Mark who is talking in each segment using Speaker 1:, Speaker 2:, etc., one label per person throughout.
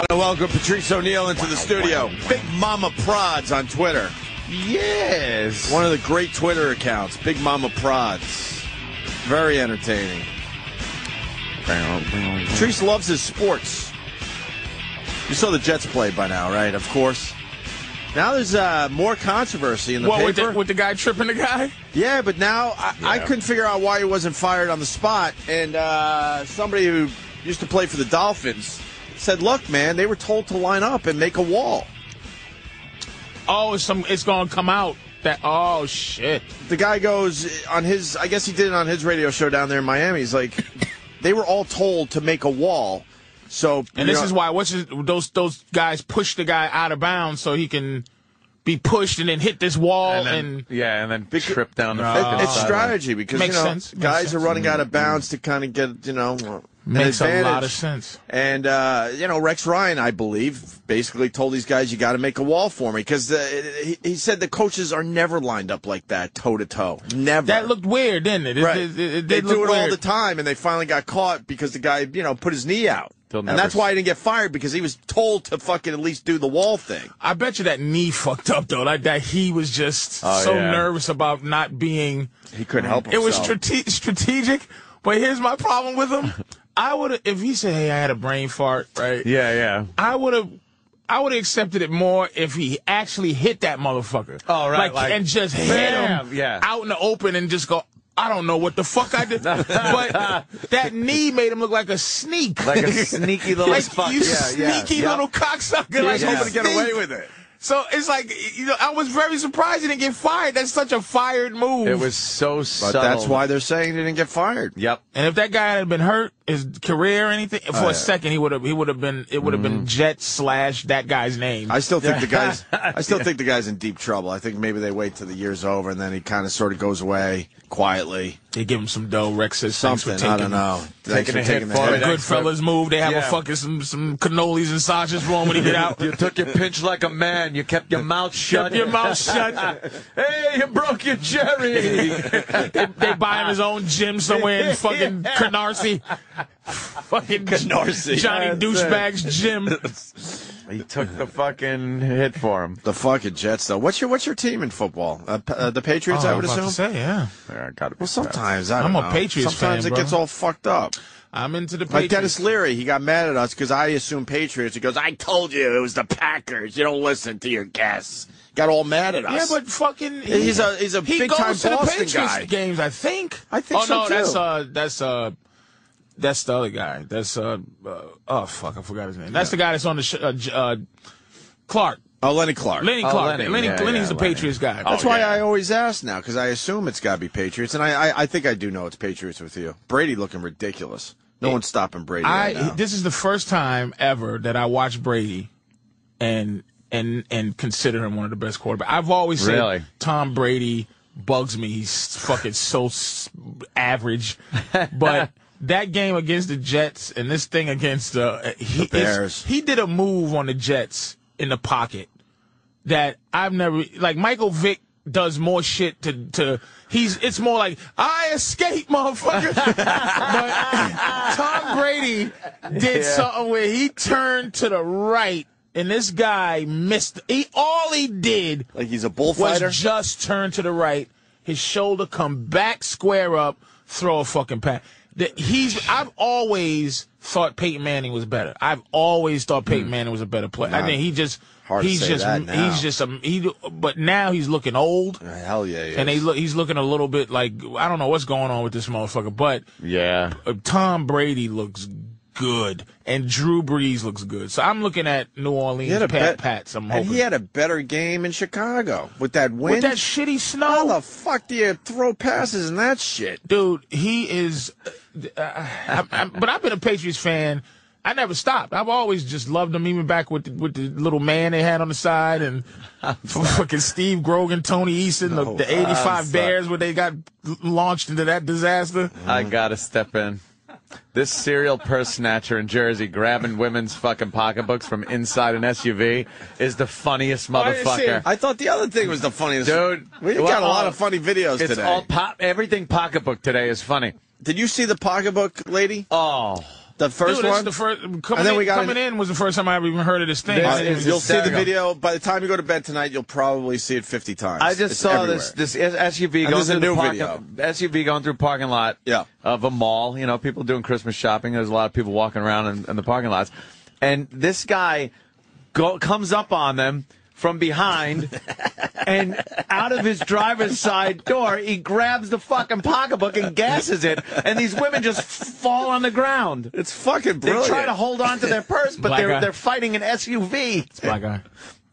Speaker 1: want to welcome Patrice O'Neill into the studio. Big Mama Prods on Twitter.
Speaker 2: Yes.
Speaker 1: One of the great Twitter accounts, Big Mama Prods. Very entertaining. Patrice loves his sports. You saw the Jets play by now, right? Of course. Now there's uh, more controversy in the
Speaker 2: What with
Speaker 1: paper.
Speaker 2: the, with the guy tripping the guy?
Speaker 1: yeah, but now I, I
Speaker 2: Yeah.
Speaker 1: couldn't figure out why he wasn't fired on the spot. And uh, somebody who used to play for the Dolphins said, "Look, man, they were told to line up and make a wall."
Speaker 2: Oh, it's some. It's gonna come out. That oh shit.
Speaker 1: the guy goes on his i guess he did it on his radio show down there in miami he's like they were all told to make a wall so
Speaker 2: And
Speaker 1: you
Speaker 2: this
Speaker 1: know,
Speaker 2: is why what's his, those those guys push the guy out of bounds so he can be pushed and then hit this wall and,
Speaker 3: yeah, and then trip down the
Speaker 1: it-
Speaker 3: fucking
Speaker 1: it's
Speaker 3: sideline.
Speaker 1: strategy because you
Speaker 2: Makes
Speaker 1: know
Speaker 2: sense. Makes
Speaker 1: guys
Speaker 2: sense. Mm-hmm.
Speaker 1: are running out of bounds to kind of get you know an
Speaker 2: makes a lot
Speaker 1: advantage.
Speaker 2: of sense.
Speaker 1: And uh, you know Rex Ryan, I believe, basically told these guys, "You got to make a wall for me," because he, he said the coaches are never lined up like that, toe to toe, never.
Speaker 2: That looked weird, didn't it? It-
Speaker 1: Right.
Speaker 2: It, it, it
Speaker 1: they
Speaker 2: did look
Speaker 1: do it all
Speaker 2: weird.
Speaker 1: the time, and they finally got caught because the guy, you know, put his knee out.
Speaker 3: They'll
Speaker 1: and
Speaker 3: never
Speaker 1: that's why
Speaker 3: s-
Speaker 1: he didn't get fired because he was told to fucking at least do the wall thing.
Speaker 2: I bet you that knee fucked up though. Like that he was just
Speaker 3: Oh,
Speaker 2: so
Speaker 3: yeah.
Speaker 2: nervous about not being.
Speaker 1: He couldn't help
Speaker 2: It was
Speaker 1: himself.
Speaker 2: strate- strategic, but here's my problem with him. I would have if he said, "Hey, I had a brain fart," right?
Speaker 3: Yeah, yeah.
Speaker 2: I would have. I would have accepted it more if he actually hit that motherfucker.
Speaker 3: Oh, right,
Speaker 2: Like,
Speaker 3: like,
Speaker 2: and just hit
Speaker 3: bam,
Speaker 2: him
Speaker 3: yeah.
Speaker 2: out in the open and just go, I don't know what the fuck I did. but that knee made him look like a sneak.
Speaker 3: Like a sneaky little
Speaker 2: Like,
Speaker 3: fuck.
Speaker 2: you
Speaker 3: yeah, yeah,
Speaker 2: sneaky
Speaker 3: yeah.
Speaker 2: little cocksucker. like,
Speaker 3: was hoping
Speaker 1: to get
Speaker 2: sneak.
Speaker 1: away with it.
Speaker 2: So it's like, you know, I was very surprised he didn't get fired. That's such a fired move.
Speaker 3: It was so
Speaker 1: But
Speaker 3: subtle.
Speaker 1: that's why they're saying he didn't get fired.
Speaker 3: Yep.
Speaker 2: And if that guy had been hurt, his career or anything, for
Speaker 1: Oh, yeah. Mm-hmm.
Speaker 2: a second he would have he would have been it would have been Jet slash that guy's name.
Speaker 1: I still think the guys. I still think the guy's in deep trouble. I think maybe they wait till the year's over and then he kind of sort of goes away quietly.
Speaker 2: they give him some dough. Rex says thanks for
Speaker 1: Something
Speaker 2: taking
Speaker 1: I don't know. Thanks
Speaker 3: Taking
Speaker 1: for
Speaker 3: a hit
Speaker 1: taking the
Speaker 3: for
Speaker 1: hit.
Speaker 3: it.
Speaker 2: Good fellas move. They have a
Speaker 3: Yeah.
Speaker 2: fucking some some cannolis and sausages for him when he get out.
Speaker 3: You took your pinch like a man. You kept your mouth shut.
Speaker 2: Kept your mouth shut.
Speaker 3: Hey, you broke your cherry.
Speaker 2: they, they buy him his own gym somewhere in fucking
Speaker 3: Yeah.
Speaker 2: Canarsie. fucking
Speaker 1: Canarsie.
Speaker 2: Johnny
Speaker 3: That's it.
Speaker 2: Douchebag's gym.
Speaker 3: he took the fucking hit for him.
Speaker 1: The fucking Jets, though. What's your What's your team in football? Uh, P- uh, the
Speaker 2: Oh,
Speaker 1: Patriots, I would assume.
Speaker 2: yeah.
Speaker 3: There, I gotta be
Speaker 1: well, sometimes I
Speaker 2: I'm
Speaker 1: don't
Speaker 2: a
Speaker 1: know.
Speaker 2: Patriots
Speaker 1: Sometimes
Speaker 2: fan,
Speaker 1: it gets
Speaker 2: bro.
Speaker 1: all fucked up.
Speaker 2: I'm into the
Speaker 1: Like
Speaker 2: Patriots.
Speaker 1: Dennis Leary, he got mad at us because I assumed Patriots. He goes, I told you it was the Packers. You don't listen to your guests. Got all mad at
Speaker 2: Yeah,
Speaker 1: us.
Speaker 2: but fucking
Speaker 1: He's a- he's a
Speaker 2: he
Speaker 1: big-time
Speaker 2: goes to the
Speaker 1: Boston
Speaker 2: Patriots
Speaker 1: guy.
Speaker 2: games. I think.
Speaker 1: I think
Speaker 2: Oh
Speaker 1: so,
Speaker 2: no,
Speaker 1: too.
Speaker 2: that's uh, that's uh, that's the other guy. That's uh, uh oh fuck, I forgot his name. That's the guy that's on the sh- uh, J- uh, Clark
Speaker 1: oh, Lenny Clark. Oh,
Speaker 2: Lenny
Speaker 3: Oh,
Speaker 2: Clark.
Speaker 3: Lenny.
Speaker 2: Lenny,
Speaker 3: Yeah,
Speaker 2: Lenny's
Speaker 3: yeah,
Speaker 2: the
Speaker 3: Lenny.
Speaker 2: Patriots guy.
Speaker 1: That's why I always ask now because I assume it's got to be Patriots, and I, I I think I do know it's Patriots with you. Brady looking ridiculous. No one's stopping Brady. right
Speaker 2: I
Speaker 1: now.
Speaker 2: this is the first time ever that I watched Brady, and and and consider him one of the best quarterbacks. I've always said
Speaker 3: Really?
Speaker 2: Tom Brady bugs me. He's fucking so s- average, but. That game against the Jets and this thing against the, he,
Speaker 1: Bears.
Speaker 2: he did a move on the Jets in the pocket that I've never like Michael Vick does more shit to to he's it's more like I escape motherfucker but Tom Brady did something where he turned to the right and this guy missed he all he did
Speaker 1: like he's a
Speaker 2: was
Speaker 1: bullfighter.
Speaker 2: just turn to the right, his shoulder come back square up, throw a fucking pass. That he's I've always thought Peyton Manning was better. I've always thought Peyton Manning was a better player. I think he just
Speaker 1: Hmm. hard to
Speaker 2: he's
Speaker 1: say
Speaker 2: just
Speaker 1: that now.
Speaker 2: he's just a he but now he's looking old.
Speaker 1: Hell yeah. he
Speaker 2: And
Speaker 1: is.
Speaker 2: they look, he's looking a little bit like I don't know what's going on with this motherfucker, but
Speaker 3: Yeah.
Speaker 2: uh, Tom Brady looks good and Drew Brees looks good. So I'm looking at New Orleans
Speaker 1: He had a bet-
Speaker 2: Pat Pats. I'm
Speaker 1: and
Speaker 2: hoping
Speaker 1: he had a better game in Chicago with that win.
Speaker 2: with that shitty snow.
Speaker 1: How the fuck do you throw passes in that shit?
Speaker 2: dude, he is. Uh, I, I, but I've been a Patriots fan. I never stopped. I've always just loved them, even back with the, with the little man they had on the side and fucking Steve Grogan, Tony Easton, the, the
Speaker 3: I'm
Speaker 2: '85
Speaker 3: sorry.
Speaker 2: Bears, where they got launched into that disaster.
Speaker 3: I gotta step in. This serial purse snatcher in Jersey grabbing women's fucking pocketbooks from inside an SUV is the funniest
Speaker 2: I didn't see
Speaker 3: motherfucker.
Speaker 2: it.
Speaker 1: I thought the other thing was the funniest.
Speaker 3: Dude,
Speaker 1: we
Speaker 3: well,
Speaker 1: got a lot of funny videos
Speaker 3: It's
Speaker 1: today.
Speaker 3: all pop. Everything pocketbook today is funny.
Speaker 1: Did you see the pocketbook lady?
Speaker 3: Oh,
Speaker 1: The first
Speaker 2: Dude, this is
Speaker 1: one.
Speaker 2: the first
Speaker 1: And
Speaker 2: coming,
Speaker 1: then
Speaker 2: in,
Speaker 1: we got
Speaker 2: coming
Speaker 1: an-
Speaker 2: in was the first time I ever even heard of this thing.
Speaker 3: This
Speaker 2: I
Speaker 1: Uh,
Speaker 2: didn't
Speaker 3: is
Speaker 2: even-
Speaker 1: you'll see the
Speaker 3: hysterical.
Speaker 1: video. By the time you go to bed tonight, you'll probably see it 50 times.
Speaker 3: I just
Speaker 1: It's
Speaker 3: saw
Speaker 1: everywhere.
Speaker 3: this this SUV
Speaker 1: And
Speaker 3: going
Speaker 1: this is a
Speaker 3: through
Speaker 1: new
Speaker 3: the parking,
Speaker 1: video.
Speaker 3: SUV going through parking lot
Speaker 1: Yeah.
Speaker 3: of a mall. You know, people doing Christmas shopping. There's a lot of people walking around in, in the parking lots, and this guy go, comes up on them from behind, and out of his driver's side door, he grabs the fucking pocketbook and gasses it, and these women just fall on the ground.
Speaker 1: It's fucking
Speaker 3: They
Speaker 1: brilliant.
Speaker 3: try to hold on to their purse, but
Speaker 2: Black
Speaker 3: they're
Speaker 2: guy.
Speaker 3: they're fighting an SUV.
Speaker 2: Black guy.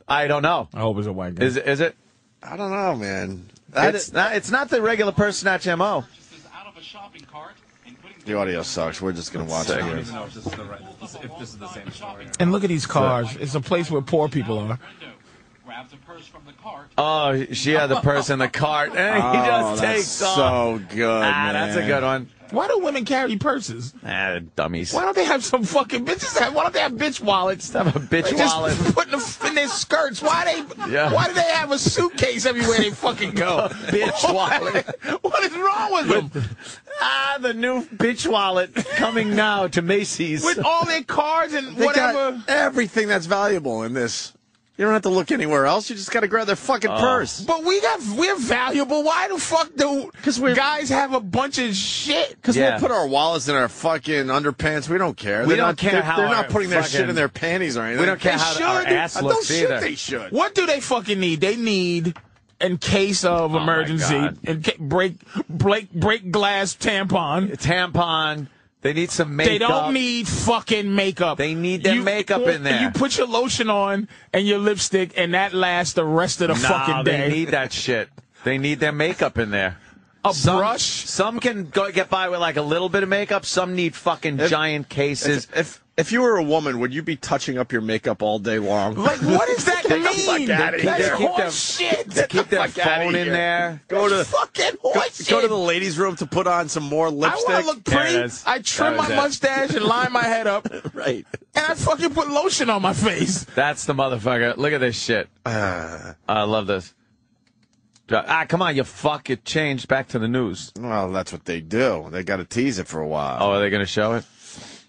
Speaker 3: I don't know.
Speaker 2: I hope it's a white guy.
Speaker 3: Is is it?
Speaker 1: I don't know, man. That
Speaker 3: It's
Speaker 1: is,
Speaker 3: not, it's not the regular purse snatch mo.
Speaker 4: purchases out of a shopping cart and putting
Speaker 1: the audio sucks. We're just gonna watch
Speaker 3: Let's
Speaker 1: it.
Speaker 3: see here.
Speaker 1: Here.
Speaker 4: know if this is the right, if this is the same story.
Speaker 2: and look at these cars. It's a place where poor people are.
Speaker 4: Grabs a purse from the cart.
Speaker 3: Oh, she had the purse in the cart, and he
Speaker 1: Oh,
Speaker 3: just
Speaker 1: that's
Speaker 3: takes off.
Speaker 1: so good.
Speaker 3: ah, that's a
Speaker 1: man.
Speaker 3: good one.
Speaker 2: Why do women carry purses?
Speaker 3: Ah, dummies.
Speaker 2: Why don't they have some fucking bitches? Have, why don't they have bitch wallets?
Speaker 3: Have a bitch
Speaker 2: They just
Speaker 3: wallet.
Speaker 2: put in, the, in their skirts. Why they?
Speaker 3: Yeah.
Speaker 2: Why do they have a suitcase everywhere they fucking go?
Speaker 3: bitch wallet.
Speaker 2: what is wrong with them?
Speaker 3: ah, the new bitch wallet coming now to Macy's.
Speaker 2: With all their cards and
Speaker 1: They got
Speaker 2: whatever.
Speaker 1: everything that's valuable in this. You don't have to look anywhere else. You just got to grab their fucking
Speaker 3: Oh.
Speaker 1: purse.
Speaker 2: But we got we're valuable. Why the fuck do guys have a bunch of shit?
Speaker 1: Because
Speaker 3: Yeah.
Speaker 1: we'll put our wallets in our fucking underpants. We don't care.
Speaker 3: We
Speaker 1: they're
Speaker 3: don't
Speaker 1: not,
Speaker 3: care
Speaker 1: they're,
Speaker 3: how
Speaker 1: they're
Speaker 3: our
Speaker 1: not putting their shit
Speaker 3: fucking-
Speaker 1: in their panties or anything.
Speaker 3: don't care
Speaker 1: They
Speaker 3: how
Speaker 1: should.
Speaker 3: our ass
Speaker 1: I
Speaker 3: looks
Speaker 1: don't
Speaker 3: either.
Speaker 1: think they should.
Speaker 2: What do they fucking need? They need in case of
Speaker 3: Oh my
Speaker 2: emergency,
Speaker 3: God.
Speaker 2: in ca- break break break glass tampon.
Speaker 3: tampon. They need some makeup.
Speaker 2: They don't need fucking makeup.
Speaker 3: They need their makeup in there.
Speaker 2: You put your lotion on and your lipstick, and that lasts the rest of the
Speaker 3: nah,
Speaker 2: fucking day.
Speaker 3: They need that shit. They need their makeup in there.
Speaker 2: a
Speaker 3: Some,
Speaker 2: brush.
Speaker 3: Some can go, get by with like a little bit of makeup. Some need fucking giant cases.
Speaker 1: If, if if you were a woman, would you be touching up your makeup all day long?
Speaker 2: Like, what does that
Speaker 1: Get the fuck
Speaker 2: mean?
Speaker 1: outta here.
Speaker 2: That's
Speaker 1: Keep
Speaker 3: the-
Speaker 2: horse
Speaker 3: They
Speaker 2: shit.
Speaker 3: keep their
Speaker 1: fuck outta
Speaker 3: phone in
Speaker 1: here.
Speaker 3: there.
Speaker 1: go to
Speaker 2: fucking
Speaker 1: go,
Speaker 2: horse
Speaker 1: go to the ladies' room to put on some more
Speaker 2: I
Speaker 1: lipstick.
Speaker 2: want to look
Speaker 3: There it
Speaker 2: pretty.
Speaker 3: is.
Speaker 2: I trim
Speaker 3: That was
Speaker 2: my
Speaker 3: it.
Speaker 2: mustache and line my head up, and
Speaker 1: right.
Speaker 2: I fucking put lotion on my face.
Speaker 3: That's the motherfucker. Look at this shit. I love this. Ah, come on, you fuck. It changed back to the news.
Speaker 1: Well, that's what they do. They got to tease it for a while.
Speaker 3: Oh, are they going to show it?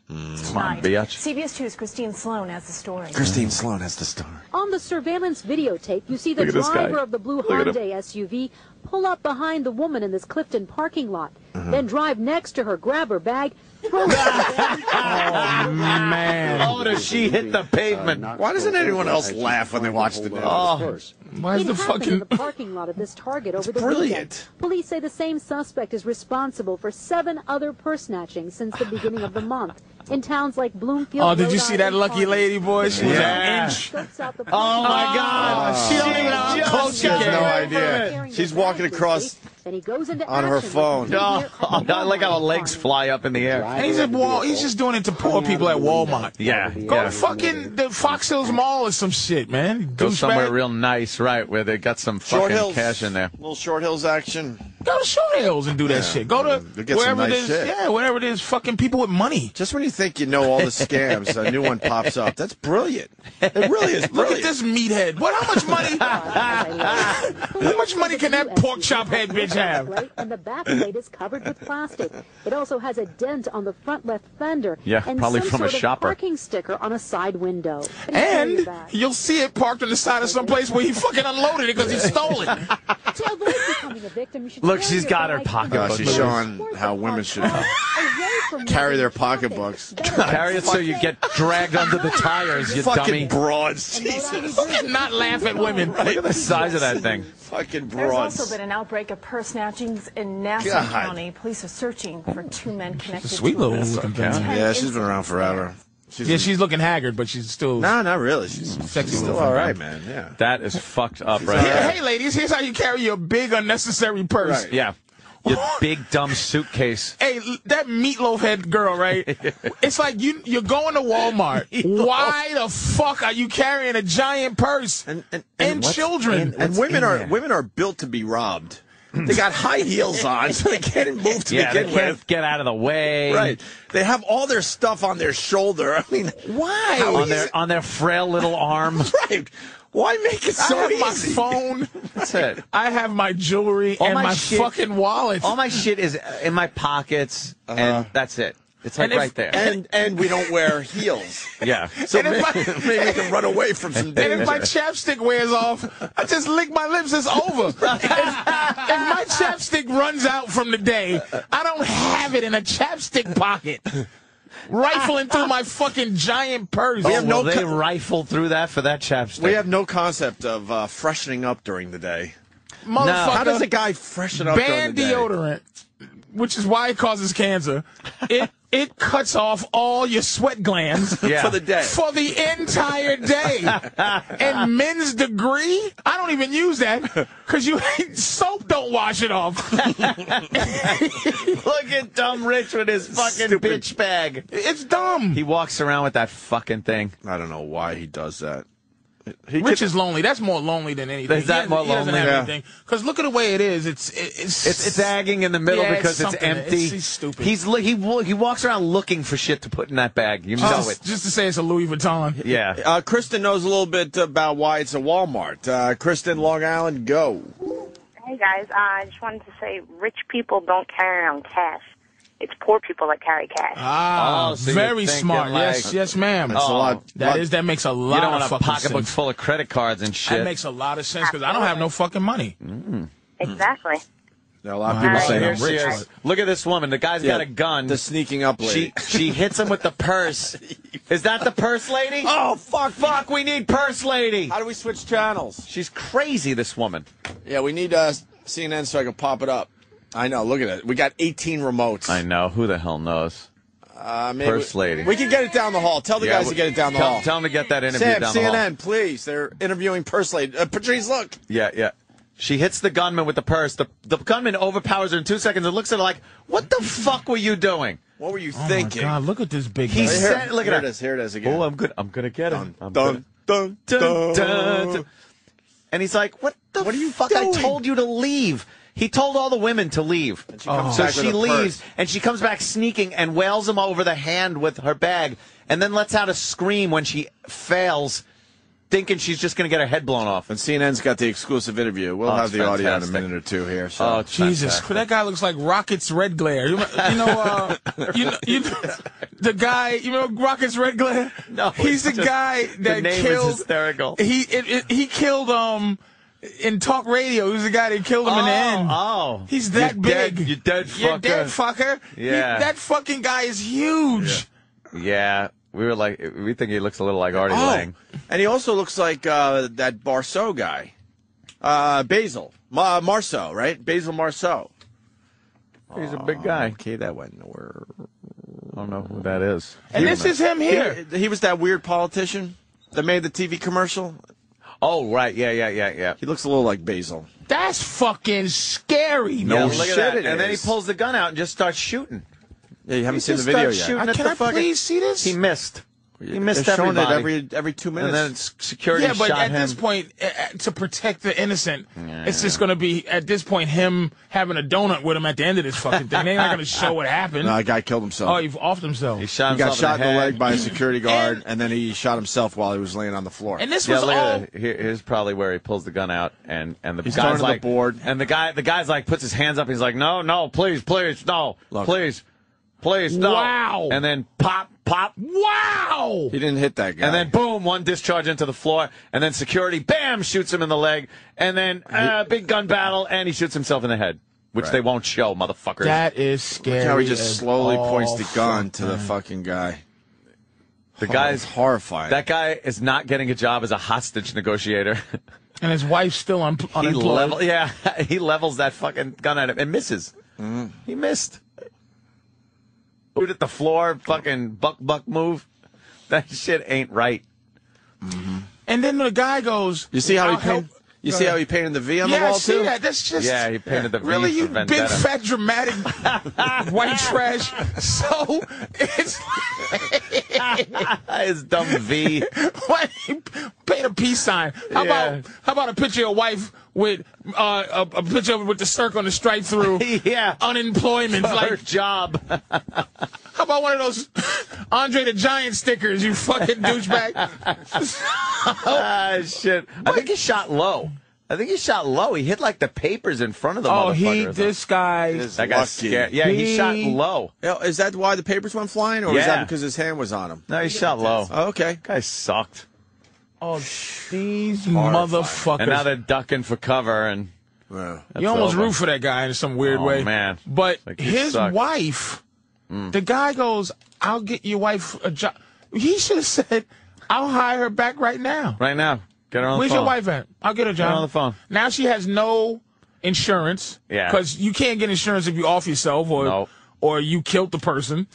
Speaker 3: Come on,
Speaker 5: Tonight,
Speaker 3: bitch.
Speaker 5: CBS 2's Christine Sloan has the story.
Speaker 1: Christine Sloan has the star.
Speaker 6: On the surveillance videotape, you see the
Speaker 3: Look at this
Speaker 6: driver
Speaker 3: guy.
Speaker 6: of the blue
Speaker 3: Look at him.
Speaker 6: Hyundai SUV pull up behind the woman in this Clifton parking lot,
Speaker 3: Uh-huh.
Speaker 6: then drive next to her, grab her bag, throw it.
Speaker 2: Man,
Speaker 3: Oh, does she hit the pavement?
Speaker 1: Why doesn't anyone else laugh when they watch the news?
Speaker 3: Oh,
Speaker 2: why is
Speaker 6: it
Speaker 2: the
Speaker 6: happened in
Speaker 2: fucking?
Speaker 6: the parking lot of this Target over the
Speaker 1: brilliant.
Speaker 6: weekend. Police say the same suspect is responsible for seven other purse snatchings since the beginning of the month in towns like Bloomfield.
Speaker 2: Oh, did
Speaker 6: Rhode
Speaker 2: you see that
Speaker 6: Island,
Speaker 2: lucky
Speaker 6: Farmington.
Speaker 2: lady boy? She was
Speaker 3: Yeah.
Speaker 2: an inch.
Speaker 6: Scopes out the
Speaker 3: oh my God.
Speaker 2: She don't even know how
Speaker 3: just
Speaker 2: close she
Speaker 1: She has
Speaker 2: came.
Speaker 1: no idea.
Speaker 6: Carrying
Speaker 1: She's
Speaker 6: the bag
Speaker 1: walking
Speaker 6: with
Speaker 1: across.
Speaker 6: him, Then he goes into
Speaker 1: on her
Speaker 6: action with
Speaker 1: phone.
Speaker 6: the
Speaker 3: Oh,
Speaker 6: engineer at the
Speaker 3: I like how her
Speaker 6: Walmart
Speaker 3: legs
Speaker 6: farm.
Speaker 3: fly up in the air.
Speaker 2: And he's just wall. He's just doing it to poor people at Walmart.
Speaker 3: Yeah,
Speaker 2: Go
Speaker 3: yeah.
Speaker 2: to fucking the Fox Hills Mall or some shit, man.
Speaker 3: Go somewhere
Speaker 2: Douchebag.
Speaker 3: real nice, right, where they got some fucking
Speaker 1: Short Hills.
Speaker 3: cash in there.
Speaker 1: Little Short Hills action.
Speaker 2: Go to Short Hills and do that shit. Go to
Speaker 1: You'll get some
Speaker 2: wherever
Speaker 1: nice
Speaker 2: there's
Speaker 1: shit.
Speaker 2: yeah, wherever there's fucking people with money.
Speaker 1: Just when you think you know all the scams, a new one pops up. That's brilliant. It really is brilliant.
Speaker 2: Look at this meathead. What? How much money?
Speaker 6: How
Speaker 2: much money can that pork chop head bitch have?
Speaker 6: And the back plate is covered with plastic. It also has a dent on the front left fender.
Speaker 3: Yeah,
Speaker 6: and
Speaker 3: probably
Speaker 6: some
Speaker 3: from a
Speaker 6: sort of
Speaker 3: shopper.
Speaker 6: Parking sticker on a side window. What do you say to
Speaker 2: And
Speaker 6: that?
Speaker 2: you'll see it parked on the side of some place where he fucking unloaded it because he stole it.
Speaker 6: To avoid becoming a victim, you should
Speaker 3: Look,
Speaker 6: carry
Speaker 3: she's
Speaker 6: your
Speaker 3: got her
Speaker 6: bag in
Speaker 3: pocketbook.
Speaker 6: your
Speaker 3: Oh, she's
Speaker 6: purse,
Speaker 1: showing
Speaker 6: sport
Speaker 1: how
Speaker 6: the
Speaker 1: women
Speaker 6: front
Speaker 1: should
Speaker 6: arm, away from
Speaker 1: carry their
Speaker 6: traffic.
Speaker 1: pocketbooks.
Speaker 6: Better
Speaker 3: Carry it so you get dragged under the tires, you
Speaker 1: fucking
Speaker 3: dummy.
Speaker 1: broads.
Speaker 6: than
Speaker 1: Jesus.
Speaker 6: go down
Speaker 2: Who cannot laugh at women?
Speaker 3: Look at the size of that thing.
Speaker 1: Fucking
Speaker 5: There's
Speaker 1: broads.
Speaker 5: also been an outbreak of purse snatchings in Nassau
Speaker 1: God.
Speaker 5: County. Police are searching for two men connected
Speaker 2: Sweet
Speaker 5: to
Speaker 2: little
Speaker 5: a
Speaker 2: looking
Speaker 5: ten
Speaker 2: thing.
Speaker 1: yeah, she's been
Speaker 5: incidents
Speaker 1: around forever. She's
Speaker 2: Yeah, she's looking haggard, but she's still.
Speaker 1: no, not really. She's
Speaker 2: Sexy
Speaker 1: she's still
Speaker 2: little
Speaker 1: all right, man. Yeah.
Speaker 3: That is fucked up right
Speaker 2: Here-
Speaker 3: there.
Speaker 2: hey, ladies, here's how you carry your big unnecessary purse.
Speaker 1: Right.
Speaker 3: Yeah. Your big dumb suitcase.
Speaker 2: Hey, l- that meatloaf head girl, right? it's like you you're going to Walmart. Why the fuck are you carrying a giant purse and, children?
Speaker 1: and women are women are built to be robbed. They got high heels on, so they can't move to
Speaker 3: Yeah, they
Speaker 1: begin
Speaker 3: can't
Speaker 1: with.
Speaker 3: get out of the way.
Speaker 1: Right. They have all their stuff on their shoulder. I mean,
Speaker 2: Why?
Speaker 1: How
Speaker 3: On
Speaker 1: easy-
Speaker 3: their on their frail little arm.
Speaker 1: right. Why make it
Speaker 2: I
Speaker 1: so
Speaker 2: have my
Speaker 1: easy?
Speaker 2: phone.
Speaker 3: That's it.
Speaker 2: I have my jewelry
Speaker 3: All
Speaker 2: and
Speaker 3: my
Speaker 2: my,
Speaker 3: shit-
Speaker 2: fucking wallet.
Speaker 3: All my shit is in my pockets, and that's it. It's like
Speaker 2: And if-
Speaker 3: right there.
Speaker 1: And and we don't wear heels.
Speaker 3: yeah.
Speaker 1: So
Speaker 2: And if
Speaker 1: maybe,
Speaker 2: I-
Speaker 1: maybe we can run away from some
Speaker 2: And
Speaker 1: danger.
Speaker 2: if my chapstick wears off, I just lick my lips. It's over. If, if my chapstick runs out from the day, I don't have it in a chapstick pocket. Rifling through my fucking giant purse.
Speaker 1: have
Speaker 3: Will
Speaker 1: Oh, no
Speaker 3: Oh, they
Speaker 1: co-
Speaker 3: rifle through that for that chapstick?
Speaker 1: we have no concept of uh, freshening up during the day.
Speaker 2: Motherfucker.
Speaker 1: How does a guy freshen up during
Speaker 2: Ban
Speaker 1: the day?
Speaker 2: deodorant, which is why it causes cancer, it it cuts off all your sweat glands
Speaker 3: Yeah.
Speaker 1: For the day.
Speaker 2: for the entire day. and men's degree, I don't even use that because you soap don't wash it off.
Speaker 3: Look at dumb Rich with his fucking
Speaker 1: Stupid.
Speaker 3: bitch bag.
Speaker 2: It's dumb.
Speaker 3: He walks around with that fucking thing.
Speaker 1: I don't know why he does that. He
Speaker 2: Rich
Speaker 1: could-
Speaker 2: is lonely. That's more lonely than anything.
Speaker 3: Is that
Speaker 2: He doesn't-
Speaker 3: more
Speaker 2: he doesn't
Speaker 3: lonely?
Speaker 2: have
Speaker 1: Yeah.
Speaker 2: anything. Because look at the way it is. It's it, it's
Speaker 3: It's sagging in the middle
Speaker 2: Yeah, it's
Speaker 3: because it's,
Speaker 2: something.
Speaker 3: empty.
Speaker 2: It's- he's stupid.
Speaker 3: He's li- he wa- he walks around looking for shit to put in that bag. You know it.
Speaker 2: just, just to say it's a Louis Vuitton.
Speaker 3: Yeah.
Speaker 1: Uh, Kristen knows a little bit about why it's a Walmart. Uh, Kristen, Long Island, go.
Speaker 7: Hey guys, uh, I just wanted to say rich people don't carry around cash. It's poor people that carry cash.
Speaker 2: Ah,
Speaker 3: Oh, so you're
Speaker 2: very
Speaker 3: thinking
Speaker 2: smart.
Speaker 3: like-
Speaker 2: yes, yes, ma'am.
Speaker 1: That's a lot.
Speaker 2: That
Speaker 1: lot-
Speaker 2: is that makes a lot
Speaker 3: you
Speaker 2: of
Speaker 3: don't want a
Speaker 2: fucking
Speaker 3: pocketbook
Speaker 2: sense.
Speaker 3: full of credit cards and shit.
Speaker 2: That makes a lot of sense because I don't have no fucking money.
Speaker 7: exactly.
Speaker 1: Now, a lot of people
Speaker 7: Alright,
Speaker 1: say
Speaker 3: Here
Speaker 1: I'm
Speaker 3: she
Speaker 1: rich.
Speaker 3: is. Look at this woman. The guy's got a gun.
Speaker 1: The sneaking up
Speaker 3: she
Speaker 1: lady.
Speaker 3: she hits him with the purse. Is that the purse lady?
Speaker 1: oh fuck!
Speaker 3: Fuck, we need purse lady.
Speaker 1: How do we switch channels?
Speaker 3: She's crazy, this woman.
Speaker 1: Yeah, we need uh, CNN so I can pop it up. I know. Look at it. We got 18 remotes.
Speaker 3: I know. Who the hell knows?
Speaker 1: Uh, maybe
Speaker 3: First
Speaker 1: we-
Speaker 3: lady.
Speaker 1: We can get it down the hall. Tell the guys to
Speaker 3: we-
Speaker 1: get it down the
Speaker 3: tell,
Speaker 1: hall.
Speaker 3: Tell them to get that interview
Speaker 1: Sam,
Speaker 3: down the hall.
Speaker 1: CNN, please. They're interviewing Purse Lady. Uh, Patrice, look.
Speaker 3: Yeah, yeah. She hits the gunman with the purse. The, the gunman overpowers her in two seconds and looks at her like, what the fuck were you doing?
Speaker 1: What were you
Speaker 2: Oh
Speaker 1: thinking?
Speaker 2: my God! Look at this big.
Speaker 3: He's-
Speaker 2: guy.
Speaker 1: Here,
Speaker 3: Sam, look at
Speaker 1: here
Speaker 3: her.
Speaker 1: it is. Here it is again.
Speaker 3: Oh, I'm good. I'm going to get him. I'm
Speaker 1: dun,
Speaker 3: gonna-
Speaker 1: dun,
Speaker 3: Dun,
Speaker 1: dun,
Speaker 3: dun, dun. And he's like, what the
Speaker 1: What are you
Speaker 3: fuck? I
Speaker 1: doing?
Speaker 3: told you to leave. He told all the women to leave.
Speaker 1: she comes
Speaker 3: so
Speaker 1: back with
Speaker 3: she
Speaker 1: a
Speaker 3: leaves
Speaker 1: purse.
Speaker 3: and she comes back sneaking and wails him over the hand with her bag and then lets out a scream when she fails, thinking she's just going to get her head blown off.
Speaker 1: And CNN's got the exclusive interview. We'll
Speaker 3: Oh,
Speaker 1: have
Speaker 3: it's
Speaker 1: the audio in a
Speaker 3: fantastic.
Speaker 1: minute or two here. So.
Speaker 3: Oh,
Speaker 2: Jesus, that guy looks like Rocket's Red Glare. You, remember- you know, uh, you, know- you know, the guy. You remember Rocket's Red Glare?
Speaker 3: No,
Speaker 2: he's the
Speaker 3: it's just-
Speaker 2: guy
Speaker 3: the
Speaker 2: that
Speaker 3: name is
Speaker 2: killed.
Speaker 3: hysterical.
Speaker 2: He it, it, he killed um in talk radio. He was the guy that killed him in the end.
Speaker 3: Oh,
Speaker 2: He's that
Speaker 3: You're
Speaker 2: big.
Speaker 3: dead- you're dead,
Speaker 2: You're dead,
Speaker 3: fucker.
Speaker 2: fucker. He-
Speaker 3: Yeah.
Speaker 2: that fucking guy is huge.
Speaker 3: Yeah, we were like, we think he looks a little like Artie
Speaker 1: Oh,
Speaker 3: Lang.
Speaker 1: and he also looks like uh, that Barceau guy, uh, Basil Ma- Marceau, right? Basil Marceau.
Speaker 3: He's a big guy.
Speaker 1: Okay, that went nowhere.
Speaker 3: I don't know who that is.
Speaker 2: And this is him here.
Speaker 1: He, he was that weird politician that made the TV commercial.
Speaker 3: Oh, right. Yeah, yeah, yeah, yeah.
Speaker 1: He looks a little like Basil.
Speaker 2: That's fucking scary.
Speaker 1: No
Speaker 3: yeah,
Speaker 2: man.
Speaker 3: look
Speaker 1: shit
Speaker 3: at that.
Speaker 1: it
Speaker 3: and then he
Speaker 1: is.
Speaker 3: pulls the gun out and just starts shooting.
Speaker 1: Yeah, you haven't
Speaker 3: He
Speaker 1: seen the
Speaker 3: just
Speaker 1: video
Speaker 3: starts
Speaker 1: yet.
Speaker 3: shooting
Speaker 2: Uh,
Speaker 3: at
Speaker 2: can
Speaker 3: the
Speaker 2: I
Speaker 3: fucking-
Speaker 2: please see this?
Speaker 3: He missed. He missed
Speaker 1: They're showing it
Speaker 3: everybody.
Speaker 1: every every two minutes.
Speaker 3: and then it's security
Speaker 2: yeah, but
Speaker 3: shot
Speaker 2: at
Speaker 3: him.
Speaker 2: this point, uh, uh, to protect the innocent, it's just going to be at this point him having a donut with him at the end of this fucking thing. They're not going to show what happened.
Speaker 1: no, a guy killed himself.
Speaker 2: oh, you've offed himself.
Speaker 3: he shot
Speaker 1: he got
Speaker 3: himself
Speaker 1: shot in the,
Speaker 3: head.
Speaker 1: leg by a security guard,
Speaker 2: And-
Speaker 1: and, then he shot himself while he was laying on the floor.
Speaker 2: and this
Speaker 3: Yeah,
Speaker 2: was
Speaker 3: look
Speaker 2: all.
Speaker 3: at that. Here, here's probably where he pulls the gun out, and and the
Speaker 1: He's
Speaker 3: guy's
Speaker 1: turning the
Speaker 3: like
Speaker 1: board.
Speaker 3: and the guy the guy's like puts his hands up. He's like, no, no, please, please, no,
Speaker 1: Look.
Speaker 3: please, please, no.
Speaker 2: Wow.
Speaker 3: And then pop, pop,
Speaker 2: Wow!
Speaker 1: he didn't hit that guy.
Speaker 3: and then boom, one discharge into the floor, and then security, bam, shoots him in the leg, and then uh, big gun battle, and he shoots himself in the head, which
Speaker 1: Right.
Speaker 3: they won't show, motherfuckers.
Speaker 2: That is scary.
Speaker 1: Now he just
Speaker 2: as
Speaker 1: slowly points
Speaker 2: all
Speaker 1: the gun to the
Speaker 2: fuck.
Speaker 1: fucking guy.
Speaker 3: the
Speaker 1: Guy is
Speaker 3: guy's
Speaker 1: horrifying.
Speaker 3: That guy is not getting a job as a hostage negotiator.
Speaker 2: And his wife's still un-
Speaker 3: he
Speaker 2: unemployed.
Speaker 3: level, yeah, he levels that fucking gun at him and misses.
Speaker 1: Mm.
Speaker 3: He missed. Shoot at the floor, fucking buck buck move. That shit ain't right.
Speaker 2: And then the guy goes.
Speaker 1: you see how he
Speaker 2: I'll
Speaker 1: painted,
Speaker 2: help-
Speaker 1: you
Speaker 2: Go
Speaker 1: see
Speaker 2: ahead.
Speaker 1: how he painted the V on the
Speaker 2: yeah,
Speaker 1: wall
Speaker 2: I see
Speaker 1: too.
Speaker 2: that. That's just
Speaker 3: Yeah, he painted the V
Speaker 2: really
Speaker 3: for
Speaker 2: you big
Speaker 3: Vendetta.
Speaker 2: fat dramatic white trash. So it's
Speaker 3: His dumb V.
Speaker 2: like paint a peace sign. How
Speaker 3: Yeah.
Speaker 2: about how about a picture of your wife with uh, a, a picture with the circle and the stripe through.
Speaker 3: yeah.
Speaker 2: Unemployment,
Speaker 3: Her
Speaker 2: like
Speaker 3: job.
Speaker 2: how about one of those Andre the Giant stickers? You fucking douchebag.
Speaker 3: ah, shit. I think he shot low. I think he shot low. He hit like the papers in front of the
Speaker 2: Oh,
Speaker 3: motherfucker or
Speaker 2: he,
Speaker 3: something.
Speaker 2: this guy.
Speaker 1: This-
Speaker 3: that guy's
Speaker 1: Lucky.
Speaker 3: scared. Yeah, he,
Speaker 2: He-
Speaker 3: shot low.
Speaker 1: Yo, Is that why the papers went flying, or is
Speaker 3: Yeah.
Speaker 1: that because his hand was on him?
Speaker 3: No, he shot low.
Speaker 1: Oh, okay.
Speaker 3: guy sucked.
Speaker 2: Oh, these motherfuckers.
Speaker 3: And now they're ducking for cover and
Speaker 1: Well,
Speaker 2: you almost
Speaker 3: over.
Speaker 2: root for that guy in some weird
Speaker 3: Oh,
Speaker 2: way.
Speaker 3: man.
Speaker 2: But
Speaker 3: Like, Mm. you
Speaker 2: his
Speaker 3: suck.
Speaker 2: wife, the guy goes, I'll get your wife a job. He should have said, I'll hire her back right now.
Speaker 3: right now. Get her on
Speaker 2: Where's
Speaker 3: the
Speaker 2: your
Speaker 3: phone.
Speaker 2: wife at? I'll get her a job.
Speaker 3: on the phone.
Speaker 2: Now she has no insurance.
Speaker 3: Yeah.
Speaker 2: Because you can't get insurance if you off yourself or
Speaker 3: No.
Speaker 2: or you killed the person.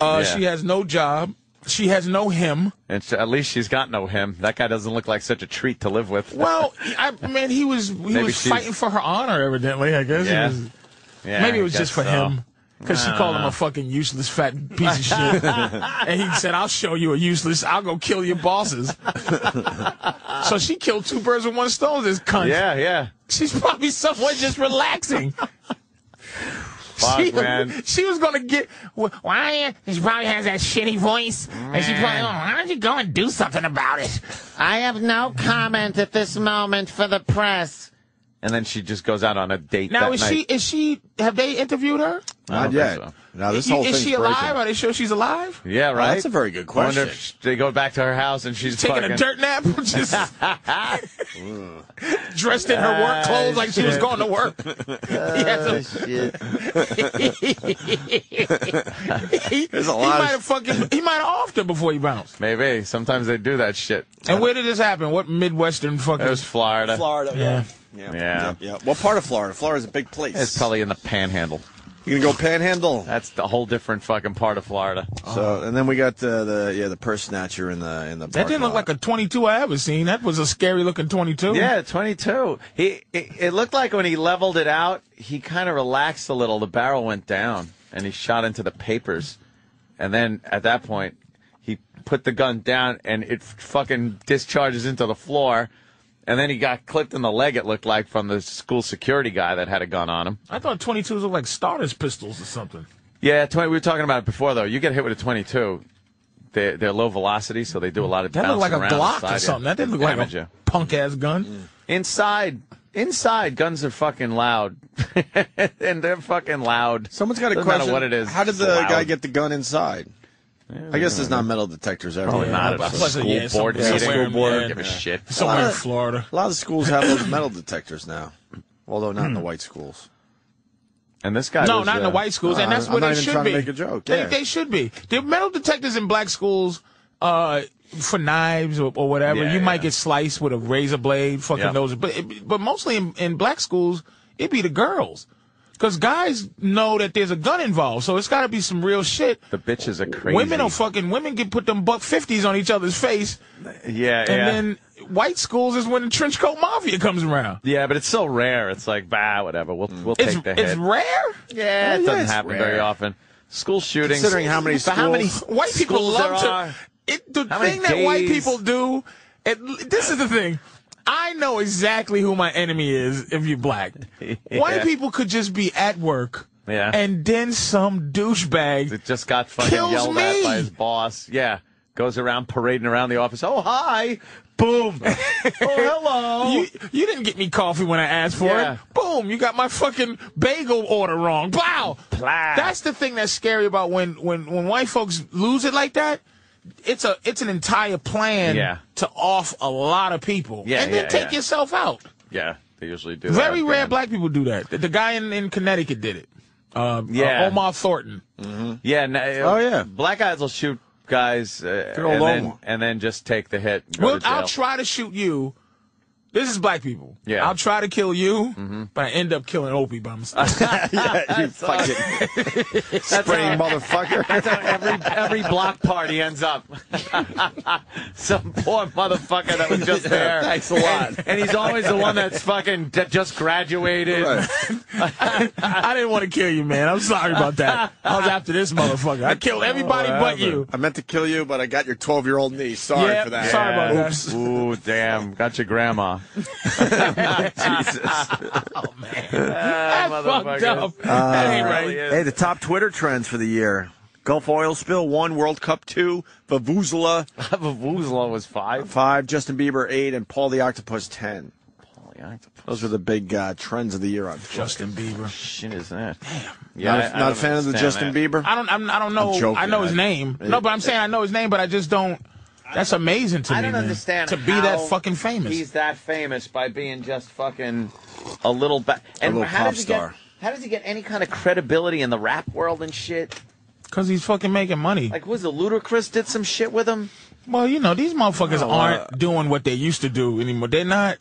Speaker 2: Uh,
Speaker 3: Yeah.
Speaker 2: She has no job. She has no him.
Speaker 3: And so at least she's got no him. That guy doesn't look like such a treat to live with.
Speaker 2: Well, I man, he was he was
Speaker 3: she's-
Speaker 2: fighting for her honor, evidently. I guess. He
Speaker 3: Yeah.
Speaker 2: was-
Speaker 3: Yeah,
Speaker 2: maybe it
Speaker 3: I
Speaker 2: was just for
Speaker 3: guess so.
Speaker 2: him because she called him a fucking useless fat piece of shit, and he said, "I'll show you a useless. I'll go kill your bosses." so she killed two birds with one stone. This cunt.
Speaker 3: Yeah, yeah.
Speaker 2: She's probably somewhere just relaxing.
Speaker 3: Fuck, man.
Speaker 2: she was gonna get. wh- Why? She probably has that shitty voice, and she probably. Oh, why don't you go and do something about it?
Speaker 8: I have no comment at this moment for the press.
Speaker 3: And then she just goes out on a date
Speaker 2: Now
Speaker 3: that
Speaker 2: is
Speaker 3: night.
Speaker 2: she? Is she? Have they interviewed her?
Speaker 3: I
Speaker 1: not
Speaker 3: don't
Speaker 1: yet.
Speaker 3: think so.
Speaker 1: Now Oh, this
Speaker 2: Y-
Speaker 1: whole
Speaker 2: is
Speaker 1: thing's
Speaker 2: she alive?
Speaker 1: breaking.
Speaker 2: Are they sure she's alive?
Speaker 3: Yeah, right.
Speaker 1: that's a very good
Speaker 3: I wonder if
Speaker 1: question.
Speaker 3: sh- they go back to her house and she's
Speaker 2: Taking
Speaker 3: fucking-
Speaker 2: a dirt nap, just dressed in her
Speaker 1: Ah,
Speaker 2: work clothes like she was going to work. he,
Speaker 1: There's a
Speaker 2: he
Speaker 1: lot of-
Speaker 2: might have fucking. He might have offed her before he bounced.
Speaker 3: Maybe sometimes they do that shit.
Speaker 2: And where did this happen? What midwestern fucking?
Speaker 3: It was Florida.
Speaker 1: Florida. Yeah. Yeah.
Speaker 3: Yeah.
Speaker 1: yeah. What part of Florida? Florida's a big place.
Speaker 3: It's probably in the Panhandle.
Speaker 1: you gonna go panhandle.
Speaker 3: That's the whole different fucking part of Florida.
Speaker 2: Oh,
Speaker 1: So and then we got the, the yeah the purse snatcher in the in the.
Speaker 2: that didn't look like a 22 I ever seen. That was a scary looking 22.
Speaker 3: Yeah, 22. He it, it looked like when he leveled it out, he kind of relaxed a little. The barrel went down, and he shot into the papers. And then at that point, he put the gun down, and it f- fucking discharges into the floor. And then he got clipped in the leg. It looked like from the school security guy that had a gun on him.
Speaker 2: I thought 22s looked like starters pistols or something.
Speaker 3: Yeah, 20, we were talking about it before though. You get hit with a 22. They're, they're low velocity, so they do a lot of
Speaker 2: That looked like
Speaker 3: bouncing
Speaker 2: a
Speaker 3: around
Speaker 2: Glock
Speaker 3: inside
Speaker 2: or
Speaker 3: you.
Speaker 2: something. That didn't look
Speaker 3: They
Speaker 2: like
Speaker 3: damage you.
Speaker 2: a punk ass gun.
Speaker 3: Inside, inside, guns are fucking loud, and they're fucking loud.
Speaker 1: Someone's got a
Speaker 3: Doesn't
Speaker 1: question.
Speaker 3: Matter what it is?
Speaker 1: How did
Speaker 3: it's
Speaker 1: the
Speaker 3: loud.
Speaker 1: guy get the gun inside? I guess there's not metal detectors everywhere.
Speaker 3: Not at a
Speaker 2: Plus,
Speaker 3: school
Speaker 2: yeah, some-
Speaker 3: board
Speaker 2: somewhere
Speaker 3: meeting.
Speaker 2: in-
Speaker 3: School board,
Speaker 2: yeah.
Speaker 3: give a shit.
Speaker 2: Somewhere in
Speaker 1: What?
Speaker 2: Florida.
Speaker 1: A lot of schools have those metal detectors now, although not in the
Speaker 2: Hmm.
Speaker 1: white schools.
Speaker 3: And this guy.
Speaker 2: No,
Speaker 3: was,
Speaker 2: not in the
Speaker 3: uh,
Speaker 2: white schools, and
Speaker 1: no,
Speaker 2: that's
Speaker 1: I'm
Speaker 2: where
Speaker 1: not
Speaker 2: they
Speaker 1: even
Speaker 2: should
Speaker 1: trying to
Speaker 2: be.
Speaker 1: make a joke,
Speaker 2: They,
Speaker 1: yeah.
Speaker 2: they should be. The metal detectors in black schools, uh, for knives or, or whatever,
Speaker 3: Yeah,
Speaker 2: you
Speaker 3: yeah.
Speaker 2: might get sliced with a razor blade, fucking
Speaker 3: Yeah.
Speaker 2: those. But it, but mostly in, in black schools, it be the girls, because guys know that there's a gun involved, so it's got to be some real shit.
Speaker 3: The bitches are crazy.
Speaker 2: Women are fucking women get put them buck fifties on each other's face,
Speaker 3: Yeah,
Speaker 2: and
Speaker 3: yeah.
Speaker 2: then white schools is when the trench coat mafia comes around.
Speaker 3: yeah, but it's so rare. It's like, bah, whatever. We'll we'll
Speaker 2: It's
Speaker 3: take the
Speaker 2: it's
Speaker 3: hit.
Speaker 2: rare.
Speaker 3: Yeah, it
Speaker 1: Yeah,
Speaker 3: doesn't
Speaker 1: it's
Speaker 3: happen
Speaker 1: rare.
Speaker 3: very often. School shootings.
Speaker 1: Considering how many
Speaker 3: But how many
Speaker 1: schools-
Speaker 2: White people
Speaker 3: schools
Speaker 2: love
Speaker 3: there
Speaker 2: to.
Speaker 3: are.
Speaker 2: It, the
Speaker 3: How many
Speaker 2: thing that white
Speaker 3: days?
Speaker 2: people do, it, this is the thing. I know exactly who my enemy is if you're black. White people could just be at work,
Speaker 3: Yeah.
Speaker 2: and then some douchebag.
Speaker 3: It just got fucking
Speaker 2: Kills
Speaker 3: yelled at
Speaker 2: me.
Speaker 3: by his boss. Yeah. Goes around parading around the office. Oh, hi. Boom. oh, hello.
Speaker 2: You, you didn't get me coffee when I asked for
Speaker 3: Yeah.
Speaker 2: it. Boom, you got my fucking bagel order wrong. Wow.
Speaker 3: Plow.
Speaker 2: That's the thing that's scary about when, when, when white folks lose it like that. It's a it's an entire plan
Speaker 3: Yeah.
Speaker 2: to off a lot of people.
Speaker 3: Yeah,
Speaker 2: and then
Speaker 3: yeah,
Speaker 2: take
Speaker 3: yeah.
Speaker 2: yourself out.
Speaker 3: yeah, they usually do that.
Speaker 2: Very rare
Speaker 3: Yeah.
Speaker 2: black people do that. The, the guy in, in Connecticut did it. Uh,
Speaker 3: Yeah.
Speaker 2: uh, Omar Thornton.
Speaker 3: Yeah. n- uh,
Speaker 1: Oh, yeah.
Speaker 3: Black guys will shoot guys uh,
Speaker 1: old long
Speaker 3: and, then,
Speaker 1: one.
Speaker 3: and then just take the hit. and go
Speaker 2: Well,
Speaker 3: to jail.
Speaker 2: I'll try to shoot you. This is black people.
Speaker 3: Yeah. Mm-hmm.
Speaker 2: I'll try to kill you, but I end up killing Opie by mistake.
Speaker 1: yeah, you fucking spraying motherfucker.
Speaker 3: That's how every, every block party ends up. Some poor motherfucker that was just there.
Speaker 1: Thanks a lot.
Speaker 3: And he's always the one that's fucking that just graduated.
Speaker 1: Right.
Speaker 2: I didn't want to kill you, man. I'm sorry about that. I was after this motherfucker. I killed everybody but you.
Speaker 1: I meant to kill you, but I got your 12 year old niece. Sorry
Speaker 2: Yeah,
Speaker 1: for that.
Speaker 2: sorry about that.
Speaker 1: Oops.
Speaker 3: Ooh, damn. Got your grandma. Oh,
Speaker 2: That's fucked
Speaker 3: motherfuckers.
Speaker 2: up. that ain't
Speaker 3: really
Speaker 2: right.
Speaker 3: is.
Speaker 1: Hey, the top Twitter trends for the year. Gulf oil spill, one. World Cup, two. Vavuzela,
Speaker 3: Vuvuzela was five.
Speaker 1: five. Justin Bieber, eight. And Paul the Octopus, ten.
Speaker 3: Holy octopus.
Speaker 1: Those were the big uh, trends of the year on Twitter.
Speaker 2: Justin Bieber.
Speaker 3: Shit is that?
Speaker 1: Not,
Speaker 3: I- I
Speaker 1: a, not a fan
Speaker 3: don't
Speaker 1: of the
Speaker 3: understand
Speaker 1: Justin
Speaker 3: that.
Speaker 1: Bieber.
Speaker 2: I don't. I'm, I don't know.
Speaker 1: I'm joking,
Speaker 2: I know his
Speaker 1: I-
Speaker 2: name. no, but I'm saying I know his name, but I just don't. That's amazing to
Speaker 3: I
Speaker 2: me.
Speaker 3: don't
Speaker 2: man.
Speaker 3: understand
Speaker 2: to be
Speaker 3: how
Speaker 2: that fucking famous.
Speaker 3: He's that famous by being just fucking a little ba- and
Speaker 1: little
Speaker 3: how
Speaker 1: pop
Speaker 3: does he
Speaker 1: star.
Speaker 3: Get, how does he get any kind of credibility in the rap world and shit?
Speaker 2: Cause he's fucking making money.
Speaker 3: Like, was it Ludacris did some shit with him?
Speaker 2: well, you know, these motherfuckers
Speaker 1: Oh, uh,
Speaker 2: aren't doing what they used to do anymore. They're not.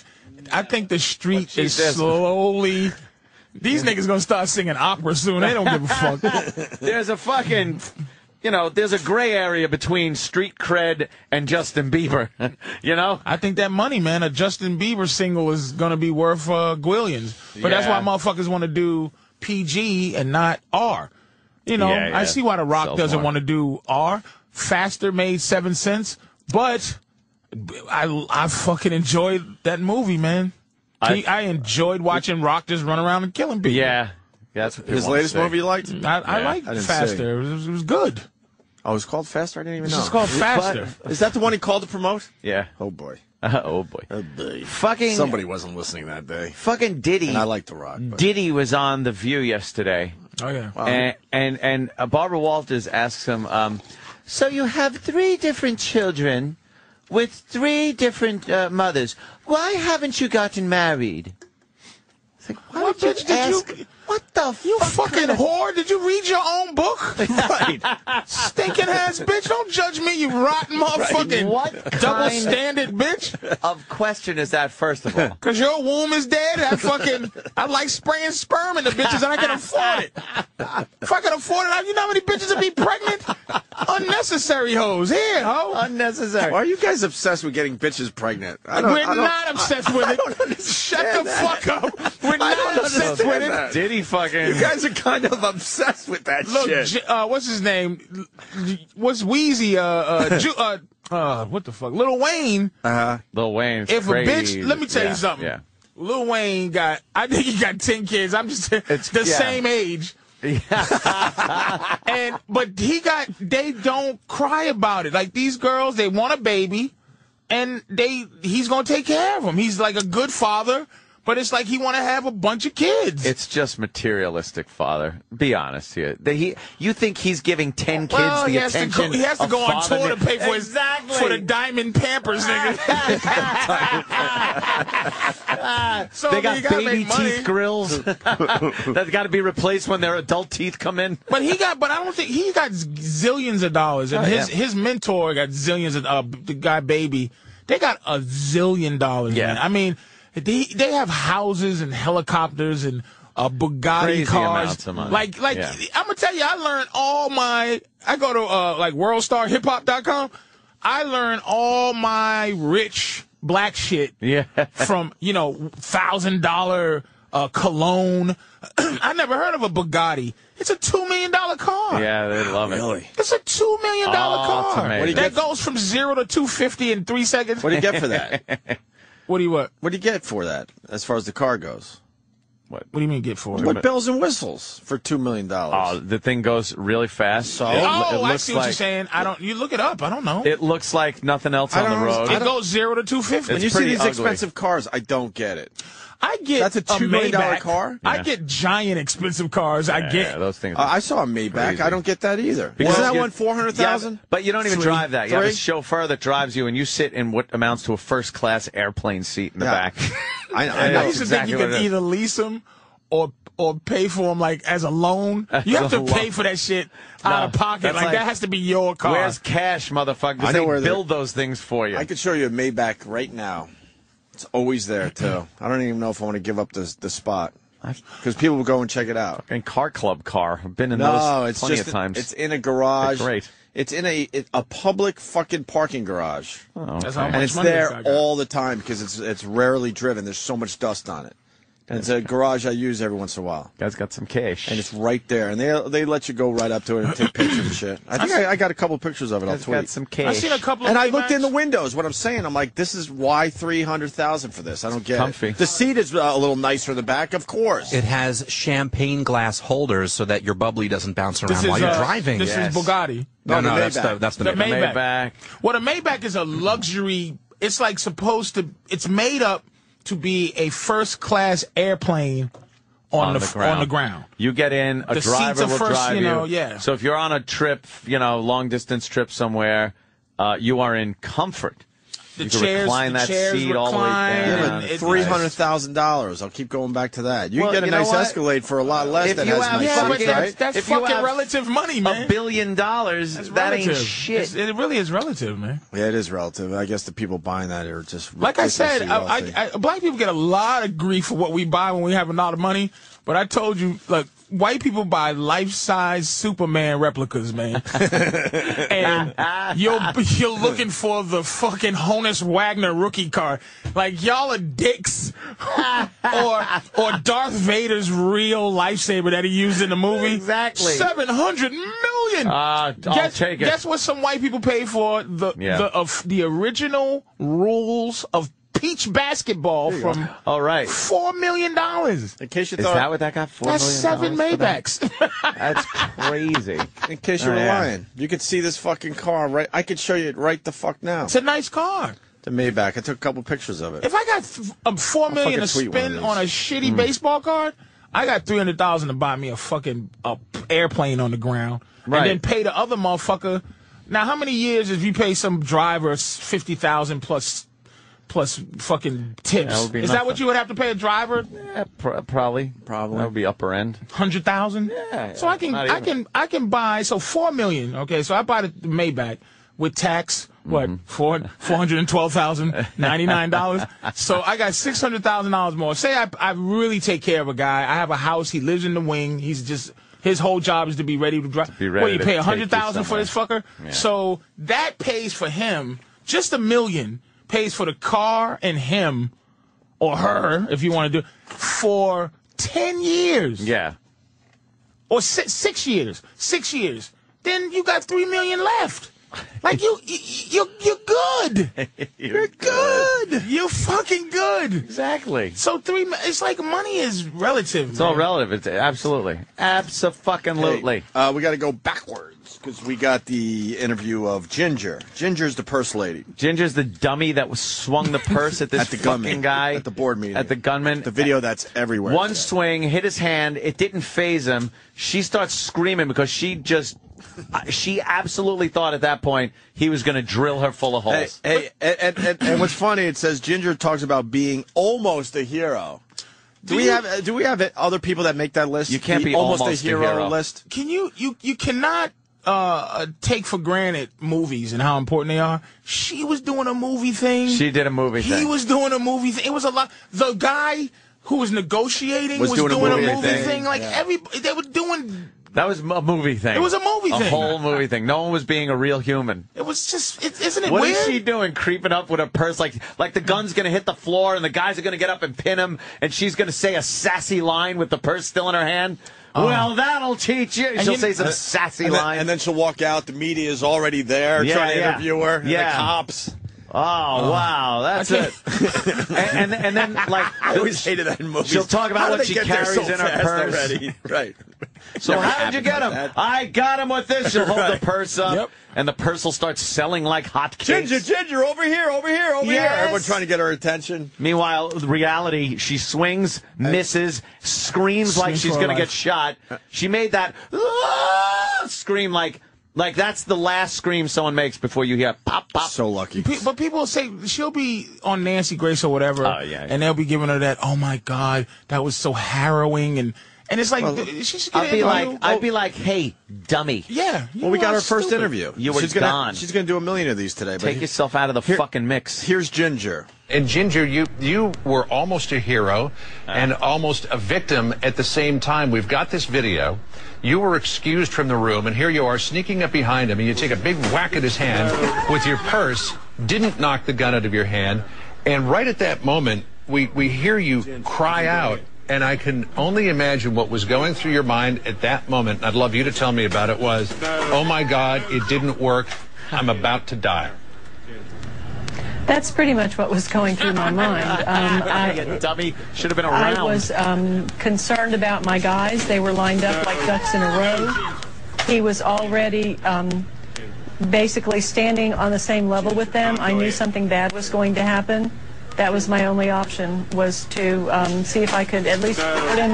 Speaker 2: I think the street
Speaker 3: she
Speaker 2: is
Speaker 3: says.
Speaker 2: slowly. These niggas gonna start singing opera soon. They don't give a fuck.
Speaker 3: There's a fucking, you know, there's a gray area between street cred and Justin Bieber. you know,
Speaker 2: I think that money, man, a Justin Bieber single is gonna be worth uh, billions. But that's
Speaker 3: Yeah.
Speaker 2: why motherfuckers want to do PG and not R. You know,
Speaker 3: Yeah, yeah.
Speaker 2: I see why The Rock
Speaker 3: Sells
Speaker 2: doesn't
Speaker 3: more.
Speaker 2: want to do R. Faster made seven cents, but I I fucking enjoyed that movie, man.
Speaker 3: I-
Speaker 2: He- I, enjoyed watching Rock just run around and killing people.
Speaker 3: yeah, that's what people
Speaker 1: His
Speaker 3: wanna
Speaker 1: latest
Speaker 3: see.
Speaker 1: movie you liked?
Speaker 2: I, I
Speaker 3: Yeah,
Speaker 2: liked
Speaker 1: I didn't see.
Speaker 2: Faster. It was, it was good.
Speaker 1: Oh, it's called Faster? I didn't even
Speaker 2: It's
Speaker 1: know.
Speaker 2: just called Faster.
Speaker 1: Is that the one he called to promote?
Speaker 3: Yeah.
Speaker 1: Oh, boy.
Speaker 3: oh boy.
Speaker 1: Oh, boy.
Speaker 3: Fucking
Speaker 1: Somebody wasn't listening that day.
Speaker 3: Fucking Diddy.
Speaker 1: And I like The Rock. But
Speaker 3: Diddy was on The View yesterday.
Speaker 2: oh yeah.
Speaker 3: and and, and uh, Barbara Walters asks him, um, "So you have three different children with three different uh, mothers. Why haven't you gotten married?" It's like, why
Speaker 2: What
Speaker 3: would
Speaker 2: bitch
Speaker 3: you
Speaker 2: did you-
Speaker 3: ask? what the
Speaker 2: You
Speaker 3: fuck
Speaker 2: fucking
Speaker 3: kind of-
Speaker 2: whore! Did you read your own book? Stinking ass bitch! Don't judge me, you rotten motherfucking
Speaker 3: What
Speaker 2: double
Speaker 3: kind
Speaker 2: standard bitch!
Speaker 3: of question is that? First of all,
Speaker 2: Cause your womb is dead. I fucking I like spraying sperm into bitches, and I can afford it. If I could afford it, I- you know how many bitches would be pregnant? Unnecessary hoes. Here, ho.
Speaker 1: why
Speaker 3: unnecessary.
Speaker 1: are you guys obsessed with getting bitches pregnant? I don't,
Speaker 2: We're
Speaker 1: I don't-
Speaker 2: not obsessed with it. Shut the fuck up. We're not obsessed with it.
Speaker 1: understand that.
Speaker 3: Diddy fucking.
Speaker 1: You guys are kind of obsessed with that
Speaker 2: Look,
Speaker 1: shit.
Speaker 2: J- uh, what's his name? L- What's Wheezy? Uh, uh, Ju- uh, uh, what the fuck? Little Wayne.
Speaker 3: Lil Wayne's
Speaker 2: If
Speaker 3: crazy.
Speaker 2: a bitch, let me tell
Speaker 3: Yeah,
Speaker 2: you something.
Speaker 3: Yeah.
Speaker 2: Lil Wayne got, I think he got ten kids. I'm just the
Speaker 3: yeah.
Speaker 2: same age. and but he got, they don't cry about it. Like these girls, they want a baby, and they he's gonna take care of them. He's like a good father, but it's like he want to have a bunch of kids.
Speaker 3: It's just materialistic, father. Be honest here. That he, you think he's giving ten kids
Speaker 2: well,
Speaker 3: the
Speaker 2: he has
Speaker 3: attention?
Speaker 2: to go, he has to
Speaker 3: a
Speaker 2: go on
Speaker 3: father
Speaker 2: tour to
Speaker 3: ne-
Speaker 2: pay for his
Speaker 3: exactly.
Speaker 2: for the diamond Pampers, nigga. so I
Speaker 3: They
Speaker 2: mean,
Speaker 3: got
Speaker 2: you gotta
Speaker 3: baby
Speaker 2: make money.
Speaker 3: teeth grills that got to be replaced when their adult teeth come in.
Speaker 2: But he got, but I don't think he got z- zillions of dollars, and
Speaker 3: Oh,
Speaker 2: his
Speaker 3: yeah.
Speaker 2: his mentor got zillions of uh, the guy baby. They got a zillion dollars.
Speaker 3: Yeah.
Speaker 2: man. I mean, they they have houses and helicopters and uh, Bugatti
Speaker 3: Crazy amounts
Speaker 2: cars.
Speaker 3: of money.
Speaker 2: Like like
Speaker 3: Yeah.
Speaker 2: I'm gonna tell you, I learned all my. I go to uh, like WorldStarHipHop.com. I learn all my rich black shit
Speaker 3: Yeah.
Speaker 2: from you know thousand dollar uh, cologne. I never heard of a Bugatti. It's a two million dollar car.
Speaker 3: Yeah, they love it.
Speaker 1: Really?
Speaker 2: It's a two million dollar
Speaker 3: Oh, it's
Speaker 2: car.
Speaker 3: amazing. What do you
Speaker 2: That
Speaker 1: get-
Speaker 2: goes from zero to two fifty in three seconds.
Speaker 1: What do you get for that?
Speaker 2: What do you what?
Speaker 1: What do you get for that, as far as the car goes?
Speaker 2: What do you mean get for it?
Speaker 1: What bells and whistles for two million
Speaker 3: Oh,
Speaker 1: dollars?
Speaker 3: the thing goes really fast. So
Speaker 2: Oh,
Speaker 3: it
Speaker 2: I
Speaker 3: looks
Speaker 2: see
Speaker 3: like
Speaker 2: what you're saying. I don't. You look it up. I don't know. It,
Speaker 3: it looks like nothing else
Speaker 1: I
Speaker 3: on the
Speaker 1: don't
Speaker 3: road.
Speaker 1: understand.
Speaker 2: goes zero to two
Speaker 1: When
Speaker 2: fifty.
Speaker 1: you see
Speaker 3: pretty
Speaker 1: these
Speaker 3: ugly.
Speaker 1: expensive cars, I don't get it.
Speaker 2: I get
Speaker 1: That's a $2 million
Speaker 2: Maybach.
Speaker 1: car?
Speaker 2: I
Speaker 3: Yeah.
Speaker 2: get giant expensive cars. I
Speaker 3: Yeah,
Speaker 2: get.
Speaker 3: those things.
Speaker 1: Uh, I saw a Maybach.
Speaker 3: Crazy.
Speaker 1: I don't get that either.
Speaker 3: Because
Speaker 1: Wasn't that
Speaker 3: you-
Speaker 1: one four hundred thousand?
Speaker 3: Yeah, but you don't even
Speaker 1: Three.
Speaker 3: drive that. You have a
Speaker 1: Three?
Speaker 3: chauffeur that drives you, and you sit in what amounts to a first class airplane seat in the
Speaker 1: Yeah.
Speaker 3: back.
Speaker 1: I, I
Speaker 3: Yeah,
Speaker 2: I
Speaker 1: know.
Speaker 2: used to
Speaker 3: exactly
Speaker 2: think you
Speaker 3: what
Speaker 2: could
Speaker 3: it is.
Speaker 2: either lease them or or pay for them like as a loan. you have
Speaker 3: a
Speaker 2: to pay
Speaker 3: loan.
Speaker 2: for that shit out of
Speaker 3: No,
Speaker 2: pocket.
Speaker 3: that's
Speaker 2: Like,
Speaker 3: like-
Speaker 2: that has to be your car.
Speaker 3: Where's cash, motherfucker?
Speaker 1: I know
Speaker 3: Because they
Speaker 1: where they're-
Speaker 3: build those things for you.
Speaker 1: I could show you a Maybach right now. It's always there too. I don't even know if I want to give up the the spot because people will go and check it out.
Speaker 3: And car club car. I've been in
Speaker 1: No,
Speaker 3: those
Speaker 1: it's
Speaker 3: plenty
Speaker 1: just
Speaker 3: of times.
Speaker 1: it's in a garage.
Speaker 3: They're great.
Speaker 1: It's in a it, a public fucking parking garage,
Speaker 3: Oh.
Speaker 2: That's how
Speaker 1: and
Speaker 2: much
Speaker 1: it's
Speaker 2: money
Speaker 1: there
Speaker 2: this guy got.
Speaker 1: all the time because it's it's rarely driven. There's so much dust on it. And it's a garage I use every once in a while,
Speaker 3: Guys got some cash.
Speaker 1: and it's right there. And they they let you go right up to it and take pictures and shit. I think I, I got a couple pictures of it. I'll
Speaker 3: Guys got
Speaker 1: tweet.
Speaker 3: some cash.
Speaker 2: I've seen a couple.
Speaker 1: And
Speaker 2: of
Speaker 1: I looked in the
Speaker 2: Maybachs.
Speaker 1: windows. What I'm saying, I'm like, this is why three hundred thousand for this. I don't get
Speaker 3: Comfy.
Speaker 1: it. The seat is uh, a little nicer in the back, of course.
Speaker 9: It has champagne glass holders so that your bubbly doesn't bounce around
Speaker 2: This is
Speaker 9: while you're
Speaker 2: uh,
Speaker 9: driving.
Speaker 2: This
Speaker 3: Yes.
Speaker 2: is Bugatti.
Speaker 9: no,
Speaker 1: No,
Speaker 9: no,
Speaker 1: the
Speaker 9: that's the
Speaker 1: Maybach.
Speaker 9: that's the,
Speaker 2: The Maybach.
Speaker 9: Maybach.
Speaker 3: Maybach.
Speaker 2: Well, a Maybach is a luxury. It's like supposed to. It's made up to be a first class airplane on, the, f- on the ground.
Speaker 3: You get in, a
Speaker 2: The seats
Speaker 3: driver
Speaker 2: are
Speaker 3: will
Speaker 2: first,
Speaker 3: drive
Speaker 2: you know,
Speaker 3: you.
Speaker 2: yeah.
Speaker 3: So if you're on a trip, you know, long distance trip somewhere, uh, you are in comfort.
Speaker 2: The
Speaker 3: you can
Speaker 2: chairs,
Speaker 3: recline
Speaker 2: the
Speaker 3: that
Speaker 2: chairs
Speaker 3: seat all the way
Speaker 2: recline,
Speaker 3: down.
Speaker 2: Yeah,
Speaker 1: Yeah,
Speaker 2: and
Speaker 1: but
Speaker 2: it-
Speaker 1: three hundred thousand dollars. I'll keep going back to that. You
Speaker 3: Well,
Speaker 1: can get a
Speaker 3: you know
Speaker 1: nice
Speaker 3: what?
Speaker 1: Escalade for a lot less
Speaker 3: If
Speaker 1: that
Speaker 3: you
Speaker 1: has
Speaker 3: have
Speaker 1: nice
Speaker 2: yeah, but
Speaker 1: seats,
Speaker 3: that-
Speaker 2: that's,
Speaker 1: right?
Speaker 2: that's
Speaker 3: If you
Speaker 2: fucking
Speaker 3: have
Speaker 2: relative money, man.
Speaker 3: A billion dollars,
Speaker 2: That's
Speaker 3: that
Speaker 2: relative.
Speaker 3: ain't shit.
Speaker 2: It's- it really is relative, man.
Speaker 1: Yeah, it is relative. I guess the people buying that are just
Speaker 2: Like I
Speaker 1: ridiculously
Speaker 2: said, I,
Speaker 1: wealthy.
Speaker 2: I, I, black people get a lot of grief for what we buy when we have a lot of money. But I told you, like, white people buy life-size Superman replicas, man. and you're you're looking for the fucking Honus Wagner rookie card. Like y'all are dicks, or or Darth Vader's real lifesaver that he used in the movie.
Speaker 3: Exactly.
Speaker 2: seven hundred million.
Speaker 3: Uh, I'll
Speaker 2: guess,
Speaker 3: take it.
Speaker 2: Guess what? Some white people pay for the
Speaker 3: Yeah.
Speaker 2: the of the original rules of peach basketball from uh,
Speaker 3: All right.
Speaker 2: four million dollars.
Speaker 1: in case you
Speaker 3: Is
Speaker 1: thought,
Speaker 3: that what that got? Four
Speaker 2: That's
Speaker 3: million
Speaker 2: seven
Speaker 3: dollars for that?
Speaker 2: Maybachs.
Speaker 3: That's crazy.
Speaker 1: in case you were
Speaker 3: Oh, yeah.
Speaker 1: lying, you could see this fucking car right. I could show you it right the fuck now.
Speaker 2: it's a nice car.
Speaker 1: The Maybach. I took a couple pictures of it.
Speaker 2: If I got th- um, four million
Speaker 1: fucking tweet
Speaker 2: to
Speaker 1: one of
Speaker 2: spend
Speaker 1: these.
Speaker 2: on a shitty
Speaker 3: Mm.
Speaker 2: baseball card, I got three hundred thousand to buy me a fucking a p- airplane on the ground,
Speaker 3: Right.
Speaker 2: and then pay the other motherfucker. Now, how many years if you pay some driver fifty thousand plus plus fucking tips?
Speaker 3: That would be
Speaker 2: Is that
Speaker 3: nothing.
Speaker 2: what you would have to pay a driver?
Speaker 3: Yeah, pr- probably. Probably. That would be upper end.
Speaker 2: Hundred thousand.
Speaker 3: Yeah,
Speaker 2: So I can
Speaker 3: not
Speaker 2: I
Speaker 3: even.
Speaker 2: can I can buy so four million. Okay, so I buy the Maybach with tax. What
Speaker 3: Mm-hmm.
Speaker 2: four four hundred and twelve thousand ninety nine dollars? so I got six hundred thousand dollars more. Say I I really take care of a guy. I have a house. He lives in the wing. He's just his whole job is to be ready to drive.
Speaker 3: Be ready
Speaker 2: What you
Speaker 3: to
Speaker 2: pay
Speaker 3: take you
Speaker 2: a hundred thousand for this fucker?
Speaker 3: Yeah.
Speaker 2: So that pays for him. Just a million pays for the car and him or her, if you want to do, for ten years
Speaker 3: Yeah.
Speaker 2: or six, six years, six years, then you got three million left. Like you, you, you you're good.
Speaker 3: You're
Speaker 2: Good. You're fucking good.
Speaker 3: Exactly.
Speaker 2: So three, mi- it's like money is relative.
Speaker 3: It's all relative. It's absolutely, absolutely.
Speaker 1: Hey, uh, we got to go backwards because we got the interview of Ginger. Ginger's the purse lady.
Speaker 3: Ginger's the dummy that was swung the purse at this
Speaker 1: At the
Speaker 3: fucking
Speaker 1: gunman.
Speaker 3: guy
Speaker 1: At the board meeting.
Speaker 3: At the gunman.
Speaker 1: The video that's everywhere.
Speaker 3: One
Speaker 1: today.
Speaker 3: swing hit his hand. It didn't phase him. She starts screaming because she just, uh, she absolutely thought at that point he was going to drill her full of
Speaker 1: Hey,
Speaker 3: holes.
Speaker 1: hey and, and, and, and what's funny? It says Ginger talks about being almost a hero. Do, we
Speaker 2: you-
Speaker 1: have uh, do we have other people that make that list?
Speaker 3: You can't
Speaker 1: The
Speaker 3: be almost a hero.
Speaker 1: list.
Speaker 2: Can you you you cannot uh take for granted movies and how important they are. She was doing a movie thing.
Speaker 3: She did a movie
Speaker 2: he
Speaker 3: thing.
Speaker 2: was doing a movie thing. It was a lot. The guy who was negotiating
Speaker 1: Was
Speaker 2: was,
Speaker 1: doing a movie
Speaker 2: thing.
Speaker 1: thing.
Speaker 2: Like
Speaker 1: Yeah.
Speaker 2: every they were doing
Speaker 3: That was a movie thing.
Speaker 2: It was a movie
Speaker 3: A
Speaker 2: thing.
Speaker 3: whole movie thing. No one was being a real human.
Speaker 2: It was just, is isn't it
Speaker 3: What
Speaker 2: weird?
Speaker 3: is she doing? Creeping up with her purse, like like the gun's gonna hit the floor, and the guys are gonna get up and pin him, and she's gonna say a sassy line with the purse still in her hand.
Speaker 1: Oh.
Speaker 3: well, that'll teach you. She'll
Speaker 2: you-
Speaker 3: say some sassy
Speaker 1: And then,
Speaker 3: line.
Speaker 1: and then she'll walk out. The media is already there
Speaker 3: Yeah,
Speaker 1: trying to
Speaker 3: yeah.
Speaker 1: interview her. and
Speaker 3: Yeah.
Speaker 1: the cops.
Speaker 3: oh, wow, that's it. and, and and then like
Speaker 1: I always hated that in movies.
Speaker 3: She'll talk about
Speaker 1: How do
Speaker 3: what
Speaker 1: they
Speaker 3: she
Speaker 1: get there
Speaker 3: carries
Speaker 1: so
Speaker 3: in her
Speaker 1: fast
Speaker 3: purse.
Speaker 1: already? Right.
Speaker 3: So
Speaker 1: Never
Speaker 3: how did
Speaker 1: happened
Speaker 3: you get
Speaker 1: like that.
Speaker 3: him? I got him with this. She'll hold
Speaker 1: Right.
Speaker 3: the purse up,
Speaker 2: Yep.
Speaker 3: and the purse will start selling like hotcakes.
Speaker 1: Ginger, Ginger, over here, over here, over
Speaker 3: Yes.
Speaker 1: here. Everyone trying to get her attention.
Speaker 3: Meanwhile, reality, she swings, misses, screams like
Speaker 2: Swings
Speaker 3: she's
Speaker 2: for
Speaker 3: going to
Speaker 2: her
Speaker 3: get
Speaker 2: life. Uh.
Speaker 3: shot. She made that "Ah!" scream like like that's the last scream someone makes before you hear pop pop.
Speaker 1: So lucky.
Speaker 2: Pe- but people say she'll be on Nancy Grace or whatever,
Speaker 3: Oh, yeah, yeah.
Speaker 2: and they'll be giving her that. Oh my God, that was so harrowing, and and it's like th- she should get
Speaker 3: I'd be
Speaker 2: an
Speaker 3: like
Speaker 2: interview.
Speaker 3: I'd be like, "Hey, dummy,
Speaker 2: yeah. you
Speaker 1: Well, we got
Speaker 2: are
Speaker 1: our first
Speaker 2: stupid.
Speaker 1: interview.
Speaker 3: You were
Speaker 1: she's gonna,
Speaker 3: gone.
Speaker 1: She's going to do a million of these today.
Speaker 3: take
Speaker 1: but
Speaker 3: yourself out of the fucking mix."
Speaker 1: here's Ginger.
Speaker 10: And Ginger, you you were almost a hero and almost a victim at the same time. We've got this video. You were excused from the room, and here you are sneaking up behind him, and you take a big whack at his hand with your purse. Didn't knock the gun out of your hand, and right at that moment, we we hear you cry out. And I can only imagine what was going through your mind at that moment. And I'd love you to tell me about it. Was, oh my God, it didn't work. I'm about to die.
Speaker 11: That's pretty much what was going through my mind. Um, I,
Speaker 3: dummy should have been around.
Speaker 11: I was um, concerned about my guys. They were lined up like ducks in a row. He was already um, basically standing on the same level with them. I knew something bad was going to happen. that was my only option was to um, see if I could at least board him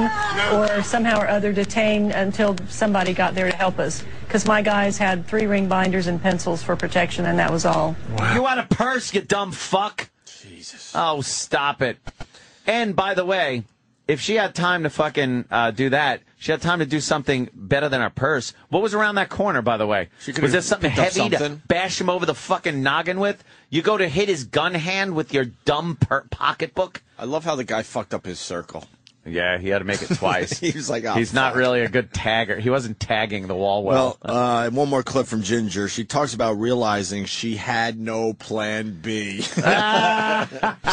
Speaker 11: or somehow or other detain until somebody got there to help us. Because my guys had three ring binders and pencils for protection, and that was all.
Speaker 3: You want a purse, you dumb fuck? Jesus. Oh, stop it. And by the way, if she had time to fucking uh, do that, she had time to do something better than a purse. What was around that corner, by the way?
Speaker 1: could've
Speaker 3: was there something
Speaker 1: picked up
Speaker 3: heavy to
Speaker 1: something.
Speaker 3: bash him over the fucking noggin with? You go to hit his gun hand with your dumb per- pocketbook?
Speaker 1: I love how the guy fucked up his circle.
Speaker 3: Yeah, he had to make it twice.
Speaker 1: He was like, "Oh,
Speaker 3: he's not really a good tagger. He wasn't tagging the wall well.
Speaker 1: Well, uh, one more clip from Ginger. She talks about realizing she had no plan B.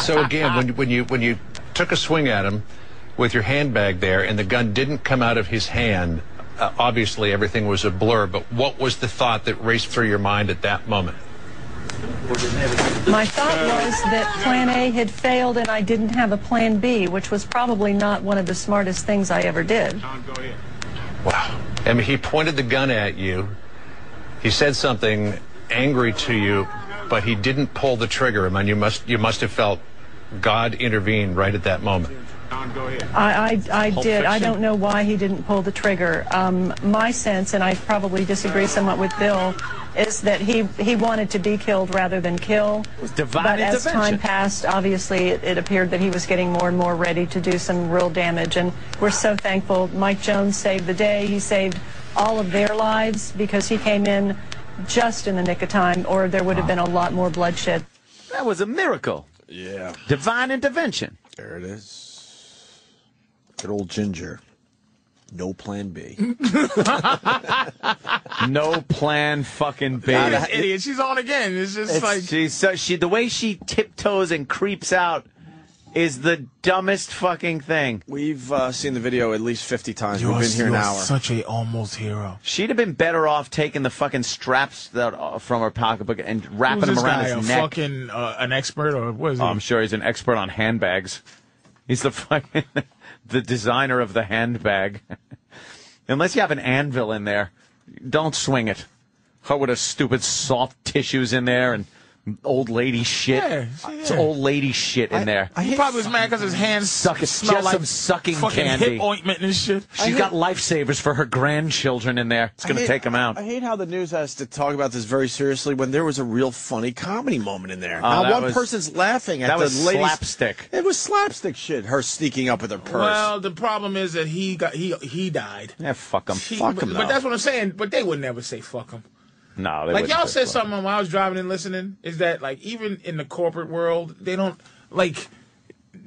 Speaker 10: so again, when when you when you took a swing at him with your handbag there, and the gun didn't come out of his hand, uh, obviously everything was a blur. But what was the thought that raced through your mind at that moment?
Speaker 11: My thought was that Plan A had failed and I didn't have a Plan B, which was probably not one of the smartest things I ever did.
Speaker 10: Wow. I mean, he pointed the gun at you. He said something angry to you, but he didn't pull the trigger. I mean, you must you must have felt God intervened right at that moment.
Speaker 11: I, I, I
Speaker 10: Pulp
Speaker 11: did. I
Speaker 10: Fiction?
Speaker 11: don't know why he didn't pull the trigger. Um, my sense, and I probably disagree somewhat with Bill, is that he, he wanted to be killed rather than kill.
Speaker 3: was divine
Speaker 11: but as
Speaker 3: intervention.
Speaker 11: time passed, obviously, it, it appeared that he was getting more and more ready to do some real damage. And we're so thankful. Mike Jones saved the day. He saved all of their lives because he came in just in the nick of time, or there would have been a lot more bloodshed.
Speaker 3: that was a miracle.
Speaker 1: yeah.
Speaker 3: Divine intervention.
Speaker 1: There it is. Good old Ginger. No plan B.
Speaker 3: No plan fucking B.
Speaker 2: She's an idiot. She's on again. It's just
Speaker 3: It's,
Speaker 2: like
Speaker 3: she's so she the way she tiptoes and creeps out is the dumbest fucking thing.
Speaker 1: We've uh, seen the video at least 50 times.
Speaker 2: You're-
Speaker 1: We've been here an
Speaker 2: you're
Speaker 1: hour.
Speaker 2: Such a almost hero.
Speaker 3: She'd have been better off taking the fucking straps that, uh, from her pocketbook and
Speaker 2: Who's
Speaker 3: wrapping them
Speaker 2: this
Speaker 3: around
Speaker 2: guy,
Speaker 3: his
Speaker 2: a
Speaker 3: neck.
Speaker 2: Fucking uh, an expert or what is he?
Speaker 3: Oh, I'm sure he's an expert on handbags. He's the fucking the designer of the handbag. Unless you have an anvil in there, don't swing it. Her with her stupid soft tissues in there and old lady shit.
Speaker 2: Yeah,
Speaker 3: It's
Speaker 2: yeah.
Speaker 3: old lady shit in there.
Speaker 2: he probably was mad because his hands
Speaker 3: Suck- it's
Speaker 2: smell
Speaker 3: just
Speaker 2: like
Speaker 3: some sucking
Speaker 2: fucking
Speaker 3: candy.
Speaker 2: hip ointment and shit.
Speaker 3: She's got lifesavers for her grandchildren in there. It's
Speaker 1: I
Speaker 3: going to
Speaker 1: hate-
Speaker 3: take them out.
Speaker 1: I hate how the news has to talk about this very seriously when there was a real funny comedy moment in there. now
Speaker 3: that
Speaker 1: one
Speaker 3: was-
Speaker 1: person's laughing at
Speaker 3: that
Speaker 1: the
Speaker 3: was
Speaker 1: lady's-
Speaker 3: slapstick.
Speaker 1: It was slapstick shit. Her sneaking up with her purse.
Speaker 2: Well, the problem is that he got he he died.
Speaker 3: yeah, fuck them.
Speaker 2: He-
Speaker 1: Fuck 'em,
Speaker 2: but,
Speaker 1: though.
Speaker 2: but that's what I'm saying. But they would never say fuck him.
Speaker 3: No, they
Speaker 2: Like
Speaker 3: wouldn't
Speaker 2: y'all said
Speaker 3: say fuck 'em.
Speaker 2: something when I was driving and listening. Is that like even in the corporate world they don't like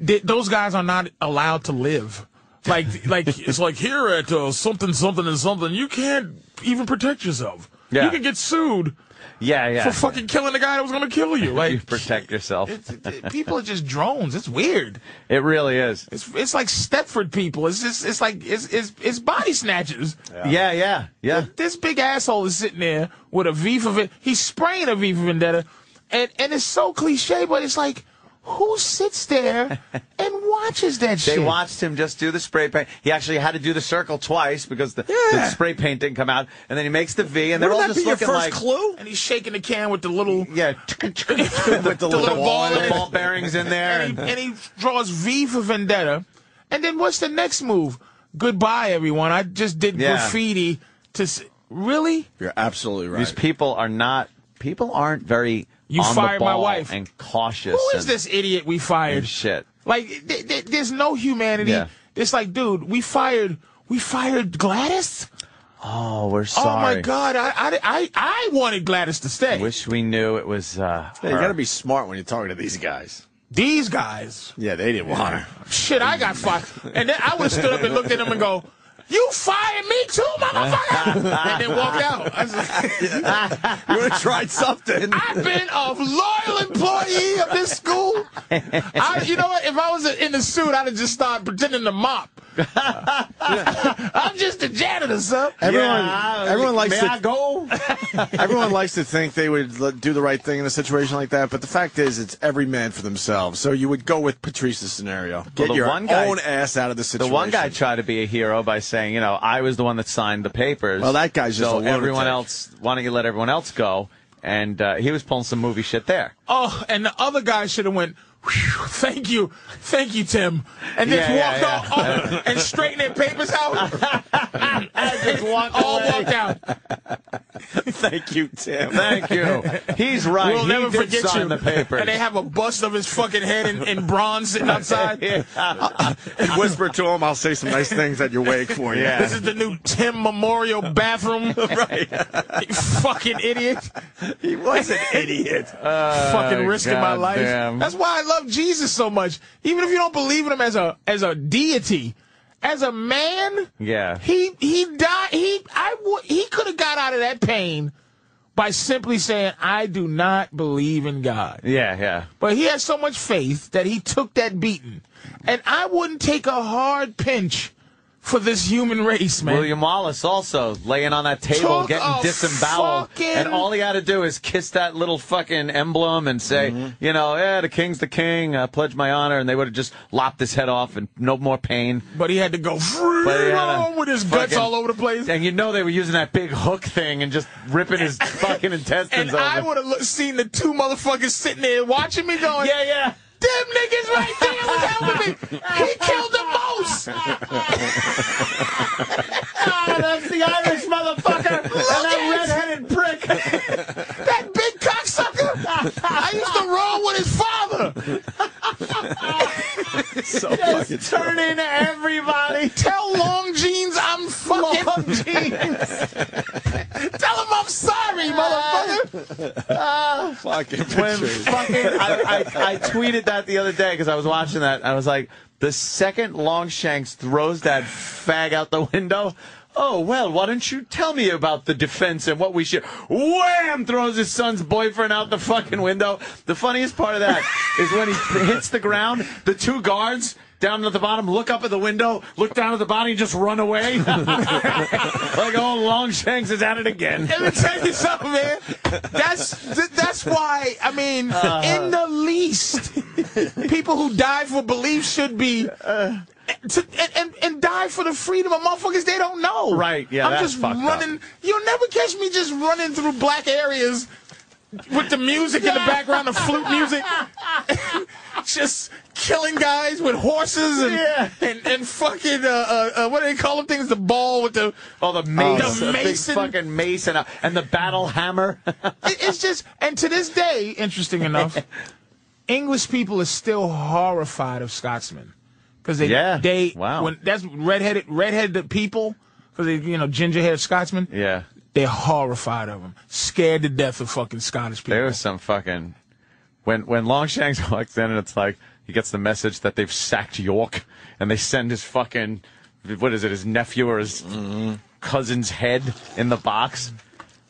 Speaker 2: th- those guys are not allowed to live. Like like it's like here at uh, something something and something you can't even protect yourself.
Speaker 3: Yeah.
Speaker 2: You can get sued
Speaker 3: Yeah, yeah.
Speaker 2: for fucking killing the guy that was gonna kill you.
Speaker 3: you
Speaker 2: Like
Speaker 3: protect yourself.
Speaker 2: it's, it- people are just drones. It's weird.
Speaker 3: It really is.
Speaker 2: It's it's like Stepford people. It's just it's like it's it's, it's body snatchers.
Speaker 3: Yeah, yeah, yeah.
Speaker 2: This big asshole is sitting there with a V for Vendetta. He's spraying a V for Vendetta, and and it's so cliche, but it's like, who sits there and watches that
Speaker 3: They
Speaker 2: shit?
Speaker 3: watched him just do the spray paint. He actually had to do the circle twice because the, the
Speaker 1: Yeah.
Speaker 3: spray paint didn't come out. And then he makes the V, and they're
Speaker 1: Wouldn't
Speaker 3: all
Speaker 1: that
Speaker 3: just
Speaker 1: be your
Speaker 3: looking
Speaker 1: first
Speaker 3: like
Speaker 1: clue?
Speaker 2: and he's shaking the can with the little
Speaker 3: yeah,
Speaker 1: With the,
Speaker 2: little ball in
Speaker 3: the
Speaker 2: it.
Speaker 3: ball bearings in there.
Speaker 2: and,
Speaker 3: And,
Speaker 2: he, and he draws V for Vendetta, and then what's the next move? Goodbye, everyone. I just did
Speaker 3: Yeah.
Speaker 2: graffiti to s- really.
Speaker 1: You're absolutely right.
Speaker 3: these people are not. People aren't very.
Speaker 2: You
Speaker 3: on the
Speaker 2: fired my
Speaker 3: ball
Speaker 2: wife.
Speaker 3: And cautious.
Speaker 2: Who is
Speaker 3: and-
Speaker 2: this idiot we fired?
Speaker 3: and shit.
Speaker 2: Like, th- th- there's no humanity.
Speaker 3: Yeah.
Speaker 2: It's like, dude, we fired, we fired Gladys.
Speaker 3: Oh, we're
Speaker 2: Oh
Speaker 3: sorry.
Speaker 2: my God, I, I, I, I wanted Gladys to stay.
Speaker 3: Wish we knew it was. Uh,
Speaker 1: Yeah, you
Speaker 3: her.
Speaker 1: got to be smart when you're talking to these guys.
Speaker 2: These guys,
Speaker 1: Yeah, they didn't want her.
Speaker 2: shit, I got fired, and then I would have stood up and looked at them and go. You fired me too, motherfucker! and then walked out. I was like,
Speaker 1: You would have tried something.
Speaker 2: I've been a loyal employee of this school. I, you know what? If I was in the suit, I'd have just started pretending to mop. I'm just a janitor, sir.
Speaker 1: Everyone,
Speaker 3: Yeah,
Speaker 1: everyone likes
Speaker 3: may
Speaker 1: to
Speaker 3: I go?
Speaker 1: everyone likes to think they would l- do the right thing in a situation like that, but the fact is, it's every man for themselves. So you would go with Patrice's scenario. Get
Speaker 3: the
Speaker 1: your
Speaker 3: one guy-
Speaker 1: own ass out of the
Speaker 3: The
Speaker 1: situation.
Speaker 3: one guy tried to be a hero by saying, you know, I was the one that signed the papers.
Speaker 1: Well, that guy's just a
Speaker 3: so
Speaker 1: lunatic.
Speaker 3: everyone else. Why don't you let everyone else go? And uh, he was pulling some movie shit there.
Speaker 2: Oh, and the other guy should have went. Whew, thank you, thank you, Tim, and just
Speaker 3: Yeah,
Speaker 2: walked
Speaker 3: yeah,
Speaker 2: off
Speaker 3: yeah.
Speaker 2: and straightened their papers out. all walked out.
Speaker 1: Thank you, Tim.
Speaker 3: Thank you. He's right.
Speaker 2: We'll
Speaker 3: He
Speaker 2: never
Speaker 3: did
Speaker 2: forget
Speaker 3: sign
Speaker 2: you.
Speaker 3: the papers.
Speaker 2: And they have a bust of his fucking head in, in bronze sitting outside.
Speaker 1: Whisper to him, I'll say some nice things at your wake for you.
Speaker 2: This is the new Tim Memorial bathroom. right. You fucking idiot.
Speaker 1: He was an idiot.
Speaker 2: fucking risking my life.
Speaker 3: Uh, goddamn.
Speaker 2: That's why I love Jesus so much. Even if you don't believe in him as a as a deity, as a man,
Speaker 3: Yeah.
Speaker 2: he he died. He I would he could have got out of that pain by simply saying, "I do not believe in God."
Speaker 3: Yeah, yeah.
Speaker 2: But he had so much faith that he took that beating. And I wouldn't take a hard pinch for this human race, man.
Speaker 3: William Wallace also laying on that table,
Speaker 2: Took
Speaker 3: getting
Speaker 2: a
Speaker 3: disemboweled,
Speaker 2: fucking-
Speaker 3: and all he had to do is kiss that little fucking emblem and say,
Speaker 1: Mm-hmm.
Speaker 3: you know, yeah, the king's the king. I pledge my honor, and they would have just lopped his head off and no more pain.
Speaker 2: But he had to go
Speaker 3: But he had a
Speaker 2: wrong with his guts
Speaker 3: fucking-
Speaker 2: all over the place.
Speaker 3: And you know they were using that big hook thing and just ripping his fucking intestines
Speaker 2: And I
Speaker 3: open.
Speaker 2: would have seen the two motherfuckers sitting there watching me going,
Speaker 3: Yeah, yeah.
Speaker 2: Them niggas right there was helping me. He killed the most.
Speaker 8: Ah, that's the Irish motherfucker and that redheaded prick.
Speaker 2: That big cocksucker. I used to roll with his father.
Speaker 1: so fucking
Speaker 8: Just turning everybody.
Speaker 2: Tell Long Jeans I'm fucking.
Speaker 8: Long jeans.
Speaker 2: Tell him I'm sorry, motherfucker.
Speaker 1: fucking
Speaker 3: when
Speaker 1: pictures.
Speaker 3: fucking I, I, I tweeted that the other day because I was watching that. And I was like, the second Longshanks throws that fag out the window. Oh well, why don't you tell me about the defense and what we should? Wham! Throws his son's boyfriend out the fucking window. The funniest part of that is when he hits the ground. The two guards down at the bottom look up at the window, look down at the body, and just run away. like oh, Longshanks is at it again.
Speaker 2: Let me tell you something, man. That's th- that's why I mean,
Speaker 3: Uh-huh.
Speaker 2: in the least, people who die for belief should be. uh, To, and, and and die for the freedom of motherfuckers they don't know.
Speaker 3: Right, yeah,
Speaker 2: I'm
Speaker 3: that's
Speaker 2: just
Speaker 3: fucked up.
Speaker 2: running. You'll never catch me just running through black areas with the music in the background, the flute music, just killing guys with horses and
Speaker 3: Yeah.
Speaker 2: and, and fucking uh, uh, uh, what do they call them things? The ball with the
Speaker 3: Oh, the mace,
Speaker 2: The
Speaker 3: the big
Speaker 2: mason.
Speaker 3: fucking mace, and, a, and the battle hammer.
Speaker 2: It- it's just, and to this day, interesting enough, English people are still horrified of Scotsmen because they
Speaker 3: Yeah.
Speaker 2: they
Speaker 3: Wow.
Speaker 2: when that's redheaded redheaded people because they you know ginger haired Scotsmen
Speaker 3: yeah,
Speaker 2: they're horrified of them, scared to death of fucking Scottish people.
Speaker 3: there was some fucking when when Longshanks walks in, and it's like he gets the message that they've sacked York, and they send his fucking what is it, his nephew or his cousin's head in the box,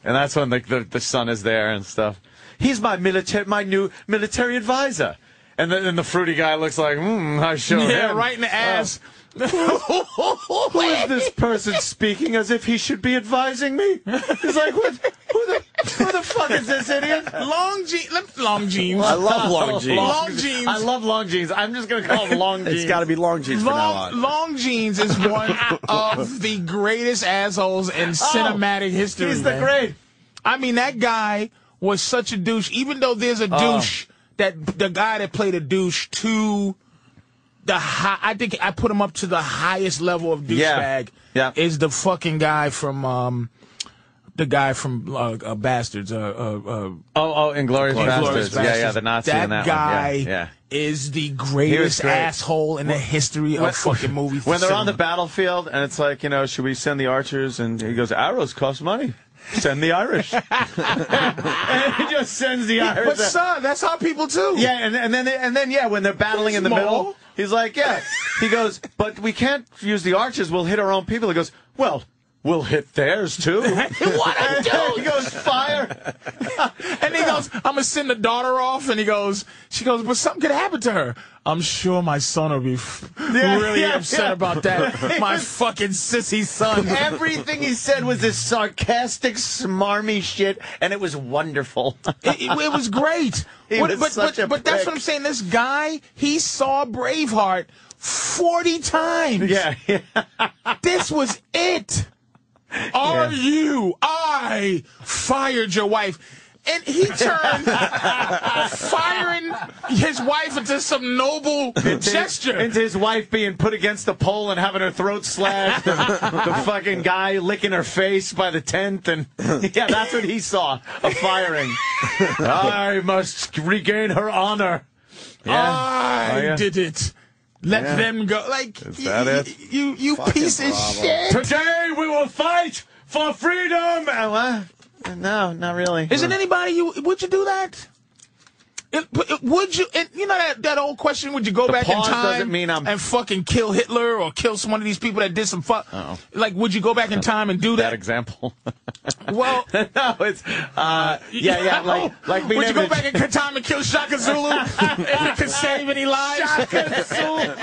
Speaker 3: and that's when the the, the son is there and stuff. He's my military, my new military advisor. And then and the fruity guy looks like, hmm, I sure
Speaker 2: yeah,
Speaker 3: am." Oh.
Speaker 2: right in the ass.
Speaker 3: Who is this person speaking as if he should be advising me? He's like, what? Who the, who the fuck is this idiot?
Speaker 2: Long jeans, long jeans.
Speaker 1: I love long jeans.
Speaker 2: Long jeans.
Speaker 3: I love long jeans. I'm just going to call them long jeans.
Speaker 1: It's got to be long jeans from now
Speaker 2: Long,
Speaker 1: on.
Speaker 2: long jeans is one of the greatest assholes in cinematic history.
Speaker 3: Oh, He's the
Speaker 2: man.
Speaker 3: great.
Speaker 2: I mean, that guy was such a douche. Even though there's a
Speaker 3: Oh.
Speaker 2: douche that the guy that played a douche to the high, I think I put him up to the highest level of douchebag.
Speaker 3: Yeah. Yeah.
Speaker 2: is the fucking guy from um, the guy from uh, uh, Bastards. Uh, uh, uh,
Speaker 3: Oh, oh, Inglorious
Speaker 2: Inglourious
Speaker 3: Bastards. Yeah, yeah,
Speaker 2: Basterds.
Speaker 3: the Nazi
Speaker 2: that
Speaker 3: in that
Speaker 2: guy
Speaker 3: one. Yeah, yeah.
Speaker 2: is the greatest
Speaker 3: great.
Speaker 2: asshole in the history of fucking movie.
Speaker 3: When they're on
Speaker 2: cinema.
Speaker 3: the battlefield and it's like, you know, should we send the archers? And he goes, arrows cost money. Send the Irish. and he just sends the
Speaker 2: But
Speaker 3: Irish.
Speaker 2: son, that's how people do.
Speaker 3: Yeah, and, and then and then yeah, when they're battling in the
Speaker 2: Small.
Speaker 3: middle, he's like, yeah. He goes, but we can't use the archers. We'll hit our own people. He goes, well, we'll hit theirs too.
Speaker 2: what a dude!
Speaker 3: he goes, fire.
Speaker 2: And he goes, I'm gonna send the daughter off. And he goes, she goes, but something could happen to her. I'm sure my son will be f-
Speaker 3: Yeah,
Speaker 2: really
Speaker 3: yeah,
Speaker 2: upset
Speaker 3: yeah.
Speaker 2: about that. My fucking sissy son.
Speaker 3: uh, Everything he said was this sarcastic, smarmy shit, and it was wonderful.
Speaker 2: it, it- it was great.
Speaker 3: He
Speaker 2: What-
Speaker 3: was
Speaker 2: but
Speaker 3: such
Speaker 2: but,
Speaker 3: a
Speaker 2: but that's
Speaker 3: prick.
Speaker 2: what I'm saying. This guy, he saw Braveheart 40 times.
Speaker 3: yeah, yeah.
Speaker 2: This was it. Are you? I fired your wife. and he turned firing his wife into some noble gesture.
Speaker 3: Into his wife being put against the pole and having her throat slashed, and the fucking guy licking her face by the tenth, and yeah, that's what he saw a firing. I must regain her honor.
Speaker 2: I
Speaker 3: Oh, yeah.
Speaker 2: did it. Let
Speaker 3: Yeah.
Speaker 2: them go. Like
Speaker 3: Is that
Speaker 2: y-
Speaker 3: it?
Speaker 2: y- You, you
Speaker 3: Fucking
Speaker 2: piece of
Speaker 3: bravo.
Speaker 2: shit.
Speaker 3: Today we will fight for freedom. Uh, what? No, not really.
Speaker 2: Isn't anybody you? Would you do that? It- but it- would you? And you know that, that old question: Would you go
Speaker 3: The
Speaker 2: back in
Speaker 3: pause
Speaker 2: time
Speaker 3: doesn't mean I'm-
Speaker 2: and fucking kill Hitler or kill some one of these people that did some fuck?
Speaker 3: Uh-oh.
Speaker 2: Like, would you go back in time and do
Speaker 3: that
Speaker 2: that?
Speaker 3: example?
Speaker 2: Well,
Speaker 3: no, it's uh, yeah, yeah, like like being
Speaker 2: would you
Speaker 3: able
Speaker 2: go
Speaker 3: to-
Speaker 2: back in time and kill Shaka Zulu if it could save any lives?
Speaker 8: Shaka Zulu.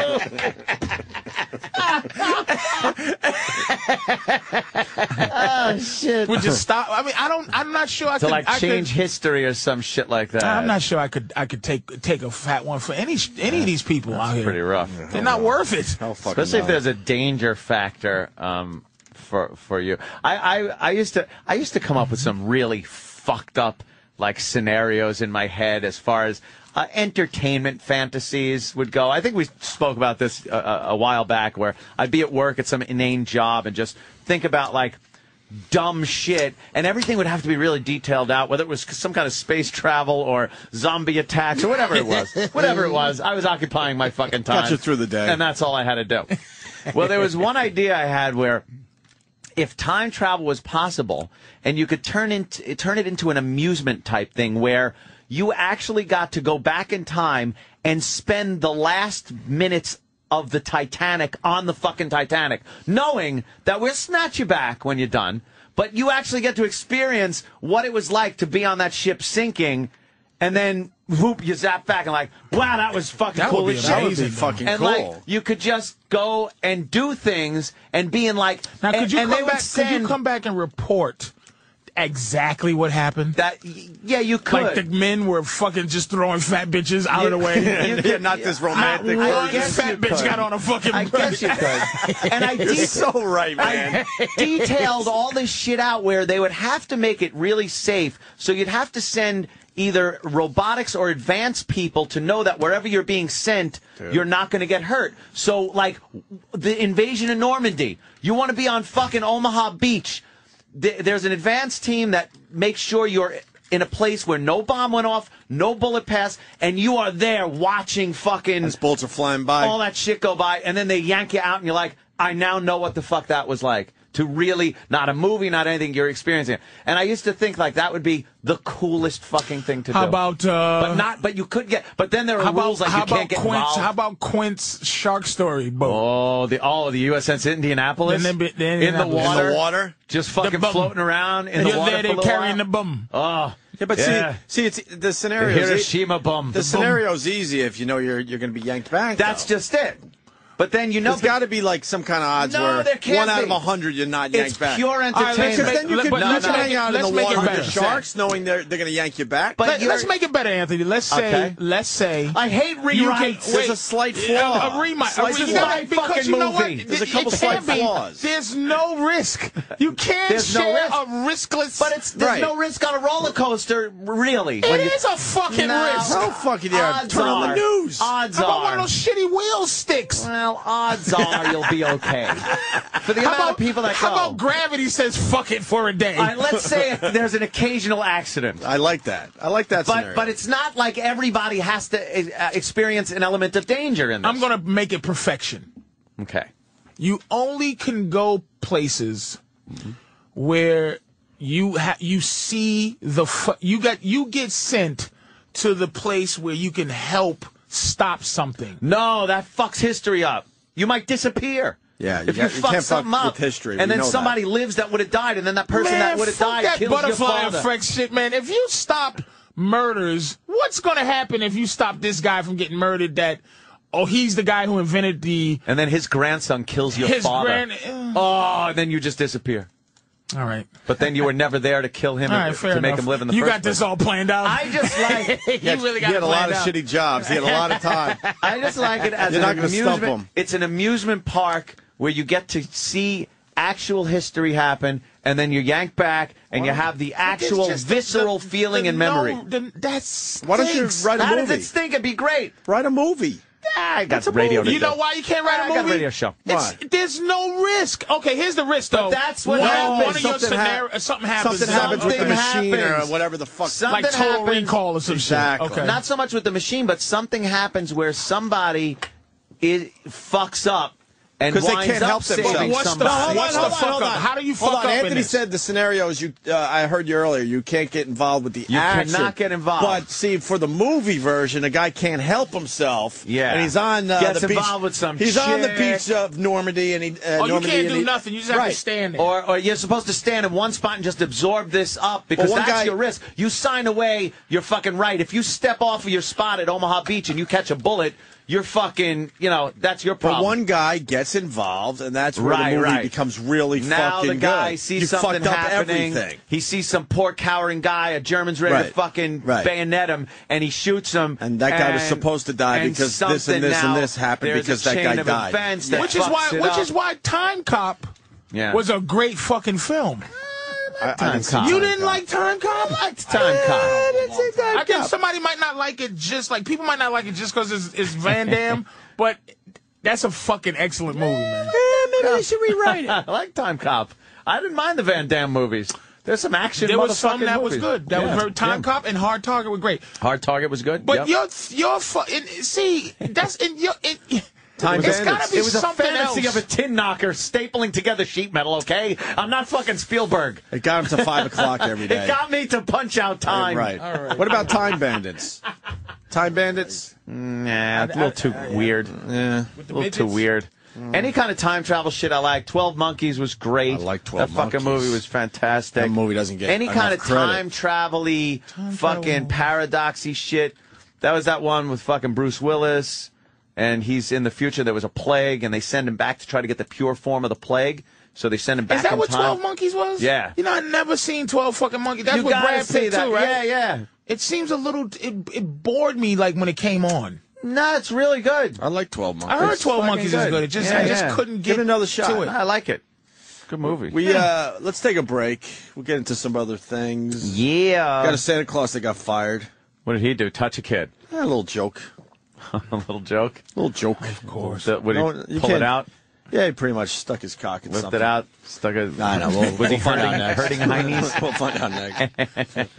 Speaker 2: oh shit! Would you stop? I mean, I don't. I'm not sure. I
Speaker 3: to
Speaker 2: could,
Speaker 3: like
Speaker 2: I could-
Speaker 3: change history or some shit like that.
Speaker 2: I'm not sure I could. I could take take a fat one for any any of these people out here.
Speaker 3: Pretty rough.
Speaker 2: They're not worth it.
Speaker 3: Especially if there's a danger factor um, for for you. I, I I used to I used to come up with some really fucked up like scenarios in my head as far as uh, entertainment fantasies would go. I think we spoke about this uh, a while back, where I'd be at work at some inane job and just think about like dumb shit, and everything would have to be really detailed out, whether it was some kind of space travel or zombie attacks or whatever it was. whatever it was, I was occupying my fucking time.
Speaker 1: Got you through the day.
Speaker 3: And that's all I had to do. well, there was one idea I had where if time travel was possible and you could turn into turn it into an amusement type thing where you actually got to go back in time and spend the last minutes of the Titanic on the fucking Titanic, knowing that we'll snatch you back when you're done, but you actually get to experience what it was like to be on that ship sinking and then whoop, you zap back and like, wow, that was fucking
Speaker 1: That would
Speaker 3: cool
Speaker 1: be
Speaker 3: as
Speaker 1: amazing,
Speaker 3: shit.
Speaker 1: That would be fucking
Speaker 3: and
Speaker 1: cool.
Speaker 3: like, you could just go and do things and be in like.
Speaker 2: Now,
Speaker 3: and,
Speaker 2: could you
Speaker 3: and they
Speaker 2: come
Speaker 3: would
Speaker 2: back? could you
Speaker 3: send-
Speaker 2: come back and report exactly what happened?
Speaker 3: That yeah, you could.
Speaker 2: Like the men were fucking just throwing fat bitches out of the way.
Speaker 3: You could-
Speaker 2: Not
Speaker 3: I
Speaker 2: one
Speaker 3: guess
Speaker 2: fat
Speaker 3: you
Speaker 2: bitch
Speaker 3: could.
Speaker 2: got on a fucking.
Speaker 3: I guess you could. And I
Speaker 1: You're
Speaker 3: did-
Speaker 1: so right, man.
Speaker 3: I detailed all this shit out where they would have to make it really safe. So you'd have to send either robotics or advanced people to know that wherever you're being sent, you're not going to get hurt. So like the invasion of Normandy, you want to be on fucking Omaha Beach. Th- There's an advanced team that makes sure you're in a place where no bomb went off, no bullet passed, and you are there watching fucking
Speaker 1: As bullets are flying by.
Speaker 3: all that shit go by, and then they yank you out, and you're like, I now know what the fuck that was like. To really, not a movie, not anything, you're experiencing it. And I used to think like that would be the coolest fucking thing to
Speaker 2: How
Speaker 3: do.
Speaker 2: about, uh,
Speaker 3: but not, but you could get, but then there
Speaker 2: How
Speaker 3: are rules
Speaker 2: about
Speaker 3: like
Speaker 2: how
Speaker 3: you can't
Speaker 2: about
Speaker 3: get
Speaker 2: Quince?
Speaker 3: involved.
Speaker 2: How about Quince Shark Story boat?
Speaker 3: Oh, the all oh, the USS Indianapolis
Speaker 2: Then they- then
Speaker 3: in the
Speaker 2: Indianapolis.
Speaker 3: water,
Speaker 2: In the water? The
Speaker 3: just fucking
Speaker 2: bum.
Speaker 3: floating around in
Speaker 2: You're
Speaker 3: the water.
Speaker 2: there,
Speaker 3: for a
Speaker 2: they're
Speaker 3: little
Speaker 2: carrying
Speaker 3: while.
Speaker 2: the bum.
Speaker 3: Oh,
Speaker 1: Yeah, but
Speaker 3: yeah.
Speaker 1: see, see, it's the scenario. e-,
Speaker 3: Hiroshima bum.
Speaker 1: The scenario's easy if you know you're you're going to be yanked back.
Speaker 3: That's
Speaker 1: though.
Speaker 3: just it. But then you know
Speaker 1: There's got to be like some kind of odds
Speaker 3: No,
Speaker 1: where
Speaker 3: there can't
Speaker 1: one out of
Speaker 3: be.
Speaker 1: a hundred you're not
Speaker 3: It's
Speaker 1: yanked back.
Speaker 3: pure
Speaker 1: All right, let's-
Speaker 3: entertainment.
Speaker 1: then you
Speaker 2: Let-
Speaker 1: can,
Speaker 2: but
Speaker 1: you
Speaker 2: let's
Speaker 1: can
Speaker 2: make
Speaker 1: hang
Speaker 2: it-
Speaker 1: out in
Speaker 2: let's
Speaker 1: the
Speaker 2: make it
Speaker 1: water with the
Speaker 2: better.
Speaker 1: sharks, knowing they're they're going to yank you back.
Speaker 3: But
Speaker 2: Let,
Speaker 3: you're-
Speaker 2: us make it better, Anthony. Let's say,
Speaker 3: Okay.
Speaker 2: let's say.
Speaker 3: I hate rewrites.
Speaker 2: You can,
Speaker 3: There's
Speaker 2: wait,
Speaker 3: a slight
Speaker 2: a-
Speaker 3: flaw.
Speaker 2: A, remind.
Speaker 3: Slight
Speaker 2: a,
Speaker 3: flaw. Fucking
Speaker 2: because you know
Speaker 3: movie.
Speaker 2: what?
Speaker 3: There's a
Speaker 2: It-
Speaker 3: couple
Speaker 2: it can't
Speaker 3: slight
Speaker 2: be.
Speaker 3: flaws.
Speaker 2: There's no risk. You can't
Speaker 3: There's no
Speaker 2: share a riskless.
Speaker 3: But it's there's
Speaker 1: Right.
Speaker 3: no risk on a roller coaster, really.
Speaker 2: It
Speaker 3: When you-
Speaker 2: is a fucking
Speaker 3: No.
Speaker 2: risk.
Speaker 1: How fucking dare I
Speaker 3: Odds
Speaker 1: turn on the
Speaker 3: are-
Speaker 1: news?
Speaker 3: Odds
Speaker 2: How about one
Speaker 3: are.
Speaker 2: of those shitty wheel sticks?
Speaker 3: well, odds are you'll be okay. For the amount of people that
Speaker 2: how
Speaker 3: go.
Speaker 2: about gravity says fuck it for a day?
Speaker 3: All right, let's say if there's an occasional accident.
Speaker 1: I like that. I like that
Speaker 3: But,
Speaker 1: scenario.
Speaker 3: but it's not like everybody has to uh, experience an element of danger in this.
Speaker 2: I'm gonna make it perfection.
Speaker 3: okay.
Speaker 2: You only can go places where you ha- you see the fu- you got you get sent to the place where you can help stop something.
Speaker 3: No, that fucks history up. You might disappear.
Speaker 1: Yeah, you
Speaker 3: if you,
Speaker 1: got- you
Speaker 3: fuck
Speaker 1: can't fuck
Speaker 3: something up
Speaker 1: with history, we
Speaker 3: and then
Speaker 1: know that.
Speaker 3: somebody lives that would have died, and then that person
Speaker 2: man,
Speaker 3: that would have
Speaker 2: fuck
Speaker 3: died
Speaker 2: that
Speaker 3: kills
Speaker 2: butterfly
Speaker 3: your father.
Speaker 2: effect shit, man. If you stop murders, what's gonna happen if you stop this guy from getting murdered? That oh, he's the guy who invented the
Speaker 3: And then his grandson kills your
Speaker 2: His
Speaker 3: father.
Speaker 2: grand- eh.
Speaker 3: oh, and then you just disappear.
Speaker 2: all right.
Speaker 3: But then you were never there to kill him
Speaker 2: All
Speaker 3: and-
Speaker 2: right, fair
Speaker 3: to make
Speaker 2: enough.
Speaker 3: him live in the
Speaker 2: you
Speaker 3: first
Speaker 2: got this
Speaker 3: place.
Speaker 2: all planned out.
Speaker 3: I just like
Speaker 2: you really got
Speaker 1: he had
Speaker 2: it
Speaker 1: a lot
Speaker 2: planned
Speaker 1: of
Speaker 2: out.
Speaker 1: shitty jobs. He had a lot of time.
Speaker 3: I just like it as
Speaker 1: You're not
Speaker 3: an
Speaker 1: gonna stump
Speaker 3: amusement.
Speaker 1: 'em.
Speaker 3: It's an amusement park where you get to see actual history happen and then you yank back, and you have the actual
Speaker 2: just the-
Speaker 3: visceral feeling and memory.
Speaker 2: that's
Speaker 3: Why don't you write a
Speaker 2: How
Speaker 3: movie?
Speaker 2: does it stink? It'd be great.
Speaker 1: Write a movie.
Speaker 3: I got
Speaker 2: It's a
Speaker 3: radio
Speaker 2: movie.
Speaker 3: to
Speaker 2: You
Speaker 3: do.
Speaker 2: know why you can't write
Speaker 3: I
Speaker 2: a
Speaker 3: got
Speaker 2: movie?
Speaker 3: radio show.
Speaker 2: It's-
Speaker 3: Why?
Speaker 2: there's no risk. Okay, here's the risk though.
Speaker 3: that's what
Speaker 2: one,
Speaker 3: happens.
Speaker 2: One of your
Speaker 3: Something hap-
Speaker 2: scenario, something happens.
Speaker 1: Something happens with the
Speaker 3: Something
Speaker 1: machine
Speaker 3: happens.
Speaker 1: or whatever the fuck.
Speaker 3: Something
Speaker 2: Like Total
Speaker 3: happens-
Speaker 2: Recall or some shit.
Speaker 1: Exactly.
Speaker 2: Okay.
Speaker 3: Not so much with the machine, but something happens where somebody it fucks up and
Speaker 1: 'Cause they
Speaker 3: winds
Speaker 1: can't
Speaker 3: up
Speaker 1: help
Speaker 3: saving
Speaker 1: themselves.
Speaker 2: What's the-
Speaker 3: somebody.
Speaker 2: what's the fuck up? How do you
Speaker 1: Hold
Speaker 2: fuck
Speaker 1: on,
Speaker 2: up in
Speaker 1: Anthony
Speaker 2: this?
Speaker 1: said the scenarios you uh, I heard you earlier. You can't get involved with the
Speaker 3: You
Speaker 1: action.
Speaker 3: cannot get involved.
Speaker 1: But see, for the movie version, a guy can't help himself.
Speaker 3: Yeah.
Speaker 1: and he's on uh,
Speaker 3: Gets
Speaker 1: the beach.
Speaker 3: involved with some
Speaker 1: he's on the
Speaker 3: chick.
Speaker 1: beach of Normandy, and he. Uh,
Speaker 2: Oh, you
Speaker 1: Normandy
Speaker 2: can't
Speaker 1: and
Speaker 2: do
Speaker 1: he-
Speaker 2: nothing. You just have
Speaker 1: Right.
Speaker 2: to stand there.
Speaker 3: Or, or you're supposed to stand in one spot and just absorb this up because
Speaker 1: one
Speaker 3: that's
Speaker 1: guy-
Speaker 3: your risk. You sign away, you're fucking right. If you step off of your spot at Omaha Beach and you catch a bullet, you're fucking, you know, that's your
Speaker 1: But
Speaker 3: problem.
Speaker 1: one guy gets involved, and that's where
Speaker 3: Right,
Speaker 1: the movie
Speaker 3: right.
Speaker 1: becomes really
Speaker 3: now
Speaker 1: fucking
Speaker 3: the guy
Speaker 1: good.
Speaker 3: sees
Speaker 1: you
Speaker 3: something
Speaker 1: fucked up
Speaker 3: happening.
Speaker 1: everything.
Speaker 3: He sees some poor cowering guy, a German's ready to
Speaker 1: Right,
Speaker 3: fucking
Speaker 1: right.
Speaker 3: bayonet him, and he shoots him.
Speaker 1: And that guy was
Speaker 3: and-
Speaker 1: supposed to die
Speaker 3: and
Speaker 1: because this and
Speaker 3: something
Speaker 1: this and
Speaker 3: now,
Speaker 1: this happened
Speaker 3: there's
Speaker 1: because
Speaker 3: a
Speaker 1: that
Speaker 3: chain
Speaker 1: guy
Speaker 3: of
Speaker 1: died.
Speaker 3: events that
Speaker 2: which is
Speaker 3: fucks
Speaker 2: why,
Speaker 3: it
Speaker 2: which
Speaker 3: up.
Speaker 2: is why Time Cop
Speaker 3: Yeah.
Speaker 2: was a great fucking film.
Speaker 1: I- I didn't see
Speaker 3: Cop.
Speaker 2: you
Speaker 1: Time
Speaker 2: didn't
Speaker 1: Cop.
Speaker 2: like Time Cop?
Speaker 3: I liked Time Cop.
Speaker 2: I didn't see Time I
Speaker 1: Cop.
Speaker 2: think somebody might not like it just like people might not like it just because it's, it's Van Damme, but that's a fucking excellent movie, man.
Speaker 3: maybe they should rewrite it. I like Time Cop. I didn't mind the Van Damme movies. There's some action.
Speaker 2: There was some
Speaker 3: motherfucking
Speaker 2: that was
Speaker 3: movies.
Speaker 2: good. That
Speaker 3: Yeah.
Speaker 2: was very Time
Speaker 3: Yeah.
Speaker 2: Cop and Hard Target were great.
Speaker 3: Hard Target was good.
Speaker 2: But
Speaker 3: yep.
Speaker 2: your your fucking see that's in your it,
Speaker 1: Time
Speaker 2: it's
Speaker 1: Bandits.
Speaker 2: gotta be
Speaker 3: it was a
Speaker 2: something
Speaker 3: fantasy
Speaker 2: else.
Speaker 3: of a tin knocker stapling together sheet metal. Okay, I'm not fucking Spielberg.
Speaker 1: It got him to five o'clock every day.
Speaker 3: It got me to punch out time.
Speaker 1: Right. What about Time Bandits? Time Bandits?
Speaker 3: Nah, it's a little too weird. Yeah, a little too
Speaker 2: midgets?
Speaker 3: weird. Any kind of time travel shit I like. Twelve Monkeys was great.
Speaker 1: I like 12
Speaker 3: That fucking
Speaker 1: Monkeys.
Speaker 3: movie was fantastic.
Speaker 1: That movie doesn't get
Speaker 3: any
Speaker 1: enough
Speaker 3: kind of
Speaker 1: credit.
Speaker 3: time travel-y, fucking paradoxy shit. That was that one with fucking Bruce Willis, and he's in the future. There was a plague, and they send him back to try to get the pure form of the plague. So they send him back.
Speaker 2: Is that
Speaker 3: in
Speaker 2: what
Speaker 3: time.
Speaker 2: Twelve Monkeys was?
Speaker 3: Yeah.
Speaker 2: You know, I never seen Twelve fucking Monkeys. That's
Speaker 3: You
Speaker 2: what
Speaker 3: gotta
Speaker 2: Brad
Speaker 3: see
Speaker 2: Pitt
Speaker 3: that.
Speaker 2: too, right?
Speaker 3: Yeah, yeah.
Speaker 2: It seems a little. It, it bored me like when it came on.
Speaker 3: No, it's really good.
Speaker 1: I like 12 Monkeys.
Speaker 2: I heard Twelve
Speaker 3: fucking
Speaker 2: Monkeys
Speaker 3: good.
Speaker 2: is good. It just
Speaker 3: Yeah,
Speaker 2: I just
Speaker 3: yeah.
Speaker 2: couldn't
Speaker 1: Give
Speaker 2: get
Speaker 1: it another shot.
Speaker 2: To it.
Speaker 3: I like it. Good movie.
Speaker 1: We, uh, let's take a break. We'll get into some other things.
Speaker 3: yeah.
Speaker 1: Got a Santa Claus that got fired.
Speaker 3: What did he do? Touch a kid.
Speaker 1: Eh, a little joke.
Speaker 3: a little joke.
Speaker 1: little joke. Of course.
Speaker 3: So, would
Speaker 1: No,
Speaker 3: he
Speaker 1: you
Speaker 3: pull it
Speaker 1: can't-
Speaker 3: out,
Speaker 1: Yeah, he pretty much stuck his cock in
Speaker 3: lift
Speaker 1: something.
Speaker 3: it out, stuck it?
Speaker 1: I know. We'll,
Speaker 3: was
Speaker 1: we'll
Speaker 3: he
Speaker 1: find out
Speaker 3: hurting,
Speaker 1: next.
Speaker 3: hurting high knees?
Speaker 1: we'll find out next.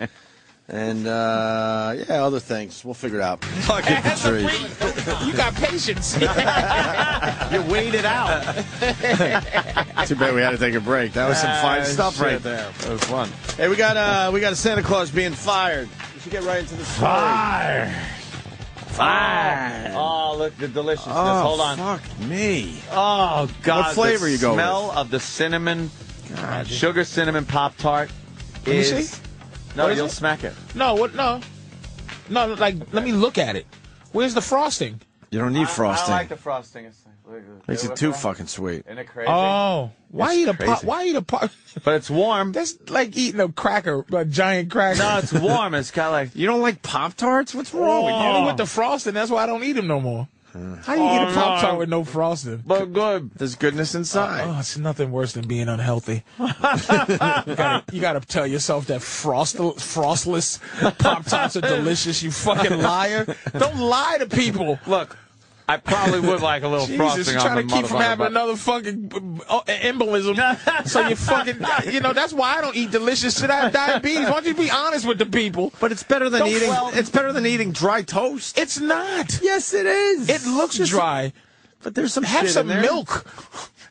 Speaker 1: And, uh, yeah, other things. We'll figure it out. Fucking
Speaker 2: That's a
Speaker 1: Patrice.
Speaker 2: freak. you got patience.
Speaker 3: You waited out.
Speaker 1: Too bad we had to take a break. That was some fine stuff right there.
Speaker 3: Uh, That was fun.
Speaker 1: Hey, we got uh, we got a Santa Claus being fired. We should get right into the story.
Speaker 3: Fire. Fire. Oh, look, the deliciousness. Hold on.
Speaker 1: Oh, Fuck me.
Speaker 3: Oh, God.
Speaker 1: What flavor
Speaker 3: the
Speaker 1: you go with?
Speaker 3: smell of the cinnamon, sugar cinnamon Pop-Tart
Speaker 2: me
Speaker 3: is...
Speaker 2: see.
Speaker 3: No,
Speaker 2: What is
Speaker 3: you'll
Speaker 2: it?
Speaker 3: smack it.
Speaker 2: no, what? No, no. Like, let me look at it. Where's the frosting?
Speaker 1: You don't need
Speaker 3: I
Speaker 1: frosting.
Speaker 3: like the frosting. It's like,
Speaker 1: Makes it too fucking sweet.
Speaker 3: Isn't it crazy?
Speaker 2: Oh, why
Speaker 3: That's
Speaker 2: eat a pot?
Speaker 3: crazy.
Speaker 2: Why eat a pot?
Speaker 3: But it's warm.
Speaker 2: That's like eating a cracker, a giant cracker.
Speaker 3: No, it's warm. It's kind of like...
Speaker 1: You don't like Pop Tarts? What's wrong
Speaker 2: Only
Speaker 1: with
Speaker 2: with the frosting. That's why I don't eat them no more. How you eat a pop tart with no frosting?
Speaker 3: But good.
Speaker 1: you? There's goodness inside.
Speaker 2: Oh, it's nothing worse than being unhealthy. you, gotta, you gotta tell yourself that frost, frostless pop tarts are delicious. You fucking liar! Don't lie to people.
Speaker 3: Look, I probably would like a little
Speaker 2: Jesus,
Speaker 3: frosting on the
Speaker 2: trying to keep from
Speaker 3: motherfucker,
Speaker 2: having
Speaker 3: but-
Speaker 2: another fucking uh, embolism. so you fucking, you know, that's why I don't eat delicious shit. I have diabetes. Why don't you be honest with the people?
Speaker 1: But it's better than
Speaker 2: Don't-
Speaker 1: eating.
Speaker 2: well-
Speaker 1: it's better than eating dry toast.
Speaker 2: It's not.
Speaker 1: yes, it is.
Speaker 2: It looks
Speaker 1: Just-
Speaker 2: dry.
Speaker 1: but there's some
Speaker 2: Have
Speaker 1: shit
Speaker 2: some
Speaker 1: in there.
Speaker 2: milk.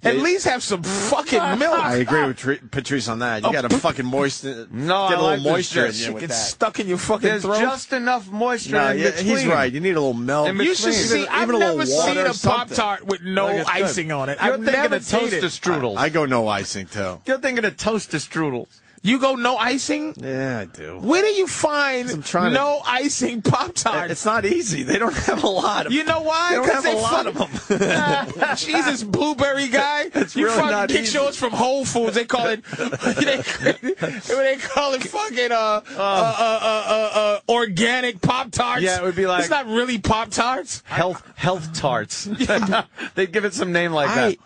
Speaker 2: At least have some fucking milk.
Speaker 1: I agree with Tri- Patrice on that. You got to fucking moisten.
Speaker 3: No,
Speaker 1: get
Speaker 3: I
Speaker 1: a little
Speaker 3: like this
Speaker 1: moisture in
Speaker 3: shit.
Speaker 1: you
Speaker 2: Shit
Speaker 1: with
Speaker 2: gets
Speaker 1: that.
Speaker 2: stuck in your fucking
Speaker 3: There's
Speaker 2: throat.
Speaker 3: just enough moisture
Speaker 1: No,
Speaker 3: in
Speaker 1: yeah,
Speaker 3: between.
Speaker 1: he's right. You need a little milk.
Speaker 3: In
Speaker 2: you should
Speaker 3: between.
Speaker 2: see.
Speaker 1: Even
Speaker 2: I've
Speaker 1: a little
Speaker 2: never
Speaker 1: water
Speaker 2: seen
Speaker 1: or
Speaker 2: a pop
Speaker 1: something.
Speaker 2: tart with no
Speaker 1: Look, it's good.
Speaker 2: icing on it.
Speaker 3: You're
Speaker 2: I've
Speaker 3: thinking
Speaker 2: never
Speaker 3: of toaster
Speaker 2: seen it.
Speaker 3: strudels.
Speaker 1: I go no icing too.
Speaker 3: You're thinking of toaster strudels.
Speaker 2: You go no icing.
Speaker 1: Yeah, I do.
Speaker 2: Where do you find
Speaker 1: I'm trying to-
Speaker 2: no icing pop tarts?
Speaker 1: It's not easy. They don't have a lot. Of,
Speaker 2: You know why?
Speaker 1: They don't
Speaker 2: 'Cause
Speaker 1: have
Speaker 2: they
Speaker 1: a lot
Speaker 2: fuck-
Speaker 1: of them.
Speaker 2: Jesus, blueberry guy. you
Speaker 1: really
Speaker 2: fucking
Speaker 1: not
Speaker 2: get
Speaker 1: easy.
Speaker 2: yours from Whole Foods. They call it. they, they call it fucking uh,
Speaker 1: Um.
Speaker 2: uh, uh, uh, uh, uh, organic pop tarts.
Speaker 3: Yeah, it would be like-
Speaker 2: it's not really pop tarts.
Speaker 3: Health health tarts. They'd give it some name like
Speaker 1: I,
Speaker 3: that.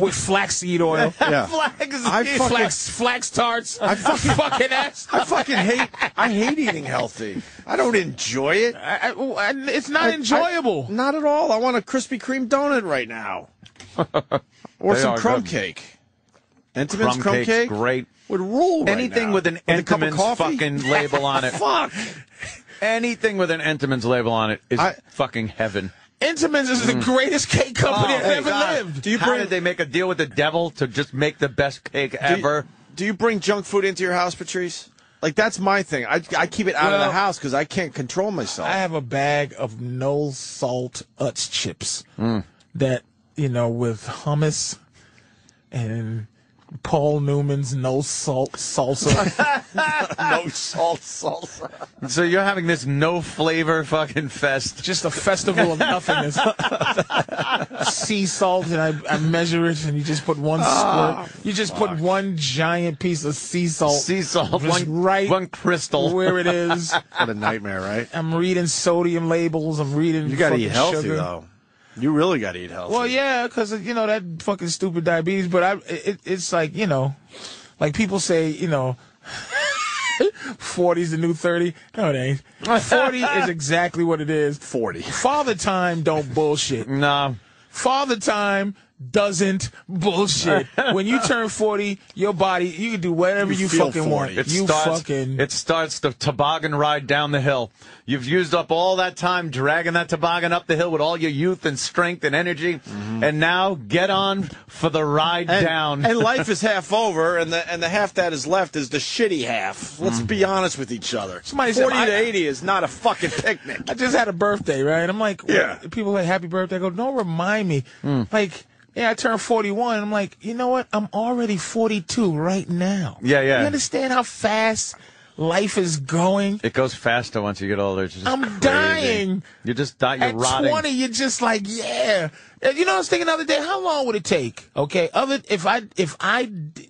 Speaker 2: with flaxseed oil.
Speaker 1: Yeah.
Speaker 2: flax,
Speaker 1: I fucking-
Speaker 2: flax, flax tarts.
Speaker 1: I fucking-
Speaker 2: fucking ass.
Speaker 1: I fucking hate. I hate eating healthy. I don't enjoy it.
Speaker 2: I, I, it's not
Speaker 1: I- I-
Speaker 2: enjoyable.
Speaker 1: not at all. I want a Krispy Kreme donut right now, or
Speaker 3: They
Speaker 1: some
Speaker 3: are
Speaker 1: crumb
Speaker 3: good.
Speaker 1: cake. Entenmann's crumb,
Speaker 3: Crumb cake's
Speaker 1: cake
Speaker 3: great.
Speaker 1: would rule. right
Speaker 3: Anything
Speaker 1: now.
Speaker 3: with an
Speaker 1: a cup of
Speaker 3: Entenmann's
Speaker 1: coffee?
Speaker 3: fucking label on it.
Speaker 1: Fuck.
Speaker 3: Anything with an Entenmann's label on it is
Speaker 1: I-
Speaker 3: fucking heaven.
Speaker 2: Intamins is the
Speaker 1: Mm.
Speaker 2: greatest cake
Speaker 3: Oh,
Speaker 2: company
Speaker 1: Oh,
Speaker 2: that ever lived.
Speaker 3: Do you How did they make a deal with the devil to just make the best cake
Speaker 1: Do you-
Speaker 3: ever?
Speaker 1: Do you bring junk food into your house, Patrice? Like that's my thing. I, I keep it out of
Speaker 2: Well-
Speaker 1: the house because I can't control myself.
Speaker 2: I have a bag of no salt Utz chips that, you know, with hummus and Paul Newman's no salt salsa.
Speaker 1: no salt salsa.
Speaker 3: So you're having this no flavor fucking fest.
Speaker 2: just a festival of nothingness. sea salt, and I, I measure it, and you just put one squirt. You just put one giant piece of sea salt.
Speaker 3: Sea salt,
Speaker 2: just
Speaker 3: one-
Speaker 2: right
Speaker 3: one crystal.
Speaker 2: where it is.
Speaker 1: What a nightmare, right?
Speaker 2: I'm reading sodium labels. I'm reading.
Speaker 1: You got to
Speaker 2: fucking
Speaker 1: eat healthy
Speaker 2: sugar.
Speaker 1: though. You really got to eat healthy.
Speaker 2: Well, yeah, because you know that fucking stupid diabetes. But I, it, it's like you know, like people say, you know, forty's the new thirty. No, it ain't. Forty is exactly what it is.
Speaker 1: 40.
Speaker 2: Father time don't bullshit.
Speaker 3: No.
Speaker 2: Father time doesn't bullshit. When you turn forty, your body you can do whatever
Speaker 1: You
Speaker 2: you,
Speaker 1: feel
Speaker 2: fucking
Speaker 1: 40.
Speaker 2: want.
Speaker 3: It
Speaker 2: you
Speaker 3: starts,
Speaker 2: fucking
Speaker 3: It starts the toboggan ride down the hill. You've used up all that time dragging that toboggan up the hill with all your youth and strength and energy, and now get on for the ride
Speaker 1: and,
Speaker 3: down.
Speaker 1: and life is half over, and the and the half that is left is the shitty half. Let's be honest with each other.
Speaker 2: Somebody said,
Speaker 1: Forty to
Speaker 2: I-
Speaker 1: eighty is not a fucking picnic.
Speaker 2: I just had a birthday, right? I'm like,
Speaker 1: Yeah.
Speaker 2: what- People like happy birthday. I go, don't remind me.
Speaker 3: Hmm.
Speaker 2: Like, yeah, I turned 41. I'm like, you know what? I'm already 42 right now.
Speaker 3: Yeah, yeah.
Speaker 2: You understand how fast life is going?
Speaker 3: it goes faster once you get older. It's just
Speaker 2: I'm
Speaker 3: crazy.
Speaker 2: dying.
Speaker 3: You're just dying. You're
Speaker 2: At
Speaker 3: rotting.
Speaker 2: 20, you're just like, yeah. And you know, I was thinking the other day, how long would it take? Okay, other if I if I, d-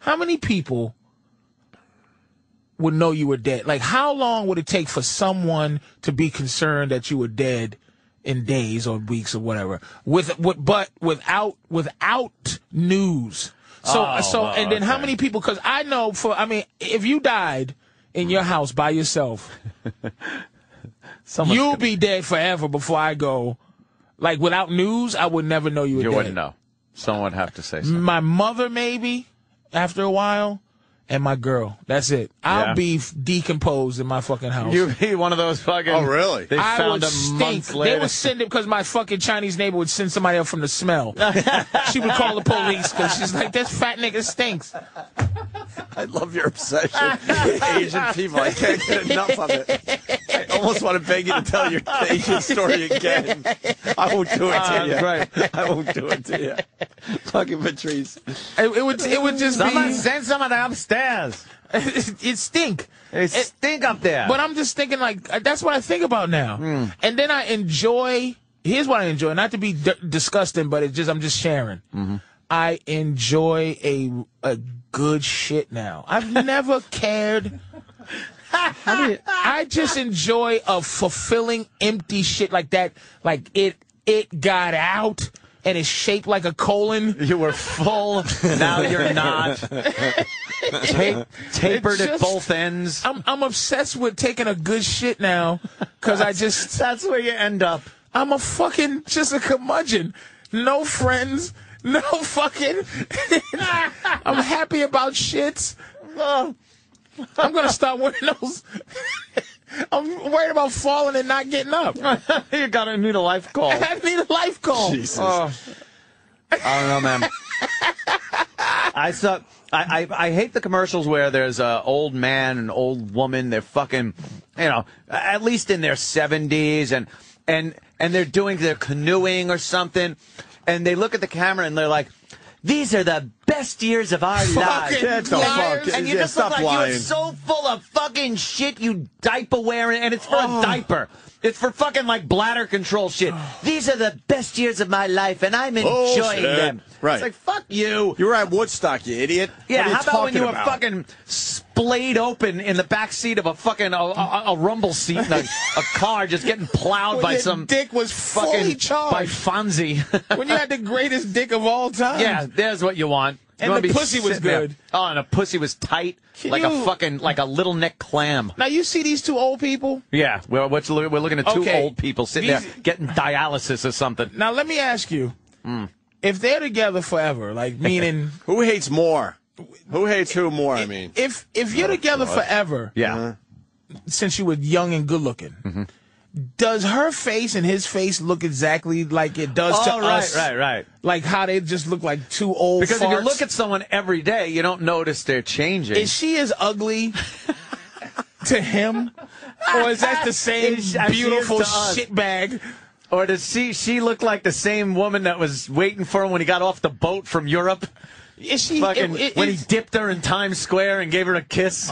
Speaker 2: how many people would know you were dead? Like, how long would it take for someone to be concerned that you were dead in days or weeks or whatever? With, with but without without news. So
Speaker 3: Oh,
Speaker 2: so
Speaker 3: wow,
Speaker 2: and then how
Speaker 3: okay.
Speaker 2: many people? Because I know for I mean, if you died in your house by yourself.
Speaker 3: Someone's
Speaker 2: You'll
Speaker 3: gonna-
Speaker 2: be dead forever before I go. Like without news, I would never know you were
Speaker 3: You
Speaker 2: dead.
Speaker 3: wouldn't know. Someone would have to say something.
Speaker 2: My mother maybe after a while, and my girl. That's it. I'll
Speaker 3: Yeah.
Speaker 2: be f- decomposed in my fucking house.
Speaker 3: You'd be one of those fucking.
Speaker 1: Oh, really?
Speaker 3: They
Speaker 2: I
Speaker 3: found
Speaker 2: would
Speaker 3: a
Speaker 2: stink.
Speaker 3: month later.
Speaker 2: They would send it because my fucking Chinese neighbor would send somebody up from the smell. she would call the police because she's like, "This fat nigga stinks."
Speaker 1: I love your obsession. Asian people, I can't get enough of it. I almost want to beg you to tell your Asian story again. I won't do it to
Speaker 3: Ah,
Speaker 1: you.
Speaker 3: right.
Speaker 1: I won't do it to you. Fucking Patrice.
Speaker 2: It, it would. It would just
Speaker 3: Someone
Speaker 2: be.
Speaker 3: send somebody upstairs.
Speaker 2: It, it stink.
Speaker 3: They stink up there.
Speaker 2: But I'm just thinking like uh, that's what I think about now. And then I enjoy. Here's what I enjoy. Not to be d- disgusting, but it's just I'm just sharing. I enjoy a a good shit now. I've never cared. I just enjoy a fulfilling empty shit like that. Like it it got out and it's shaped like a colon.
Speaker 3: You were full. Now you're not. Ta- tapered
Speaker 2: It's
Speaker 3: at
Speaker 2: just-
Speaker 3: both ends.
Speaker 2: I'm I'm obsessed with taking a good shit now because I just
Speaker 3: That's where you end up.
Speaker 2: I'm a fucking just a curmudgeon. No friends. No fucking. I'm happy about shit. Ugh. I'm gonna stop wearing those. I'm worried about falling and not getting up.
Speaker 3: you gotta need a life call.
Speaker 2: I need a life Uh, call.
Speaker 1: Jesus.
Speaker 3: I don't know, man. I saw. I, I I hate the commercials where there's a old man and old woman. They're fucking, you know, at least in their seventies, and and and they're doing they're canoeing or something, and they look at the camera and they're like, "These are the best years of our lives."
Speaker 1: Get the
Speaker 2: liars.
Speaker 1: fuck.
Speaker 3: And you
Speaker 1: yeah,
Speaker 3: just look
Speaker 1: stop
Speaker 3: like
Speaker 1: lying.
Speaker 3: you're so full of fucking shit, you diaper wearing, and it's for
Speaker 2: Oh.
Speaker 3: a diaper. It's for fucking like bladder control shit. These are the best years of my life, and
Speaker 2: Oh,
Speaker 3: I'm enjoying
Speaker 1: Bullshit.
Speaker 3: them.
Speaker 1: Right.
Speaker 3: It's like fuck you.
Speaker 1: you were at Woodstock, you idiot.
Speaker 3: yeah.
Speaker 1: What are you
Speaker 3: How about when
Speaker 1: talking
Speaker 3: you were
Speaker 1: about?
Speaker 3: fucking s- splayed open in the back seat of a fucking a, a, a rumble seat in a, a car, just getting plowed
Speaker 2: When
Speaker 3: by
Speaker 2: your
Speaker 3: some
Speaker 2: dick was fully
Speaker 3: fucking by
Speaker 2: charged.
Speaker 3: Fonzie.
Speaker 2: when you had the greatest dick of all time.
Speaker 3: yeah, there's what you want. You
Speaker 2: And
Speaker 3: wanna
Speaker 2: the
Speaker 3: be
Speaker 2: pussy was
Speaker 3: sitting there-
Speaker 2: good.
Speaker 3: Oh, and the pussy was tight,
Speaker 2: Can
Speaker 3: like a
Speaker 2: you-
Speaker 3: fucking like a little neck clam.
Speaker 2: Now you see these two old people.
Speaker 3: Yeah, well, what's, we're looking at two
Speaker 2: Okay.
Speaker 3: old people sitting
Speaker 2: These-
Speaker 3: there getting dialysis or something.
Speaker 2: Now let me ask you,
Speaker 3: Mm.
Speaker 2: if they're together forever, like meaning
Speaker 1: who hates more? Who hates who more? I mean,
Speaker 2: if if you're together
Speaker 1: God.
Speaker 2: forever,
Speaker 3: Yeah. Mm-hmm.
Speaker 2: since you were young and good looking, does her face and his face look exactly like it does to
Speaker 3: Oh, right,
Speaker 2: us?
Speaker 3: right, right.
Speaker 2: Like how they just look like two old.
Speaker 3: Because if you
Speaker 2: farts?
Speaker 3: look at someone every day, you don't notice they're changing.
Speaker 2: is she as ugly to him, or is that the same
Speaker 3: Is- as she is
Speaker 2: beautiful
Speaker 3: to us.
Speaker 2: shitbag?
Speaker 3: Or does she she look like the same woman that was waiting for him when he got off the boat from Europe?
Speaker 2: Is she
Speaker 3: Fucking
Speaker 2: it- it- Oh,
Speaker 3: when he
Speaker 2: it's-
Speaker 3: dipped her in Times Square and gave her a kiss,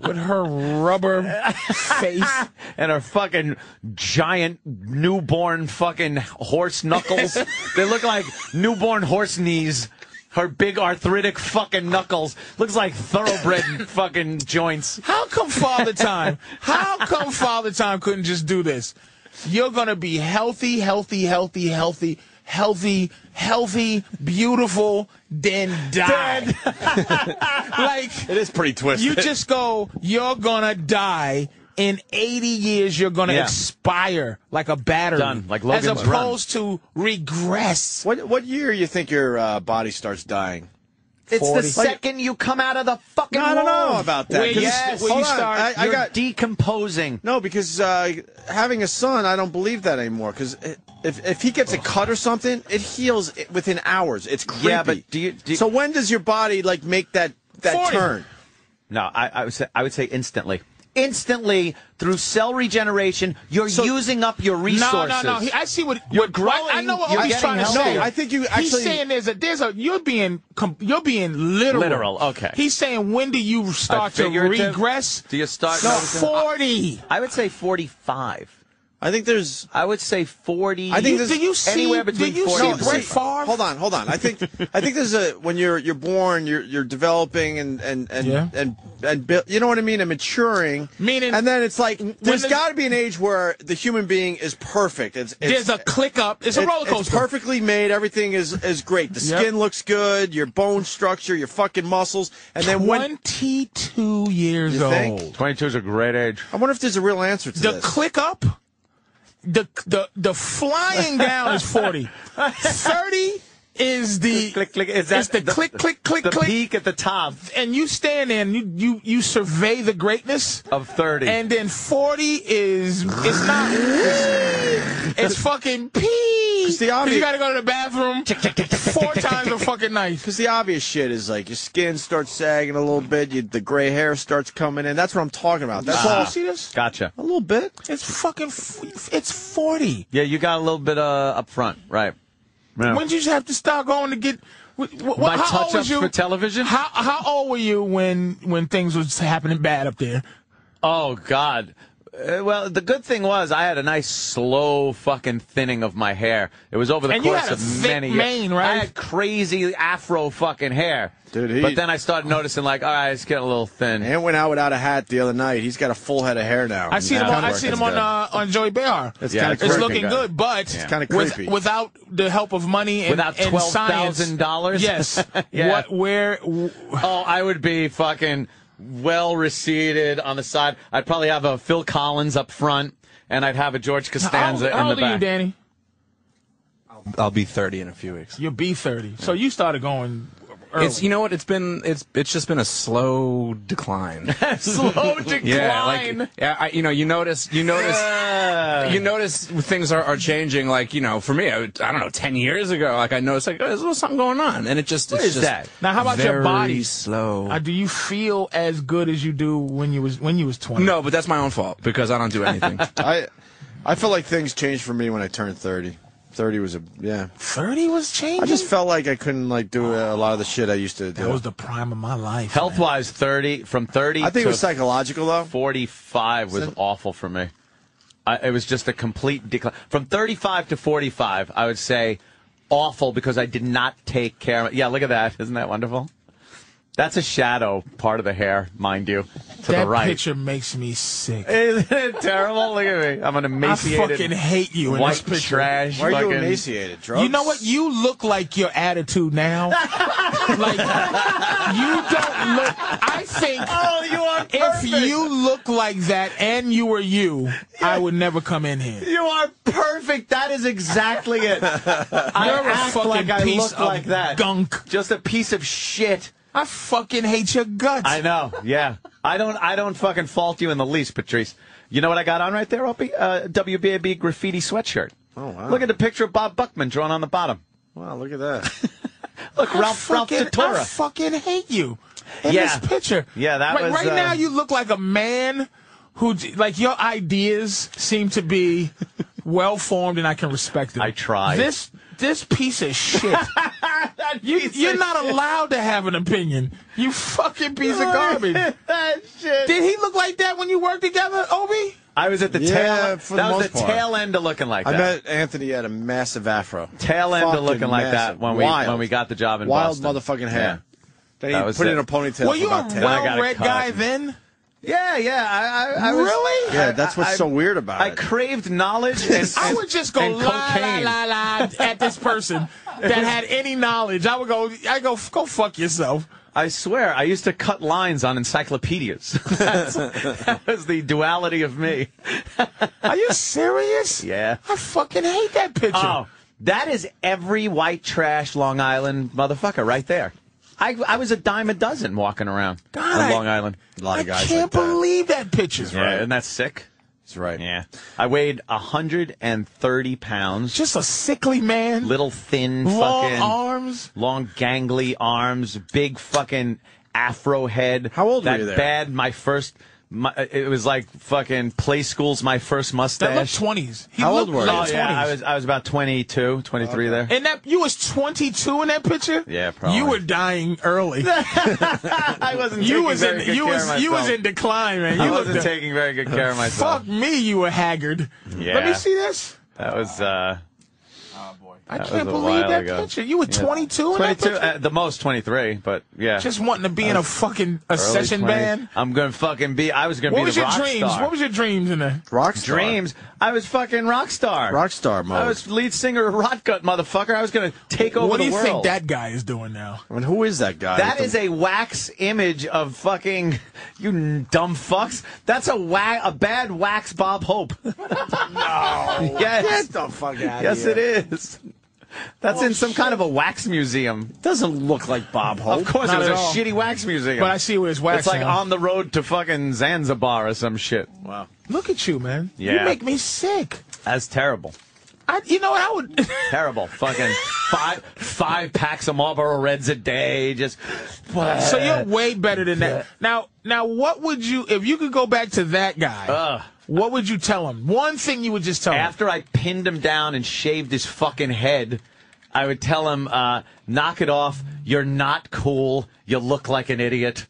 Speaker 2: with her rubber face?
Speaker 3: and her fucking giant newborn fucking horse knuckles. they look like newborn horse knees. Her big arthritic fucking knuckles looks like thoroughbred fucking joints.
Speaker 2: How come Father Time? How come Father Time couldn't just do this? You're gonna be healthy, healthy, healthy, healthy, healthy, healthy, beautiful, then die. like
Speaker 1: it is pretty twisted.
Speaker 2: you just go, you're gonna die. In 80 years, you're gonna
Speaker 3: Yeah.
Speaker 2: expire like a battery.
Speaker 3: Done, like Logan's
Speaker 2: As opposed to regress.
Speaker 1: what what year you think your uh, body starts dying?
Speaker 3: It's
Speaker 2: 40.
Speaker 3: the second you come out of the fucking.
Speaker 1: No, I don't
Speaker 3: womb.
Speaker 1: know about that.
Speaker 2: Where
Speaker 1: 'cause-
Speaker 2: you st- where
Speaker 1: hold
Speaker 2: you
Speaker 1: on,
Speaker 2: start-
Speaker 1: I, I
Speaker 3: You're
Speaker 1: got
Speaker 3: decomposing.
Speaker 1: no because uh, having a son, I don't believe that anymore. Because if if he gets a cut or something, it heals i- within hours. It's creepy.
Speaker 3: Yeah, but do you- do you-
Speaker 1: so when does your body like make that that
Speaker 2: 40.
Speaker 1: turn?
Speaker 3: No, I, I would say I would say instantly. Instantly through cell regeneration, you're using up your
Speaker 2: No,
Speaker 3: resources.
Speaker 2: no, no. He, I see what
Speaker 3: You're
Speaker 2: what- right, I
Speaker 3: growing,
Speaker 2: know what
Speaker 3: you're
Speaker 2: he's
Speaker 3: getting
Speaker 2: trying to
Speaker 3: healthier.
Speaker 2: say.
Speaker 1: No, I think you
Speaker 2: He's
Speaker 1: actually-
Speaker 2: saying there's a there's a you're being com- you're being literal.
Speaker 3: Literal, okay.
Speaker 2: He's saying when do you start to
Speaker 3: figurative?
Speaker 2: regress?
Speaker 3: Do you start
Speaker 2: No,
Speaker 3: noticing-
Speaker 2: forty.
Speaker 3: I would say 45.
Speaker 1: I think there's
Speaker 3: I would say 40.
Speaker 1: I think
Speaker 2: You-
Speaker 1: this-
Speaker 2: do you see?
Speaker 3: anywhere between
Speaker 2: do you
Speaker 3: 40
Speaker 2: see
Speaker 3: and
Speaker 2: Brett
Speaker 3: 60.
Speaker 2: Favre?
Speaker 1: Hold on, hold on. I think I think there's a when you're you're born, you're you're developing and and and
Speaker 2: Yeah.
Speaker 1: and and bu- you know what I mean, and maturing.
Speaker 2: Meaning-
Speaker 1: and then it's like there's
Speaker 2: the-
Speaker 1: got to be an age where the human being is perfect. It's, it's
Speaker 2: There's a click up. It's a roller coaster.
Speaker 1: It's perfectly made. Everything is is great. The
Speaker 2: Yep.
Speaker 1: skin looks good. Your bone structure, your fucking muscles, and then when
Speaker 2: Twenty-two years
Speaker 1: You think?
Speaker 2: old.
Speaker 3: 22 is a great age.
Speaker 1: I wonder if there's a real answer to
Speaker 2: The
Speaker 1: this.
Speaker 2: click up. The the the flying down is forty. Thirty is the
Speaker 3: Click, click. Is that
Speaker 2: it's the, click click click
Speaker 3: the
Speaker 2: click
Speaker 3: peak at the top
Speaker 2: and you stand there and you you you survey the greatness
Speaker 3: of 30?
Speaker 2: and then 40 is it's not it's fucking pee
Speaker 1: 'Cause the
Speaker 2: 'Cause
Speaker 1: obvi-
Speaker 2: you gotta go to the bathroom four times a fucking night
Speaker 1: Because the obvious shit is like your skin starts sagging a little bit, you, the gray hair starts coming in. That's what I'm talking about. That's
Speaker 2: you
Speaker 1: all.
Speaker 2: see this
Speaker 3: gotcha.
Speaker 1: A little bit.
Speaker 2: it's fucking f- it's 40
Speaker 3: Yeah, you got a little bit uh, up front, right? Yeah.
Speaker 2: when did you have to start going to get wh- wh-
Speaker 3: My
Speaker 2: how old
Speaker 3: touch-ups
Speaker 2: was you
Speaker 3: for television?
Speaker 2: how how old were you when when things was happening bad up there
Speaker 3: Oh God. Uh, well, the good thing was I had a nice slow fucking thinning of my hair. It was over the
Speaker 2: And you
Speaker 3: course
Speaker 2: had a
Speaker 3: of
Speaker 2: thick
Speaker 3: many years.
Speaker 2: mane, right?
Speaker 3: I had crazy afro fucking hair.
Speaker 1: Dude, he-
Speaker 3: but then I started noticing like, all right, it's getting a little thin.
Speaker 1: And went out without a hat the other night. He's got a full head of hair now.
Speaker 2: I see
Speaker 1: It's
Speaker 2: them on
Speaker 1: kinda
Speaker 2: I see them
Speaker 1: working.
Speaker 2: on uh, on Joey Behar
Speaker 1: It's
Speaker 3: Yeah,
Speaker 1: kinda
Speaker 3: it's
Speaker 2: It's
Speaker 1: creepy.
Speaker 2: looking good, but it's
Speaker 1: kinda creepy.
Speaker 2: without the help of money and
Speaker 3: Without
Speaker 2: and science-
Speaker 3: $12,000?
Speaker 2: Yes.
Speaker 3: Yeah.
Speaker 2: What? Where? w-
Speaker 3: Oh, I would be fucking well receded on the side. I'd probably have a Phil Collins up front, and I'd have a George Costanza
Speaker 2: How
Speaker 3: in the
Speaker 2: old are you,
Speaker 3: back.
Speaker 2: Danny?
Speaker 9: I'll be 30 in a few weeks.
Speaker 2: You're B thirty. So you started going. Early.
Speaker 9: It's you know what it's been it's it's just been a slow decline.
Speaker 3: Slow decline.
Speaker 9: yeah, like yeah, I, you know you notice you notice you notice things are, are changing. Like you know, for me, I, would- I don't know, ten years ago, like I noticed like oh, there's a little something going on, and it just
Speaker 3: What
Speaker 9: it's
Speaker 3: is
Speaker 9: just
Speaker 3: that?
Speaker 2: now, how about your
Speaker 9: very
Speaker 2: body?
Speaker 9: Slow.
Speaker 2: Uh, do you feel as good as you do when you was when you was twenty?
Speaker 9: no, but that's my own fault because I don't do anything.
Speaker 1: I, I feel like things changed for me when I turned 30. 30 was a, yeah.
Speaker 2: thirty was changing.
Speaker 1: I just felt like I couldn't, like, do a lot of the shit I used to do.
Speaker 2: that was the prime of my life.
Speaker 3: Health wise, thirty from thirty.
Speaker 1: I think it
Speaker 3: to
Speaker 1: was psychological, though.
Speaker 3: 45 was awful for me. I, it was just a complete decline. From 35 to 45, I would say awful because I did not take care of it. Yeah, look at that. Isn't that wonderful? That's a shadow part of the hair, mind you, to
Speaker 2: that
Speaker 3: the right.
Speaker 2: picture makes me sick.
Speaker 3: Isn't it terrible? Look at me. I'm an emaciated.
Speaker 2: I fucking hate you in
Speaker 3: white
Speaker 2: this picture.
Speaker 3: trash. fucking-
Speaker 2: You know what? You look like your attitude now. like you don't look. I think.
Speaker 8: Oh, you are
Speaker 2: If
Speaker 8: perfect.
Speaker 2: you look like that and you were you, I would never come in here.
Speaker 8: You are perfect. That is exactly it.
Speaker 2: You're
Speaker 8: I
Speaker 2: a
Speaker 8: act
Speaker 2: fucking
Speaker 8: like I
Speaker 2: piece
Speaker 8: look
Speaker 2: of
Speaker 8: like that.
Speaker 2: gunk.
Speaker 3: Just a piece of shit.
Speaker 2: I fucking hate your guts.
Speaker 3: I know. Yeah. I don't. I don't fucking fault you in the least, Patrice. You know what I got on right there, Opie? Uh, WBAB graffiti sweatshirt.
Speaker 1: Oh, wow.
Speaker 3: Look at the picture of Bob Buckman drawn on the bottom.
Speaker 1: Wow, look at that.
Speaker 3: Look,
Speaker 2: I
Speaker 3: Ralph Ralph
Speaker 2: fucking- I
Speaker 3: Datura.
Speaker 2: fucking hate you in
Speaker 3: Yeah.
Speaker 2: this picture.
Speaker 3: Yeah, that
Speaker 2: right,
Speaker 3: was,
Speaker 2: right
Speaker 3: uh,
Speaker 2: now. You look like a man who, d- like, your ideas seem to be well formed, and I can respect them. I
Speaker 3: tried.
Speaker 2: This this piece of shit. you, you're not allowed to have an opinion. You fucking piece of garbage.
Speaker 3: that shit.
Speaker 2: Did he look like that when you worked together, Obi?
Speaker 3: I was at the
Speaker 1: Yeah,
Speaker 3: tail.
Speaker 1: for
Speaker 3: that
Speaker 1: the
Speaker 3: was
Speaker 1: most
Speaker 3: the
Speaker 1: part.
Speaker 3: tail end of looking like
Speaker 1: I
Speaker 3: that.
Speaker 1: met Anthony had a massive afro.
Speaker 3: tail end
Speaker 1: Fucking
Speaker 3: of looking like
Speaker 1: massive.
Speaker 3: that when
Speaker 1: Wild.
Speaker 3: we when we got the job in
Speaker 1: Wild
Speaker 3: Boston.
Speaker 1: motherfucking hair. Then
Speaker 3: That
Speaker 1: he
Speaker 3: was
Speaker 1: put it
Speaker 3: it.
Speaker 1: in a ponytail.
Speaker 2: Were
Speaker 1: for
Speaker 2: you a
Speaker 1: about 10.
Speaker 3: I got it
Speaker 2: well-read
Speaker 3: cut.
Speaker 2: guy then?
Speaker 3: Yeah, yeah. I, I, I was,
Speaker 2: Really?
Speaker 1: Yeah, that's what's
Speaker 3: I-
Speaker 1: so weird about
Speaker 3: I
Speaker 1: it.
Speaker 3: craved knowledge and,
Speaker 2: I
Speaker 3: and-
Speaker 2: would just go
Speaker 3: and
Speaker 2: la, la
Speaker 3: cocaine.
Speaker 2: la la at this person that had any knowledge. I would go, I go, go fuck yourself.
Speaker 3: I swear, I used to cut lines on encyclopedias. That's, that was the duality of me.
Speaker 2: Are you serious?
Speaker 3: Yeah.
Speaker 2: I fucking hate that picture.
Speaker 3: Oh, that is every white trash Long Island motherfucker right there. I, I was a dime a dozen walking around
Speaker 2: God,
Speaker 3: on
Speaker 2: I-
Speaker 3: Long Island.
Speaker 1: A lot
Speaker 2: I
Speaker 1: of guys
Speaker 2: can't
Speaker 1: like that.
Speaker 2: believe that, picture.
Speaker 1: He's
Speaker 3: Yeah,
Speaker 1: right.
Speaker 3: isn't that sick?
Speaker 1: He's right.
Speaker 3: Yeah. I weighed 130 pounds.
Speaker 2: Just a sickly man,
Speaker 3: little thin
Speaker 2: long
Speaker 3: fucking
Speaker 2: arms.
Speaker 3: long gangly arms, big fucking afro head.
Speaker 1: How old
Speaker 3: that
Speaker 1: were you there?
Speaker 3: Bad. My first. My, it was like fucking play school's my first mustache.
Speaker 2: That looked twenties. He
Speaker 1: How old
Speaker 2: looked
Speaker 1: were you?
Speaker 2: like
Speaker 3: Oh yeah, I
Speaker 2: 20s.
Speaker 3: was I was about 22, 23 there.
Speaker 2: And that you was twenty two in that picture.
Speaker 3: Yeah, probably.
Speaker 2: You were dying early.
Speaker 3: I wasn't.
Speaker 2: you
Speaker 3: taking
Speaker 2: was
Speaker 3: very
Speaker 2: in
Speaker 3: good
Speaker 2: you
Speaker 3: care
Speaker 2: was
Speaker 3: of
Speaker 2: you was
Speaker 3: myself.
Speaker 2: in decline, man. You
Speaker 3: I
Speaker 2: looked
Speaker 3: wasn't
Speaker 2: a-
Speaker 3: taking very good care of myself.
Speaker 2: Fuck me, you were haggard. Let
Speaker 3: Yeah.
Speaker 2: me see this.
Speaker 3: That was uh,
Speaker 2: I
Speaker 3: That was
Speaker 2: can't
Speaker 3: a
Speaker 2: believe
Speaker 3: while
Speaker 2: that
Speaker 3: ago.
Speaker 2: picture. You were
Speaker 3: Yeah.
Speaker 2: 22 in that
Speaker 3: 22
Speaker 2: picture?
Speaker 3: at the most 23, but yeah.
Speaker 2: Just wanting to be in a fucking a
Speaker 3: Early
Speaker 2: session
Speaker 3: 20s.
Speaker 2: band.
Speaker 3: I'm gonna fucking be. I was gonna
Speaker 2: What
Speaker 3: be
Speaker 2: was
Speaker 3: the
Speaker 2: your
Speaker 3: rock
Speaker 2: dreams?
Speaker 3: star.
Speaker 2: What was your dreams in there?
Speaker 1: Rockstar.
Speaker 3: dreams. I was fucking rock star.
Speaker 1: Rockstar mode.
Speaker 3: I was lead singer of Rotgut, motherfucker. I was gonna take over
Speaker 2: What
Speaker 3: the
Speaker 2: do you
Speaker 3: world.
Speaker 2: think that guy is doing now?
Speaker 1: I mean, who is that guy?
Speaker 3: That
Speaker 1: with
Speaker 3: is
Speaker 1: the-
Speaker 3: a wax image of fucking you n- dumb fucks. That's a wa- a bad wax Bob Hope. no. Yes.
Speaker 1: Get the fuck out
Speaker 3: Yes, it is.
Speaker 2: Oh,
Speaker 3: That's in some kind of a wax museum.
Speaker 1: Doesn't look like Bob Hope.
Speaker 3: Of course,
Speaker 2: Not
Speaker 3: it was a
Speaker 2: at all.
Speaker 3: shitty wax museum.
Speaker 2: But I see where it's wax
Speaker 3: It's like
Speaker 2: now.
Speaker 3: on the road to fucking Zanzibar or some shit.
Speaker 1: Wow.
Speaker 2: Look at you, man. You
Speaker 3: Yeah.
Speaker 2: make me sick.
Speaker 3: That's terrible.
Speaker 2: I, you know what? I would.
Speaker 3: Terrible. Fucking five five packs of Marlboro Reds a day. Just
Speaker 2: so you're way better than that. Now, now, what would you if you could go back to that guy?
Speaker 3: Ugh.
Speaker 2: what would you tell him? One thing you would just tell him.
Speaker 3: after I pinned him down and shaved his fucking head, I would tell him, uh, "Knock it off. You're not cool. You look like an idiot."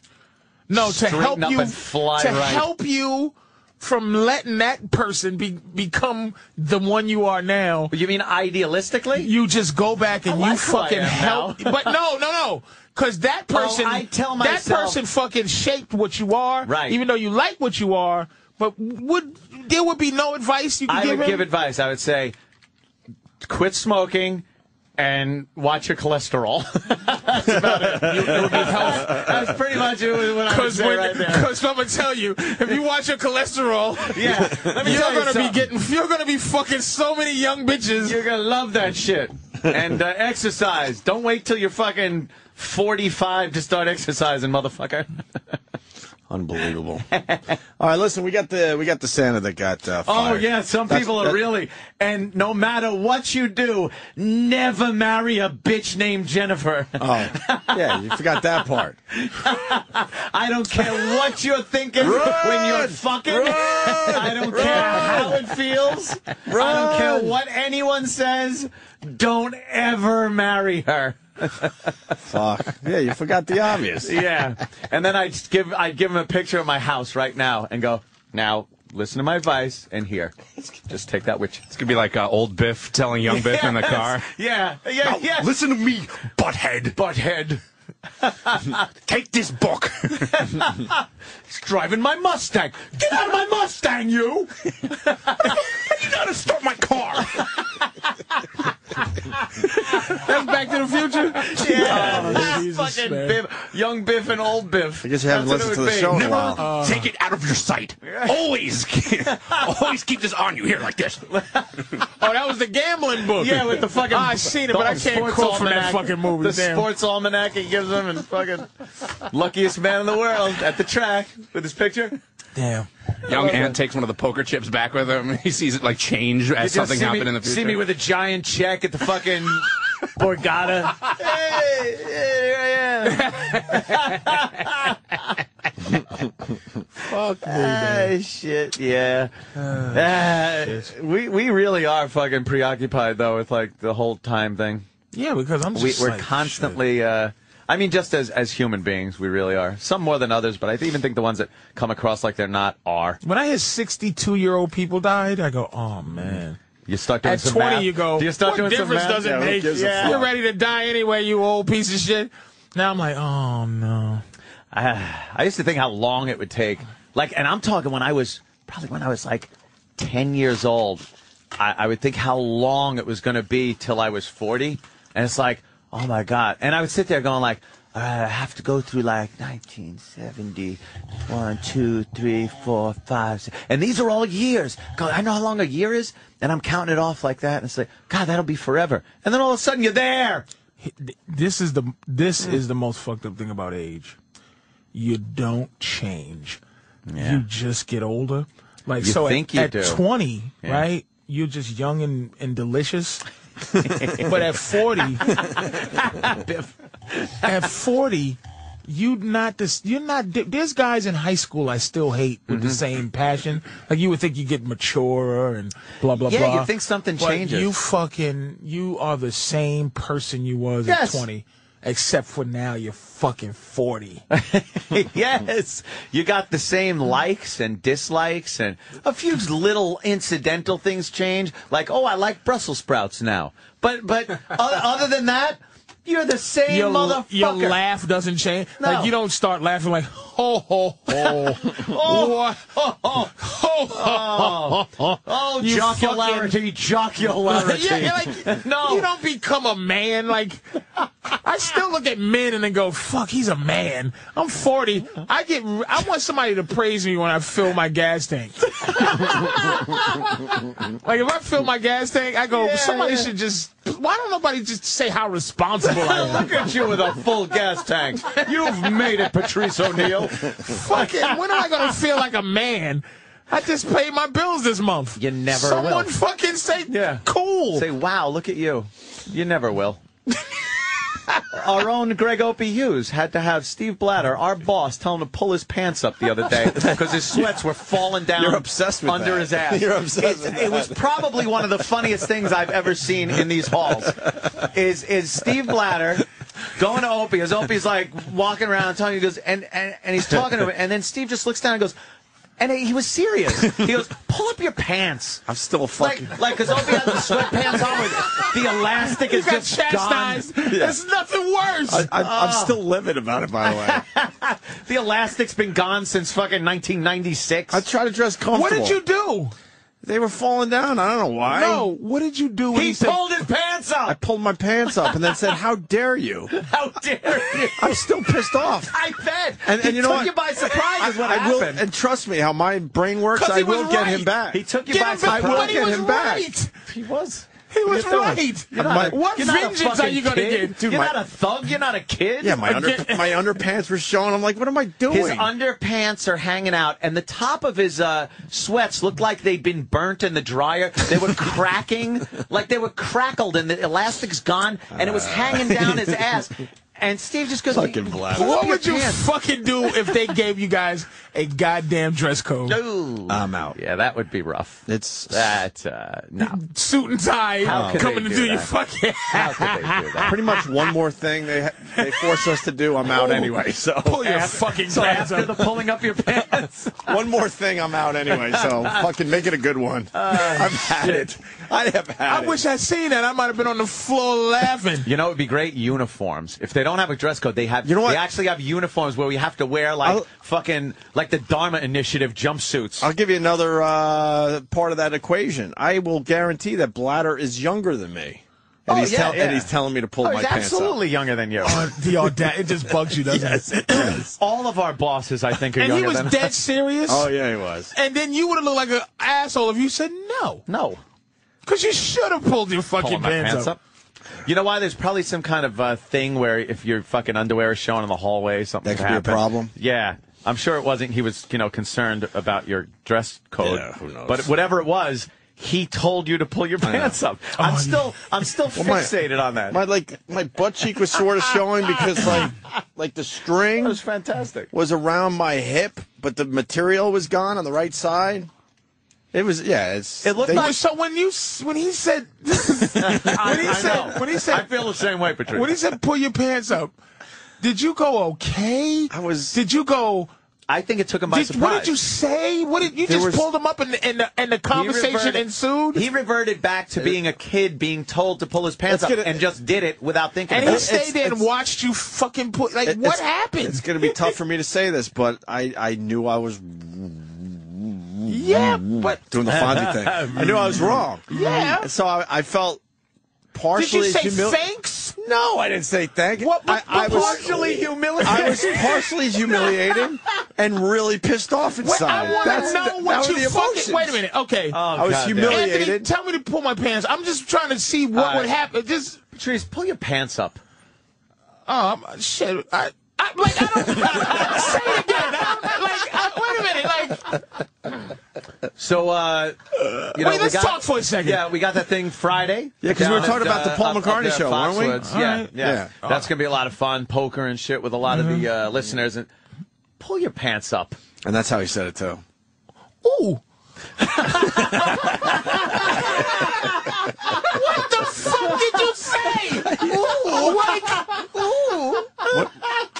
Speaker 2: No, to
Speaker 3: Straighten
Speaker 2: help
Speaker 3: up
Speaker 2: you
Speaker 3: and fly
Speaker 2: to
Speaker 3: right.
Speaker 2: help you from letting that person be, become the one you are now.
Speaker 3: You mean idealistically?
Speaker 2: You just go back and you
Speaker 3: like who Oh, I
Speaker 2: fucking
Speaker 3: am
Speaker 2: help.
Speaker 3: now.
Speaker 2: But no, no, no. Cause that person,
Speaker 3: I tell
Speaker 2: that
Speaker 3: myself-
Speaker 2: person fucking shaped what you are.
Speaker 3: Right.
Speaker 2: Even though you like what you are, but would there would be no advice you could
Speaker 3: I
Speaker 2: give
Speaker 3: would
Speaker 2: him?
Speaker 3: give advice. I would say, "Quit smoking." And watch your cholesterol.
Speaker 2: it would be helpful.
Speaker 3: That's pretty much it was what I would
Speaker 2: Because
Speaker 3: say right there.
Speaker 2: I'm gonna tell you, if you watch your cholesterol,
Speaker 3: Yeah, let me
Speaker 2: you're
Speaker 3: tell you
Speaker 2: gonna be
Speaker 3: something.
Speaker 2: getting, you're gonna be fucking so many young bitches.
Speaker 3: You're gonna love that shit. And uh, exercise. Don't wait till you're fucking 45 to start exercising, motherfucker.
Speaker 1: Unbelievable. All right, listen, we got the we got the Santa that got uh,
Speaker 3: Oh
Speaker 1: fired.
Speaker 3: yeah, some
Speaker 1: That's-
Speaker 3: people are
Speaker 1: that-
Speaker 3: really. And no matter what you do, never marry a bitch named Jennifer.
Speaker 1: Oh, yeah, you forgot that part.
Speaker 3: I don't care what you're thinking when you're fucking. I don't care how it feels. I don't care what anyone says. Don't ever marry her.
Speaker 1: Fuck. Yeah, you forgot the obvious.
Speaker 3: Yeah. And then I'd give I'd give him a picture of my house right now and go, now listen to my advice and here. Just take that which
Speaker 9: It's gonna be like uh, old Biff telling young Biff in the car.
Speaker 3: Yeah, yeah, yeah.
Speaker 9: Listen to me, butthead.
Speaker 3: Butthead.
Speaker 9: Take this book.
Speaker 3: He's driving my Mustang. Get out of my Mustang, you! you gotta stop my car. That's Back to the Future. Yeah,
Speaker 2: Oh,
Speaker 3: fucking Biff, young Biff and old Biff.
Speaker 1: Oh, I guess you haven't
Speaker 3: That's what
Speaker 1: listened to
Speaker 3: it
Speaker 1: the show
Speaker 3: would
Speaker 1: in
Speaker 3: be.
Speaker 1: a while.
Speaker 9: Take it out of your sight. Always, always keep this on you here like this.
Speaker 2: Oh, that was the gambling book.
Speaker 3: Yeah, with the fucking.
Speaker 2: I seen it, but I
Speaker 3: the
Speaker 2: can't
Speaker 3: sports
Speaker 2: quote from that
Speaker 3: almanac.
Speaker 2: fucking movie.
Speaker 3: The
Speaker 2: damn.
Speaker 3: sports almanac he gives him, and fucking luckiest man in the world at the track with his picture.
Speaker 2: Damn.
Speaker 9: Young Ant takes one of the poker chips back with him. He sees it like change as
Speaker 3: You just
Speaker 9: something
Speaker 3: see
Speaker 9: happened
Speaker 3: me-
Speaker 9: in the future.
Speaker 3: See me with a giant check at the fucking Borgata. hey, hey, here
Speaker 2: Fuck Uh,
Speaker 3: I am. ah, shit, yeah. Ah, we we really are fucking preoccupied though with like the whole time thing.
Speaker 2: Yeah, because I'm
Speaker 3: we,
Speaker 2: just
Speaker 3: we're
Speaker 2: like,
Speaker 3: constantly. Uh, I mean, just as as human beings, we really are. Some more than others, but I even think the ones that come across like they're not are.
Speaker 2: When I hear 62 year old people died, I go, oh man.
Speaker 3: You start doing
Speaker 2: At
Speaker 3: some
Speaker 2: 20,
Speaker 3: math.
Speaker 2: you go,
Speaker 3: Do you start
Speaker 2: what
Speaker 3: doing some
Speaker 2: difference
Speaker 3: math?
Speaker 2: does it
Speaker 3: Yeah, who
Speaker 2: make?
Speaker 3: gives a fuck?
Speaker 2: You're ready to die anyway, you old piece of shit. Now I'm like, oh no.
Speaker 3: I, I used to think how long it would take. Like, and I'm talking when I was probably when I was like 10 years old. I, I would think how long it was going to be till I was 40, and it's like, oh my god. And I would sit there going like, all right, I have to go through like 1970, one, two, three, four, five, six. and these are all years. God, I know how long a year is, and I'm counting it off like that, and it's like, God, that'll be forever. And then all of a sudden, you're there.
Speaker 2: This is the this
Speaker 3: Mm.
Speaker 2: is the most fucked up thing about age. You don't change.
Speaker 3: Yeah.
Speaker 2: You just get older. Like
Speaker 3: You
Speaker 2: so at,
Speaker 3: think you
Speaker 2: at
Speaker 3: do.
Speaker 2: 20,
Speaker 3: Yeah.
Speaker 2: right? You're just young and, and delicious. but at 40, at 40 you not this you're not di- there's guys in high school i still hate with
Speaker 3: Mm-hmm.
Speaker 2: the same passion like you would think you get maturer and blah blah
Speaker 3: Yeah,
Speaker 2: blah
Speaker 3: you think something
Speaker 2: But
Speaker 3: changes.
Speaker 2: you fucking you are the same person you was
Speaker 3: Yes.
Speaker 2: at 20 except for now you're fucking 40
Speaker 3: yes, you got the same likes and dislikes, and a few little incidental things change. Like, oh, I like Brussels sprouts now, but but o- other than that, you're the same
Speaker 2: your,
Speaker 3: motherfucker.
Speaker 2: your laugh doesn't change
Speaker 3: No.
Speaker 2: like you don't start laughing like ho ho ho
Speaker 3: Oh,
Speaker 2: ho ho ho ho ho
Speaker 3: Oh,
Speaker 2: You
Speaker 3: jocularity, jocularity.
Speaker 2: yeah, like, no. You don't become a man. Like, I still look at men and then go, fuck, he's a man. I'm 40. I get, I want somebody to praise me when I fill my gas tank. like, if I fill my gas tank, I go,
Speaker 3: Yeah,
Speaker 2: somebody
Speaker 3: yeah.
Speaker 2: should just, why don't nobody just say how responsible I am?
Speaker 3: Look at you with a full gas tank. You've made it, Patrice O'Neill.
Speaker 2: Fucking, when am I going to feel like a man? I just paid my bills this month.
Speaker 3: You never will.
Speaker 2: Someone fucking say,
Speaker 3: Yeah.
Speaker 2: cool.
Speaker 3: Say, wow, look at you. You never will. our own Greg Opie Hughes had to have Steve Blatter, our boss, tell him to pull his pants up the other day because his sweats were falling down
Speaker 1: You're obsessed with
Speaker 3: under
Speaker 1: that.
Speaker 3: his ass.
Speaker 1: You're obsessed
Speaker 3: It,
Speaker 1: with
Speaker 3: it was
Speaker 1: that.
Speaker 3: probably one of the funniest things I've ever seen in these halls. Is is Steve Blatter going to Opie? As Opie's like walking around, telling you, he goes, and, and and he's talking to him, and then Steve just looks down and goes. And he was serious. He goes, "Pull up your pants."
Speaker 1: I'm still fucking.
Speaker 3: Like, like, cause Opie has the sweatpants on with the elastic
Speaker 2: You
Speaker 3: is
Speaker 2: got
Speaker 3: just
Speaker 2: chastised.
Speaker 3: gone.
Speaker 2: There's nothing worse.
Speaker 1: I, I, I'm
Speaker 3: uh,
Speaker 1: still livid about it, by the way.
Speaker 3: The elastic's been gone since fucking 1996.
Speaker 1: I try to dress comfortable.
Speaker 2: What did you do?
Speaker 1: They were falling down. I don't know why.
Speaker 2: No, what did you do when
Speaker 3: he
Speaker 2: you said,
Speaker 3: pulled his pants
Speaker 1: I
Speaker 3: up.
Speaker 1: pulled my pants up and then said, "How dare you?"
Speaker 3: How dare you?
Speaker 1: I'm still pissed off.
Speaker 3: I bet.
Speaker 1: And,
Speaker 3: he
Speaker 1: and you know
Speaker 3: took
Speaker 1: what?
Speaker 3: you by surprise. is what
Speaker 1: I, I will,
Speaker 3: happened.
Speaker 1: and trust me, how my brain works,
Speaker 2: 'Cause he
Speaker 1: I will
Speaker 2: was
Speaker 1: get
Speaker 2: right.
Speaker 1: him back.
Speaker 3: he took you
Speaker 2: Get
Speaker 3: by
Speaker 2: him back
Speaker 3: surprise.
Speaker 1: I will
Speaker 2: when he
Speaker 1: get
Speaker 2: was
Speaker 1: him back.
Speaker 2: right?
Speaker 3: He was.
Speaker 2: He was
Speaker 1: You're doing-
Speaker 2: right.
Speaker 1: you're not a-
Speaker 2: what
Speaker 1: you're not a
Speaker 2: vengeance are you going to
Speaker 3: kid.
Speaker 2: get?
Speaker 1: Dude,
Speaker 3: you're
Speaker 1: my-
Speaker 3: not a thug. You're not a kid.
Speaker 1: Yeah, my under,
Speaker 2: Again-
Speaker 1: my underpants were showing. I'm like, what am I doing?
Speaker 3: His underpants are hanging out, and the top of his uh, sweats looked like they'd been burnt in the dryer. They were cracking, like they were crackled, and the elastic's gone, and it was hanging down his ass. And Steve just goes,
Speaker 1: Fucking
Speaker 3: "Pull
Speaker 1: Vlad.
Speaker 3: up
Speaker 2: What
Speaker 3: your
Speaker 2: would you
Speaker 3: pants."
Speaker 2: fucking do if they gave you guys a goddamn dress code?
Speaker 3: Ooh.
Speaker 1: I'm out.
Speaker 3: Yeah, that would be rough.
Speaker 1: It's-
Speaker 3: that. Uh, no,
Speaker 2: Suit and tie
Speaker 3: How could
Speaker 2: coming
Speaker 3: they
Speaker 2: to
Speaker 3: do
Speaker 2: do your
Speaker 3: that?
Speaker 2: fucking.
Speaker 3: how could they do that?
Speaker 1: pretty much one more thing they ha- they force us to do. I'm out anyway. So
Speaker 2: Pull your fucking
Speaker 3: So
Speaker 2: pants
Speaker 3: after the
Speaker 2: up.
Speaker 3: pulling up your pants,
Speaker 1: one more thing, I'm out anyway. So fucking make it a good one. I've had it. I have had
Speaker 2: Uh, I
Speaker 1: it.
Speaker 2: wish I'd seen that. I might have been on the floor laughing.
Speaker 3: you know it'd be great uniforms if they don't have a dress code. They have. You know what? They actually have uniforms where we have to wear like fucking like the Dharma Initiative jumpsuits.
Speaker 1: I'll give you another uh, part of that equation. I will guarantee that Bladder is younger than me. And,
Speaker 3: Oh,
Speaker 1: he's,
Speaker 3: yeah,
Speaker 1: tell-
Speaker 3: yeah.
Speaker 1: and he's telling me to pull
Speaker 3: Oh,
Speaker 1: my
Speaker 3: he's
Speaker 1: pants up. Oh,
Speaker 3: absolutely younger than you.
Speaker 2: the audacity. It just bugs you, doesn't it?
Speaker 3: All of our bosses, I think, are
Speaker 2: And he
Speaker 3: younger
Speaker 2: was
Speaker 3: than
Speaker 2: dead
Speaker 3: us.
Speaker 2: serious? Oh, yeah,
Speaker 1: he was.
Speaker 2: And then you would have looked like an asshole if you said no.
Speaker 3: No.
Speaker 2: Because you should have pulled your fucking
Speaker 3: Pulling my
Speaker 2: pants, up.
Speaker 3: You know why? There's probably some kind of uh, thing where if your fucking underwear is shown in the hallway, something
Speaker 1: That could be a problem.
Speaker 3: Yeah, I'm sure it wasn't. He was, you know, concerned about your dress code.
Speaker 1: Yeah, who knows?
Speaker 3: But whatever it was, he told you to pull your
Speaker 1: I know.
Speaker 3: pants up. I'm still, I'm still
Speaker 1: Well, my-
Speaker 3: fixated on that.
Speaker 1: My like my butt cheek was sort of showing because like like the string was
Speaker 3: fantastic.
Speaker 1: Was around my hip, but the material was gone on the right side. It was yeah. It's it
Speaker 2: Looked like- so when you s- when he said when he said when he said
Speaker 3: I feel the same way, Patricia.
Speaker 2: when he said pull your pants up, did you go okay? I was. Did you go?
Speaker 3: I think it took him by
Speaker 2: did, What did
Speaker 3: surprise.
Speaker 2: you say? What did you
Speaker 3: There
Speaker 2: just
Speaker 3: was-
Speaker 2: pulled him up and and the, and the conversation
Speaker 3: reverted-
Speaker 2: ensued?
Speaker 3: He reverted back to being a kid being told to pull his pants
Speaker 2: Let's
Speaker 3: up
Speaker 2: get it-
Speaker 3: and just did it without thinking.
Speaker 2: and
Speaker 3: about
Speaker 2: he
Speaker 3: it.
Speaker 2: stayed there and watched you fucking put. Like
Speaker 1: It-
Speaker 2: what
Speaker 1: it's-
Speaker 2: happened?
Speaker 1: It's gonna be tough for me to say this, but I I knew I was
Speaker 2: Yeah, but
Speaker 1: doing the Fonzie thing. I knew I was wrong.
Speaker 2: Yeah.
Speaker 1: So I, I felt partially
Speaker 2: Did you say
Speaker 1: humili-
Speaker 2: thanks?
Speaker 1: No, I didn't say thank you.
Speaker 2: What-
Speaker 1: I,
Speaker 2: but-
Speaker 1: I
Speaker 2: but
Speaker 1: was
Speaker 2: partially humiliated.
Speaker 1: I was partially humiliated and really pissed off
Speaker 2: Wait,
Speaker 1: inside.
Speaker 2: I want
Speaker 1: That's
Speaker 2: to
Speaker 1: that
Speaker 2: know
Speaker 1: were
Speaker 2: what
Speaker 1: the
Speaker 2: you
Speaker 1: emotions. Oh,
Speaker 2: fucking. Wait a minute. Okay.
Speaker 1: I was
Speaker 3: God damn.
Speaker 1: humiliated.
Speaker 2: Anthony, tell me to pull my pants. I'm just trying to see what
Speaker 3: All
Speaker 2: would
Speaker 3: right.
Speaker 2: happen. Just
Speaker 3: Patrice, pull your pants up.
Speaker 2: um, shit. I, I like I don't say it again. I don't, like I, wait a minute. Like
Speaker 3: So, uh, you know,
Speaker 2: Wait,
Speaker 3: we
Speaker 2: let's
Speaker 3: got-
Speaker 2: talk for a second.
Speaker 3: Yeah, we got that thing Friday.
Speaker 1: Yeah, 'cause we were
Speaker 3: Down
Speaker 1: talking about the Paul
Speaker 3: up-
Speaker 1: McCartney
Speaker 3: up there at
Speaker 1: show, weren't we?
Speaker 3: Foxwoods.
Speaker 1: All
Speaker 3: Yeah,
Speaker 1: right.
Speaker 3: yeah,
Speaker 1: Yeah.
Speaker 3: That's gonna be a lot of fun, poker and shit with a lot of the uh, listeners. And pull your pants up.
Speaker 1: And that's how he said it too.
Speaker 2: Ooh. what the fuck did you say? Ooh, like, ooh.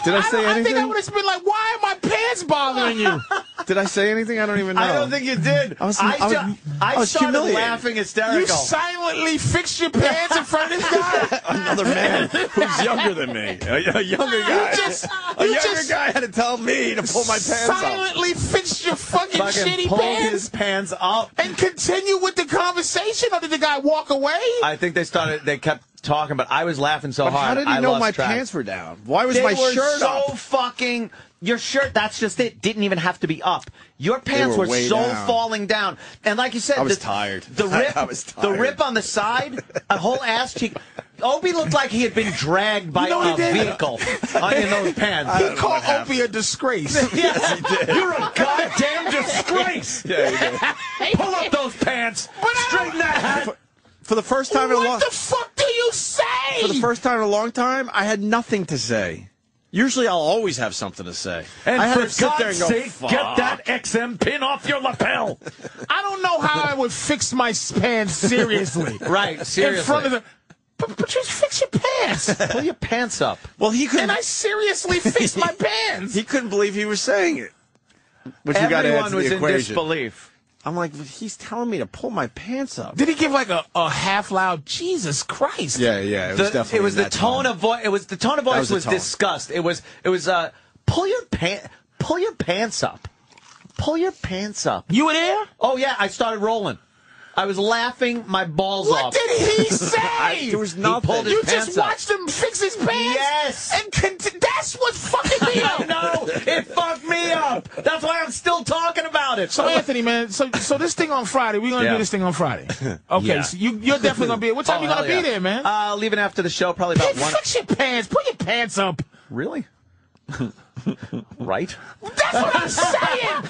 Speaker 1: Did I say
Speaker 2: I, I
Speaker 1: anything?
Speaker 2: think I would have been like, why are my pants bothering you?
Speaker 1: Did I say anything? I don't even know.
Speaker 3: I don't think you did.
Speaker 1: I was-
Speaker 3: I,
Speaker 1: I was-
Speaker 3: ju- I
Speaker 1: I was
Speaker 3: started
Speaker 1: humiliated.
Speaker 3: laughing
Speaker 2: You
Speaker 3: hysterical.
Speaker 2: silently fixed your pants in front of this guy?
Speaker 1: Another man who's younger than me, a, a younger guy,
Speaker 2: just-
Speaker 1: a
Speaker 2: you
Speaker 1: younger
Speaker 2: just-
Speaker 1: guy had to tell me to pull my pants up.
Speaker 2: silently fixed your fucking,
Speaker 3: Fucking
Speaker 2: shitty
Speaker 3: pulled
Speaker 2: pants
Speaker 3: his pants up.
Speaker 2: and continue with the conversation, or did the guy walk away?
Speaker 3: I think they started. They kept talking, but I was laughing so
Speaker 1: But
Speaker 3: hard.
Speaker 1: how did he
Speaker 3: I
Speaker 1: know
Speaker 3: lost
Speaker 1: my
Speaker 3: track.
Speaker 1: pants were down? Why was
Speaker 3: they
Speaker 1: my
Speaker 3: were
Speaker 1: shirt
Speaker 3: so
Speaker 1: up?
Speaker 3: fucking your shirt that's just it didn't even have to be up your pants
Speaker 1: were
Speaker 3: were,
Speaker 1: way
Speaker 3: so
Speaker 1: down.
Speaker 3: falling down and like you said
Speaker 1: I was
Speaker 3: the,
Speaker 1: tired.
Speaker 3: the rip
Speaker 1: I was
Speaker 3: the
Speaker 1: tired.
Speaker 3: rip on the side a whole ass cheek obi looked like he had been dragged by
Speaker 2: You know he
Speaker 3: a
Speaker 2: did.
Speaker 3: vehicle on- in those pants
Speaker 2: he called Opie a disgrace.
Speaker 3: you're a goddamn disgrace
Speaker 1: Yeah, you did.
Speaker 3: pull up those pants
Speaker 2: But I
Speaker 3: straighten that hat
Speaker 1: For the first time in a long
Speaker 2: what the fuck do you say?
Speaker 1: for the first time in a long time, I had nothing to say. Usually, I'll always have something to say.
Speaker 3: and
Speaker 1: I had
Speaker 3: for
Speaker 1: to sit there and
Speaker 3: God's
Speaker 1: go,
Speaker 3: sake,
Speaker 1: "Fuck."
Speaker 3: get that XM pin off your lapel.
Speaker 2: I don't know how I would fix my pants seriously.
Speaker 3: right, seriously.
Speaker 2: In front of the. But, but just fix your pants.
Speaker 3: Pull your pants up.
Speaker 1: Well, he couldn't.
Speaker 2: and I seriously fixed my pants.
Speaker 1: he couldn't believe he was saying it. Which you got to add
Speaker 3: Everyone
Speaker 1: to
Speaker 3: was
Speaker 1: the
Speaker 3: in
Speaker 1: equation.
Speaker 3: disbelief.
Speaker 1: I'm like, he's telling me to pull my pants up.
Speaker 2: Did he give like a, a half loud Jesus Christ?
Speaker 1: Yeah, yeah, it was
Speaker 3: The-
Speaker 1: definitely.
Speaker 3: it was
Speaker 1: in
Speaker 3: the
Speaker 1: that
Speaker 3: tone of voice. It was the tone of voice
Speaker 1: was
Speaker 3: was,
Speaker 1: the tone.
Speaker 3: disgust. It was it was uh pull your pant pull your pants up, pull your pants up.
Speaker 2: You were there?
Speaker 3: Oh yeah, I started rolling. I was laughing my balls
Speaker 2: What
Speaker 3: off.
Speaker 2: did he say?
Speaker 3: there was He nothing. pulled his
Speaker 2: you
Speaker 3: pants
Speaker 2: just
Speaker 3: up.
Speaker 2: watched him fix his pants.
Speaker 3: Yes.
Speaker 2: And cont- that's what fucking me up.
Speaker 3: no, it fucked me up. That's why I'm still talking about it.
Speaker 2: So Anthony, man, so so this thing on Friday, we're gonna
Speaker 3: Yeah.
Speaker 2: do this thing on Friday. Okay,
Speaker 3: Yeah.
Speaker 2: so you you're definitely gonna be. What time
Speaker 3: Oh,
Speaker 2: you gonna
Speaker 3: hell yeah.
Speaker 2: be there, man?
Speaker 3: Uh, leaving after the show, probably about one.
Speaker 2: Fix your pants. Put your pants up.
Speaker 3: Really? right?
Speaker 2: That's what I'm saying.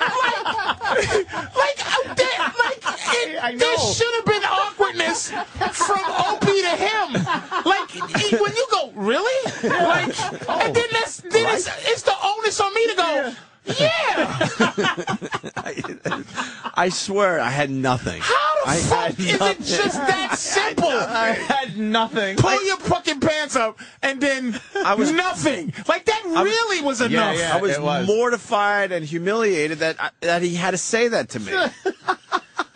Speaker 2: like, like, uh, there, like it,
Speaker 3: I know.
Speaker 2: there should have been awkwardness from Opie to him. Like, he- when you go, really? Like, and then that's then it's, it's the onus on me to go. Yeah.
Speaker 1: I swear, I had nothing.
Speaker 2: How the
Speaker 1: I
Speaker 2: fuck
Speaker 1: had
Speaker 2: is it
Speaker 1: nothing.
Speaker 2: just that simple?
Speaker 3: I had nothing.
Speaker 2: Pull your fucking pants up, and then I was nothing. Like that really was enough.
Speaker 3: yeah.
Speaker 1: I was,
Speaker 3: It was.
Speaker 1: mortified and humiliated that I, that he had to say that to me.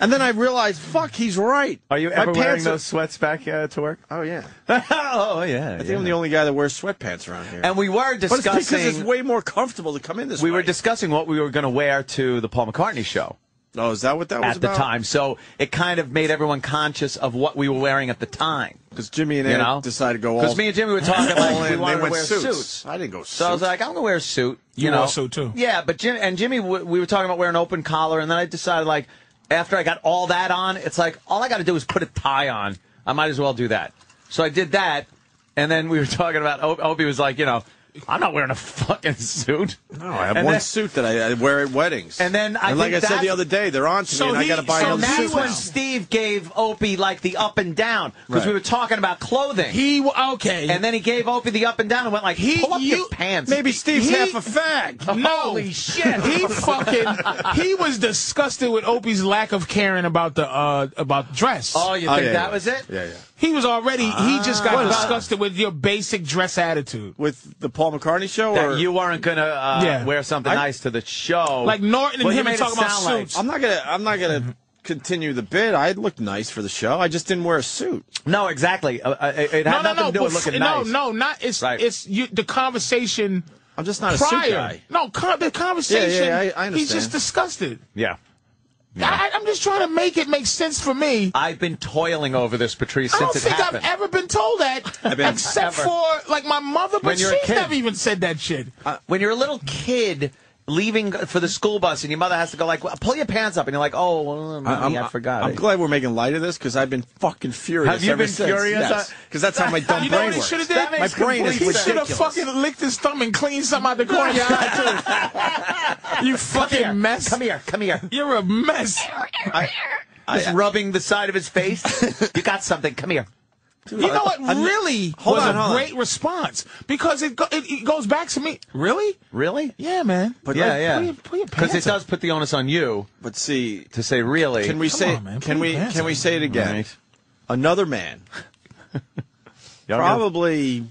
Speaker 1: And then I realized, fuck, he's right.
Speaker 3: Are you ever
Speaker 1: My
Speaker 3: wearing
Speaker 1: pants
Speaker 3: those sweats back uh, to work?
Speaker 1: Oh yeah.
Speaker 3: oh yeah.
Speaker 1: I think I'm the only guy that wears sweatpants around here.
Speaker 3: And we were
Speaker 1: But it's because it's
Speaker 3: discussing-
Speaker 1: way more comfortable to come in this
Speaker 3: we
Speaker 1: way.
Speaker 3: were discussing what we were going to wear to the Paul McCartney show.
Speaker 1: Oh, is that what that was
Speaker 3: at the
Speaker 1: about?
Speaker 3: time? So it kind of made everyone conscious of what we were wearing at the time.
Speaker 1: Because Jimmy and
Speaker 3: you
Speaker 1: Ann
Speaker 3: know?
Speaker 1: decided to go all.
Speaker 3: Because me and Jimmy were talking
Speaker 1: all
Speaker 3: like we
Speaker 1: in.
Speaker 3: wanted
Speaker 1: they
Speaker 3: to
Speaker 1: went
Speaker 3: wear
Speaker 1: suits.
Speaker 3: suits.
Speaker 1: I didn't go. Suits.
Speaker 3: So I was like, I'm gonna wear a suit. You,
Speaker 2: You
Speaker 3: know,
Speaker 2: wore a suit, too.
Speaker 3: Yeah, but Jim and Jimmy, w- we were talking about wearing open collar, and then I decided like after I got all that on, it's like all I got to do is put a tie on. I might as well do that. So I did that, and then we were talking about Ob- Obie was like, you know, I'm not wearing a fucking suit.
Speaker 1: No, Oh, I have
Speaker 3: And
Speaker 1: one
Speaker 3: then-
Speaker 1: suit that I, I wear at weddings.
Speaker 3: And then I
Speaker 1: and like
Speaker 3: think
Speaker 1: I said the
Speaker 3: that's-
Speaker 1: other day, they're on to me, and I got to buy
Speaker 3: so
Speaker 1: another
Speaker 3: that's
Speaker 1: suit
Speaker 3: when
Speaker 1: now.
Speaker 3: Steve gave Opie like the up and down because
Speaker 1: Right.
Speaker 3: we were talking about clothing.
Speaker 2: He okay,
Speaker 3: and then he gave Opie the up and down and went like,
Speaker 2: He-
Speaker 3: pull up
Speaker 2: you-
Speaker 3: your pants.
Speaker 2: maybe Steve's
Speaker 3: He-
Speaker 2: half a fag. No.
Speaker 3: Holy shit.
Speaker 2: He fucking he was disgusted with Opie's lack of caring about the uh about dress.
Speaker 3: Oh, Ah. you
Speaker 1: Oh,
Speaker 3: think
Speaker 1: yeah,
Speaker 3: that
Speaker 1: yeah.
Speaker 3: was it?
Speaker 1: Yeah, yeah.
Speaker 2: He was already he just got
Speaker 1: What about-
Speaker 2: disgusted with your basic dress attitude.
Speaker 1: With the Paul McCartney show, or
Speaker 3: That you weren't gonna uh,
Speaker 2: Yeah.
Speaker 3: wear something
Speaker 1: I-
Speaker 3: nice to the show,
Speaker 2: Like Norton and
Speaker 3: Well, you
Speaker 2: him are
Speaker 3: made it
Speaker 2: talking about
Speaker 3: sound like-
Speaker 2: suits.
Speaker 1: I'm not gonna. I'm not gonna continue the bid. I looked nice for the show. I just didn't wear a suit.
Speaker 3: No, exactly. Uh, uh, it it had nothing to do with
Speaker 2: bef-
Speaker 3: looking
Speaker 2: no,
Speaker 3: nice.
Speaker 2: no, not it's
Speaker 3: Right.
Speaker 2: it's you, the conversation.
Speaker 1: I'm just not a suit
Speaker 2: prior.
Speaker 1: guy.
Speaker 2: No, con- the conversation.
Speaker 1: Yeah, yeah, I- I
Speaker 2: he's
Speaker 1: understand.
Speaker 2: just disgusted.
Speaker 3: Yeah.
Speaker 2: I, I'm just trying to make it make sense for me.
Speaker 3: I've been toiling over this, Patrice,
Speaker 2: I don't
Speaker 3: since it
Speaker 2: think
Speaker 3: happened.
Speaker 2: I've ever been told that,
Speaker 3: I've been-
Speaker 2: except
Speaker 3: Ever.
Speaker 2: for like my mother. But
Speaker 3: When you're a
Speaker 2: she's
Speaker 3: kid.
Speaker 2: never even said that shit.
Speaker 3: Uh, when you're a little kid leaving for the school bus and your mother has to go like, well, pull your pants up, and you're like, oh, well, mommy, I, forgot.
Speaker 1: I'm glad we're making light of this because I've been fucking furious. Uh,
Speaker 3: Have you
Speaker 1: ever
Speaker 3: been
Speaker 1: since.
Speaker 3: furious?
Speaker 1: Yes, because that's how my dumb
Speaker 2: you know
Speaker 1: brain
Speaker 2: what he
Speaker 1: works.
Speaker 2: should have
Speaker 3: That
Speaker 2: did?
Speaker 1: my
Speaker 3: makes
Speaker 1: brain is
Speaker 2: He should have
Speaker 1: ridiculous.
Speaker 2: fucking licked his thumb and cleaned something out the corner of your eye, too. You fucking
Speaker 3: here.
Speaker 2: mess.
Speaker 3: Come here, come here.
Speaker 2: You're a mess.
Speaker 3: Just rubbing the side of his face. you got something. Come here.
Speaker 2: You know what?
Speaker 1: I'm-
Speaker 2: Really
Speaker 1: Hold
Speaker 2: was
Speaker 1: on,
Speaker 2: a
Speaker 1: hold on.
Speaker 2: great response because it, go, it it goes back to me. Really?
Speaker 3: Really?
Speaker 2: Yeah, man.
Speaker 1: But
Speaker 3: yeah,
Speaker 2: like,
Speaker 3: yeah.
Speaker 2: put your- put your
Speaker 3: Because it
Speaker 2: pants up.
Speaker 3: does put the onus on you
Speaker 1: But see,
Speaker 3: to say really.
Speaker 1: can we
Speaker 2: Come
Speaker 1: say?
Speaker 2: on, man,
Speaker 1: can
Speaker 2: put
Speaker 1: we?
Speaker 2: your pants
Speaker 1: Can we
Speaker 2: on.
Speaker 1: say it again?
Speaker 3: Right.
Speaker 1: Another man,
Speaker 3: Younger-
Speaker 1: probably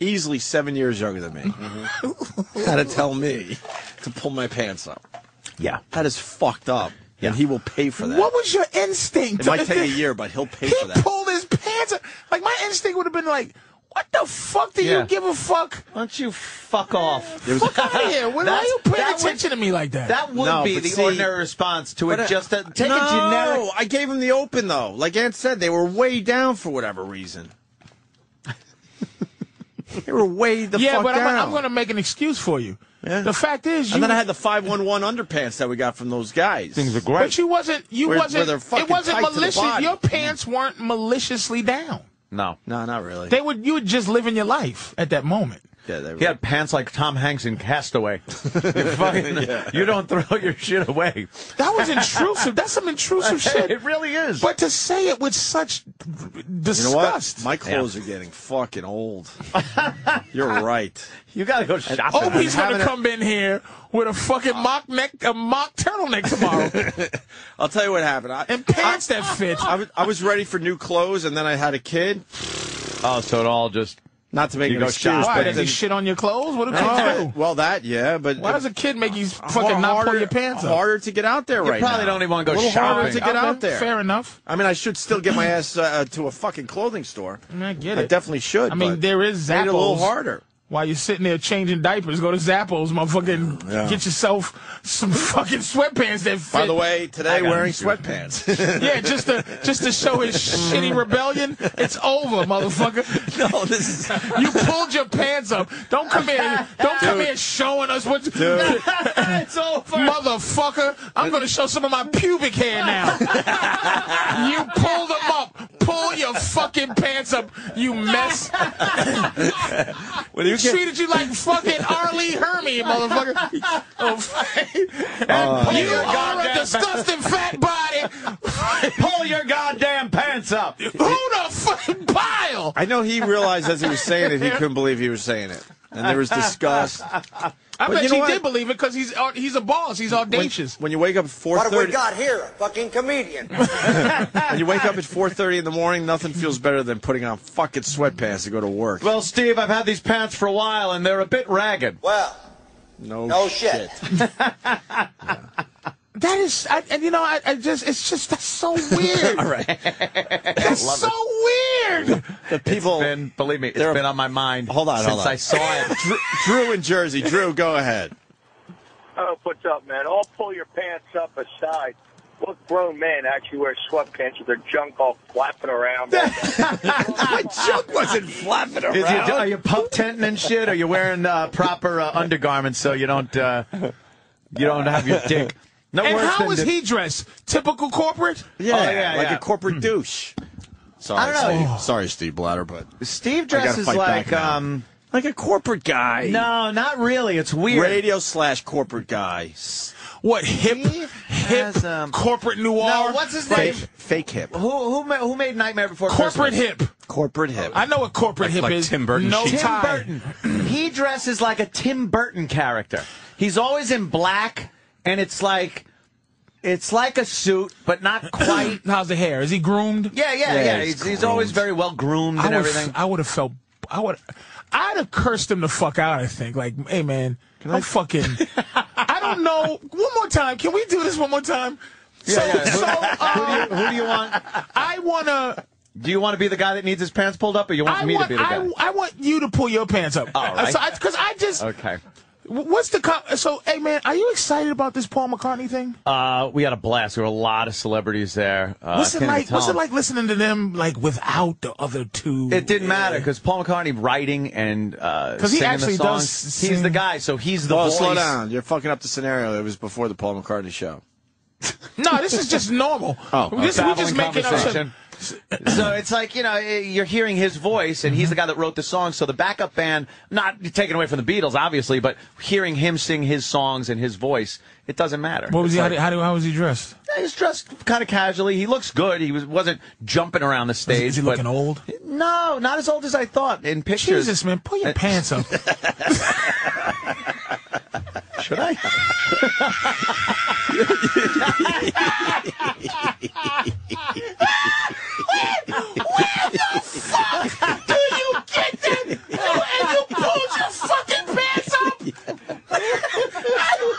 Speaker 1: easily seven years younger than me, had to tell me to pull my pants up.
Speaker 3: Yeah.
Speaker 1: That is fucked up, and
Speaker 3: Yeah.
Speaker 1: he will pay for that.
Speaker 2: What was your instinct?
Speaker 1: It might take a year, but he'll pay
Speaker 2: He
Speaker 1: for that.
Speaker 2: pulled his pants. up. Like my instinct would have been like, "What the fuck do
Speaker 3: Yeah.
Speaker 2: you give a fuck?
Speaker 3: Why don't you fuck off?
Speaker 2: Fuck out of here! Why are
Speaker 3: That's-
Speaker 2: you paying
Speaker 3: that would-
Speaker 2: attention to me like that?"
Speaker 3: That would
Speaker 1: No,
Speaker 3: be
Speaker 1: but
Speaker 3: the
Speaker 1: see-
Speaker 3: ordinary response to it.
Speaker 1: But, uh,
Speaker 3: Just to, take
Speaker 1: no,
Speaker 3: a generic.
Speaker 1: I gave him the open though. Like Ann said, they were way down for whatever reason. they were way the
Speaker 2: yeah,
Speaker 1: fuck
Speaker 2: but I'm,
Speaker 1: down.
Speaker 2: I'm going to make an excuse for you.
Speaker 1: Yeah.
Speaker 2: The fact is, you,
Speaker 1: And then I had the five one one underpants that we got from those guys. Things are great.
Speaker 2: but you wasn't. You
Speaker 1: Where- where
Speaker 2: wasn't.
Speaker 1: they're fucking
Speaker 2: it wasn't
Speaker 1: tight to the
Speaker 2: malicious.
Speaker 1: body.
Speaker 2: Your pants weren't maliciously down.
Speaker 3: No.
Speaker 1: No, not really.
Speaker 2: They would. You were just living your life at that moment.
Speaker 1: yeah, they were.
Speaker 3: He had pants like Tom Hanks in Castaway. you, fucking, you don't throw your shit away.
Speaker 2: That was intrusive. That's some intrusive shit.
Speaker 3: It really is.
Speaker 2: But to say it with such
Speaker 1: you know
Speaker 2: disgust.
Speaker 1: what? My clothes are getting fucking old. You're right.
Speaker 3: you got to go shopping.
Speaker 2: Oh, he's
Speaker 1: having
Speaker 2: gonna
Speaker 1: a-
Speaker 2: come in here with a fucking mock neck, a mock turtleneck tomorrow,
Speaker 1: I'll tell you what happened. I,
Speaker 2: and pants that fit.
Speaker 1: I, was, I was ready for new clothes, and then I had a kid.
Speaker 3: oh, so it all just.
Speaker 1: Not to make
Speaker 3: You
Speaker 1: an
Speaker 3: go
Speaker 1: excuse,
Speaker 3: shopping.
Speaker 2: Why
Speaker 1: but
Speaker 2: does he
Speaker 1: then-
Speaker 2: shit on your clothes? What did
Speaker 1: Oh,
Speaker 2: they do?
Speaker 1: well, that yeah, but
Speaker 2: Why does a kid make you fucking not pull your pants up?
Speaker 1: Harder to get out there right
Speaker 3: probably
Speaker 1: now.
Speaker 3: don't even wanna go
Speaker 1: A little harder
Speaker 3: shopping.
Speaker 1: to get
Speaker 2: Okay,
Speaker 1: out there.
Speaker 2: Oh, Fair enough.
Speaker 1: I mean, I should still get my ass uh, to a fucking clothing store.
Speaker 2: I, mean, I get it.
Speaker 1: I definitely should.
Speaker 2: I mean,
Speaker 1: but
Speaker 2: there is
Speaker 1: made it a little
Speaker 2: Zappos.
Speaker 1: harder.
Speaker 2: While you're sitting there changing diapers, go to Zappos, motherfucking
Speaker 1: Yeah.
Speaker 2: get yourself some fucking sweatpants that fit.
Speaker 1: By the way, today
Speaker 3: got
Speaker 1: wearing
Speaker 3: it.
Speaker 1: sweatpants.
Speaker 2: Yeah, just to just to show his shitty rebellion, it's over, motherfucker.
Speaker 1: no, Oh, this is
Speaker 2: You pulled your pants up. Don't come here. Don't come here showing us what.
Speaker 3: it's over.
Speaker 2: Motherfucker, I'm gonna show some of my pubic hair now. you pull them up. Pull your fucking pants up, you mess.
Speaker 1: when you
Speaker 2: He treated you like fucking Arlie Hermy, motherfucker. Oh, f- you are a disgusting fat body.
Speaker 3: Pull your goddamn pants up.
Speaker 2: Who the fucking pile?
Speaker 1: I know he realized as he was saying it, he couldn't believe he was saying it, and there was disgust.
Speaker 2: I bet
Speaker 1: you know
Speaker 2: he
Speaker 1: what?
Speaker 2: did believe it because he's uh, he's a boss. He's
Speaker 1: When,
Speaker 2: audacious.
Speaker 1: when you wake up at four
Speaker 12: What have we
Speaker 1: thirty,
Speaker 12: got here? A fucking comedian.
Speaker 1: when you wake up at four thirty in the morning, nothing feels better than putting on fucking sweatpants to go to work.
Speaker 3: Well, Steve, I've had these pants for a while and they're a bit ragged.
Speaker 12: Well,
Speaker 1: no,
Speaker 12: no shit.
Speaker 2: That is, I, and you know, I, I just, it's just, that's so weird. All
Speaker 1: right.
Speaker 2: That's
Speaker 3: Love
Speaker 2: so weird.
Speaker 1: The people,
Speaker 3: it's been, believe me, it's
Speaker 1: They're-
Speaker 3: been on my mind.
Speaker 1: Hold on,
Speaker 3: since
Speaker 1: hold on.
Speaker 3: I saw it.
Speaker 1: Drew, Drew in Jersey. Drew, go ahead.
Speaker 13: Oh, what's up, man? All pull your pants up aside. What grown man actually wears sweatpants with their junk all flapping around?
Speaker 1: My junk wasn't flapping around.
Speaker 3: Is you, are you pup tenting and shit? Are you wearing uh, proper uh, undergarments so you don't uh, you don't have your dick? No
Speaker 2: and
Speaker 3: worse
Speaker 2: how
Speaker 3: than
Speaker 2: is
Speaker 3: the-
Speaker 2: he dressed? Typical corporate?
Speaker 1: Yeah,
Speaker 3: Oh, yeah,
Speaker 1: like
Speaker 3: yeah.
Speaker 1: a corporate douche. Sorry,
Speaker 3: I don't know.
Speaker 1: Steve. Sorry, Steve Blatter, but
Speaker 3: Steve
Speaker 1: I gotta
Speaker 3: dresses
Speaker 1: fight back
Speaker 3: like
Speaker 1: now.
Speaker 3: um
Speaker 1: like a corporate guy.
Speaker 3: No, not really. It's weird.
Speaker 1: radio slash corporate guy. S-
Speaker 2: What hip, hip corporate noir?
Speaker 3: um, No, what's his name?
Speaker 1: Fake, fake hip.
Speaker 3: Who who ma- who made Nightmare Before
Speaker 2: Corporate
Speaker 3: Christmas?
Speaker 2: hip.
Speaker 1: Corporate hip.
Speaker 2: I know what corporate hip is. No
Speaker 3: Tim
Speaker 2: tie.
Speaker 3: Burton. He dresses like a Tim Burton character. He's always in black, and it's like it's like a suit, but not quite.
Speaker 2: How's the hair? Is he groomed?
Speaker 3: Yeah, yeah, yeah. He's, he's, always very well groomed
Speaker 2: I
Speaker 3: and
Speaker 2: would,
Speaker 3: everything.
Speaker 2: I would have felt. I would. I'd have cursed him the fuck out. I think. Like, hey man, I'm fucking. I don't know. One more time. Can we do this one more time? so,
Speaker 3: yeah.
Speaker 2: so uh,
Speaker 3: who do you want?
Speaker 2: I wanna.
Speaker 3: Do you want to be the guy that needs his pants pulled up, or you want
Speaker 2: I
Speaker 3: me
Speaker 2: want.
Speaker 3: to be the guy?
Speaker 2: I, I want you to pull your pants up.
Speaker 3: All right.
Speaker 2: Because I, just.
Speaker 3: okay.
Speaker 2: wh- What's the co- so? Hey man, are you excited about this Paul McCartney thing?
Speaker 3: Uh, we had a blast. There were a lot of celebrities there. Uh,
Speaker 2: what's
Speaker 3: I
Speaker 2: it
Speaker 3: can't even
Speaker 2: like?
Speaker 3: tell
Speaker 2: What's it
Speaker 3: them.
Speaker 2: like listening to them like without the other two?
Speaker 3: It didn't matter
Speaker 2: Yeah.
Speaker 3: because Paul McCartney writing and uh,
Speaker 2: 'Cause he
Speaker 3: singing
Speaker 2: actually
Speaker 3: the songs,
Speaker 2: does sing-
Speaker 3: He's the guy, so he's the
Speaker 1: oh,
Speaker 3: voice.
Speaker 1: slow down. You're fucking up the scenario. It was before the Paul McCartney show.
Speaker 2: No, this is just normal.
Speaker 1: Oh,
Speaker 2: this,
Speaker 1: okay.
Speaker 2: we're just
Speaker 3: Babbling
Speaker 2: making up some.
Speaker 3: so it's like you know eh, you're hearing his voice, and he's the guy that wrote the song. So the backup band, not taken away from the Beatles, obviously, but hearing him sing his songs and his voice, it doesn't matter.
Speaker 2: What was
Speaker 3: It's
Speaker 2: he?
Speaker 3: like-
Speaker 2: how, do, how was he dressed?
Speaker 3: He's dressed kind of casually. He looks good. He was wasn't jumping around the stage.
Speaker 2: Is he
Speaker 3: but-
Speaker 2: looking old?
Speaker 3: No, not as old as I thought in pictures.
Speaker 2: Jesus, man, pull your pants up.
Speaker 3: Should I?
Speaker 8: Do you get that? And you pulled your fucking pants up?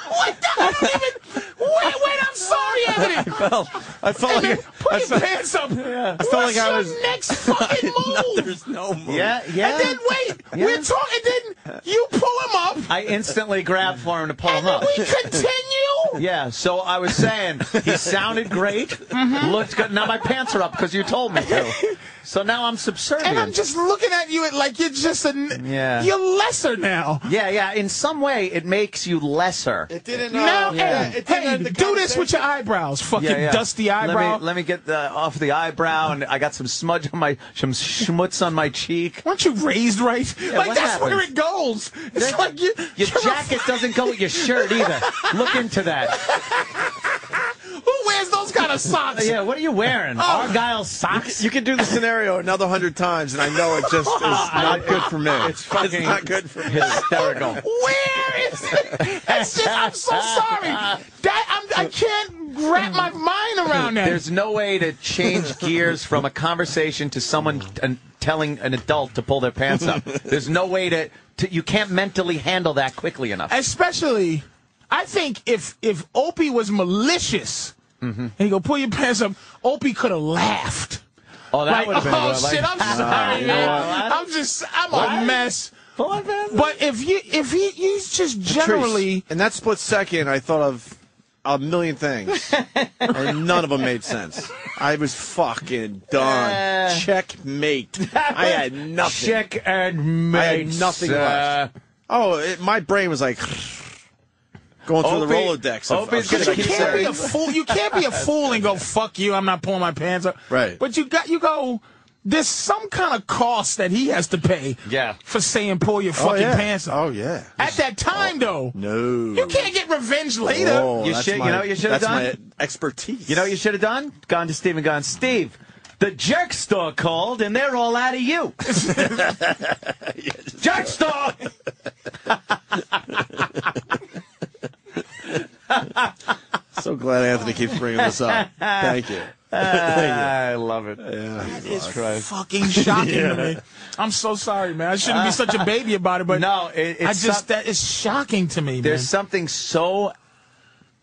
Speaker 8: what the? I don't even. Wait, wait. I'm sorry, Anthony.
Speaker 1: Well, I felt like
Speaker 2: Put
Speaker 1: I
Speaker 2: your
Speaker 1: felt-
Speaker 2: pants up.
Speaker 1: I felt
Speaker 2: What's
Speaker 1: like I
Speaker 2: your
Speaker 1: was.
Speaker 2: next fucking move?
Speaker 1: There's no move.
Speaker 3: Yeah, yeah.
Speaker 2: And then wait,
Speaker 3: Yeah.
Speaker 2: we're talking. Then you pull him up,
Speaker 3: I instantly grabbed for him to pull him
Speaker 2: and then
Speaker 3: up.
Speaker 2: we continue.
Speaker 3: Yeah, so I was saying he sounded great,
Speaker 2: Mm-hmm.
Speaker 3: looked good. Now my pants are up because you told me to. So now I'm subservient.
Speaker 2: And I'm just looking at you at like you're just a n-
Speaker 3: Yeah.
Speaker 2: you're lesser now.
Speaker 3: yeah, yeah. In some way, it makes you lesser.
Speaker 1: It didn't.
Speaker 2: now,
Speaker 1: uh,
Speaker 2: hey,
Speaker 1: it didn't
Speaker 2: hey,
Speaker 1: end the
Speaker 2: do this with your eyebrows, fucking
Speaker 3: yeah, yeah.
Speaker 2: dusty eyebrow.
Speaker 3: Let me, let me get the, off the eyebrow, and I got some smudge on my some schmutz on my cheek.
Speaker 2: Weren't you raised right? like
Speaker 3: what
Speaker 2: that's where
Speaker 3: happens?
Speaker 2: it goes. It's
Speaker 3: That-
Speaker 2: like you,
Speaker 3: Your
Speaker 2: you're a
Speaker 3: jacket doesn't go with your shirt either. Look into that. Uh,
Speaker 2: Who wears those kind of socks?
Speaker 3: Yeah, what are you
Speaker 2: Oh.
Speaker 3: wearing? Argyle socks.
Speaker 1: You can do the scenario another hundred times, and I know it just is not good for me. It's
Speaker 3: fucking-
Speaker 1: not good for me.
Speaker 3: Hysterical.
Speaker 2: Where is it? That's just, I'm so sorry. That I'm, I can't wrap my mind around that.
Speaker 3: There's no way to change gears from a conversation to someone t- telling an adult to pull their pants up. There's no way to, to you can't mentally handle that quickly enough.
Speaker 2: Especially, I think if if Opie was malicious
Speaker 3: Mm-hmm.
Speaker 2: and he go pull your pants up, Opie could have laughed.
Speaker 3: Oh, that
Speaker 2: Like,
Speaker 3: would have been
Speaker 2: oh
Speaker 3: good. Like,
Speaker 2: shit, I'm sorry,
Speaker 3: you know
Speaker 2: man. I'm just, I'm a mess. But if you, if he, he's just generally.
Speaker 1: Patrice, in that split second, I thought of a million things, and none of them made sense. I was fucking done.
Speaker 3: Uh,
Speaker 1: Checkmate. I had nothing.
Speaker 3: Check and mate.
Speaker 1: I had nothing
Speaker 2: uh,
Speaker 1: left. Oh, it, my brain was like going through the
Speaker 3: Opie-
Speaker 1: Rolodex. Of,
Speaker 3: Opie's
Speaker 1: of
Speaker 3: gonna
Speaker 1: shit I
Speaker 2: You
Speaker 3: keep
Speaker 1: said.
Speaker 2: can't be a fool. You can't be a fool and go fuck you. I'm not pulling my pants up.
Speaker 1: Right.
Speaker 2: But you got you go. There's some kind of cost that he has to pay.
Speaker 3: Yeah.
Speaker 2: For saying pull your fucking
Speaker 1: oh, yeah.
Speaker 2: pants up.
Speaker 1: Oh yeah.
Speaker 2: At that time though,
Speaker 1: No.
Speaker 2: you can't get revenge later.
Speaker 1: Oh,
Speaker 3: You
Speaker 1: that's
Speaker 3: should- you
Speaker 1: my-
Speaker 3: know what you should have
Speaker 1: that's
Speaker 3: done?
Speaker 1: my expertise.
Speaker 3: You know what you should have done? Gone to Steve and gone, Steve, the jerk store called and they're all out of you. jerk store!
Speaker 1: So glad Anthony keeps bringing this up. Thank you.
Speaker 3: I love it.
Speaker 1: Yeah.
Speaker 2: It's fucking shocking to me. I'm so sorry, man. I shouldn't be such a baby about it, but
Speaker 3: No, it- it's
Speaker 2: I just
Speaker 3: some-
Speaker 2: that is shocking to me, man.
Speaker 3: There's something so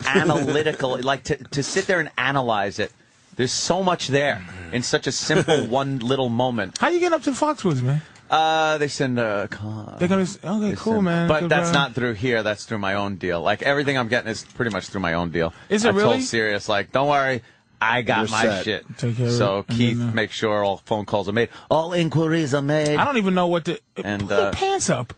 Speaker 3: analytical, like to, to sit there and analyze it. There's so much there in such a simple one little moment.
Speaker 2: How you get up to Foxwoods, man?
Speaker 3: Uh, they send a con.
Speaker 2: They're gonna s- okay, cool,
Speaker 3: send-
Speaker 2: man.
Speaker 3: But
Speaker 2: Good,
Speaker 3: that's
Speaker 2: bro.
Speaker 3: not through here. That's through my own deal. Like everything I'm getting is pretty much through my own deal.
Speaker 2: Is it
Speaker 3: I
Speaker 2: really?
Speaker 3: Told serious, like, don't worry, I got
Speaker 2: You're
Speaker 3: my
Speaker 2: set.
Speaker 3: shit.
Speaker 2: Take care of
Speaker 3: so
Speaker 2: it, and
Speaker 3: Keith,
Speaker 2: then, uh,
Speaker 3: make sure all phone calls are made, all inquiries are made.
Speaker 2: I don't even know what to.
Speaker 3: And
Speaker 2: Pull your
Speaker 3: uh,
Speaker 2: pants up.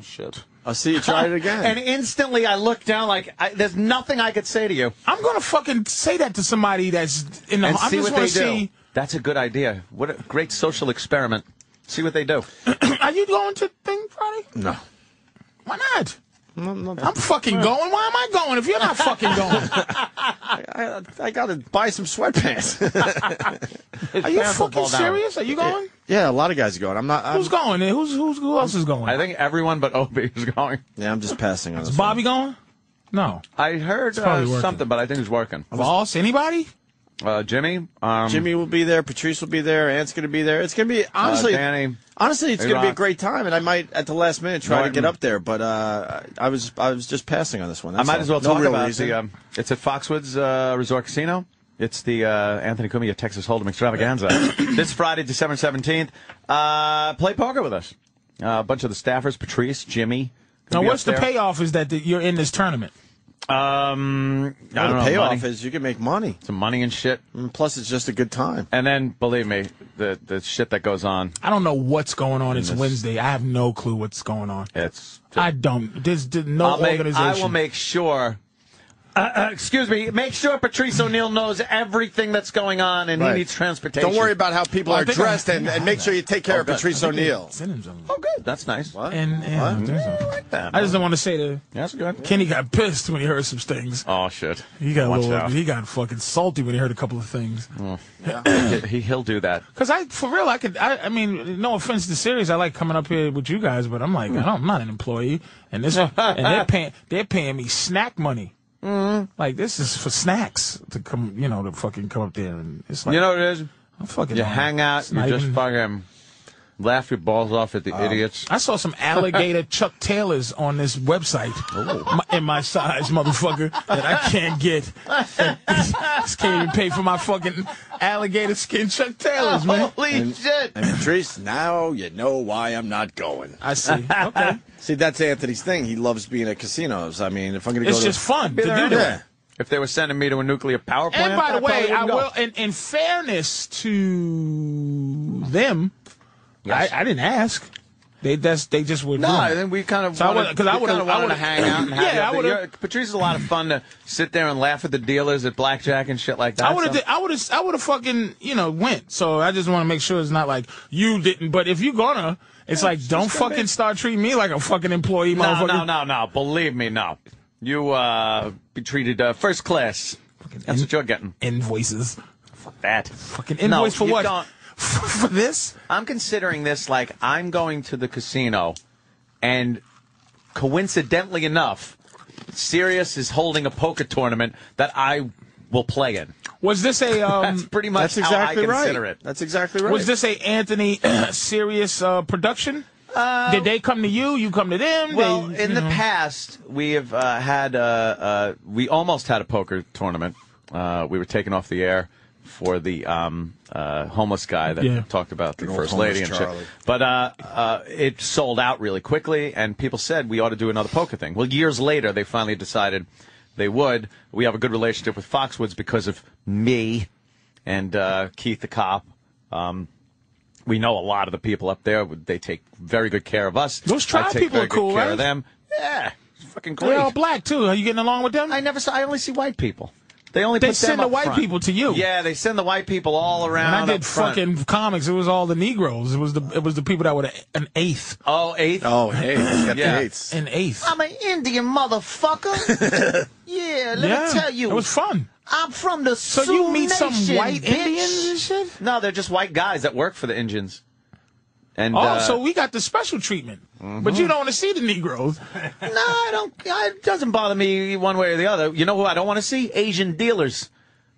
Speaker 3: shit.
Speaker 1: I'll see you try it again.
Speaker 3: and instantly, I look down like I, there's nothing I could say to you.
Speaker 2: I'm gonna fucking say that to somebody that's in the.
Speaker 3: and
Speaker 2: I
Speaker 3: see
Speaker 2: just
Speaker 3: what they
Speaker 2: want to see.
Speaker 3: do. That's a good idea. What a great social experiment. See what they do.
Speaker 2: Are you going to thing Friday?
Speaker 3: No.
Speaker 2: Why not? I'm fucking going. Why am I going if you're not fucking going?
Speaker 1: I, I gotta buy some sweatpants.
Speaker 2: Are you fucking serious? Are you going?
Speaker 1: Yeah, a lot of guys are going. I'm not. I'm,
Speaker 2: Who's going? Who's who's who else is going?
Speaker 3: I think everyone but Opie is going.
Speaker 1: Yeah, I'm just passing on.
Speaker 2: Is Bobby going? No.
Speaker 3: I heard
Speaker 2: It's probably
Speaker 3: uh,
Speaker 2: working.
Speaker 3: something, but I think it's working.
Speaker 2: Boss? Anybody?
Speaker 3: Uh, Jimmy. Um,
Speaker 1: Jimmy will be there. Patrice will be there. Ant's going to be there. It's going to be honestly,
Speaker 3: Uh, Danny.
Speaker 1: honestly, it's
Speaker 3: Hey,
Speaker 1: going to be a
Speaker 3: Rock.
Speaker 1: great time. And I might at the last minute try to
Speaker 3: Norton.
Speaker 1: get up there, but uh, I was I was just passing on this one.
Speaker 3: I
Speaker 1: That's
Speaker 3: might
Speaker 1: all.
Speaker 3: as well
Speaker 1: No
Speaker 3: talk
Speaker 1: real
Speaker 3: about
Speaker 1: reason.
Speaker 3: the. Um, it's at Foxwoods uh, Resort Casino. It's the uh, Anthony Cumia Texas Hold'em Extravaganza this Friday, December seventeenth. Uh, play poker with us. Uh, a bunch of the staffers: Patrice, Jimmy.
Speaker 2: Now,
Speaker 3: gonna be
Speaker 2: what's
Speaker 3: up
Speaker 2: the
Speaker 3: there.
Speaker 2: payoff? Is that the, you're in this tournament?
Speaker 3: Um, I
Speaker 1: Well,
Speaker 3: don't
Speaker 1: the
Speaker 3: know,
Speaker 1: payoff
Speaker 3: money.
Speaker 1: is you can make money.
Speaker 3: Some money and shit.
Speaker 1: And plus, it's just a good time.
Speaker 3: And then, believe me, the the shit that goes on.
Speaker 2: I don't know what's going on. It's
Speaker 3: This-
Speaker 2: Wednesday. I have no clue what's going on.
Speaker 3: It's
Speaker 2: I don't. There's d- no
Speaker 3: I'll make-
Speaker 2: organization.
Speaker 3: I will make sure. Uh, uh, excuse me. Make sure Patrice O'Neill knows everything that's going on, and
Speaker 1: Right.
Speaker 3: he needs transportation.
Speaker 1: Don't worry about how people
Speaker 2: Well, I
Speaker 1: are
Speaker 2: think I'm-
Speaker 1: dressed, and, and make sure you take care
Speaker 3: Oh,
Speaker 1: of
Speaker 3: good.
Speaker 1: Patrice
Speaker 3: I think
Speaker 1: O'Neill.
Speaker 3: Oh, good. That's nice. What?
Speaker 2: And, and
Speaker 3: What?
Speaker 2: there's a-
Speaker 3: I like that.
Speaker 2: I just don't want to say the.
Speaker 3: That's good.
Speaker 2: Kenny got pissed when he heard some things.
Speaker 3: Oh shit.
Speaker 2: He got a
Speaker 3: Watch
Speaker 2: little,
Speaker 3: out.
Speaker 2: he got fucking salty when he heard a couple of things.
Speaker 3: he he'll do that.
Speaker 2: Cause I, for real, I could. I, I mean, no offense to serious. I like coming up here with you guys, but I'm like, I don't, I'm not an employee, and this, and they're paying, they're paying me snack money. Like this is for snacks to come, you know, to fucking come up there, and it's like,
Speaker 3: You know what it is?
Speaker 2: I'm fucking.
Speaker 3: You
Speaker 2: on.
Speaker 3: hang out.
Speaker 2: It's
Speaker 3: You
Speaker 2: not
Speaker 3: just
Speaker 2: even-
Speaker 3: fucking laugh your balls off at the idiots.
Speaker 2: I saw some alligator Chuck Taylors on this website My- in my size, motherfucker, that I can't get. Just can't even pay for my fucking alligator skin Chuck Taylors, man.
Speaker 3: Holy shit!
Speaker 1: And Patrice, now you know why I'm not going.
Speaker 2: I see. Okay.
Speaker 1: See, that's Anthony's thing. He loves being at casinos. I mean, if I'm going to go,
Speaker 2: It's
Speaker 1: to-
Speaker 2: just fun to do
Speaker 1: Yeah.
Speaker 2: that.
Speaker 3: If they were sending me to a nuclear power plant,
Speaker 2: And by the
Speaker 3: I probably
Speaker 2: way, I
Speaker 3: wouldn't go.
Speaker 2: will. In, in fairness to them, I, I didn't ask. They that's they just would.
Speaker 3: No, I think we kind of
Speaker 2: Hmm. So I
Speaker 3: wanted,
Speaker 2: would- 'cause I
Speaker 3: we
Speaker 2: would've-
Speaker 3: kind of wanted
Speaker 2: I
Speaker 3: to
Speaker 2: would've-
Speaker 3: hang out and have
Speaker 2: Yeah,
Speaker 3: you
Speaker 2: I
Speaker 3: up there.
Speaker 2: would've-
Speaker 3: You're- Patrice is a lot of fun to sit there and laugh at the dealers at blackjack and shit like that.
Speaker 2: I would have. I would have. I would have fucking you know went. So I just want to make sure it's not like you didn't. But if you gonna, it's like don't fucking start treating me like a fucking employee,
Speaker 3: no,
Speaker 2: motherfucker.
Speaker 3: no, no, no. Believe me, no. You uh, be treated uh, first class. That's what you're getting.
Speaker 2: Invoices.
Speaker 3: Fuck that.
Speaker 2: Fucking invoice for
Speaker 3: you
Speaker 2: what?
Speaker 3: don't.
Speaker 2: for this?
Speaker 3: I'm considering this like I'm going to the casino, and coincidentally enough, Sirius is holding a poker tournament that I will play in.
Speaker 2: Was this a um?
Speaker 3: That's pretty much
Speaker 1: That's exactly
Speaker 3: how I
Speaker 1: right.
Speaker 3: consider it.
Speaker 1: That's exactly right.
Speaker 2: Was this a Anthony serious uh, production? Did they come to you? You come to them?
Speaker 3: Uh, Well,
Speaker 2: They-
Speaker 3: in
Speaker 2: you
Speaker 3: the
Speaker 2: know.
Speaker 3: past, we have uh, had uh, uh, we almost had a poker tournament. Uh, we were taken off the air for the um, uh, homeless guy that
Speaker 2: Yeah.
Speaker 3: talked about the
Speaker 1: old
Speaker 3: first
Speaker 1: homeless
Speaker 3: lady and
Speaker 1: Charlie.
Speaker 3: shit. But uh, uh, it sold out really quickly, and people said we ought to do another poker thing. Well, years later, they finally decided they would. We have a good relationship with Foxwoods because of me and uh, Keith the cop. Um, we know a lot of the people up there. They take very good care of us.
Speaker 2: Those tribe
Speaker 3: I take
Speaker 2: people
Speaker 3: very
Speaker 2: are cool,
Speaker 3: good care
Speaker 2: right?
Speaker 3: of them. Yeah, it's fucking great.
Speaker 2: They're all black too. Are you getting along with them?
Speaker 3: I never saw. I only see white people. They only
Speaker 2: They
Speaker 3: put them
Speaker 2: send the
Speaker 3: up
Speaker 2: white
Speaker 3: front.
Speaker 2: people to you.
Speaker 3: Yeah, they send the white people all around.
Speaker 2: When I
Speaker 3: up
Speaker 2: did
Speaker 3: front.
Speaker 2: fucking comics, it was all the Negroes. It was the it was the people that were the- an eighth,
Speaker 3: oh eighth.
Speaker 1: Oh, hey, he's got
Speaker 3: Yeah.
Speaker 1: the eights.
Speaker 2: an eighth.
Speaker 8: I'm an Indian motherfucker. yeah, let
Speaker 2: yeah,
Speaker 8: me tell you.
Speaker 2: it was fun.
Speaker 8: I'm from the
Speaker 2: So you meet some white Indians and
Speaker 8: Indians?
Speaker 2: shit.
Speaker 3: No, they're just white guys that work for the Indians. And
Speaker 2: Oh,
Speaker 3: uh,
Speaker 2: so we got the special treatment,
Speaker 3: Mm-hmm.
Speaker 2: but you don't want to see the Negroes.
Speaker 3: no, I don't. I, it doesn't bother me one way or the other. You know who I don't want to see? Asian dealers.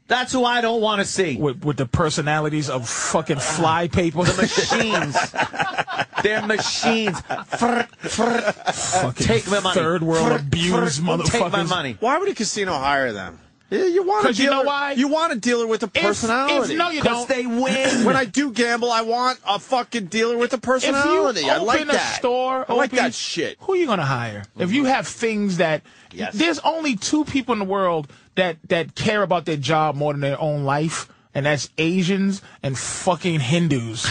Speaker 3: That's who I don't want to see.
Speaker 2: With, with the personalities of fucking fly paper. The
Speaker 3: machines. They're machines. Frr, frr.
Speaker 2: Fucking
Speaker 3: Take my money.
Speaker 2: Third world
Speaker 3: Frr,
Speaker 2: abused
Speaker 3: frr.
Speaker 2: motherfuckers.
Speaker 3: Take my money.
Speaker 1: Why would a casino hire them? Yeah, You want a
Speaker 2: 'Cause you know
Speaker 1: dealer-
Speaker 2: why?
Speaker 1: You want a dealer with a
Speaker 2: if-
Speaker 1: personality.
Speaker 2: no, you
Speaker 1: 'Cause
Speaker 2: don't.
Speaker 1: they win. when I do gamble, I want a fucking dealer with a personality.
Speaker 2: If you
Speaker 1: I like
Speaker 2: open
Speaker 1: that.
Speaker 2: a store,
Speaker 1: I like
Speaker 2: open-
Speaker 1: that shit.
Speaker 2: Who are you gonna hire? If
Speaker 3: Mm-hmm.
Speaker 2: you have things that there's only two people in the world that that care about their job more than their own life, and that's Asians and fucking Hindus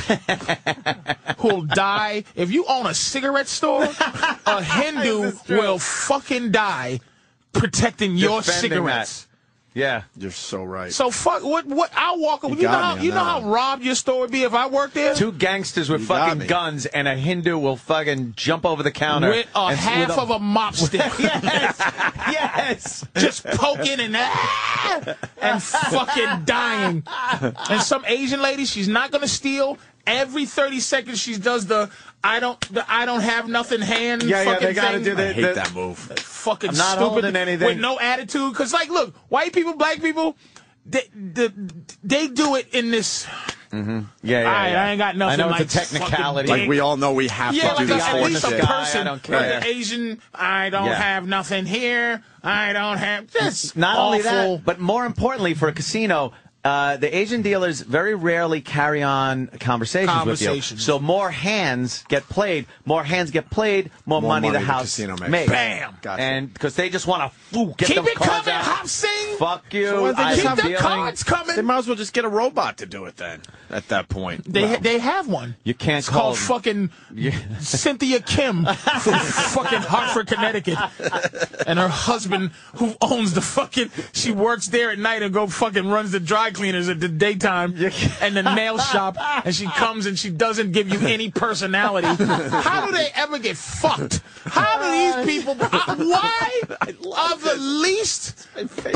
Speaker 2: who'll die. If you own a cigarette store, a Hindu will fucking die protecting your
Speaker 3: Defending
Speaker 2: cigarettes.
Speaker 3: that. Yeah.
Speaker 1: You're so right.
Speaker 2: So fuck what what I'll walk
Speaker 3: You
Speaker 2: over. You know
Speaker 3: got me
Speaker 2: how
Speaker 3: on
Speaker 2: you know
Speaker 3: that
Speaker 2: how robbed your store would be if I worked there?
Speaker 3: Two gangsters with
Speaker 2: You got
Speaker 3: fucking
Speaker 2: me.
Speaker 3: guns and a Hindu will fucking jump over the counter.
Speaker 2: With a
Speaker 3: and
Speaker 2: half
Speaker 3: with
Speaker 2: of a mop stick.
Speaker 3: yes. Yes.
Speaker 2: Just poking and ah, and fucking dying. And some Asian lady, she's not gonna steal. Every thirty seconds, she does the I don't the I don't have nothing hand.
Speaker 1: Yeah, yeah,
Speaker 2: fucking
Speaker 1: they gotta
Speaker 2: thing.
Speaker 1: do the- I hate the- that
Speaker 2: move. Fucking
Speaker 1: I'm not
Speaker 2: stupid
Speaker 1: holding anything.
Speaker 2: with no attitude. Cause like, look, white people, black people, they the they do it in this.
Speaker 1: Mm-hmm.
Speaker 3: Yeah,
Speaker 2: All right, I ain't got nothing like fucking
Speaker 1: Like we all know we have
Speaker 2: yeah,
Speaker 1: to do
Speaker 2: like
Speaker 1: this
Speaker 2: a, at
Speaker 1: horse
Speaker 2: least
Speaker 1: shit.
Speaker 2: a person.
Speaker 1: I don't
Speaker 2: like
Speaker 1: care.
Speaker 2: the Asian, I don't
Speaker 3: Yeah.
Speaker 2: have nothing here. I don't have this.
Speaker 3: Not
Speaker 2: awful.
Speaker 3: only that, but more importantly for a casino, uh, the Asian dealers very rarely carry on conversations, with you.
Speaker 2: Conversations.
Speaker 3: So more hands get played, more hands get played, more,
Speaker 1: More
Speaker 3: money,
Speaker 1: money
Speaker 3: the
Speaker 1: the
Speaker 3: house
Speaker 1: casino makes.
Speaker 2: Bam.
Speaker 3: And because they just want to get
Speaker 2: Keep
Speaker 3: them
Speaker 2: it
Speaker 3: cards
Speaker 2: coming,
Speaker 3: out.
Speaker 2: Hop Sing.
Speaker 3: Fuck you.
Speaker 1: So why don't
Speaker 3: I
Speaker 1: they just
Speaker 3: am
Speaker 1: have
Speaker 3: dealing-
Speaker 2: cards coming.
Speaker 1: They might as well just get a robot to do it then. At that point,
Speaker 2: They they have one.
Speaker 3: You can't
Speaker 2: It's
Speaker 3: call
Speaker 2: called
Speaker 3: them.
Speaker 2: fucking Cynthia Kim from fucking Hartford, Connecticut, and her husband who owns the fucking. She works there at night and go fucking runs the dry cleaners at the daytime and the nail shop, and she comes and she doesn't give you any personality. How do they ever get fucked? How do these people? uh, Why are the least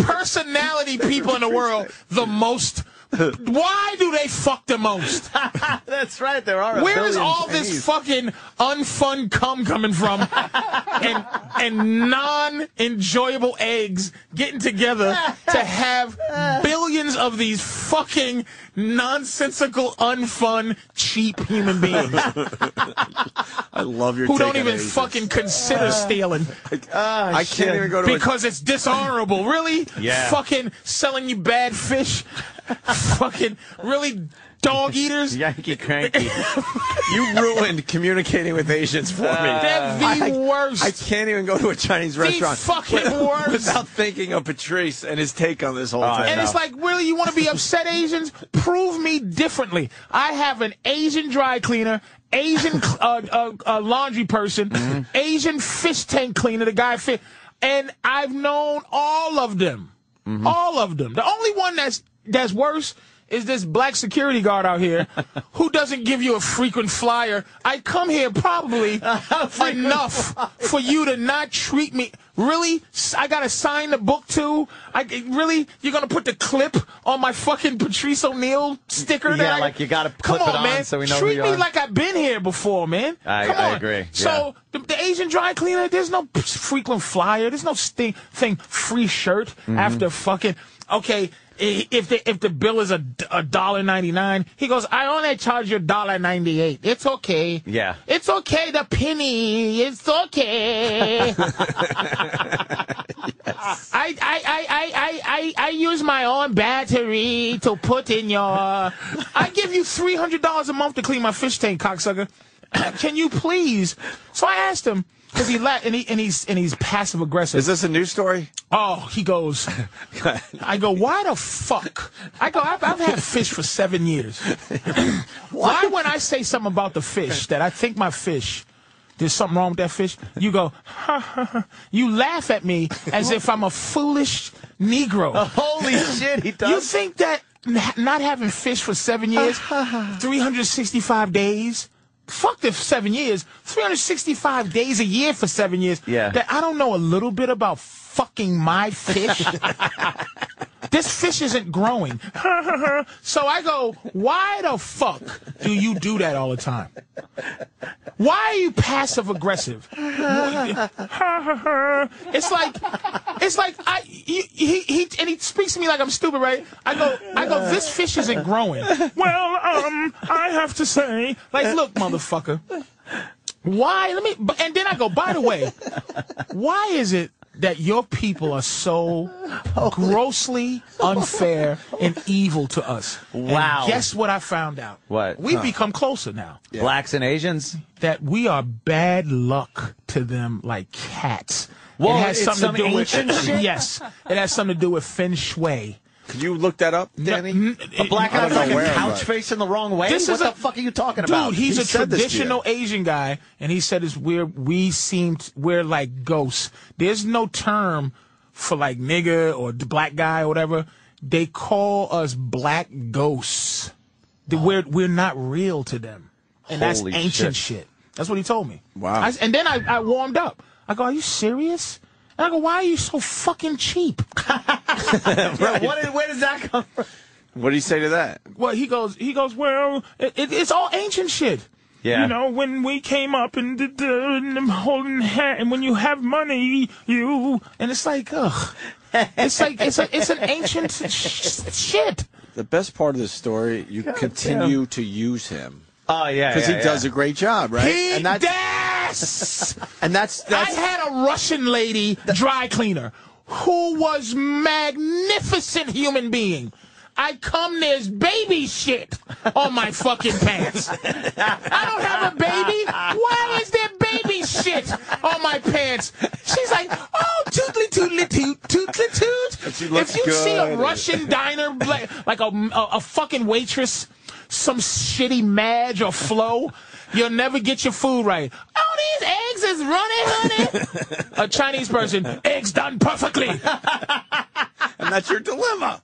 Speaker 2: personality people in the world the most? Why do they fuck the most?
Speaker 3: That's right. There are. a
Speaker 2: Where is
Speaker 3: billion
Speaker 2: all
Speaker 3: Chinese.
Speaker 2: this fucking unfun cum coming from, and and non-enjoyable eggs getting together to have billions of these fucking nonsensical, unfun, cheap human beings
Speaker 1: I love your
Speaker 2: who
Speaker 1: take
Speaker 2: don't
Speaker 1: on
Speaker 2: even
Speaker 1: Asians.
Speaker 2: fucking consider stealing?
Speaker 1: I can't even go to a-
Speaker 2: because it's dishonorable. Really?
Speaker 1: Yeah.
Speaker 2: Fucking selling you bad fish. fucking really dog eaters.
Speaker 3: Yankee cranky.
Speaker 1: You ruined communicating with Asians for me.
Speaker 2: They're the
Speaker 1: I,
Speaker 2: worst.
Speaker 1: I can't even go to a Chinese
Speaker 2: The
Speaker 1: restaurant
Speaker 2: fucking worst.
Speaker 1: without thinking of Patrice and his take on this whole thing.
Speaker 2: And Oh, it's like, really, you want to be upset, Asians? Prove me differently. I have an Asian dry cleaner, Asian cl- uh, uh, uh, laundry person, Asian fish tank cleaner, the guy fit, and I've known all of them, all of them. The only one that's that's worse. Is this black security guard out here who doesn't give you a frequent flyer? I come here probably enough for you to not treat me. Really? S- I gotta sign the book too? I really? You're gonna put the clip on my fucking Patrice O'Neill sticker?
Speaker 3: Yeah,
Speaker 2: that I-
Speaker 3: like you gotta
Speaker 2: Come
Speaker 3: clip
Speaker 2: on,
Speaker 3: it on
Speaker 2: man.
Speaker 3: so we know who
Speaker 2: Treat
Speaker 3: you
Speaker 2: me
Speaker 3: are.
Speaker 2: like I've been here before, man.
Speaker 3: I-
Speaker 2: Come
Speaker 3: I
Speaker 2: on.
Speaker 3: agree,
Speaker 2: So the, the Asian dry cleaner, there's no p- frequent flyer. There's no sting, thing free shirt after fucking. Okay, i- if the if the bill is a, d- a dollar ninety nine, he goes. I only charge you a dollar ninety eight. It's okay.
Speaker 3: Yeah.
Speaker 2: It's okay. The penny. It's okay. I, I, I, I, I, I, I use my own battery to put in your. I give you three hundred dollars a month to clean my fish tank, cocksucker. Can you please? So I asked him because he left and he and he's and he's passive aggressive.
Speaker 1: Is this a news story?
Speaker 2: Oh, he goes. I go, why the fuck? I go, I've, I've had fish for seven years. why, when I say something about the fish that I think my fish, there's something wrong with that fish, you go, you laugh at me as if I'm a foolish Negro.
Speaker 3: Holy shit, he does.
Speaker 2: You think that n- not having fish for seven years, 365 days, fuck the seven years, 365 days a year for seven years,
Speaker 3: Yeah.
Speaker 2: that I don't know a little bit about fucking my fish? this fish isn't growing. so I go, why the fuck do you do that all the time? Why are you passive aggressive? it's like, it's like I you, he he and he speaks to me like I'm stupid, right? I go I go. This fish isn't growing. Well, um, I have to say, like, look, motherfucker. Why? Let me. but- And then I go. By the way, why is it that your people are so grossly unfair and evil to us? And
Speaker 3: Wow.
Speaker 2: guess what I found out?
Speaker 3: What?
Speaker 2: We've
Speaker 3: Huh.
Speaker 2: become closer now.
Speaker 3: Blacks and Asians.
Speaker 2: That we are bad luck to them like cats.
Speaker 3: Whoa,
Speaker 2: it has
Speaker 3: it's
Speaker 2: something
Speaker 3: some
Speaker 2: to do with
Speaker 3: ancient shit?
Speaker 2: yes. It has something to do with feng shui.
Speaker 1: Could you look that up,
Speaker 2: Danny?
Speaker 3: A black guy's like a couch facing the wrong way.
Speaker 2: This
Speaker 3: what
Speaker 2: is
Speaker 3: the
Speaker 2: a-
Speaker 3: fuck are you talking
Speaker 2: Dude,
Speaker 3: about?
Speaker 2: he's
Speaker 3: He
Speaker 2: a
Speaker 3: said this to you.
Speaker 2: traditional Asian guy, and he said it's weird. We seem t- we're like ghosts. There's no term for like nigga or d- black guy or whatever. They call us black ghosts.
Speaker 3: Oh.
Speaker 2: The- We're we're not real to them, and
Speaker 8: Holy
Speaker 2: that's ancient shit.
Speaker 8: shit.
Speaker 2: That's what he told me.
Speaker 8: Wow.
Speaker 2: I s- and then I, I warmed up. I go, are you serious? And I go, why are you so fucking cheap?
Speaker 1: Right.
Speaker 2: where does that come from?
Speaker 1: What do you say to that?
Speaker 2: Well, he goes, he goes, well, it, it, it's all ancient shit.
Speaker 1: Yeah.
Speaker 2: You know, when we came up and, did the- and I'm holding hand, and when you have money, you, and it's like, ugh. It's like, it's, a, it's an ancient sh- shit.
Speaker 1: The best part of this story, you continue to use him.
Speaker 3: Oh yeah,
Speaker 1: because
Speaker 3: yeah,
Speaker 1: he does
Speaker 3: yeah.
Speaker 1: a great job, right?
Speaker 2: He
Speaker 1: and that's
Speaker 2: that's
Speaker 1: and that's that's
Speaker 2: I had a Russian lady dry cleaner who was magnificent human being. I come there's baby shit on my fucking pants. I don't have a baby. Why is there baby shit on my pants? She's like, oh, tootly tootly toot tootly toot.
Speaker 8: She looks
Speaker 2: if you see a
Speaker 8: good.
Speaker 2: Russian diner, bla- like a, a, a fucking waitress, some shitty Madge or Flo, you'll never get your food right. Oh, these eggs is running, honey. a Chinese person, eggs done perfectly.
Speaker 1: and that's your dilemma.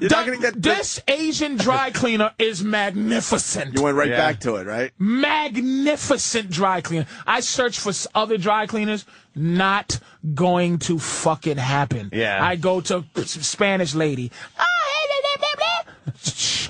Speaker 2: Dun- this Asian dry cleaner is magnificent.
Speaker 1: You went right back to it, right?
Speaker 2: Magnificent dry cleaner. I searched for s- other dry cleaners. Not going to fucking happen.
Speaker 8: Yeah.
Speaker 2: I go to p- s- Spanish lady. Ah,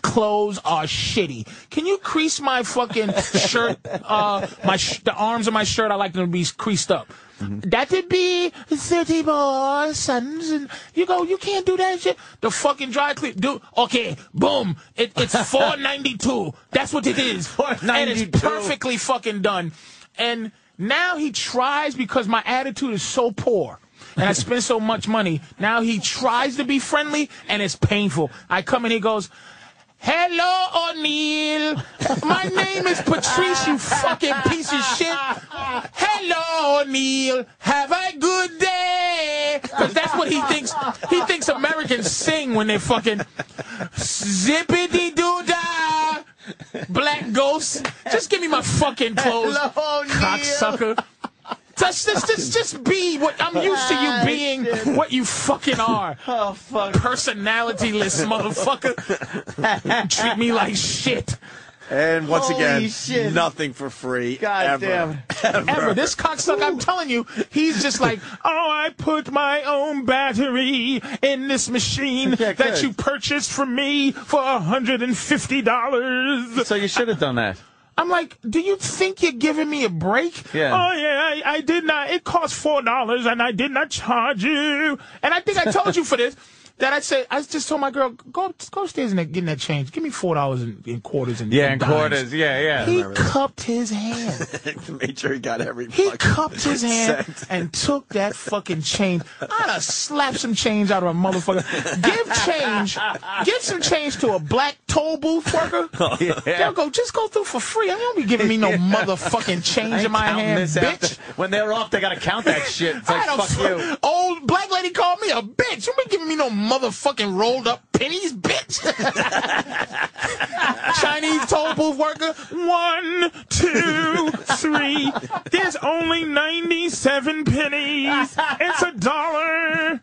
Speaker 2: Clothes are shitty. Can you crease my fucking shirt? Uh, my sh- the arms of my shirt. I like them to be creased up. That'd be thirty more sons, and you go. You can't do that shit. The fucking dry clean, dude. Okay, boom. It, it's four ninety two. That's what it is, and it's perfectly fucking done. And now he tries because my attitude is so poor and I spend so much money. Now he tries to be friendly, and it's painful. I come and he goes, "Hello, O'Neill. My name is Patrice. You fucking piece of shit. Hello, O'Neill. Have a good day." Because that's what he thinks. He thinks Americans sing when they fucking zippity doo dah. Black ghost, just give me my fucking clothes,
Speaker 8: Hello, O'Neill.
Speaker 2: cocksucker. Just, just, just, just be what I'm used to you
Speaker 8: Ah,
Speaker 2: being.
Speaker 8: shit.
Speaker 2: What you fucking are. Oh fuck. Personalityless motherfucker. Treat me like shit.
Speaker 1: And once
Speaker 2: Holy
Speaker 1: again,
Speaker 2: shit.
Speaker 1: nothing for free.
Speaker 2: God
Speaker 1: ever.
Speaker 2: damn. Ever. This cocksucker, I'm telling you, he's just like, oh, I put my own battery in this machine that
Speaker 3: good.
Speaker 2: you purchased from me for $150.
Speaker 3: So you should have done that.
Speaker 2: I'm like, do you think you're giving me a break?
Speaker 3: Yeah.
Speaker 2: Oh yeah, I, I did not. It cost four dollars, and I did not charge you. And I think I told you for this that I said I just told my girl go go upstairs and get in that change. Give me four dollars in, in quarters and
Speaker 3: Yeah,
Speaker 2: and
Speaker 3: in
Speaker 2: dimes."
Speaker 3: quarters. Yeah, yeah.
Speaker 2: He cupped his hand.
Speaker 1: Made sure he got every.
Speaker 2: He
Speaker 1: fucking
Speaker 2: cupped his hand
Speaker 1: cent.
Speaker 2: and took that fucking change. I'd have slapped some change out of a motherfucker. Give change, give some change to a black toll booth worker.
Speaker 8: Oh, yeah.
Speaker 2: They'll go, just go through for free. I won't be giving me no motherfucking
Speaker 3: I
Speaker 2: change
Speaker 3: ain't
Speaker 2: in my
Speaker 3: counting
Speaker 2: hand,
Speaker 3: this
Speaker 2: bitch.
Speaker 3: after- When they're off, they gotta count that shit. It's like
Speaker 2: I don't
Speaker 3: fuck you.
Speaker 2: Old black lady called me a bitch. You been giving me no motherfucking rolled up pennies, bitch. Chinese toll booth worker. One, two, three. There's only 97 pennies. It's a dollar.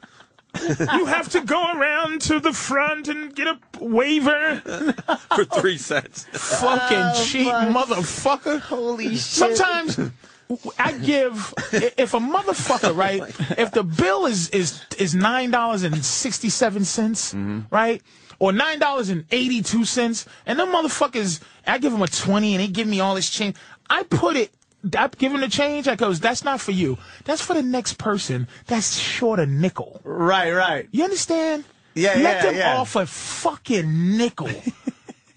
Speaker 2: You have to go around to the front and get a waiver.
Speaker 1: for
Speaker 2: Oh.
Speaker 1: three cents.
Speaker 2: Fucking cheap motherfucker.
Speaker 8: Oh, Holy shit.
Speaker 2: Sometimes I give i- if a motherfucker,
Speaker 8: Oh,
Speaker 2: right? If the bill is is is nine dollars and sixty seven
Speaker 8: Mm-hmm.
Speaker 2: right? Or nine dollars and eighty two cents, and them motherfuckers, I give them a twenty, and they give me all this change. I put it I give him the change. I goes, that's not for you. That's for the next person that's short a nickel.
Speaker 1: Right, right.
Speaker 2: You understand?
Speaker 1: Yeah,
Speaker 2: Let
Speaker 1: yeah,
Speaker 2: them
Speaker 1: yeah.
Speaker 2: off a fucking nickel.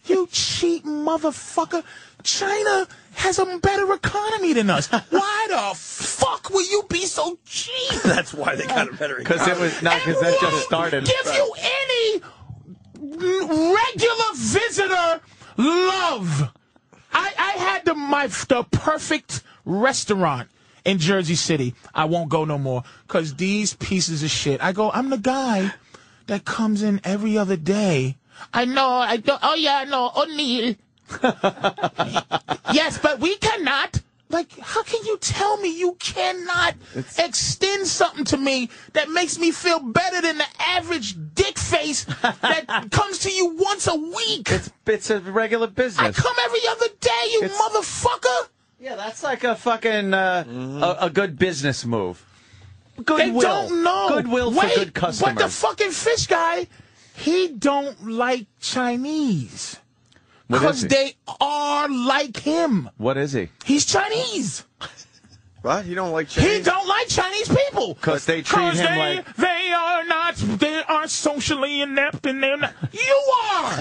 Speaker 2: you cheap motherfucker. China has a better economy than us. Why the fuck would you be so cheap?
Speaker 1: That's why they got a better
Speaker 3: Because it was not because that just started.
Speaker 2: Give you any regular visitor love. I, I had the my the perfect restaurant in Jersey City. I won't go no more because these pieces of shit. I go. I'm the guy that comes in every other day. I know. I don't. Oh yeah. I know. O'Neill. yes, but we cannot. Like, how can you tell me you cannot extend something to me that makes me feel better than the average dick face that comes to you once a week?
Speaker 3: It's a regular
Speaker 2: I
Speaker 3: business.
Speaker 2: come every other day, you motherfucker.
Speaker 3: Yeah, that's like a fucking uh, a, a good business move. Goodwill.
Speaker 2: They don't know.
Speaker 3: Goodwill
Speaker 2: Wait,
Speaker 3: for good customers.
Speaker 2: But the fucking fish guy, he don't like Chinese
Speaker 3: What is
Speaker 2: because
Speaker 3: he?
Speaker 2: they are like him.
Speaker 3: what is he?
Speaker 2: He's Chinese.
Speaker 1: What? You don't like
Speaker 2: He don't like Chinese people.
Speaker 3: 'Cause they treat
Speaker 2: 'Cause
Speaker 3: him
Speaker 2: they,
Speaker 3: like-
Speaker 2: they are not they are socially inept and they're not. You are.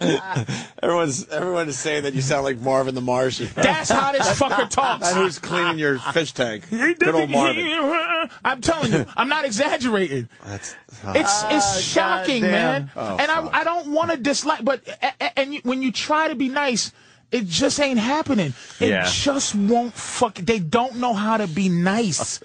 Speaker 1: Everyone's everyone is saying that you sound like Marvin the Martian.
Speaker 2: That's how this fucker talks.
Speaker 1: And who's cleaning your fish tank? Good old Marvin.
Speaker 2: I'm telling you, I'm not exaggerating.
Speaker 1: That's
Speaker 2: It's it's shocking, man.
Speaker 1: Oh,
Speaker 2: and I I don't want to dislike, but a- a- and you, when you try to be nice, it just ain't happening. It
Speaker 8: Yeah.
Speaker 2: just won't fuck. They don't know how to be nice.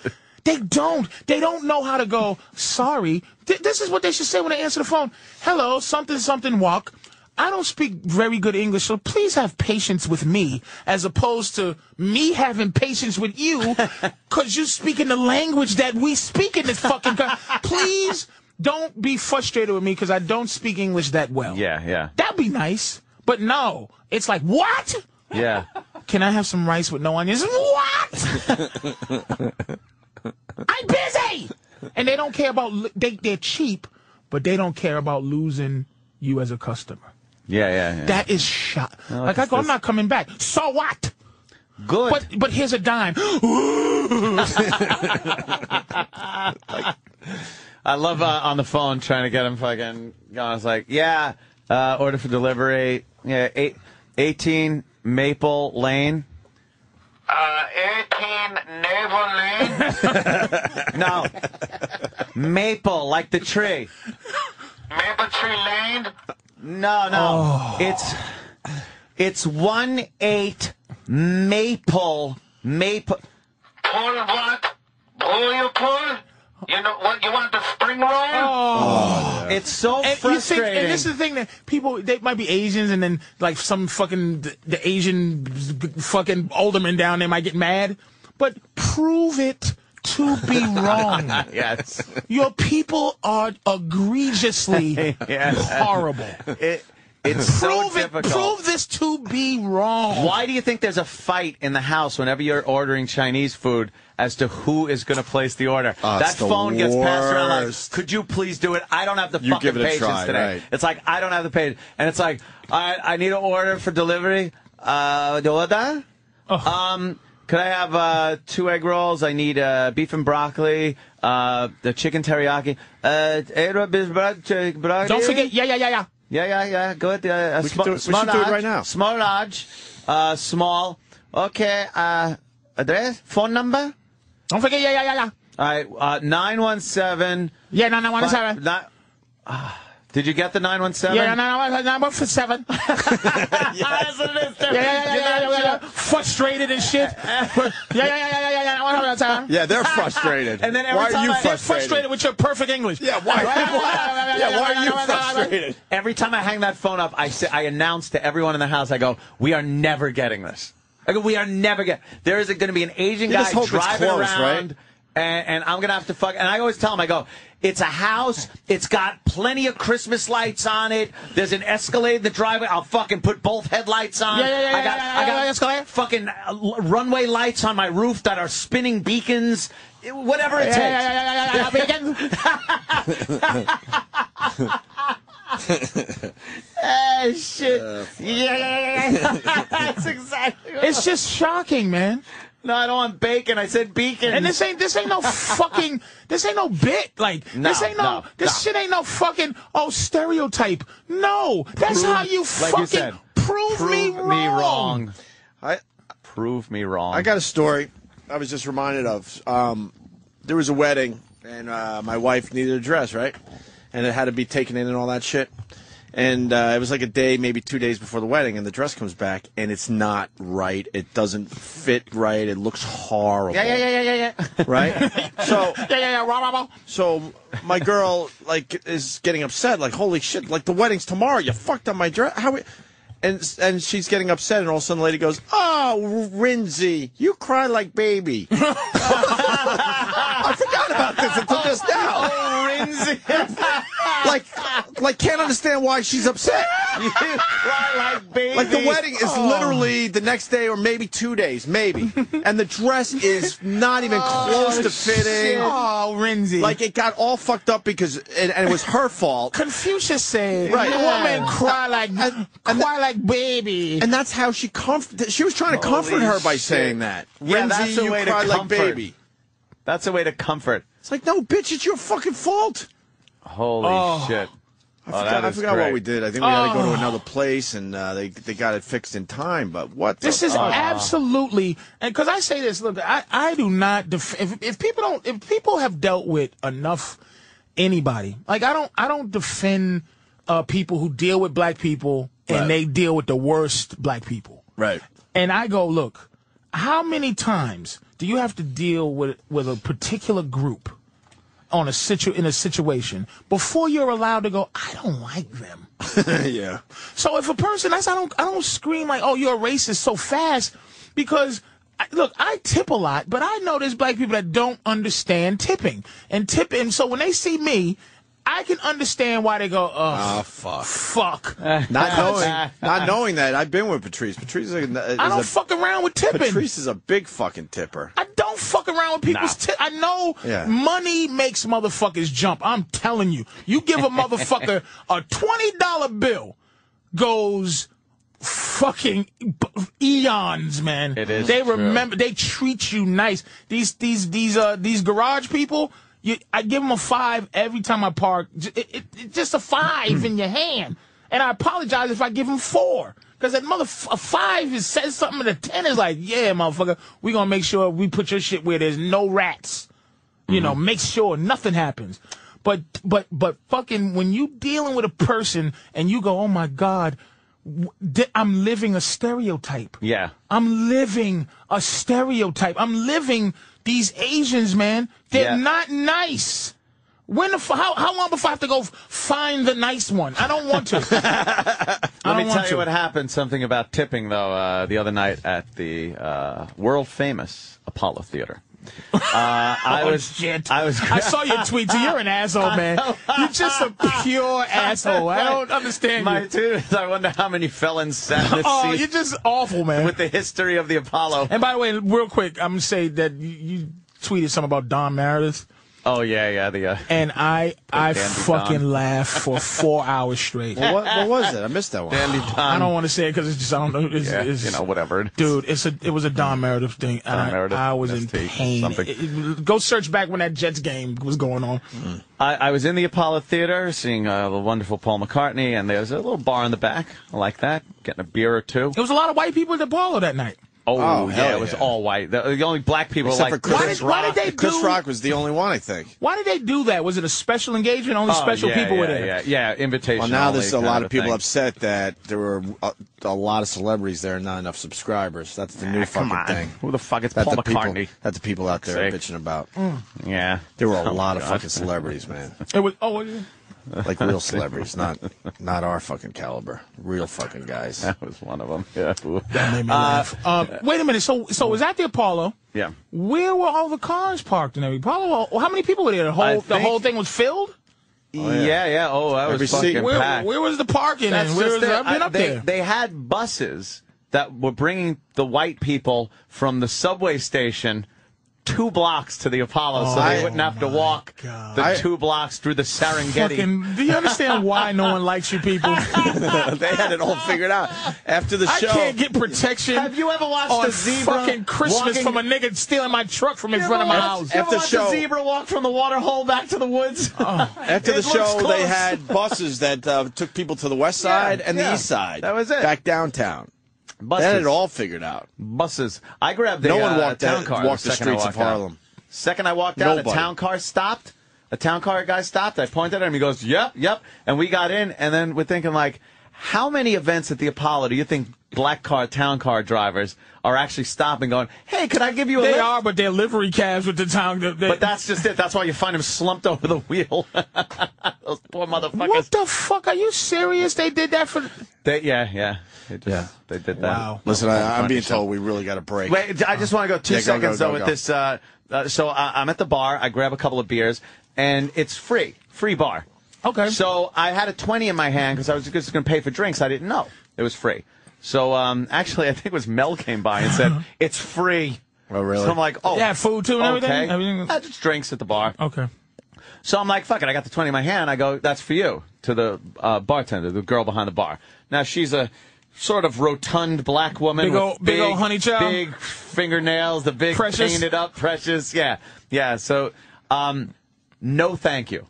Speaker 2: they don't. They don't know how to go. Sorry. Th- this is what they should say when they answer the phone. Hello, something something walk. I don't speak very good English, so please have patience with me, as opposed to me having patience with you, cause you speaking the language that we speak in this fucking country. Please don't be frustrated with me, cause I don't speak English that well.
Speaker 3: Yeah, yeah,
Speaker 2: That'd be nice, but no, it's like what?
Speaker 3: yeah.
Speaker 2: Can I have some rice with no onions? What? I'm busy, and they don't care about lo- they they're cheap, but they don't care about losing you as a customer.
Speaker 3: Yeah, yeah, yeah.
Speaker 2: That is shot.
Speaker 3: No,
Speaker 2: like I
Speaker 3: it's-
Speaker 2: go, I'm
Speaker 3: it's-
Speaker 2: not coming back. So what?
Speaker 3: Good.
Speaker 2: But but here's a dime.
Speaker 3: I love uh, on the phone trying to get him fucking going. I was like, yeah, uh, order for delivery. Yeah, eight, 18 Maple Lane.
Speaker 8: Uh, 18 Naval Lane.
Speaker 3: No. Maple, like the tree.
Speaker 8: Maple Tree Lane.
Speaker 3: No, no. It's it's one eight Maple Maple.
Speaker 8: Pull what? Pull you pull? You know what? You want the spring roll?
Speaker 2: Oh.
Speaker 3: It's so
Speaker 2: and you think-
Speaker 3: frustrating.
Speaker 2: and this is the thing that people they might be Asians, and then like some fucking the, the Asian g- fucking alderman down there might get mad. But prove it to be wrong.
Speaker 3: yes.
Speaker 2: Your people are egregiously
Speaker 3: Yeah.
Speaker 2: horrible.
Speaker 3: It, it's so
Speaker 2: prove it.
Speaker 3: difficult.
Speaker 2: Prove this to be wrong.
Speaker 3: Why do you think there's a fight in the house whenever you're ordering Chinese food as to who is going to place the order?
Speaker 1: Oh,
Speaker 3: that
Speaker 1: it's the
Speaker 3: phone gets passed around like,
Speaker 1: worst.
Speaker 3: could you please do it? I don't have the
Speaker 1: You
Speaker 3: fucking
Speaker 1: give it a
Speaker 3: patience
Speaker 1: try,
Speaker 3: today.
Speaker 1: right.
Speaker 3: It's like, I don't have the patience. And it's like, I, I need an order for delivery. Uh, the order? Um, could I have uh, two egg rolls? I need uh, beef and broccoli, uh, the chicken teriyaki. Uh, egg roll, beef, bro- chick- broccoli.
Speaker 2: Don't forget. Yeah, yeah, yeah, yeah.
Speaker 3: Yeah, yeah, yeah. Go ahead. Uh,
Speaker 1: We
Speaker 3: sm-
Speaker 1: could do it- we
Speaker 3: small
Speaker 1: should do it
Speaker 3: large.
Speaker 1: right now.
Speaker 3: Small large, uh, small. Okay. Uh, address, phone number.
Speaker 2: Don't forget. Yeah, yeah, yeah, yeah.
Speaker 3: All right. Uh, nine one seven. Ah,
Speaker 2: Yeah, no, no, one seven.
Speaker 3: Did you get the nine one seven?
Speaker 2: Yeah, no, no, no, number for seven. Yeah, yeah, yeah, yeah, yeah, yeah, yeah. Frustrated and shit. But- Yeah, yeah, yeah, yeah, yeah, yeah. One hundred time.
Speaker 1: Yeah, they're frustrated.
Speaker 3: And then every
Speaker 1: why are
Speaker 3: time
Speaker 1: you
Speaker 3: I-
Speaker 2: They're
Speaker 1: frustrated?
Speaker 2: frustrated with your perfect English.
Speaker 1: Yeah, why? why yeah, why are you frustrated?
Speaker 3: Every time I hang that phone up, I say, I announce to everyone in the house, I go, "We are never getting this. I go, we are never get. There is going to be an Asian
Speaker 1: You
Speaker 3: guy
Speaker 1: just hope it's
Speaker 3: driving
Speaker 1: close,
Speaker 3: around, and, and I'm going to have to fuck. And I always tell him, I go, "It's a house. It's got plenty of Christmas lights on it. There's an Escalade in the driveway. I'll fucking put both headlights on.
Speaker 2: Yeah, yeah, yeah, yeah,
Speaker 3: I got,
Speaker 2: yeah,
Speaker 3: I
Speaker 2: yeah,
Speaker 3: got
Speaker 2: Escalade.
Speaker 3: fucking uh, l- runway lights on my roof that are spinning beacons. Whatever it
Speaker 2: Yeah,
Speaker 3: takes.
Speaker 2: yeah, yeah, yeah, yeah, yeah, yeah. Begin.
Speaker 8: Ah, shit. yeah, yeah, yeah, yeah. That's exactly. What
Speaker 2: It's just shocking, man.
Speaker 3: No, I don't want bacon. I said beacon.
Speaker 2: And this ain't this ain't no fucking this ain't no bit. Like
Speaker 8: No,
Speaker 2: this ain't no,
Speaker 8: no,
Speaker 2: this
Speaker 8: no.
Speaker 2: shit ain't no fucking oh stereotype. No, that's
Speaker 3: Prove-
Speaker 2: how you
Speaker 3: like you
Speaker 2: fucking
Speaker 3: said,
Speaker 2: prove, me
Speaker 3: prove me
Speaker 2: wrong.
Speaker 3: wrong. Prove me wrong.
Speaker 1: I got a story I was just reminded of. Um, there was a wedding, and uh, my wife needed a dress, right? And it had to be taken in and all that shit. And uh, it was like a day, maybe two days before the wedding, and the dress comes back, and it's not right. It doesn't fit right. It looks horrible.
Speaker 8: Yeah, yeah, yeah, yeah, yeah, yeah.
Speaker 1: Right? so
Speaker 8: yeah, yeah, yeah. Rah, rah, rah.
Speaker 1: So my girl like is getting upset, like holy shit, like the wedding's tomorrow. You fucked up my dress. How? we-" And and she's getting upset, and all of a sudden the lady goes, "Oh, Rinzy, you cry like baby." I forgot about this until just now. Oh, Rinzy. like, like can't understand why she's upset. you cry
Speaker 8: like baby.
Speaker 1: Like the wedding is
Speaker 8: Oh.
Speaker 1: literally the next day or maybe two days, maybe, and the dress is not even close to fitting.
Speaker 2: shit. Oh, Renzi.
Speaker 1: Like it got all fucked up because and, and it was her fault.
Speaker 2: Confucius said,
Speaker 1: Right.
Speaker 2: "Woman cry like cry like baby."
Speaker 1: And that's how she comfort. She was trying to comfort her by saying that.
Speaker 3: Yeah,
Speaker 1: Renzi,
Speaker 3: that's a
Speaker 1: you
Speaker 3: way to
Speaker 1: cry like
Speaker 3: comfort.
Speaker 1: baby.
Speaker 3: That's a way to comfort.
Speaker 1: It's like, no, bitch, it's your fucking fault.
Speaker 3: Holy
Speaker 1: Oh.
Speaker 3: shit.
Speaker 1: I
Speaker 3: Oh,
Speaker 1: forgot,
Speaker 3: that
Speaker 1: I
Speaker 3: is
Speaker 1: forgot
Speaker 3: great.
Speaker 1: what we did. I think we had to go
Speaker 2: Oh.
Speaker 1: to another place, and uh, they they got it fixed in time. But what?
Speaker 2: This
Speaker 1: the
Speaker 2: is
Speaker 1: fuck?
Speaker 2: absolutely and because I say this. Look, I I do not. Def- if if people don't, if people have dealt with enough anybody, like I don't, I don't defend uh, people who deal with black people and
Speaker 1: Right.
Speaker 2: they deal with the worst black people.
Speaker 1: right.
Speaker 2: And I go, look, how many times do you have to deal with with a particular group on a situ in a situation before you're allowed to go? I don't like them.
Speaker 1: yeah.
Speaker 2: So if a person, that's I don't I don't scream like, oh, you're a racist so fast because. I- Look, I tip a lot, but I know there's black people that don't understand tipping and tipping. So when they see me, I can understand why they go, "Oh,
Speaker 1: Ah, fuck.
Speaker 2: fuck."
Speaker 1: Not knowing, not knowing that I've been with Patrice. Patrice is, a, is
Speaker 2: I don't
Speaker 1: a-
Speaker 2: fuck around with tipping.
Speaker 1: Patrice is a big fucking tipper.
Speaker 2: I don't fuck around with people's tip. I know
Speaker 1: Yeah.
Speaker 2: money makes motherfuckers jump. I'm telling you. You give a motherfucker a $20 bill goes fucking b- eons, man. It
Speaker 3: is
Speaker 2: They
Speaker 3: true.
Speaker 2: remember they treat you nice. These these these uh these garage people you, I give them a five every time I park. J- It, it, it's just a five in your hand, and I apologize if I give them four because that mother a five is says something, and a ten is like, yeah, motherfucker, we gonna make sure we put your shit where there's no rats you know
Speaker 3: Mm-hmm.
Speaker 2: make sure nothing happens but but but fucking when you dealing with a person and you go oh my god w- di- i'm living a stereotype
Speaker 3: Yeah.
Speaker 2: i'm living a stereotype i'm living these asians man they're
Speaker 3: Yeah.
Speaker 2: not nice when the f- how, how long before i have to go f- find the nice one i don't want to
Speaker 3: Let me
Speaker 2: don't
Speaker 3: tell
Speaker 2: want
Speaker 3: you
Speaker 2: to.
Speaker 3: what happened. Something about tipping, though, uh, the other night at the uh, world famous Apollo Theater. Uh, I
Speaker 2: Oh,
Speaker 3: was.
Speaker 2: shit.
Speaker 3: I was.
Speaker 2: I saw your tweet. too. You're an asshole, man. You're just a pure asshole. I don't understand
Speaker 3: My
Speaker 2: you.
Speaker 3: dude, is I wonder how many felons sat in this
Speaker 2: Oh,
Speaker 3: seat
Speaker 2: you're just awful, man.
Speaker 3: with the history of the Apollo.
Speaker 2: And by the way, real quick, I'm gonna say that you, you tweeted something about Don Meredith,
Speaker 3: Oh yeah, yeah. The uh,
Speaker 2: and I I
Speaker 3: Dandy
Speaker 2: fucking
Speaker 3: Don.
Speaker 2: laughed for four hours straight.
Speaker 1: Well, what, what was it? I missed that one.
Speaker 3: Dandy Don.
Speaker 2: I don't want to say it because it's just I don't know. It's,
Speaker 3: yeah,
Speaker 2: it's-
Speaker 3: you know, whatever.
Speaker 2: dude, it's a it was a Don Meredith thing. and
Speaker 3: Don
Speaker 2: I,
Speaker 3: Meredith,
Speaker 2: I was in
Speaker 3: ST,
Speaker 2: pain.
Speaker 3: something.
Speaker 2: It- it- go search back when that Jets game was going on.
Speaker 3: I, I was in the Apollo Theater seeing uh, the wonderful Paul McCartney, and there's a little bar in the back. I like that. Getting a beer or two.
Speaker 2: It was a lot of white people at the Apollo that night.
Speaker 3: Oh,
Speaker 1: Oh, hell
Speaker 3: yeah, it was
Speaker 1: yeah.
Speaker 3: all white. The, the only black people
Speaker 1: Except
Speaker 3: were
Speaker 1: for
Speaker 3: like
Speaker 1: Chris
Speaker 2: Why did- why did
Speaker 3: Rock.
Speaker 2: they
Speaker 1: Chris
Speaker 2: do-
Speaker 1: Rock was the only one, I think.
Speaker 2: Why did they do that? Was it a special engagement? Only
Speaker 3: Oh,
Speaker 2: special
Speaker 3: yeah,
Speaker 2: people
Speaker 3: yeah,
Speaker 2: were there.
Speaker 3: Yeah, yeah, invitation.
Speaker 1: Well, now
Speaker 3: only
Speaker 1: there's a
Speaker 3: kind
Speaker 1: lot of people
Speaker 3: thing.
Speaker 1: upset that there were a, a lot of celebrities there and not enough subscribers. That's the new
Speaker 3: Ah, come
Speaker 1: fucking
Speaker 3: on.
Speaker 1: thing.
Speaker 3: Who the fuck is
Speaker 1: that
Speaker 3: Paul
Speaker 1: the people-
Speaker 3: McCartney?
Speaker 1: That the people out there are
Speaker 3: Fuck's
Speaker 1: bitching about.
Speaker 3: Yeah,
Speaker 1: There were a
Speaker 3: Oh,
Speaker 1: lot of
Speaker 3: God.
Speaker 1: fucking celebrities, man.
Speaker 2: It was. Oh, yeah.
Speaker 1: Like real celebrities, not not our fucking caliber. Real fucking guys.
Speaker 3: That was one of them. Yeah.
Speaker 2: that made me laugh. Um, wait a minute. So
Speaker 3: Oh.
Speaker 2: so was that the Apollo?
Speaker 3: yeah. Oh,
Speaker 2: Where were all the cars parked and everything? Apollo, how many people were there? The
Speaker 3: I
Speaker 2: whole, the
Speaker 3: think-
Speaker 2: whole thing was filled?
Speaker 3: yeah, yeah, Oh, that
Speaker 1: Every
Speaker 3: was
Speaker 1: seat.
Speaker 3: fucking
Speaker 2: Where,
Speaker 3: packed.
Speaker 2: where was the parking?
Speaker 3: That's
Speaker 2: and where
Speaker 3: just
Speaker 2: was,
Speaker 3: it.
Speaker 2: I've been
Speaker 3: I-
Speaker 2: up
Speaker 3: they,
Speaker 2: there.
Speaker 3: They had buses that were bringing the white people from the subway station two blocks to the Apollo so
Speaker 2: Oh
Speaker 3: they wouldn't have to walk the
Speaker 2: I-
Speaker 3: two blocks through the Serengeti.
Speaker 2: Fucking, do you understand why no one likes you people?
Speaker 1: they had it all figured out after the show.
Speaker 2: I can't get protection.
Speaker 1: Have you ever watched
Speaker 2: on
Speaker 1: a zebra
Speaker 2: fucking
Speaker 1: walking-
Speaker 2: Christmas from a nigga stealing my truck from in
Speaker 1: You
Speaker 2: front of
Speaker 1: ever
Speaker 2: my
Speaker 1: watched-
Speaker 2: house?
Speaker 1: you ever After watched a show-
Speaker 3: zebra walk from the water hole back to the woods.
Speaker 1: After the
Speaker 3: It looks
Speaker 1: show, they
Speaker 3: close.
Speaker 1: had buses that uh, took people to the west side and the
Speaker 3: yeah.
Speaker 1: east side.
Speaker 3: That was it.
Speaker 1: Back downtown.
Speaker 3: Buses.
Speaker 1: They had it all figured out.
Speaker 3: buses. I grabbed a,
Speaker 1: No one
Speaker 3: uh,
Speaker 1: walked
Speaker 3: town
Speaker 1: out-
Speaker 3: car.
Speaker 1: walked the
Speaker 3: second I
Speaker 1: streets of
Speaker 3: walked out.
Speaker 1: Harlem.
Speaker 3: Second I walked out,
Speaker 1: Nobody.
Speaker 3: a town car stopped. A town car guy stopped. I pointed at him. He goes, "Yep, yep." And we got in, and then we're thinking like, how many events at the Apollo do you think black car town car drivers are actually stopping, going, "Hey, can I give you a?"
Speaker 2: They
Speaker 3: lift?"
Speaker 2: are, but they're livery cabs with the tongue. They,
Speaker 3: But that's just it. That's why you find him slumped over the wheel. Those poor motherfuckers.
Speaker 2: what the fuck? Are you serious? They did that for.
Speaker 3: They, yeah, yeah. They just, yeah. They did that.
Speaker 2: Wow.
Speaker 1: Listen, I, I'm being told we really got a break.
Speaker 3: Oh Wait, I just want to go two
Speaker 1: Uh, Yeah, go, go,
Speaker 3: seconds
Speaker 1: go,
Speaker 3: though with
Speaker 1: go.
Speaker 3: this. Uh, uh, so I, I'm at the bar. I grab a couple of beers, and it's free, free bar.
Speaker 2: Okay.
Speaker 3: So I had a twenty in my hand because I was just going to pay for drinks. I didn't know it was free. So um, actually, I think it was Mel came by and said it's free.
Speaker 1: Oh really?
Speaker 3: So I'm like, oh,
Speaker 2: Uh-huh. Yeah, food too and everything?
Speaker 3: okay.
Speaker 2: Everything-
Speaker 3: Uh, just drinks at the bar.
Speaker 2: Okay.
Speaker 3: So I'm like, fuck it. I got the 20 in my hand. I go, that's for you to the uh, bartender, the girl behind the bar. Now she's a sort of rotund black woman.
Speaker 2: Big
Speaker 3: with
Speaker 2: ol- big ol' honey child.
Speaker 3: Big fingernails, the big
Speaker 2: Precious.
Speaker 3: painted up, precious. Yeah. Yeah. So um, no thank you.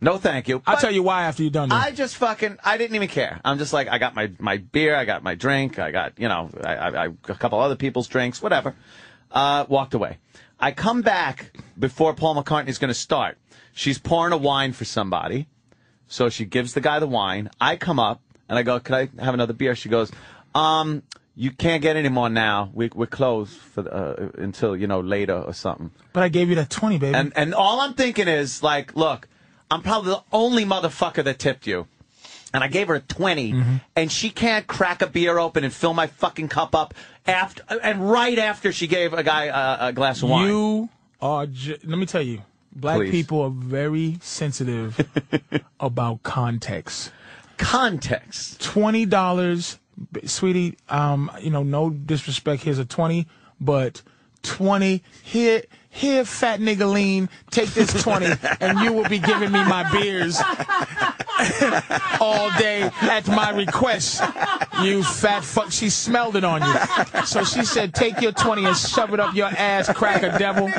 Speaker 3: No thank you.
Speaker 2: I'll
Speaker 3: But
Speaker 2: tell you why after you're done. Though.
Speaker 3: I just fucking, I didn't even care. I'm just like, I got my, my beer, I got my drink, I got, you know, I, I, I, a couple other people's drinks, whatever. Uh, walked away. I come back before Paul McCartney's going to start. She's pouring a wine for somebody. So she gives the guy the wine. I come up and I go, could I have another beer? She goes, um, you can't get any more now. We, we're closed for the, uh, until, you know, later or something.
Speaker 2: but I gave you that 20, baby.
Speaker 3: And and all I'm thinking is like, look, I'm probably the only motherfucker that tipped you. And I gave her a 20
Speaker 2: Mm-hmm.
Speaker 3: and she can't crack a beer open and fill my fucking cup up after and right after she gave a guy uh, a glass of wine.
Speaker 2: You are. Ju- Let me tell you, black
Speaker 3: Please.
Speaker 2: people are very sensitive about context.
Speaker 3: Context.
Speaker 2: Twenty dollars, sweetie. Um, you know, no disrespect. Here's a twenty, but twenty here. Here, fat nigga lean, take this 20 and you will be giving me my beers all day at my request. You fat fuck. She smelled it on you. So she said, take your 20 and shove it up your ass, cracker devil.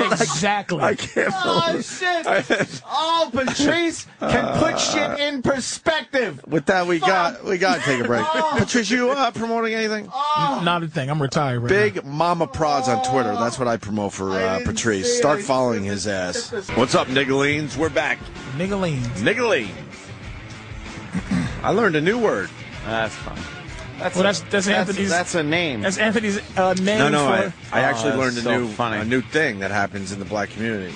Speaker 2: Exactly. I
Speaker 1: can't
Speaker 3: Oh shit! oh, Patrice can put shit in perspective.
Speaker 1: With that, we got we got to take a break. Patricia, you uh, promoting anything?
Speaker 3: Oh.
Speaker 2: Not a thing. I'm retired right now.
Speaker 1: Big Mama Prods on Twitter. That's what I promote for uh, Patrice. Start following his ass. What's up, Niggalines? We're back.
Speaker 2: Nigga lean.
Speaker 1: Niggling. I learned a new word.
Speaker 3: That's fun. That's
Speaker 2: Well, that's- that's Anthony's-
Speaker 3: That's a name.
Speaker 2: That's Anthony's uh, name
Speaker 1: No, no, I,
Speaker 2: for
Speaker 1: I actually
Speaker 3: Oh,
Speaker 1: learned a
Speaker 3: that's so
Speaker 1: new
Speaker 3: funny.
Speaker 1: a new thing that happens in the black community.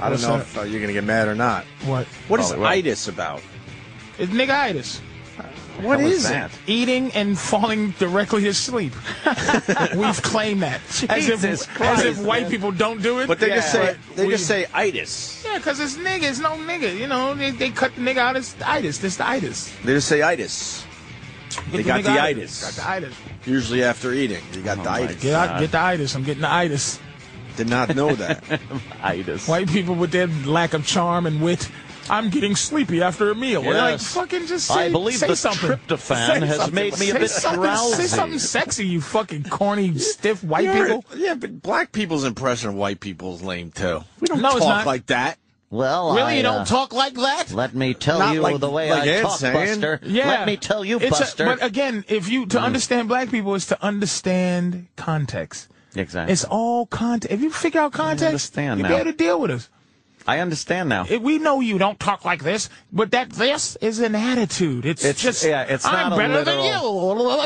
Speaker 1: I
Speaker 2: What's
Speaker 1: don't know
Speaker 2: that?
Speaker 1: if uh, you're gonna get mad or not.
Speaker 2: what?
Speaker 1: What is
Speaker 3: Probably will.
Speaker 1: itis about?
Speaker 2: It's niggaitis.
Speaker 1: What
Speaker 3: hell is
Speaker 1: is it?
Speaker 3: that?
Speaker 2: Eating and falling directly to sleep. We've claimed that. as
Speaker 3: Jesus
Speaker 2: if,
Speaker 3: Christ,
Speaker 2: as if white people don't do it.
Speaker 1: But they
Speaker 3: Yeah.
Speaker 1: just say they
Speaker 2: We-
Speaker 1: just say itis.
Speaker 2: Yeah, because it's nigga. It's no nigga. You know, they, they cut the nigga out. It's itis. It's the itis.
Speaker 1: They just say itis. They got
Speaker 2: Get
Speaker 1: the
Speaker 2: nigga
Speaker 1: itis.
Speaker 2: Got the itis.
Speaker 1: Usually after eating, you got the itis.
Speaker 2: Get, out, get the itis. I'm getting the itis.
Speaker 1: Did not know that.
Speaker 3: Itis.
Speaker 2: White people with their lack of charm and wit. I'm getting sleepy after a meal. They're Like
Speaker 3: Yes.
Speaker 2: fucking just
Speaker 3: I
Speaker 2: say,
Speaker 3: believe
Speaker 2: say
Speaker 3: the
Speaker 2: something.
Speaker 3: tryptophan
Speaker 2: Say
Speaker 3: has
Speaker 2: something.
Speaker 3: made me a
Speaker 2: Say
Speaker 3: bit
Speaker 2: something- Say
Speaker 3: drowsy.
Speaker 2: something sexy, you fucking corny, stiff white
Speaker 1: You're-
Speaker 2: people.
Speaker 1: Yeah, but black people's impression of white people's lame too. We don't
Speaker 2: No, it's
Speaker 1: talk
Speaker 2: not.
Speaker 1: like that.
Speaker 3: Well,
Speaker 2: Really,
Speaker 3: I,
Speaker 2: you
Speaker 3: uh,
Speaker 2: don't talk like that?
Speaker 3: Let me tell
Speaker 1: Not
Speaker 3: you
Speaker 1: like-
Speaker 3: the way
Speaker 1: like
Speaker 3: I
Speaker 1: Ed's
Speaker 3: talk,
Speaker 1: saying.
Speaker 3: Buster.
Speaker 2: Yeah.
Speaker 3: Let me tell you,
Speaker 2: It's a-
Speaker 3: Buster. Mm.
Speaker 2: but uh, again, if you to understand black people is to understand context.
Speaker 3: Exactly.
Speaker 2: It's all context. If you figure out context,
Speaker 3: understand
Speaker 2: you
Speaker 3: now.
Speaker 2: better deal with us.
Speaker 3: I understand now.
Speaker 2: If we know you don't talk like this, but that this is an attitude. It's,
Speaker 3: It's-
Speaker 2: just
Speaker 3: yeah, it's
Speaker 2: I'm
Speaker 3: not a
Speaker 2: better than you.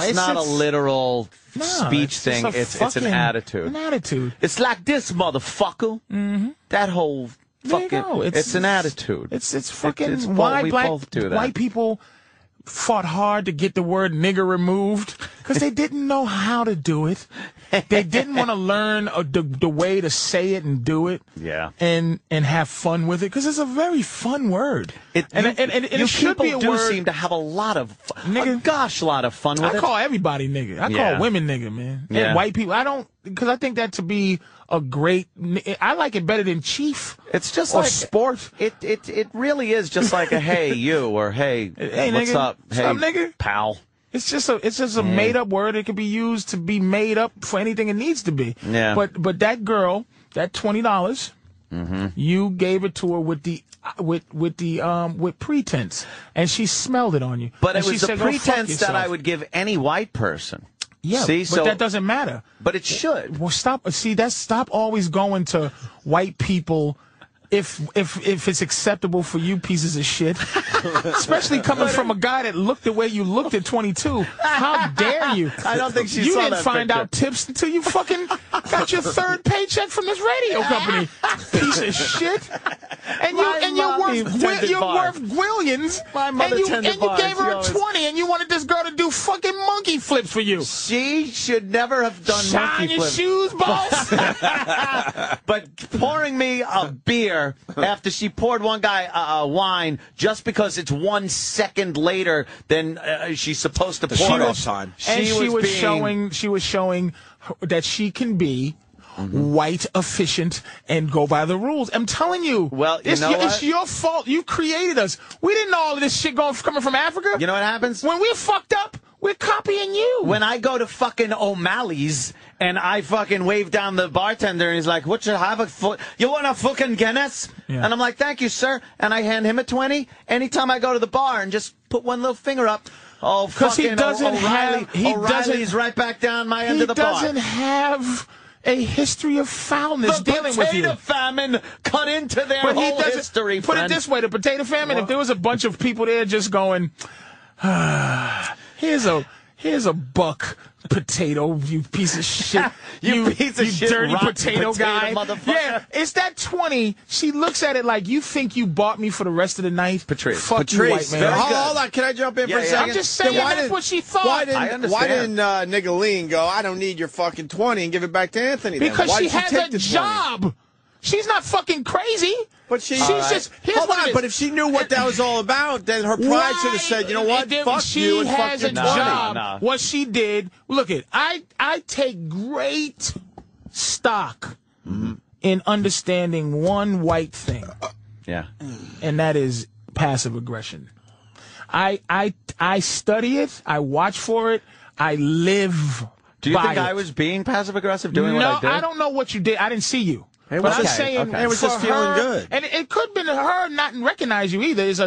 Speaker 3: it's, not
Speaker 2: just-
Speaker 3: a literal
Speaker 2: No,
Speaker 3: speech
Speaker 2: it's just
Speaker 3: thing.
Speaker 2: a
Speaker 3: It's it's an
Speaker 2: fucking-
Speaker 3: attitude.
Speaker 2: An attitude.
Speaker 3: It's like this, motherfucker. Mm-hmm. That whole
Speaker 2: There you
Speaker 3: fucking.
Speaker 2: go.
Speaker 3: It's, an attitude.
Speaker 2: It's it's fucking
Speaker 3: it's what
Speaker 2: why
Speaker 3: we
Speaker 2: black
Speaker 3: both do that.
Speaker 2: white people fought hard to get the word nigger removed because they didn't know how to do it, they didn't want to learn uh, the, the way to say it and do it.
Speaker 3: Yeah.
Speaker 2: And and have fun with it because it's a very fun word. It, and, and, and, and
Speaker 3: you
Speaker 2: it should
Speaker 3: people
Speaker 2: be a
Speaker 3: do
Speaker 2: word.
Speaker 3: seem to have a lot of, fu- a gosh, lot of fun with
Speaker 2: I
Speaker 3: it.
Speaker 2: call everybody nigga. I
Speaker 3: Yeah.
Speaker 2: call women nigga, man. And
Speaker 3: Yeah.
Speaker 2: white people. I don't because I think that to be a great. ni- I like it better than chief.
Speaker 3: It's just
Speaker 2: or
Speaker 3: like
Speaker 2: sport.
Speaker 3: It it it really is just like a hey you or hey,
Speaker 2: Hey,
Speaker 3: what's
Speaker 2: nigga.
Speaker 3: up
Speaker 2: What's
Speaker 3: hey
Speaker 2: up, nigga?
Speaker 3: pal.
Speaker 2: It's just a it's just a
Speaker 3: Yeah.
Speaker 2: made up word. It can be used to be made up for anything it needs to be.
Speaker 3: Yeah.
Speaker 2: But but that girl, that twenty dollars,
Speaker 3: Mm-hmm.
Speaker 2: you gave it to her with the with with the um with pretense, and she smelled it on you.
Speaker 3: But
Speaker 2: And
Speaker 3: it
Speaker 2: she
Speaker 3: was the
Speaker 2: said, "Go fuck
Speaker 3: pretense that I
Speaker 2: yourself."
Speaker 3: would give any white person.
Speaker 2: Yeah,
Speaker 3: See,
Speaker 2: but
Speaker 3: so
Speaker 2: that doesn't matter.
Speaker 3: But it should.
Speaker 2: Well, stop. See, that's stop always going to white people. If if if it's acceptable for you pieces of shit, especially coming from a guy that looked the way you looked at 22, how dare you?
Speaker 8: I don't think she
Speaker 2: you
Speaker 8: saw
Speaker 2: didn't
Speaker 8: that
Speaker 2: find
Speaker 8: picture.
Speaker 2: out tips until you fucking got your third paycheck from this radio company, piece of shit. And you
Speaker 8: My
Speaker 2: and you're
Speaker 8: mom
Speaker 2: worth
Speaker 8: tended
Speaker 2: gwi- you're
Speaker 8: bars.
Speaker 2: worth billions.
Speaker 8: My mother
Speaker 2: and you,
Speaker 8: tended
Speaker 2: and you
Speaker 8: bars.
Speaker 2: gave
Speaker 8: She
Speaker 2: her
Speaker 8: always-
Speaker 2: a 20, and you wanted this girl to do fucking monkey flips for you.
Speaker 3: She should never have done
Speaker 2: Shine
Speaker 3: monkey
Speaker 2: your
Speaker 3: flips.
Speaker 2: shoes, boss.
Speaker 3: but pouring me a beer after she poured one guy uh, uh, wine just because it's one second later than uh, she's supposed to pour. it.
Speaker 2: and she was
Speaker 3: being-
Speaker 2: showing she was showing her- that she can be
Speaker 3: Mm-hmm.
Speaker 2: white efficient and go by the rules. I'm telling you. Well,
Speaker 3: you
Speaker 2: it's,
Speaker 3: know
Speaker 2: your,
Speaker 3: what?
Speaker 2: it's your fault. You created us. We didn't know all of this shit going coming from Africa. You
Speaker 3: know what happens
Speaker 2: when we're fucked up. We're copying you.
Speaker 3: When I go to fucking O'Malley's and I fucking wave down the bartender and he's like, "What you have a foot? You want a fucking Guinness?" And I'm like, "Thank you, sir." And I hand him a twenty. Anytime I go to the bar and just put one little finger up, oh,
Speaker 2: Because he
Speaker 3: fucking O-
Speaker 2: doesn't
Speaker 3: O'Reilly,
Speaker 2: have. He
Speaker 3: O'Reilly's
Speaker 2: doesn't,
Speaker 3: right back down my end
Speaker 2: he
Speaker 3: of the bar.
Speaker 2: doesn't have a history of foulness
Speaker 3: the
Speaker 2: dealing with you.
Speaker 3: potato famine cut into their
Speaker 2: But he
Speaker 3: whole
Speaker 2: doesn't-
Speaker 3: history.
Speaker 2: Put
Speaker 3: friend.
Speaker 2: it this way: the potato famine. If there was a bunch of people there just going, ah, "Here's a here's a buck potato, you piece of shit,
Speaker 3: You piece of shit,
Speaker 2: dirty
Speaker 3: rotten
Speaker 2: potato,
Speaker 3: potato
Speaker 2: guy."
Speaker 3: motherfucker.
Speaker 2: Yeah, it's that twenty. She looks at it like you think you bought me for the rest of the night. Patrice, fuck you, white man.
Speaker 1: hold, hold on, can I jump in
Speaker 2: Yeah,
Speaker 1: for a
Speaker 2: yeah.
Speaker 1: second?
Speaker 2: I'm just saying
Speaker 1: Then why
Speaker 2: that's
Speaker 1: didn't-
Speaker 2: what she thought.
Speaker 1: Why
Speaker 2: I
Speaker 1: didn't,
Speaker 2: understand.
Speaker 1: why didn't uh, Nicolene go, I don't need your fucking 20 and give it back to Anthony? then?
Speaker 2: Because
Speaker 1: Why
Speaker 2: she
Speaker 1: did
Speaker 2: has
Speaker 1: take the 20?
Speaker 2: a job. She's not fucking crazy.
Speaker 1: But she,
Speaker 2: she's
Speaker 1: All right.
Speaker 2: just. Here's
Speaker 1: hold
Speaker 2: what it
Speaker 1: on.
Speaker 2: is.
Speaker 1: But if she knew what that was all about, then her pride
Speaker 2: Why-
Speaker 1: should have said, you know what,
Speaker 2: If
Speaker 1: fuck
Speaker 2: she
Speaker 1: you and
Speaker 2: has
Speaker 1: fuck
Speaker 2: a
Speaker 1: your 20.
Speaker 2: job. What she did. Look it. I I take great stock
Speaker 1: Mm-hmm.
Speaker 2: in understanding one white thing,
Speaker 3: Yeah.
Speaker 2: and that is passive aggression. I I I study it. I watch for it. I live.
Speaker 3: Do you
Speaker 2: by
Speaker 3: think
Speaker 2: it.
Speaker 3: I was being passive aggressive doing
Speaker 2: no,
Speaker 3: what I did?
Speaker 2: don't know what you did. I didn't see you.
Speaker 3: It
Speaker 2: but
Speaker 3: was
Speaker 2: I'm
Speaker 3: okay,
Speaker 2: saying
Speaker 3: okay. It was
Speaker 2: for
Speaker 3: just feeling
Speaker 2: her-
Speaker 3: good.
Speaker 2: and it could have been her not recognize you either. Is a,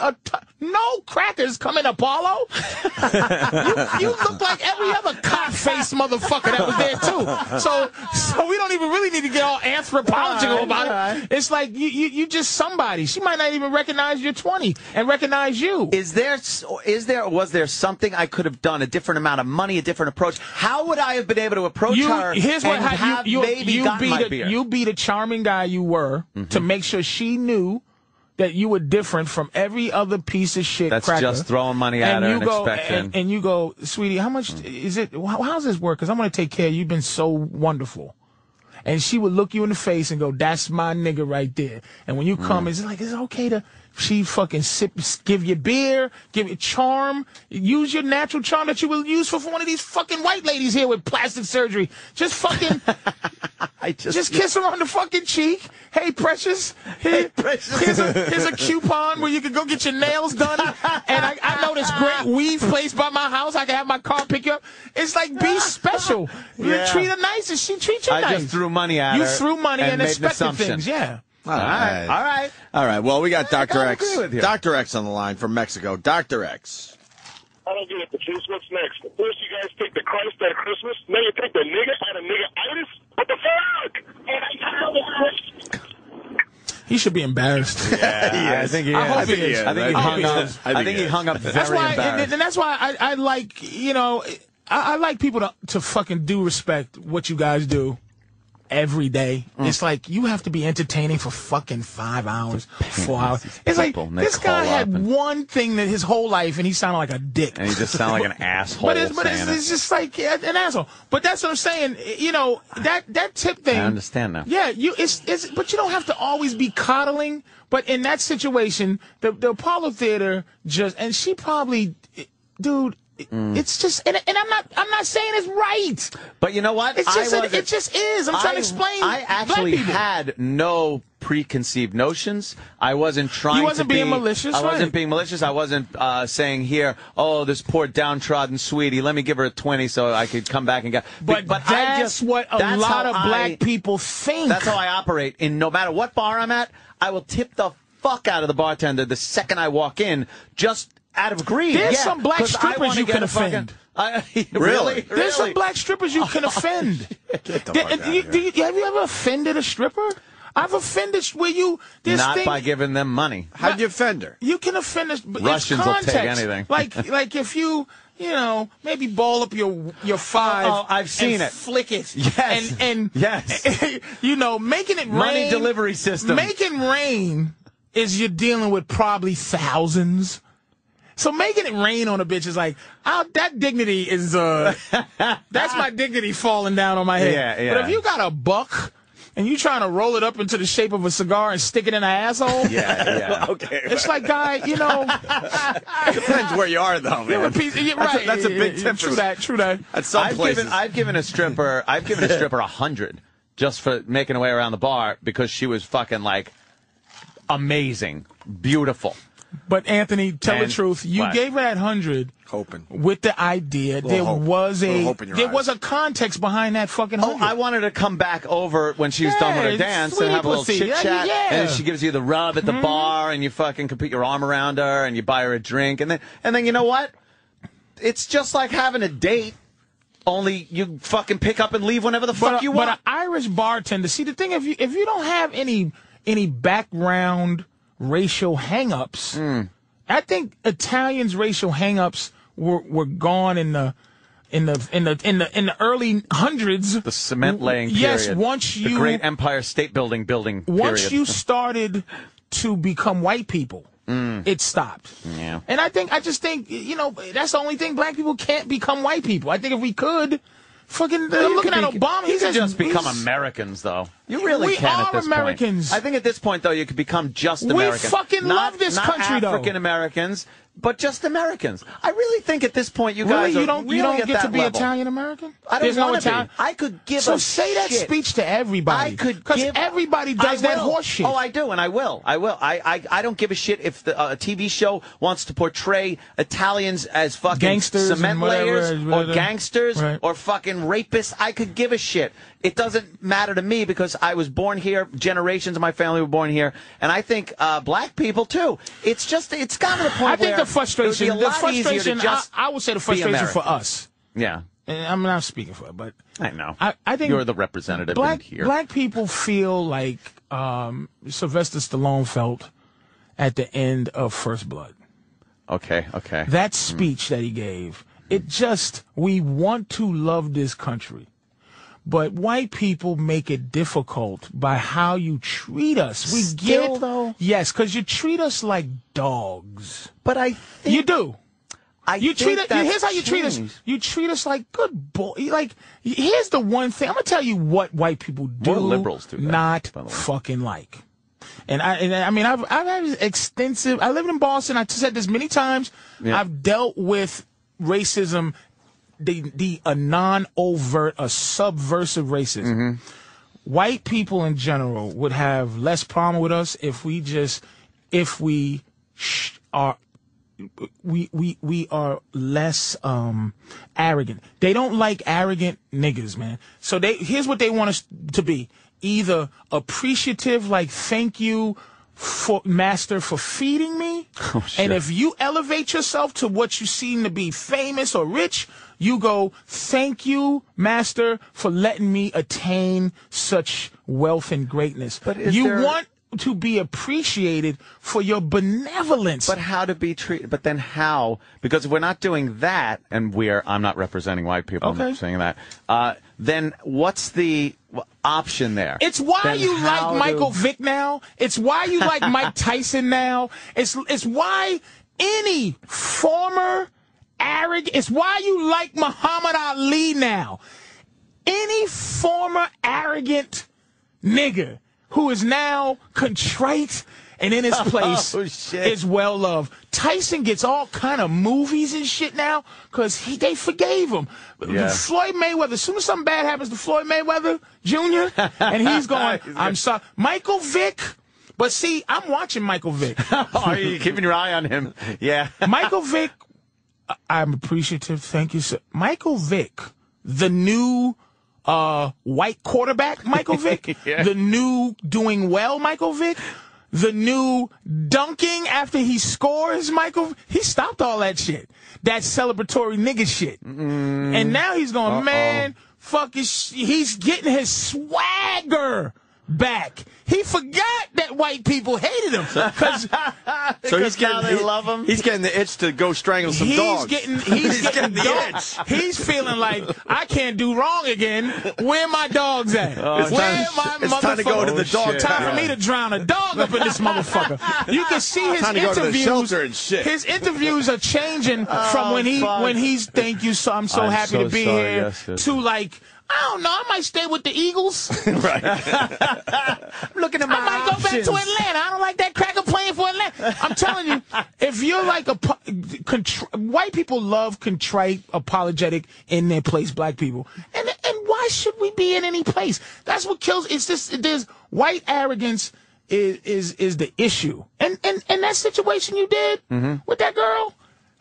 Speaker 2: a t- no crackers coming Apollo? you, you look like every other cop faced motherfucker that was there too. So so we don't even really need to get all anthropological
Speaker 8: All right,
Speaker 2: about
Speaker 8: all
Speaker 2: it. It's like you, you you just somebody. She might not even recognize you're 20 and recognize you.
Speaker 3: Is there s- is there was there something I could have done a different amount of money, a different approach? How would I have been able to approach
Speaker 2: you,
Speaker 3: her?
Speaker 2: Here's what
Speaker 3: and
Speaker 2: how
Speaker 3: have
Speaker 2: you, you,
Speaker 3: maybe
Speaker 2: you
Speaker 3: gotten
Speaker 2: be
Speaker 3: my Mm-hmm.
Speaker 2: the,
Speaker 3: beer?
Speaker 2: you be the charming guy you were to make sure she knew that you were different from every other piece of shit.
Speaker 3: That's
Speaker 2: cracker.
Speaker 3: just throwing money at her
Speaker 2: you
Speaker 3: and
Speaker 2: go,
Speaker 3: expecting. Mm.
Speaker 2: And, and you go, sweetie, how much is it? How, how's this work? Because I'm going to take care. of you. You've been so wonderful. And she would look you in the face and go, "That's my nigga right there." And when you
Speaker 3: Mm.
Speaker 2: come, it's like it's okay to. She fucking sip, give you beer, give you charm, use your natural charm that you will use for one of these fucking white ladies here with plastic surgery. Just fucking,
Speaker 3: I just,
Speaker 2: kiss her on the fucking cheek. Hey, precious, here, precious. here's a here's a coupon where you can go get your nails done. And I, I know this great weave place by my house. I can have my car pick you up. It's like be special. You
Speaker 3: Yeah.
Speaker 2: treat her nice, and she treats you
Speaker 3: I
Speaker 2: nice.
Speaker 3: just threw money at
Speaker 2: You
Speaker 3: her
Speaker 2: threw money
Speaker 3: and
Speaker 2: and,
Speaker 3: made an
Speaker 2: expected
Speaker 3: assumption.
Speaker 2: things. Yeah.
Speaker 1: All right. All
Speaker 3: right.
Speaker 1: All right. Well, we got
Speaker 2: I
Speaker 1: Dr.
Speaker 2: gotta
Speaker 1: X.
Speaker 2: agree with you.
Speaker 1: Dr. X on the line from Mexico. Dr. X.
Speaker 14: I don't get it, the juice. What's next? First, you guys take the Christ out of Christmas. Now you take the nigga out of nigga itis? What the fuck? And I tell you,
Speaker 2: He should be embarrassed.
Speaker 3: Yeah, I think he
Speaker 2: I
Speaker 3: is.
Speaker 2: hope
Speaker 3: I think he is. I think he
Speaker 2: I hope
Speaker 3: hung
Speaker 2: he
Speaker 3: up-
Speaker 2: is.
Speaker 3: I think he hung up
Speaker 2: That's
Speaker 3: very
Speaker 2: why, and,
Speaker 3: embarrassed.
Speaker 2: and that's why I, I like you know I, I like people to to fucking do respect what you guys do. every day.
Speaker 3: Mm.
Speaker 2: It's like you have to be entertaining for fucking five hours, four hours. It's like
Speaker 3: people, and they
Speaker 2: this guy
Speaker 3: call up
Speaker 2: had one thing that his whole life, and he sounded like a dick.
Speaker 3: And you just sound like an asshole.
Speaker 2: But it's, but it's,
Speaker 3: saying it.
Speaker 2: it's just like yeah, an asshole. But that's what I'm saying. You know that that tip thing.
Speaker 3: I understand now.
Speaker 2: Yeah, you it's it's but you don't have to always be coddling. But in that situation, the the Apollo Theater just and she probably, dude. it- It's just and, and I'm not I'm not saying it's right.
Speaker 3: Mm. But you know what?
Speaker 2: It's
Speaker 3: I
Speaker 2: just it,
Speaker 3: wasn't-
Speaker 2: it just is. I'm trying
Speaker 3: I-
Speaker 2: to explain.
Speaker 3: I actually
Speaker 2: black people.
Speaker 3: had no preconceived notions. I wasn't trying.
Speaker 2: wasn't
Speaker 3: to
Speaker 2: being
Speaker 3: be,
Speaker 2: malicious,
Speaker 3: I wasn't
Speaker 2: right.
Speaker 3: being malicious. I wasn't uh, saying here, oh, this poor downtrodden sweetie. Let me give her a twenty so I could come back and get.
Speaker 2: But,
Speaker 3: but
Speaker 2: that's
Speaker 3: I just,
Speaker 2: what a
Speaker 3: that's
Speaker 2: lot
Speaker 3: how
Speaker 2: of
Speaker 3: I-
Speaker 2: black people think.
Speaker 3: That's how I operate. And no matter what bar I'm at, I will tip the fuck out of the bartender the second I walk in, just out of greed.
Speaker 2: There's
Speaker 3: Yeah,
Speaker 2: some black
Speaker 3: 'cause I
Speaker 2: strippers
Speaker 3: wanna
Speaker 2: you
Speaker 3: get
Speaker 2: can
Speaker 3: a fucking-
Speaker 2: offend.
Speaker 3: I-
Speaker 2: Really?
Speaker 3: really? Oh,
Speaker 2: There's some black strippers you can offend.
Speaker 3: the
Speaker 2: Did-
Speaker 3: fuck outta
Speaker 2: you- do you- have you ever offended a stripper? I've offended sh- where you this
Speaker 3: Not
Speaker 2: thing.
Speaker 3: by giving them money.
Speaker 1: How'd you offend her?
Speaker 2: you can offend us. But
Speaker 3: Russians
Speaker 2: it's
Speaker 3: will take
Speaker 2: context.
Speaker 3: anything.
Speaker 2: like like if you you know maybe ball up your your five.
Speaker 3: Oh, oh, I've seen
Speaker 2: and
Speaker 3: it.
Speaker 2: Flick it.
Speaker 3: Yes.
Speaker 2: And and
Speaker 3: Yes.
Speaker 2: you know making it
Speaker 3: Money
Speaker 2: rain-
Speaker 3: delivery system.
Speaker 2: Making rain is you're dealing with probably thousands. So making it rain on a bitch is like, oh, that dignity is uh, that's my dignity falling down on my head.
Speaker 3: Yeah, yeah.
Speaker 2: But if you got a buck and you trying to roll it up into the shape of a cigar and stick it in an asshole,
Speaker 1: Yeah, yeah. Okay.
Speaker 2: It's like, guy, you know,
Speaker 1: Depends where you are, though, man.
Speaker 2: you're a piece. You're
Speaker 1: that's,
Speaker 2: right.
Speaker 1: a, that's a
Speaker 2: Yeah,
Speaker 1: big
Speaker 2: yeah, yeah.
Speaker 1: tip.
Speaker 2: True
Speaker 1: for-
Speaker 2: that. True that.
Speaker 1: At some
Speaker 3: I've
Speaker 1: places.
Speaker 3: given I've given a stripper I've given a stripper a hundred just for making her way around the bar because she was fucking like amazing, beautiful.
Speaker 2: But Anthony, tell
Speaker 3: And
Speaker 2: the truth. You
Speaker 3: what?
Speaker 2: gave her that hundred
Speaker 1: hoping
Speaker 2: with the idea
Speaker 3: Little
Speaker 2: there
Speaker 3: hope.
Speaker 2: was
Speaker 3: Little
Speaker 2: a
Speaker 3: hope in your
Speaker 2: there
Speaker 3: eyes.
Speaker 2: was a context behind that fucking.
Speaker 3: Oh, I wanted to come back over when she was done with
Speaker 2: Yeah,
Speaker 3: her dance
Speaker 2: sweetie
Speaker 3: and have a little
Speaker 2: pussy.
Speaker 3: chit chat.
Speaker 2: Yeah, yeah. Mm-hmm.
Speaker 3: And then she gives you the rub at the bar, and you fucking can put your arm around her, and you buy her a drink, and then and then you know what? It's just like having a date, only you fucking pick up and leave whenever the fuck
Speaker 2: a-
Speaker 3: you want.
Speaker 2: But an Irish bartender. See, the thing if you if you don't have any any background racial hangups,
Speaker 3: Mm.
Speaker 2: I think Italians' racial hangups were were gone in the. In the in the in the in the early hundreds, the
Speaker 3: Cement laying
Speaker 2: Yes,
Speaker 3: period.
Speaker 2: once you
Speaker 3: the Great Empire State Building building.
Speaker 2: once
Speaker 3: period.
Speaker 2: you started to become white people,
Speaker 3: Mm.
Speaker 2: it stopped.
Speaker 3: yeah.
Speaker 2: And I think I just think you know that's the only thing black people can't become white people. I think if we could, fucking
Speaker 3: Well, you
Speaker 2: looking
Speaker 3: could
Speaker 2: at
Speaker 3: be-
Speaker 2: Obama,
Speaker 3: you
Speaker 2: he's
Speaker 3: could just become
Speaker 2: he's-
Speaker 3: Americans, though. You really
Speaker 2: We
Speaker 3: can
Speaker 2: are
Speaker 3: at this
Speaker 2: Americans.
Speaker 3: point. I think at this point, though, you could become just
Speaker 2: We
Speaker 3: Americans.
Speaker 2: fucking
Speaker 3: Not-
Speaker 2: love this
Speaker 3: not
Speaker 2: country, though.
Speaker 3: African Americans, but just Americans. I really think at this point, you
Speaker 2: Really?
Speaker 3: guys
Speaker 2: you
Speaker 3: are
Speaker 2: don't
Speaker 3: really
Speaker 2: you don't
Speaker 3: at
Speaker 2: get to
Speaker 3: that
Speaker 2: be
Speaker 3: level.
Speaker 2: Italian American.
Speaker 3: I don't
Speaker 2: There's no
Speaker 3: wanna be.
Speaker 2: Italian.
Speaker 3: I could give
Speaker 2: so
Speaker 3: a
Speaker 2: say that
Speaker 3: shit.
Speaker 2: speech to everybody.
Speaker 3: I could
Speaker 2: because
Speaker 3: give-
Speaker 2: everybody does
Speaker 3: I
Speaker 2: that
Speaker 3: will.
Speaker 2: horse shit.
Speaker 3: Oh, I do, and I will. I will. I I, I don't give a shit if the uh, TV show wants to portray Italians as fucking
Speaker 2: Gangsters and
Speaker 3: cement
Speaker 2: whatever,
Speaker 3: layers
Speaker 2: whatever.
Speaker 3: or gangsters
Speaker 2: Right.
Speaker 3: or fucking rapists. I could give a shit. It doesn't matter to me because I was born here. Generations of my family were born here, and I think uh, black people too. It's just it's gotten to the point.
Speaker 2: I think
Speaker 3: where
Speaker 2: the
Speaker 3: It
Speaker 2: frustration,
Speaker 3: would be a
Speaker 2: the
Speaker 3: lot easier
Speaker 2: frustration.
Speaker 3: To just
Speaker 2: I, I would say the
Speaker 3: be
Speaker 2: frustration for
Speaker 3: American.
Speaker 2: us.
Speaker 3: Yeah,
Speaker 2: And I'm not speaking for it, but
Speaker 3: I know.
Speaker 2: I, I think
Speaker 3: you're the representative
Speaker 2: black,
Speaker 3: in here.
Speaker 2: Black people feel like um, Sylvester Stallone felt at the end of First Blood.
Speaker 3: Okay. Okay.
Speaker 2: That speech that he gave, it just, we want to love this country. But white people make it difficult by how you treat us. We
Speaker 3: Still,
Speaker 2: get
Speaker 3: though?
Speaker 2: yes, because you treat us like dogs.
Speaker 3: But I think
Speaker 2: you do.
Speaker 3: I
Speaker 2: you
Speaker 3: think
Speaker 2: treat us.
Speaker 3: that's
Speaker 2: Here's how you treat us.
Speaker 3: changed.
Speaker 2: You treat us like good boy. Like here's the one thing I'm gonna tell you what white people do.
Speaker 3: More liberals do that,
Speaker 2: not
Speaker 3: by the way.
Speaker 2: fucking like. And I, and I mean, I've, I've had extensive, I lived in Boston. I said this many times.
Speaker 3: Yeah.
Speaker 2: I've dealt with racism, the, the a non overt, a subversive racism.
Speaker 3: Mm-hmm.
Speaker 2: White people in general would have less problem with us if we just, if we sh- are, we, we, we are less, um, arrogant. They don't like arrogant niggas, man. So they, here's what they want us to be. Either appreciative, like, thank you for, master, for feeding me.
Speaker 3: Oh,
Speaker 2: and if you elevate yourself to what you seem to be famous or rich, you go, thank you, master, for letting me attain such wealth and greatness. But
Speaker 3: is
Speaker 2: you
Speaker 3: there-
Speaker 2: want to be appreciated for your benevolence.
Speaker 3: But how to be treated? But then how? Because if we're not doing that, and we're I'm not representing white people. I'm
Speaker 2: Okay.
Speaker 3: not saying that. Uh, then what's the w- option there?
Speaker 2: It's why
Speaker 3: Then
Speaker 2: you
Speaker 3: how
Speaker 2: like
Speaker 3: do-
Speaker 2: Michael Vick now. It's why you like Mike Tyson now. It's it's why any former arrogant. It's why you like Muhammad Ali now. Any former arrogant nigga who is now contrite and in his place
Speaker 8: Oh, shit.
Speaker 2: is well loved. Tyson gets all kind of movies and shit now because he they forgave him.
Speaker 8: Yeah.
Speaker 2: Floyd Mayweather, as soon as something bad happens to Floyd Mayweather Jr., and he's going, I'm sorry. Michael Vick, but see, I'm watching Michael Vick.
Speaker 3: Are you keeping your eye on him? Yeah.
Speaker 2: Michael Vick, I- I'm appreciative. Thank you, sir. Michael Vick, the new uh, white quarterback, Michael Vick, the new doing well, Michael Vick, the new dunking after he scores, Michael. He stopped all that shit, that celebratory nigga shit, and now he's going,
Speaker 8: Uh-oh.
Speaker 2: man, fuck his sh- He's getting his swagger. Back, he forgot that white people hated him. 'cause-
Speaker 1: So he's
Speaker 2: because now
Speaker 1: getting
Speaker 2: they
Speaker 1: he-
Speaker 2: love him?
Speaker 1: He's getting the itch to go strangle some
Speaker 2: he's
Speaker 1: dogs.
Speaker 2: Getting, he's, getting,
Speaker 1: the
Speaker 2: dogs. He's feeling like I can't do wrong again. Where my dogs at?
Speaker 1: Oh,
Speaker 2: Where
Speaker 1: it's time-
Speaker 2: my
Speaker 1: it's time to go to the
Speaker 2: motherfucker-
Speaker 1: dog
Speaker 2: Time
Speaker 1: pound.
Speaker 2: for me to drown a dog up in this motherfucker. You can see his
Speaker 1: Time to go to the
Speaker 2: interviews.
Speaker 1: shelter and shit.
Speaker 2: His interviews are changing from
Speaker 1: Oh,
Speaker 2: when he
Speaker 1: fuck.
Speaker 2: when he's thank you so I'm so
Speaker 1: I'm
Speaker 2: happy
Speaker 1: so
Speaker 2: to be
Speaker 1: sorry,
Speaker 2: here
Speaker 1: yes, yes.
Speaker 2: to like. I don't know. I might stay with the Eagles. I'm looking at my I might go back to Atlanta. I don't like that cracker playing for Atlanta. I'm telling you, if you're like a po- contr- white people love contrite, apologetic in their place, black people, and and why should we be in any place? That's what kills. It's this. There's white arrogance is is is the issue, and and and that situation you did
Speaker 8: Mhm.
Speaker 2: with that girl,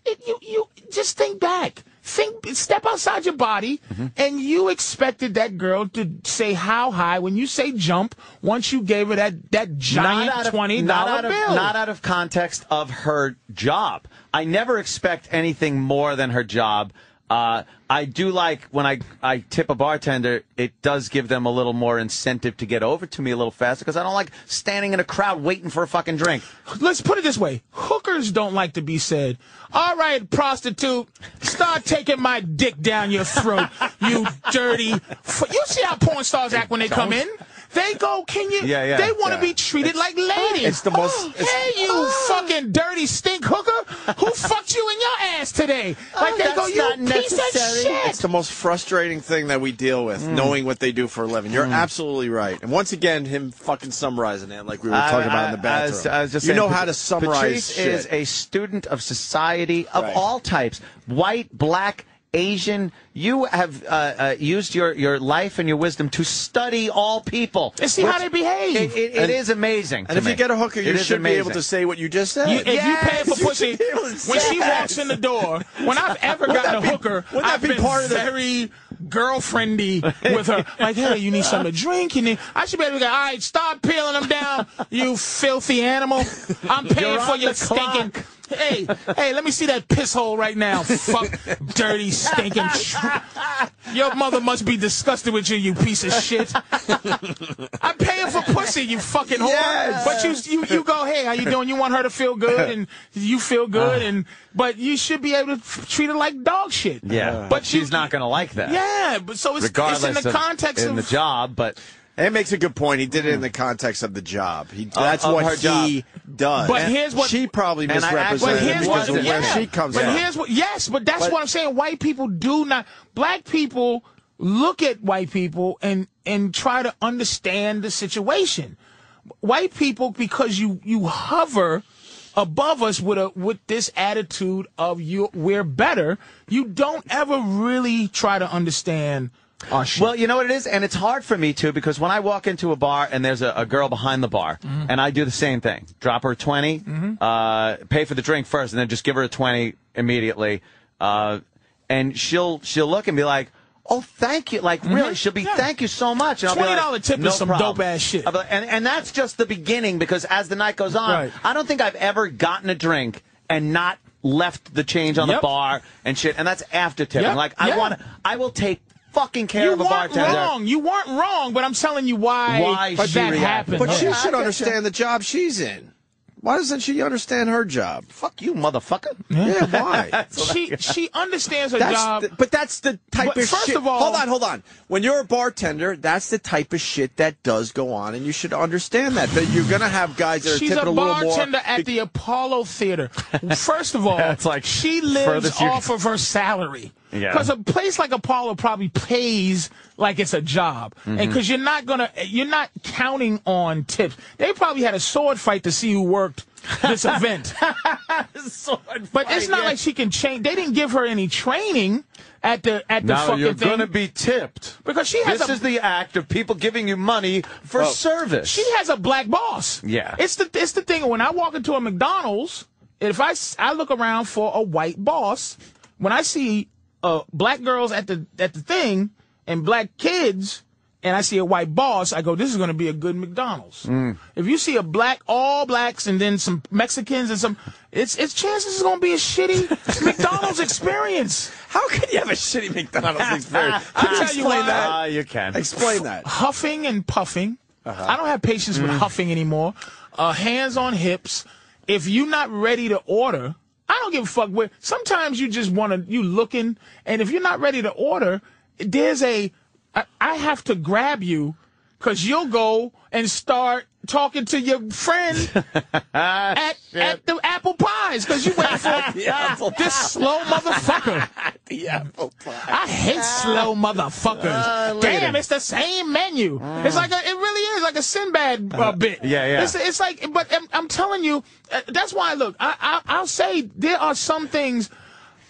Speaker 2: it, you you just think back. Think, step outside your body, and you expected that girl to say how high when you say jump. Once you gave her that that giant
Speaker 3: out of-
Speaker 2: twenty
Speaker 3: not
Speaker 2: dollar
Speaker 3: out of-
Speaker 2: bill,
Speaker 3: Not out of context of her job. I never expect anything more than her job. Uh, I do like when I, I tip a bartender, it does give them a little more incentive to get over to me a little faster because I don't like standing in a crowd waiting for a fucking drink.
Speaker 2: Let's put it this way hookers don't like to be said, all right, prostitute, start taking my dick down your throat, you dirty. F-. You see how porn stars act when they come in? They go, can you?
Speaker 8: Yeah, yeah,
Speaker 2: they want to
Speaker 8: yeah.
Speaker 2: be treated
Speaker 8: It's-
Speaker 2: like ladies. Oh,
Speaker 8: it's the most- it's- Oh.
Speaker 2: hey, you fucking dirty stink hooker. Who fucked you in your ass today? Like,
Speaker 8: Oh,
Speaker 2: they go,
Speaker 8: that's
Speaker 2: you
Speaker 8: not
Speaker 2: piece
Speaker 8: necessary.
Speaker 2: of shit. Mm.
Speaker 1: It's the most frustrating thing that we deal with, knowing what they do for a living. You're absolutely right. And once again, him fucking summarizing it like we were talking about in the
Speaker 3: I- I- I
Speaker 1: bathroom.
Speaker 3: was- I was just
Speaker 1: you
Speaker 3: saying,
Speaker 1: know how to
Speaker 3: Pat-
Speaker 1: summarize
Speaker 3: Patrice
Speaker 1: shit.
Speaker 3: is a student of society of
Speaker 1: Right.
Speaker 3: all types, white, black. Asian, you have uh, uh, used your, your life and your wisdom to study all people
Speaker 2: And see how they behave.
Speaker 3: It, it- it
Speaker 2: And-
Speaker 3: is amazing.
Speaker 1: and if you get a hooker, you should be able to say what you just said.
Speaker 2: You, if you pay for pussy, when she walks in the door, when I've ever
Speaker 1: Wouldn't
Speaker 2: gotten
Speaker 1: that
Speaker 2: a
Speaker 1: be-
Speaker 2: hooker,
Speaker 1: wouldn't that
Speaker 2: I've
Speaker 1: be
Speaker 2: been
Speaker 1: part of the-
Speaker 2: very girlfriendy with her. Like, hey, you need something to drink? And then I should be able to go, all right, stop peeling them down, you filthy animal. I'm paying
Speaker 8: You're
Speaker 2: for
Speaker 8: on
Speaker 2: your
Speaker 8: the clock.
Speaker 2: stinking. Hey, hey, let me see that piss hole right now. Fuck, dirty, stinking. Tr- your mother must be disgusted with you, you piece of shit. I'm paying for pussy, you fucking whore.
Speaker 8: Yes.
Speaker 2: But you, you, you go, hey, how you doing? You want her to feel good, and you feel good,
Speaker 3: Uh.
Speaker 2: and but you should be able to f- treat her like dog shit.
Speaker 3: Yeah,
Speaker 2: but
Speaker 3: but she's not going to like that.
Speaker 2: yeah, but so it's, it's in
Speaker 3: Regardless
Speaker 2: the
Speaker 3: of-
Speaker 2: context
Speaker 3: in
Speaker 2: of
Speaker 3: the job, but
Speaker 1: it makes a good point. He did it
Speaker 2: Mm.
Speaker 1: in the context of the job. He,
Speaker 3: Of-
Speaker 1: that's
Speaker 3: of
Speaker 1: what
Speaker 3: her
Speaker 1: he does.
Speaker 2: But here's what
Speaker 1: she probably
Speaker 2: And I act-
Speaker 1: misrepresented
Speaker 2: But
Speaker 1: him because
Speaker 2: here's what
Speaker 1: of where
Speaker 2: yeah.
Speaker 1: she comes
Speaker 2: but
Speaker 1: from.
Speaker 2: here's what. Yes, but that's
Speaker 1: But-
Speaker 2: what I'm saying. White people do not. Black people look at white people and and try to understand the situation. White people, because you you hover above us with a with this attitude of you we're better. You don't ever really try to understand. our shit.
Speaker 3: Well, you know what it is, and it's hard for me too because when I walk into a bar and there's a, a girl behind the bar,
Speaker 2: Mm-hmm.
Speaker 3: and I do the same thing: drop her 20 uh, pay for the drink first, and then just give her a twenty immediately, uh, and she'll she'll look and be like. Oh, thank you! Like
Speaker 2: Mm-hmm.
Speaker 3: really, she'll be thank you so much. And I'll be
Speaker 2: $20
Speaker 3: like,
Speaker 2: tip is
Speaker 3: "No
Speaker 2: some
Speaker 3: problem."
Speaker 2: dope-ass shit.
Speaker 3: I'll be like- And and that's just the beginning because as the night goes on,
Speaker 2: Right.
Speaker 3: I don't think I've ever gotten a drink and not left the change on
Speaker 2: Yep.
Speaker 3: the bar and shit. And that's after tipping.
Speaker 2: Yep.
Speaker 3: Like I
Speaker 2: Yeah.
Speaker 3: want, I will take fucking care
Speaker 2: you
Speaker 3: of a
Speaker 2: weren't
Speaker 3: bartender.
Speaker 2: wrong. You weren't wrong, but I'm telling you why,
Speaker 3: Why
Speaker 2: that
Speaker 3: she reacted.
Speaker 2: happened.
Speaker 1: But she should understand the job she's in. Why doesn't she understand her job?
Speaker 3: Fuck you, motherfucker.
Speaker 1: Yeah, why?
Speaker 2: she she understands her
Speaker 1: That's
Speaker 2: job.
Speaker 1: the- but that's the type
Speaker 2: But
Speaker 1: of
Speaker 2: first
Speaker 1: shit.
Speaker 2: of all-
Speaker 1: hold on, hold on. When you're a bartender, that's the type of shit that does go on, and you should understand that. That you're gonna have guys that are
Speaker 2: She's
Speaker 1: tipping a,
Speaker 2: a
Speaker 1: little more.
Speaker 2: bartender at the Apollo Theater. First of all,
Speaker 3: That's like
Speaker 2: she lives
Speaker 3: furthest you
Speaker 2: off of her salary.
Speaker 3: Yeah.
Speaker 2: Because a place like Apollo probably pays like it's a job, And and
Speaker 3: Mhm.
Speaker 2: because you're not gonna, you're not counting on tips. They probably had a sword fight to see who worked this event. but it's not like she can change. They didn't give her any training at the at the
Speaker 3: Now
Speaker 2: fucking
Speaker 3: you're
Speaker 2: thing.
Speaker 3: gonna be tipped
Speaker 2: because she has
Speaker 3: This
Speaker 2: a,
Speaker 3: is the act of people giving you money for
Speaker 2: Well,
Speaker 3: service.
Speaker 2: She has a black boss.
Speaker 3: Yeah.
Speaker 2: It's the it's the thing when I walk into a McDonald's, if I s- I look around for a white boss, when I see uh black girls at the at the thing and black kids and I see a white boss, I go this is going to be a good McDonald's.
Speaker 8: Mm.
Speaker 2: If you see a black all blacks and then some Mexicans and some it's it's chances it's going to be a shitty McDonald's experience.
Speaker 1: How can you have a shitty McDonald's experience?
Speaker 2: I'll
Speaker 1: Could you
Speaker 2: tell you
Speaker 1: explain
Speaker 2: why.
Speaker 1: that?
Speaker 3: Ah, you can.
Speaker 1: Explain that.
Speaker 2: Huffing and puffing. I don't have patience with huffing anymore. Uh, hands on hips. If you're not ready to order, I don't give a fuck where. Sometimes you just want to, you looking, and if you're not ready to order, there's a, I, I have to grab you because you'll go and start talking to your friend at, at the apple pies because you waiting for
Speaker 8: The apple
Speaker 2: this
Speaker 8: pie.
Speaker 2: slow motherfucker.
Speaker 1: the apple pie.
Speaker 2: I hate slow motherfuckers.
Speaker 8: Uh, look at
Speaker 2: Damn,
Speaker 8: it.
Speaker 2: it's the same menu. It's like a, it really is like a Sinbad uh, bit.
Speaker 3: yeah, yeah.
Speaker 2: It's, it's like, but I'm, I'm telling you, uh, that's why. Look, I, I, I'll say there are some things.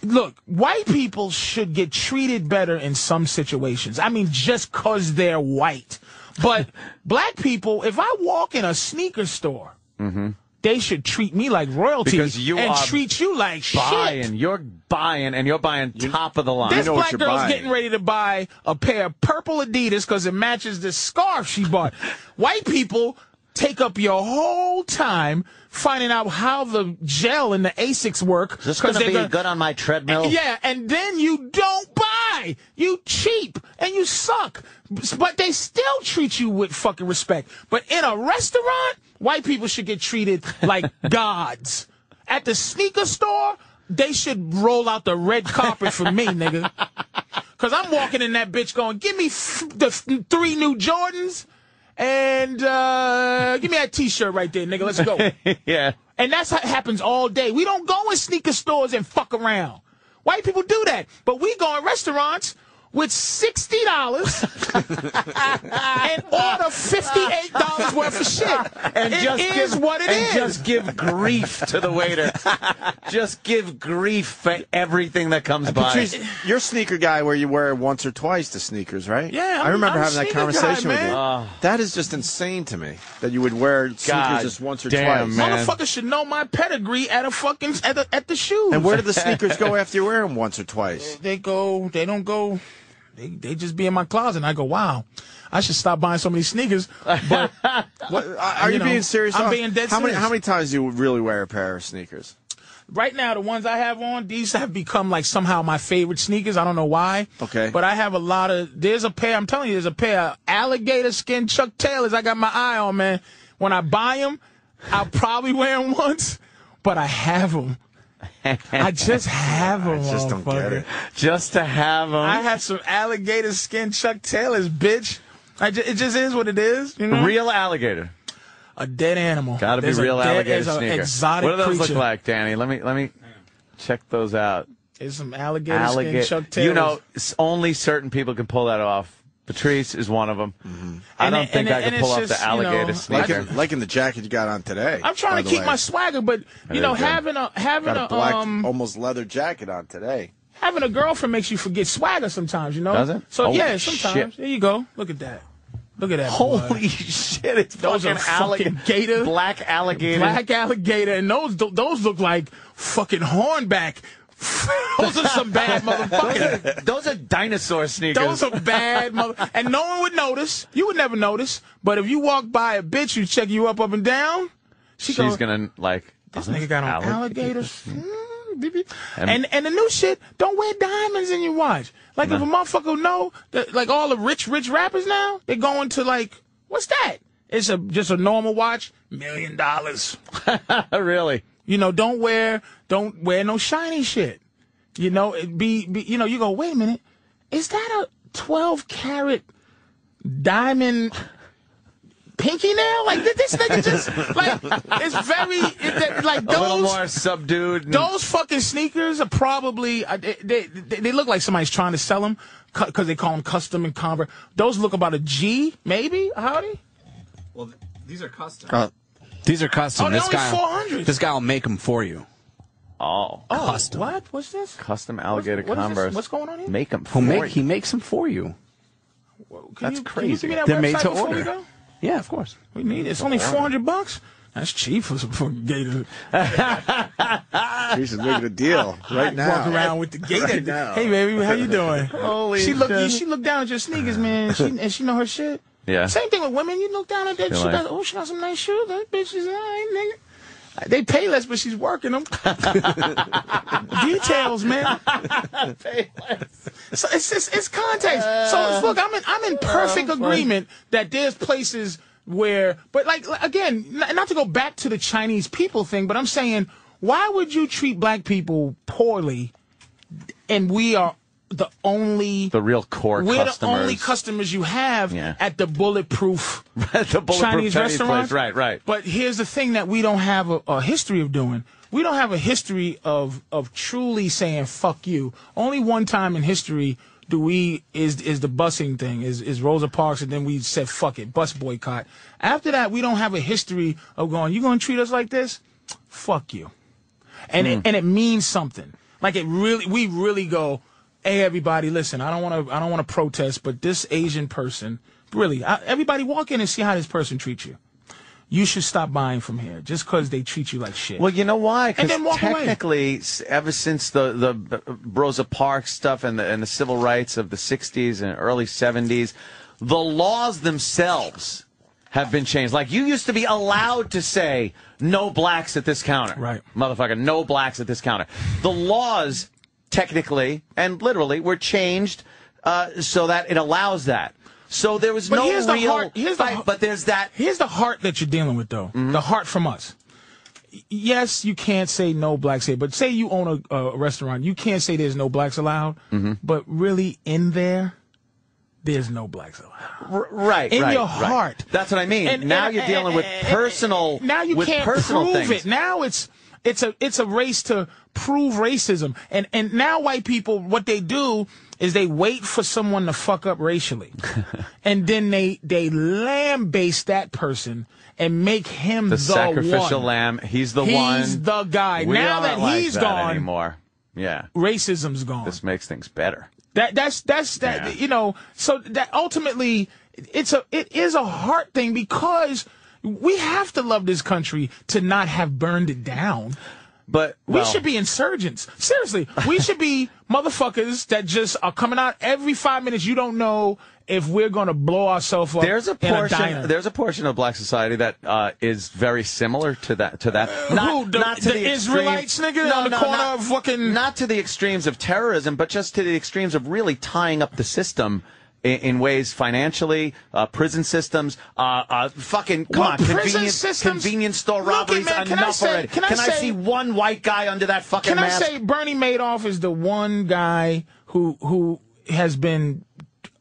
Speaker 2: Look, white people should get treated better in some situations. I mean, just cause they're white. But black people, if I walk in a sneaker store,
Speaker 3: Mm-hmm.
Speaker 2: they should treat me like royalty
Speaker 3: Because you
Speaker 2: and
Speaker 3: are
Speaker 2: treat you like shit.
Speaker 3: Buying, you're buying, and you're buying top of the line.
Speaker 2: This black girl's getting ready to buy a pair of purple Adidas because it matches this scarf she bought. White people take up your whole time finding out how the gel and the Asics work.
Speaker 3: Is this
Speaker 2: 'cause
Speaker 3: gonna
Speaker 2: they're
Speaker 3: be good on my treadmill?
Speaker 2: Yeah, and then you don't buy. You cheap and you suck. But they still treat you with fucking respect. But in a restaurant, white people should get treated like gods. At the sneaker store, they should roll out the red carpet for me, nigga. Cause I'm walking in that bitch going, give me f- the f- three new Jordans and uh, give me that T-shirt right there, nigga. Let's go.
Speaker 3: yeah.
Speaker 2: And that's how it happens all day. We don't go in sneaker stores and fuck around. White people do that. But we go in restaurants with $60 and order $58 worth of shit.
Speaker 3: And
Speaker 2: It
Speaker 3: just
Speaker 2: is
Speaker 3: give,
Speaker 2: what it is.
Speaker 3: and just give grief to the waiter. just give grief for everything that
Speaker 2: Uh,
Speaker 3: comes by.
Speaker 1: Patrice, you're a sneaker guy where you wear once or twice the sneakers, right?
Speaker 3: Yeah,
Speaker 1: I
Speaker 3: I'm-
Speaker 1: remember
Speaker 3: I'm a
Speaker 1: having that
Speaker 3: sneaker guy,
Speaker 1: conversation with
Speaker 3: man.
Speaker 1: you.
Speaker 3: Oh.
Speaker 1: that is just insane to me that you would wear sneakers
Speaker 3: God
Speaker 1: just once or
Speaker 3: damn,
Speaker 1: twice.
Speaker 3: man.
Speaker 2: Motherfuckers should know my pedigree at a fucking at the, at the shoes.
Speaker 1: And where do the sneakers go after you wear them once or twice?
Speaker 2: They go. They don't go. They, they just be in my closet. And I go, wow, I should stop buying so many sneakers. But
Speaker 1: what, Are you,
Speaker 2: know,
Speaker 1: being serious?
Speaker 2: I'm
Speaker 1: How-
Speaker 2: being dead
Speaker 1: how many
Speaker 2: serious.
Speaker 1: how many times do you really wear a pair of sneakers?
Speaker 2: right now the ones I have on, these have become like somehow my favorite sneakers. I don't know why.
Speaker 1: Okay.
Speaker 2: But I have a lot of there's a pair, I'm telling you, there's a pair of alligator skin Chuck Taylors I got my eye on, man. When I buy them, I'll probably wear them once, but I have them. I just have them.
Speaker 3: just don't
Speaker 2: get Oh, it.
Speaker 3: Just to have them.
Speaker 2: I have some alligator skin Chuck Taylors, bitch. I ju- it just is what it is, you know?
Speaker 3: Real alligator.
Speaker 2: A dead animal.
Speaker 3: Gotta
Speaker 2: There's
Speaker 3: be
Speaker 2: a
Speaker 3: real
Speaker 2: dead-
Speaker 3: alligator
Speaker 2: there's a
Speaker 3: sneaker.
Speaker 2: exotic
Speaker 3: what do those
Speaker 2: creature.
Speaker 3: look like, Danny? Let me let me check those out.
Speaker 2: There's some alligator,
Speaker 3: Alligator.
Speaker 2: skin Chuck Taylors.
Speaker 3: You know, s- only certain people can pull that off. Patrice is one of them. I
Speaker 2: Mm-hmm. And
Speaker 3: don't
Speaker 2: it-
Speaker 3: think
Speaker 2: and
Speaker 3: I
Speaker 2: it-
Speaker 3: can
Speaker 2: and
Speaker 3: pull
Speaker 2: it's
Speaker 3: off
Speaker 2: just,
Speaker 3: the
Speaker 2: you
Speaker 3: alligator
Speaker 2: know,
Speaker 1: Like
Speaker 3: sneaker.
Speaker 1: in, like in the jacket you got on today.
Speaker 2: I'm trying
Speaker 1: by
Speaker 2: to
Speaker 1: the
Speaker 2: keep
Speaker 1: way.
Speaker 2: my swagger, but
Speaker 1: There
Speaker 2: you know,
Speaker 1: you go.
Speaker 2: having a having
Speaker 1: got a
Speaker 2: a,
Speaker 1: black, oh.
Speaker 2: um
Speaker 1: almost leather jacket on today.
Speaker 2: having a girlfriend makes you forget swagger sometimes. You know,
Speaker 1: Does it?
Speaker 2: So
Speaker 1: Oh,
Speaker 2: yeah, sometimes.
Speaker 1: shit.
Speaker 2: There you go. Look at that. Look at that.
Speaker 3: Holy
Speaker 2: shit!
Speaker 3: It's
Speaker 2: those are
Speaker 3: fucking allig-
Speaker 2: fucking gator,
Speaker 3: black alligator,
Speaker 2: black alligator, and those those look like fucking hornback. those are some bad motherfuckers.
Speaker 3: Those are, those are dinosaur sneakers.
Speaker 2: Those are bad mother, and no one would notice. You would never notice. But if you walk by a bitch who check you up, up and down, she
Speaker 3: She's
Speaker 2: go,
Speaker 3: gonna like. uh-huh, This
Speaker 2: nigga got on alligators. And, and the new shit, don't wear diamonds in your watch. Like if a motherfucker know that, like all the rich rich rappers now, they're going to like what's that? It's a just a normal watch, million dollars.
Speaker 3: Oh, really?
Speaker 2: You know, don't wear don't wear no shiny shit. You know, it be, be you know, you go wait a minute, is that a twelve carat diamond? Pinky nail? Like did this nigga just like it's very it, that- like
Speaker 3: a little
Speaker 2: those
Speaker 3: more subdued. and-
Speaker 2: those fucking sneakers are probably uh, they, they they they look like somebody's trying to sell them because they call them custom and convert. Those look about a G, maybe. Howdy.
Speaker 4: Well, th- these are custom.
Speaker 9: These are custom.
Speaker 2: Oh, they're
Speaker 9: this
Speaker 2: only
Speaker 9: guy,
Speaker 2: 400.
Speaker 9: this guy will make them for you.
Speaker 3: Oh,
Speaker 2: Oh, what? What's this?
Speaker 3: custom alligator
Speaker 2: what is this-
Speaker 3: Converse.
Speaker 2: what's going on here?
Speaker 3: Make them.
Speaker 9: He'll make he makes them for you.
Speaker 2: Can
Speaker 3: That's
Speaker 2: you- can you
Speaker 3: crazy.
Speaker 2: give me that
Speaker 9: They're made
Speaker 2: website
Speaker 9: to
Speaker 2: before we
Speaker 9: order.
Speaker 2: go?
Speaker 9: Yeah, of course.
Speaker 2: We need it's only four hundred bucks. That's cheap for some fucking gator.
Speaker 1: We should make it a deal right now.
Speaker 2: Walk around with the gator.
Speaker 1: Right now.
Speaker 2: Hey baby, how you doing?
Speaker 3: Holy
Speaker 2: she look
Speaker 3: shit.
Speaker 2: she looked down at your sneakers, man. and She, and she know her shit.
Speaker 3: Yeah.
Speaker 2: Same thing with women. You look down at that.
Speaker 3: Feel
Speaker 2: She
Speaker 3: like-
Speaker 2: got, oh, she got some nice shoes. That bitch is all right, nigga. They pay less, but she's working them. Details, man. So it's it's, it's context. so look, I'm in I'm in perfect agreement that there's places where, but like again, not, not to go back to the Chinese people thing, but I'm saying, why would you treat black people poorly, and we are the only
Speaker 3: the real core
Speaker 2: we're
Speaker 3: customers.
Speaker 2: the only customers you have
Speaker 3: Yeah.
Speaker 2: at the bulletproof
Speaker 3: At the bulletproof
Speaker 2: Chinese
Speaker 3: Chinese
Speaker 2: restaurant.
Speaker 3: place, right, right.
Speaker 2: But here's the thing that we don't have a, a history of doing. We don't have a history of of truly saying "fuck you." Only one time in history do we is is the busing thing is is Rosa Parks, and then we said "fuck it," bus boycott. After that, we don't have a history of going. You gonna treat us like this? Fuck you and it, and it means something. Like it really, we really go, hey everybody, listen, I don't want to, I don't want to protest, but this Asian person, really, I, everybody walk in and see how this person treats you. You should stop buying from here just because they treat you like shit.
Speaker 3: Well, you know why?
Speaker 2: And then
Speaker 3: Because
Speaker 2: walk away.
Speaker 3: technically, s ever since the the uh, Rosa Parks stuff and the and the civil rights of the '60s and early '70s, the laws themselves have been changed. Like you used to be allowed to say no blacks at this counter,
Speaker 2: Right.
Speaker 3: motherfucker? No blacks at this counter. The laws, technically and literally, were changed uh, so that it allows that. So there was
Speaker 2: But
Speaker 3: no
Speaker 2: here's the
Speaker 3: real
Speaker 2: heart- here's the
Speaker 3: fight,
Speaker 2: heart-
Speaker 3: but there's that
Speaker 2: Here's the heart that you're dealing with, though. The heart from us. Y- Yes, you can't say no blacks here, but say you own a, a restaurant, you can't say there's no blacks allowed. But really, in there, there's no blacks allowed.
Speaker 3: R- right
Speaker 2: in
Speaker 3: right,
Speaker 2: your
Speaker 3: right.
Speaker 2: heart.
Speaker 3: That's what I mean.
Speaker 2: And-
Speaker 3: now
Speaker 2: and-
Speaker 3: you're dealing with
Speaker 2: and-
Speaker 3: personal.
Speaker 2: now you
Speaker 3: with
Speaker 2: can't
Speaker 3: personal
Speaker 2: prove
Speaker 3: things.
Speaker 2: it. Now it's it's a it's a race to prove racism, and and now white people what they do is they wait for someone to fuck up racially, and then they they lambaste that person and make him the,
Speaker 3: The, sacrificial
Speaker 2: one.
Speaker 3: lamb. He's the
Speaker 2: He's
Speaker 3: one.
Speaker 2: the guy.
Speaker 3: We
Speaker 2: Now
Speaker 3: aren't
Speaker 2: that
Speaker 3: like
Speaker 2: he's
Speaker 3: that
Speaker 2: gone-
Speaker 3: anymore. Yeah,
Speaker 2: Racism's gone.
Speaker 3: this makes things better.
Speaker 2: That that's that's that
Speaker 3: Yeah.
Speaker 2: you know. So that ultimately, it's a it is a heart thing because we have to love this country to not have burned it down.
Speaker 3: But
Speaker 2: we
Speaker 3: well,
Speaker 2: should be insurgents. Seriously, we should be motherfuckers that just are coming out every five minutes. You don't know if we're gonna blow ourselves up.
Speaker 3: There's a
Speaker 2: in
Speaker 3: portion.
Speaker 2: diner.
Speaker 3: there's a portion of black society that uh, is very similar to that. To that. Not,
Speaker 2: who, the-
Speaker 3: not to
Speaker 2: the
Speaker 3: the,
Speaker 2: Israelites,
Speaker 3: extremes-
Speaker 2: nigga,
Speaker 3: No,
Speaker 2: on the
Speaker 3: no,
Speaker 2: corner
Speaker 3: not,
Speaker 2: of fucking-
Speaker 3: Not to the extremes of terrorism, but just to the extremes of really tying up the system. In, in ways financially, uh, prison systems, uh, uh, fucking come
Speaker 2: Well,
Speaker 3: on,
Speaker 2: prison
Speaker 3: convenience,
Speaker 2: systems-
Speaker 3: convenience store
Speaker 2: Look at,
Speaker 3: robberies.
Speaker 2: man, can I
Speaker 3: enough
Speaker 2: say-
Speaker 3: already.
Speaker 2: can I say-
Speaker 3: see one white guy under that fucking
Speaker 2: Can I
Speaker 3: mask?
Speaker 2: say Bernie Madoff is the one guy who who has been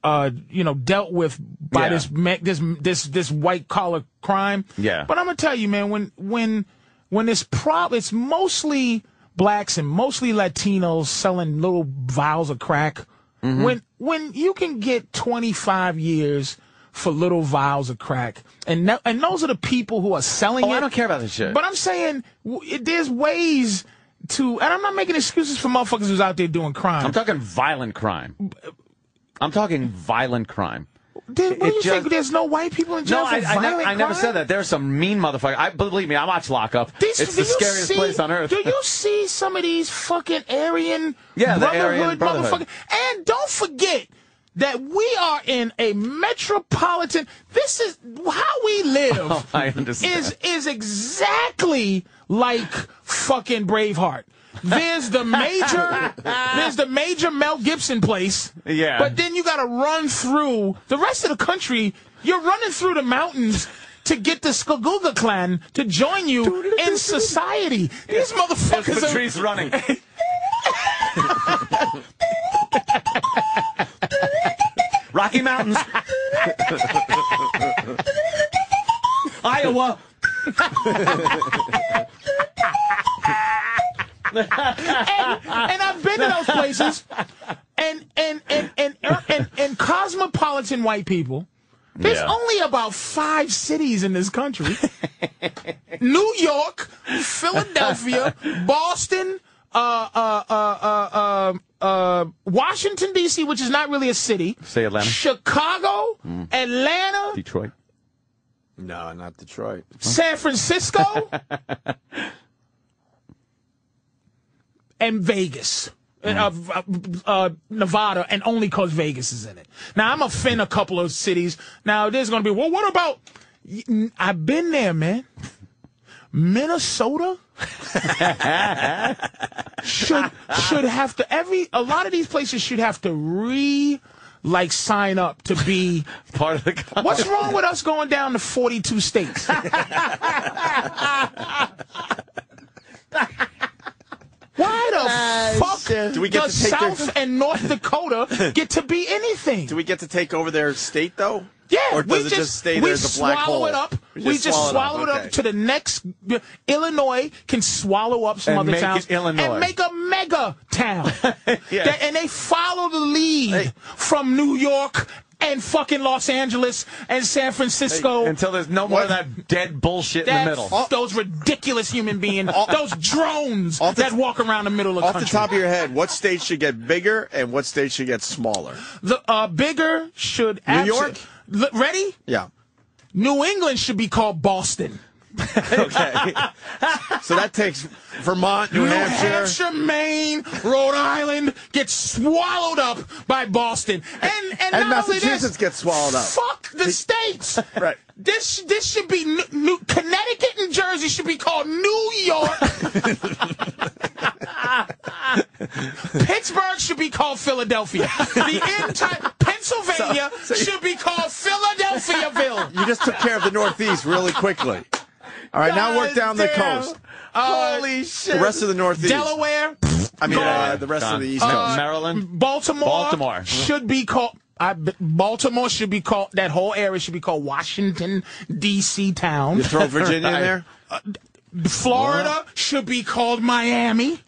Speaker 2: uh you know dealt with by
Speaker 3: Yeah.
Speaker 2: this me- this this this white collar crime.
Speaker 3: Yeah.
Speaker 2: But I'm gonna tell you, man, when when when this prob it's mostly blacks and mostly Latinos selling little vials of crack.
Speaker 3: Mm-hmm.
Speaker 2: When when you can get 25 years for little vials of crack, and no, and those are the people who are selling
Speaker 3: Oh,
Speaker 2: it.
Speaker 3: I don't care about this shit.
Speaker 2: But I'm saying w- it, there's ways to, and I'm not making excuses for motherfuckers who's out there doing crime.
Speaker 3: I'm talking violent crime. I'm talking violent crime.
Speaker 2: Then what
Speaker 3: it
Speaker 2: do you
Speaker 3: just-
Speaker 2: think? There's no white people in jail
Speaker 3: No,
Speaker 2: for
Speaker 3: I, I,
Speaker 2: violent
Speaker 3: never, I never
Speaker 2: crime?
Speaker 3: said that. There's some mean motherfucker. I believe me. I watch Lockup.
Speaker 2: These-
Speaker 3: it's
Speaker 2: do
Speaker 3: the
Speaker 2: you
Speaker 3: scariest
Speaker 2: see-
Speaker 3: place on earth.
Speaker 2: Do you see some of these fucking Aryan
Speaker 3: Yeah, the
Speaker 2: brotherhood,
Speaker 3: Aryan Brotherhood.
Speaker 2: motherfuckers? And don't forget that we are in a metropolitan. This is how we live.
Speaker 3: Oh, I understand.
Speaker 2: Is is exactly like fucking Braveheart. There's the major, there's the major Mel Gibson place.
Speaker 3: Yeah.
Speaker 2: But then you got to run through the rest of the country. You're running through the mountains to get the Skagooga clan to join you in society. These motherfuckers are.
Speaker 8: Patrice
Speaker 3: running. Rocky Mountains. Iowa.
Speaker 2: and, and I've been to those places, and and and and and, and, cosmopolitan white people. There's
Speaker 8: Yeah.
Speaker 2: only about five cities in this country: New York, Philadelphia, Boston, uh, uh, uh, uh, uh, uh, Washington D.C., which is not really a city.
Speaker 3: Say Atlanta.
Speaker 2: Chicago,
Speaker 3: Mm.
Speaker 2: Atlanta,
Speaker 3: Detroit.
Speaker 1: No, not Detroit.
Speaker 2: San Francisco and Vegas. Uh, uh, uh, Nevada, and only because Vegas is in it. Now, I'm a fin a couple of cities. Now, there's going to be, well, what about. y- I've been there, man. Minnesota should should have to every a lot of these places should have to re like sign up to be
Speaker 3: part of the.
Speaker 2: What's wrong with us going down to forty two states? Why the fuck
Speaker 1: Do we get
Speaker 2: does
Speaker 1: to take their-
Speaker 2: South and North Dakota get to be anything?
Speaker 1: Do we get to take over their state though?
Speaker 2: Yeah,
Speaker 1: Or does
Speaker 2: we
Speaker 1: it just, stay there
Speaker 2: we
Speaker 1: as a black
Speaker 2: swallow
Speaker 1: hole?
Speaker 2: it up. We just, swallow it up,
Speaker 1: okay.
Speaker 2: to the next. uh, Illinois can swallow up some
Speaker 3: And
Speaker 2: other
Speaker 3: make it
Speaker 2: towns
Speaker 3: Illinois.
Speaker 2: and make a mega town. They- and they follow the lead from New York and fucking Los Angeles and San Francisco
Speaker 3: Until there's no more of that dead bullshit in
Speaker 2: that-
Speaker 3: the middle.
Speaker 2: Those ridiculous human beings, those drones that walk around the middle of
Speaker 1: Off
Speaker 2: country.
Speaker 1: the top of your head, what state should get bigger and what state should get smaller?
Speaker 2: The uh, bigger should
Speaker 1: New
Speaker 2: abso-
Speaker 1: York?
Speaker 2: L- ready?
Speaker 1: Yeah.
Speaker 2: New England should be called Boston.
Speaker 1: Okay. so that takes Vermont, New,
Speaker 2: New
Speaker 1: Hampshire.
Speaker 2: Hampshire, Maine, Rhode Island get swallowed up by Boston, and and,
Speaker 1: And
Speaker 2: not only this,
Speaker 1: Massachusetts gets swallowed up.
Speaker 2: Fuck the states.
Speaker 1: Right.
Speaker 2: This this should be New, New, Connecticut and Jersey should be called New York. Pittsburgh should be called Philadelphia. The entire Pennsylvania should be called Philadelphiaville.
Speaker 1: You just took care of the Northeast really quickly. All right, now work down the
Speaker 2: Goddamn.
Speaker 1: coast.
Speaker 2: Uh,
Speaker 3: Holy shit.
Speaker 1: The rest of the Northeast.
Speaker 2: Delaware,
Speaker 1: I mean, uh,
Speaker 3: Yeah,
Speaker 1: the rest
Speaker 3: done.
Speaker 1: of the East Coast.
Speaker 2: Uh,
Speaker 3: Maryland.
Speaker 2: Baltimore,
Speaker 3: Baltimore.
Speaker 2: should be called. I, Baltimore should be called. That whole area should be called Washington D.C. town.
Speaker 1: You throw Virginia in there?
Speaker 2: Florida should be called Miami.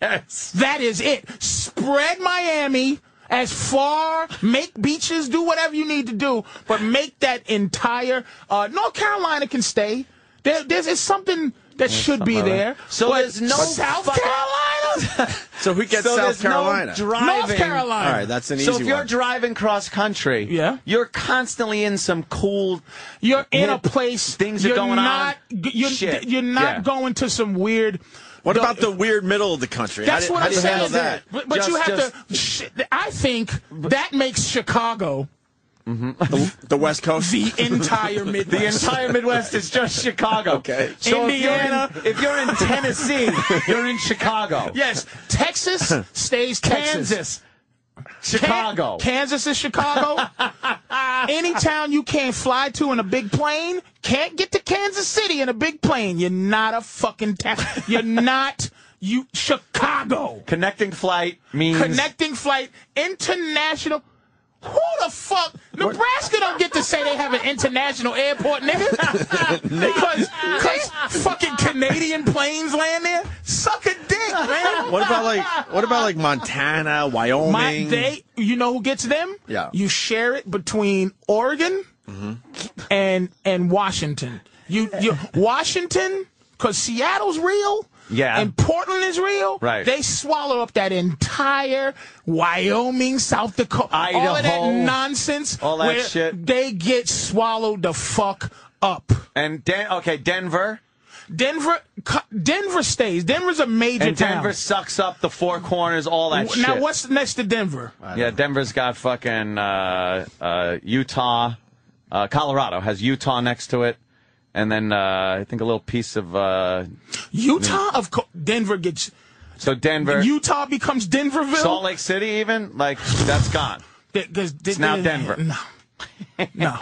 Speaker 2: yes. That is it. Spread Miami as far, make beaches, do whatever you need to do, but make that entire uh, North Carolina can stay. There, there's it's something that should be
Speaker 3: something like
Speaker 2: there.
Speaker 3: that. So
Speaker 2: but
Speaker 3: there's no
Speaker 2: South
Speaker 3: fucking-
Speaker 2: Carolina.
Speaker 1: So we get
Speaker 3: So
Speaker 1: South
Speaker 3: there's no
Speaker 1: Carolina.
Speaker 3: driving.
Speaker 2: North Carolina.
Speaker 1: All right, that's an
Speaker 3: so
Speaker 1: easy
Speaker 3: if you're
Speaker 1: one.
Speaker 3: driving cross country, yeah. you're constantly in some cool.
Speaker 2: You're in a
Speaker 3: hip-
Speaker 2: place.
Speaker 3: Things
Speaker 2: you're
Speaker 3: are going
Speaker 2: not,
Speaker 3: on.
Speaker 2: g- You're,
Speaker 3: Shit.
Speaker 2: you're not
Speaker 3: Yeah.
Speaker 2: going to some weird.
Speaker 1: what about the weird middle of the country? how
Speaker 2: That's
Speaker 1: do,
Speaker 2: what
Speaker 1: how
Speaker 2: I'm
Speaker 1: do you handle
Speaker 2: saying.
Speaker 1: that?
Speaker 2: But, but you
Speaker 1: Just-
Speaker 2: have to. Sh- I think that makes Chicago
Speaker 1: the, the West Coast.
Speaker 2: the entire Midwest.
Speaker 3: The entire Midwest is just Chicago. Okay. So
Speaker 2: Indiana.
Speaker 3: If you're in, if you're in Tennessee, you're in Chicago.
Speaker 2: Yes, Texas stays Texas.
Speaker 3: Kansas,
Speaker 2: Can-
Speaker 3: Chicago.
Speaker 2: Kansas is Chicago. Any town you can't fly to in a big plane, can't get to Kansas City in a big plane. You're not a fucking town. You're not you Chicago.
Speaker 3: Connecting flight means
Speaker 2: Connecting flight, international. Who the fuck? Nebraska don't get to say they have an international airport, nigga. because, because fucking Canadian planes land there. Suck a dick, man.
Speaker 1: What about like what about like Montana, Wyoming?
Speaker 2: My, they, you know who gets them?
Speaker 1: Yeah.
Speaker 2: You share it between Oregon and and Washington. You, you Washington, because Seattle's real.
Speaker 3: Yeah.
Speaker 2: And Portland is real.
Speaker 3: Right.
Speaker 2: They swallow up that entire Wyoming, South Dakota, all of that
Speaker 3: Idaho.
Speaker 2: nonsense.
Speaker 3: All that
Speaker 2: where
Speaker 3: shit.
Speaker 2: They get swallowed the fuck up.
Speaker 3: and Den- okay, Denver.
Speaker 2: Denver, cu- Denver stays. Denver's a major
Speaker 3: And
Speaker 2: town.
Speaker 3: Denver sucks up the Four Corners, all that shit.
Speaker 2: now, what's next to Denver?
Speaker 3: Yeah, Denver's got fucking uh, uh, Utah. Uh, Colorado has Utah next to it, and then uh, I think a little piece of uh,
Speaker 2: Utah, of course, Denver gets
Speaker 3: So Denver,
Speaker 2: Utah becomes Denverville.
Speaker 3: Salt Lake City, even like that's gone. it's now Denver.
Speaker 2: No. No.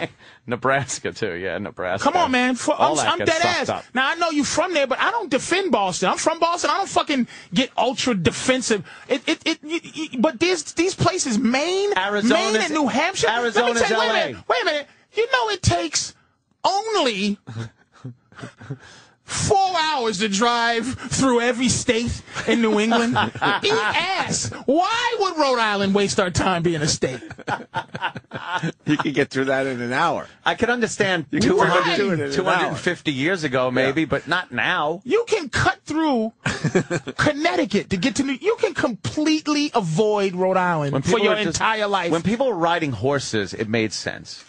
Speaker 3: Nebraska too. Yeah, Nebraska.
Speaker 2: Come on, man. For, I'm,
Speaker 3: All that
Speaker 2: I'm
Speaker 3: gets
Speaker 2: dead
Speaker 3: sucked
Speaker 2: ass.
Speaker 3: up.
Speaker 2: Now I know you from there, but I don't defend Boston. I'm from Boston. I don't fucking get ultra defensive. It, it, it. You, you- but these these places, Maine,
Speaker 3: Arizona's-
Speaker 2: Maine and New Hampshire. Let me
Speaker 3: Arizona's
Speaker 2: tell you- wait a
Speaker 3: LA.
Speaker 2: minute. Wait a minute. You know it takes only four hours to drive through every state in New England. Eat ass. Why would Rhode Island waste our time being a state?
Speaker 1: You could get through that in an hour.
Speaker 3: I could understand
Speaker 1: You could
Speaker 3: 200
Speaker 1: do it in an
Speaker 3: 250 years ago, maybe, but not now.
Speaker 2: You can cut through Connecticut to get to New. You can completely avoid Rhode Island for
Speaker 3: people
Speaker 2: your
Speaker 3: were just-
Speaker 2: entire life.
Speaker 3: When people were riding horses, it made sense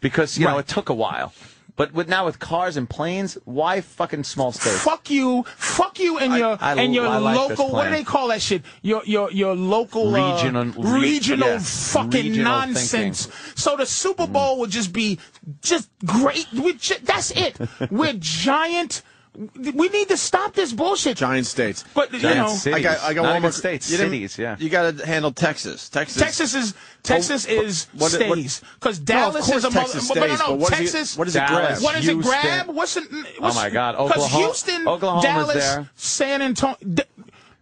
Speaker 3: because you know
Speaker 2: Right.
Speaker 3: it took a while. But with now with cars and planes, why fucking small states?
Speaker 2: fuck you, fuck you, and your
Speaker 3: I-
Speaker 2: and your
Speaker 3: I like this
Speaker 2: local. What do
Speaker 3: plan.
Speaker 2: they call that shit? Your your your local uh,
Speaker 3: Regional- re-
Speaker 2: regional
Speaker 3: yes,
Speaker 2: fucking
Speaker 3: regional thinking.
Speaker 2: nonsense. So the Super
Speaker 1: Mm-hmm.
Speaker 2: Bowl would just be just great. We ju- that's it. We're giant. We need to stop this bullshit.
Speaker 1: Giant states.
Speaker 2: But you know,
Speaker 1: I got, I got one more you didn't-
Speaker 3: yeah.
Speaker 1: You got to handle Texas. Texas.
Speaker 2: Texas is Texas
Speaker 1: Oh,
Speaker 2: is
Speaker 1: but what- what-
Speaker 2: stays because
Speaker 1: No, of
Speaker 2: Dallas
Speaker 1: course
Speaker 2: is a
Speaker 1: Texas
Speaker 2: mother, but
Speaker 1: stays,
Speaker 2: no, no,
Speaker 1: but what is it-
Speaker 2: Texas.
Speaker 1: what is it grab?
Speaker 2: Dallas, What is it
Speaker 1: Houston.
Speaker 2: grab? What's the? What's,
Speaker 3: Oh my God,
Speaker 2: Because
Speaker 3: Oklahoma-
Speaker 2: Houston,
Speaker 3: Oklahoma's
Speaker 2: Dallas,
Speaker 3: there.
Speaker 2: San Antonio. D-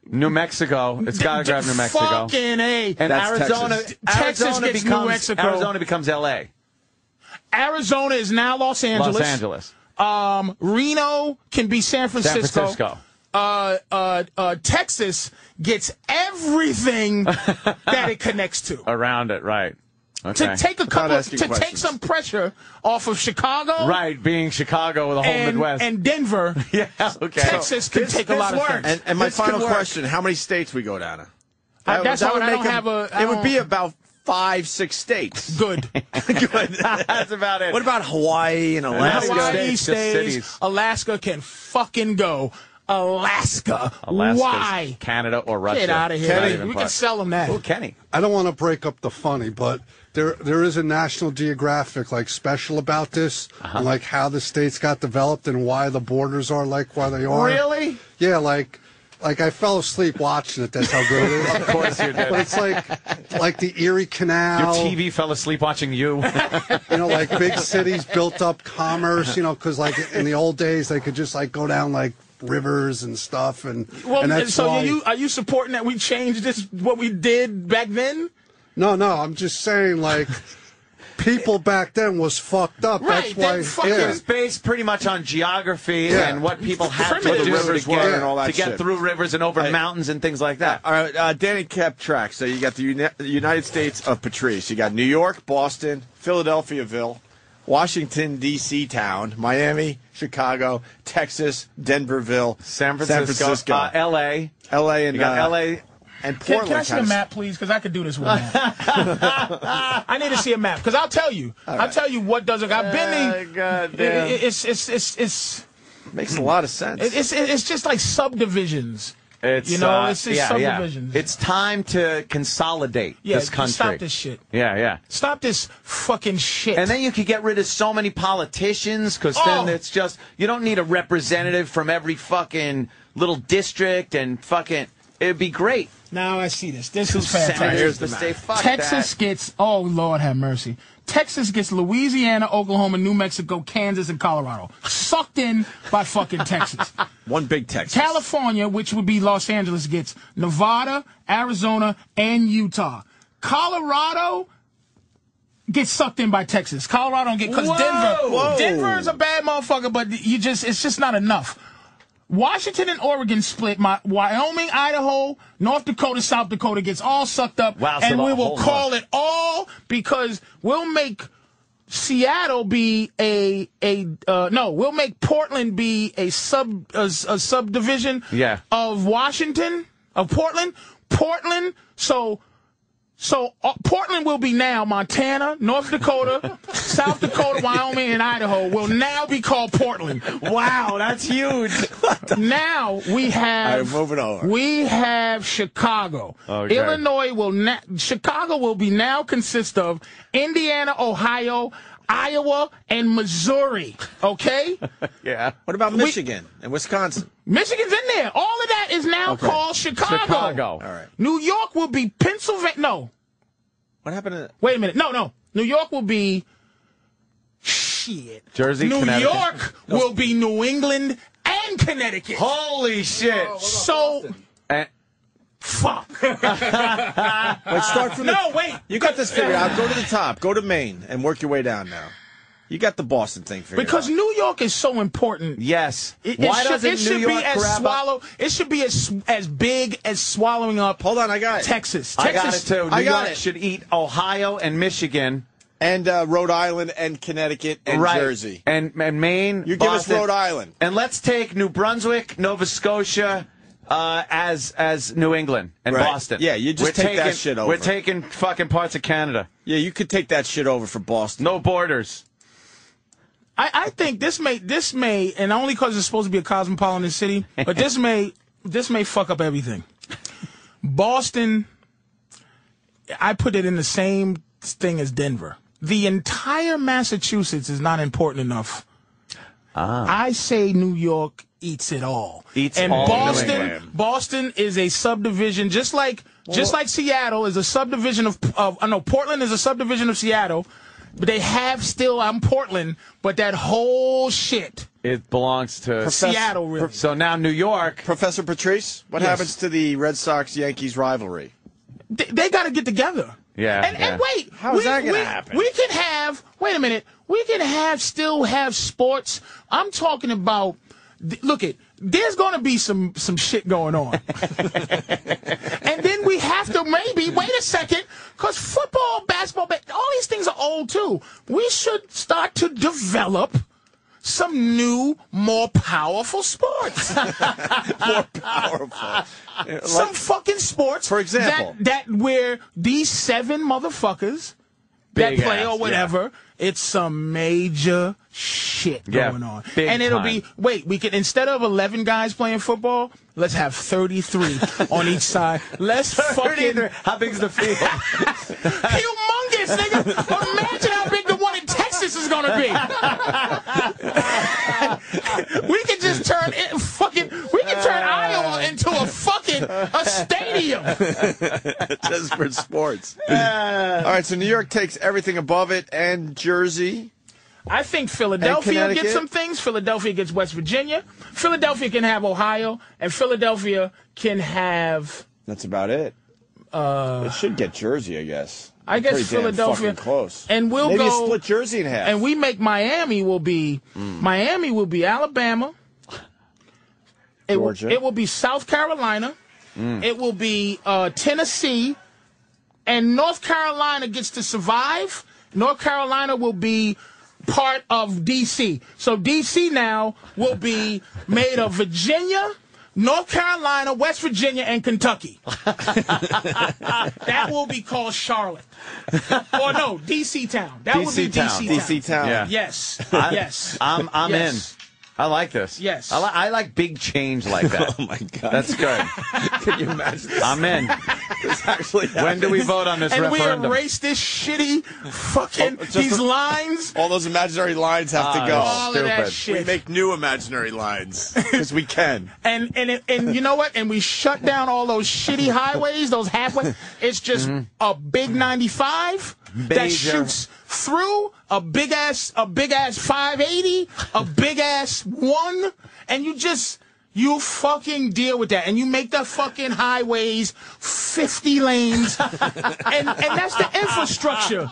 Speaker 3: New Mexico, it's got to
Speaker 2: d-
Speaker 3: grab New Mexico.
Speaker 2: Fucking a.
Speaker 3: And Arizona,
Speaker 2: Texas, Arizona gets
Speaker 3: becomes
Speaker 2: New Mexico.
Speaker 3: Arizona becomes L.A.
Speaker 2: Arizona is now Los Angeles.
Speaker 3: Los Angeles.
Speaker 2: Um, Reno can be San Francisco.
Speaker 3: Francisco.
Speaker 2: Uh, uh, uh, Texas gets everything that it connects to.
Speaker 3: Around it, right? Okay.
Speaker 2: to take a
Speaker 3: Without
Speaker 2: couple to
Speaker 3: asking
Speaker 2: take
Speaker 3: questions.
Speaker 2: some pressure off of Chicago.
Speaker 3: Right, being Chicago with the whole
Speaker 2: And,
Speaker 3: Midwest.
Speaker 2: and Denver,
Speaker 3: yeah, okay.
Speaker 2: Texas can take a lot of things.
Speaker 1: And, and my final question: How many states we go down? To?
Speaker 2: I- Uh, that's
Speaker 1: that
Speaker 2: why
Speaker 1: would
Speaker 2: I
Speaker 1: make
Speaker 2: don't
Speaker 1: them-
Speaker 2: have a- I
Speaker 1: It would
Speaker 2: don't-
Speaker 1: be about five, six states.
Speaker 2: Good.
Speaker 1: Good.
Speaker 3: That's about it.
Speaker 1: What about Hawaii and Alaska?
Speaker 2: Hawaii
Speaker 1: States, just
Speaker 2: stays.
Speaker 1: cities.
Speaker 2: Alaska can fucking go. Alaska.
Speaker 3: Alaska's
Speaker 2: Why?
Speaker 3: Canada or Russia.
Speaker 2: Get out of here.
Speaker 3: Not
Speaker 2: Kenny,
Speaker 3: even
Speaker 2: we can
Speaker 3: part.
Speaker 2: sell them that.
Speaker 3: Ooh, Kenny.
Speaker 15: I don't want to break up the funny, but there there is a National Geographic like special about this,
Speaker 3: Uh-huh.
Speaker 15: and, like how the states got developed and why the borders are like why they are.
Speaker 2: Really?
Speaker 15: Yeah, like like I fell asleep watching it. That's how good it is.
Speaker 3: Of course you did.
Speaker 15: But it's like like the Erie
Speaker 3: Your
Speaker 15: Canal.
Speaker 3: TV fell asleep watching you.
Speaker 15: you know, like big cities built up commerce, you know, because like in the old days they could just like go down like rivers and stuff, and
Speaker 2: Well,
Speaker 15: and that's
Speaker 2: so
Speaker 15: why-
Speaker 2: are you are you supporting that we changed this what we did back then?
Speaker 15: No, no, I'm just saying like people back then was fucked up.
Speaker 2: Right,
Speaker 15: that's why
Speaker 2: that fucking-
Speaker 15: yeah.
Speaker 3: It was based pretty much on geography
Speaker 15: Yeah.
Speaker 3: and what people had to
Speaker 1: Primitive.
Speaker 3: do
Speaker 1: The rivers
Speaker 3: to
Speaker 1: were
Speaker 3: get,
Speaker 1: and all that
Speaker 3: to get
Speaker 1: shit.
Speaker 3: through rivers and over
Speaker 1: I-
Speaker 3: mountains and things like that.
Speaker 1: All right, uh, Danny kept track. So you got the Uni- United States of Patrice. You got New York, Boston, Philadelphia'ville, Washington D.C. town, Miami, Chicago, Texas, Denverville,
Speaker 3: San Francisco, uh, L.A.
Speaker 1: L.A. and
Speaker 3: You got
Speaker 1: uh,
Speaker 3: L.A.
Speaker 1: and
Speaker 2: Can,
Speaker 1: Portland.
Speaker 2: can I see a
Speaker 1: kinda-
Speaker 2: map, please? Because I could do this one. I need to see a map because I'll tell you. I'll tell you what doesn't. I've been.
Speaker 1: Oh,
Speaker 2: in-
Speaker 1: goddamn.
Speaker 2: It- it- it's it's it's it's
Speaker 1: Makes a lot of sense.
Speaker 2: it- it's it's just like subdivisions.
Speaker 3: It's,
Speaker 2: you know,
Speaker 3: uh,
Speaker 2: it's just
Speaker 3: yeah, yeah.
Speaker 2: subdivisions.
Speaker 3: It's time to consolidate
Speaker 2: Yeah,
Speaker 3: this country.
Speaker 2: stop this shit.
Speaker 3: Yeah, yeah.
Speaker 2: Stop this fucking shit.
Speaker 3: And then you could get rid of so many politicians because
Speaker 2: Oh.
Speaker 3: then it's just you don't need a representative from every fucking little district and fucking it'd be great.
Speaker 2: now I see this. This
Speaker 3: Two
Speaker 2: is fantastic.
Speaker 3: senators to say fuck
Speaker 2: Texas gets oh Lord have mercy. Texas gets Louisiana, Oklahoma, New Mexico, Kansas, and Colorado. Sucked in by fucking Texas.
Speaker 1: One big Texas.
Speaker 2: California, which would be Los Angeles, gets Nevada, Arizona, and Utah. Colorado gets sucked in by Texas. Colorado don't get because
Speaker 8: Whoa!
Speaker 2: Denver.
Speaker 8: Whoa.
Speaker 2: Denver is a bad motherfucker, but you just it's just not enough. Washington and Oregon split. My Wyoming, Idaho, North Dakota, South Dakota gets all sucked up,
Speaker 3: Wow, so
Speaker 2: and
Speaker 3: the
Speaker 2: we will
Speaker 3: whole
Speaker 2: call
Speaker 3: month.
Speaker 2: it all because we'll make Seattle be a a uh, no, we'll make Portland be a sub a, a subdivision
Speaker 3: Yeah.
Speaker 2: of Washington of Portland. Portland, so so uh, Portland will be now Montana, North Dakota, South Dakota, Wyoming, and Idaho will now be called Portland.
Speaker 3: Wow, that's huge.
Speaker 2: now we have
Speaker 1: All right, moving over.
Speaker 2: We have Chicago.
Speaker 1: Okay.
Speaker 2: Illinois will na- Chicago will be now consist of Indiana, Ohio, Iowa, and Missouri. Okay?
Speaker 1: Yeah. What about Michigan and Wisconsin?
Speaker 2: Michigan's in there. All of that is now
Speaker 1: Okay.
Speaker 2: called Chicago.
Speaker 1: Chicago. All right.
Speaker 2: New York will be Pennsylvania. No.
Speaker 1: What happened to.
Speaker 2: Wait a minute. No, no. New York will be. Shit.
Speaker 3: Jersey,
Speaker 2: New
Speaker 3: Connecticut.
Speaker 2: York will be New England and Connecticut.
Speaker 3: Holy shit.
Speaker 2: Oh, so.
Speaker 3: And-
Speaker 2: Fuck.
Speaker 1: Wait, start from
Speaker 2: No,
Speaker 1: the,
Speaker 2: wait.
Speaker 1: You got this figured out. Go to the top. Go to Maine and work your way down now. You got the Boston thing figured
Speaker 2: Because New York is so important.
Speaker 3: Yes.
Speaker 2: It,
Speaker 1: Why
Speaker 2: it should,
Speaker 1: doesn't
Speaker 2: it
Speaker 1: New
Speaker 2: should
Speaker 1: York
Speaker 2: be as
Speaker 1: grab up-
Speaker 2: swallow. It should be as as big as swallowing up.
Speaker 1: Hold on, I got it.
Speaker 2: Texas.
Speaker 3: I
Speaker 2: Texas
Speaker 3: got it too. New
Speaker 1: I got
Speaker 3: York
Speaker 1: it.
Speaker 3: should eat Ohio and Michigan.
Speaker 1: And uh, Rhode Island and Connecticut and
Speaker 3: right.
Speaker 1: Jersey.
Speaker 3: And, and Maine.
Speaker 1: You give us
Speaker 3: Boston.
Speaker 1: Rhode Island.
Speaker 3: And let's take New Brunswick, Nova Scotia. Uh, as as New England and
Speaker 1: Right.
Speaker 3: Boston,
Speaker 1: Yeah, you just
Speaker 3: We're
Speaker 1: take that
Speaker 3: taking-
Speaker 1: shit over.
Speaker 3: We're taking fucking parts of Canada,
Speaker 1: Yeah, you could take that shit over for Boston.
Speaker 3: no borders.
Speaker 2: I, I think this may this may and only because it's supposed to be a cosmopolitan city, but this may this may fuck up everything. Boston, I put it in the same thing as Denver. The entire Massachusetts is not important enough. I say New York eats it all.
Speaker 3: Ah. Eats
Speaker 2: and
Speaker 3: all of New
Speaker 2: Boston,
Speaker 3: England.
Speaker 2: Boston is a subdivision, just like just like Seattle is a subdivision of. of I know Portland is a subdivision of Seattle, but they have still. I'm Portland, but that whole shit.
Speaker 3: It belongs to
Speaker 2: Professor- Seattle, really.
Speaker 3: So now New York.
Speaker 1: Professor Patrice, what
Speaker 2: Yes.
Speaker 1: happens to the Red Sox Yankees rivalry?
Speaker 2: They, got to get together.
Speaker 3: Yeah,
Speaker 2: And, and
Speaker 3: yeah.
Speaker 2: wait,
Speaker 1: How is
Speaker 2: we,
Speaker 1: that gonna
Speaker 2: we-
Speaker 1: happen?
Speaker 2: We can have. Wait a minute. We can have still have sports. I'm talking about. th- Look it. There's gonna be some some shit going on, and then we have to maybe wait a second, cause football, basketball, ba- all these things are old too. We should start to develop some new, more powerful sports.
Speaker 1: More powerful.
Speaker 2: some fucking sports.
Speaker 1: For example.
Speaker 2: that, that where these seven motherfuckers that
Speaker 3: Big
Speaker 2: play
Speaker 3: ass,
Speaker 2: or whatever, it's some major shit
Speaker 3: Yeah,
Speaker 2: going on.
Speaker 3: big
Speaker 2: and it'll be
Speaker 3: time.
Speaker 2: wait, we can instead of eleven guys playing football, let's have thirty three on each side. Let's fucking
Speaker 3: How big's the field?
Speaker 2: humongous, nigga. Imagine how big the one in Texas is gonna be. we can just turn it fucking. We can turn Iowa into a fucking a stadium.
Speaker 1: Just for sports. All right, so New York takes everything above it and Jersey.
Speaker 2: I think
Speaker 1: And
Speaker 2: Philadelphia
Speaker 1: Connecticut?
Speaker 2: gets some things. Philadelphia gets West Virginia. Philadelphia can have Ohio, and Philadelphia can have.
Speaker 1: That's about it. Uh, it should get Jersey, I guess.
Speaker 2: I guess
Speaker 1: Pretty damn
Speaker 2: Philadelphia-
Speaker 1: fucking close.
Speaker 2: and we'll
Speaker 1: Maybe
Speaker 2: go-
Speaker 1: split Jersey in half.
Speaker 2: And we make Miami will be Miami will be Alabama. It will,
Speaker 1: Georgia.
Speaker 2: it will be South Carolina.
Speaker 3: Mm.
Speaker 2: It will be uh, Tennessee, and North Carolina gets to survive. North Carolina will be part of DC. So DC now will be made of Virginia, North Carolina, West Virginia, and Kentucky. that will be called Charlotte. Or no, DC town. That would be
Speaker 3: DC town.
Speaker 2: DC town.
Speaker 1: DC town.
Speaker 3: Yeah.
Speaker 2: Yes.
Speaker 3: I-
Speaker 2: yes.
Speaker 3: I'm I'm
Speaker 2: Yes.
Speaker 3: in. I like this.
Speaker 2: Yes.
Speaker 3: I, li- I like big change like that.
Speaker 1: Oh my god.
Speaker 3: That's good.
Speaker 1: Can you imagine this?
Speaker 3: I'm in.
Speaker 1: This actually
Speaker 3: When do we vote on this
Speaker 2: And we
Speaker 3: referendum?
Speaker 2: erase this shitty fucking
Speaker 1: Oh, just
Speaker 2: these
Speaker 1: a-
Speaker 2: lines.
Speaker 1: All those imaginary lines have to
Speaker 3: Ah,
Speaker 1: go.
Speaker 2: All of that
Speaker 3: stupid.
Speaker 1: We
Speaker 2: shit.
Speaker 1: make new imaginary lines because we can.
Speaker 2: and and it, and you know what? And we shut down all those shitty highways, those halfway. It's just
Speaker 1: Mm-hmm.
Speaker 2: a big ninety five that
Speaker 3: Major.
Speaker 2: shoots through a big ass a big ass five eighty, a big ass one, and you just you fucking deal with that, and you make the fucking highways fifty lanes, and and that's the infrastructure.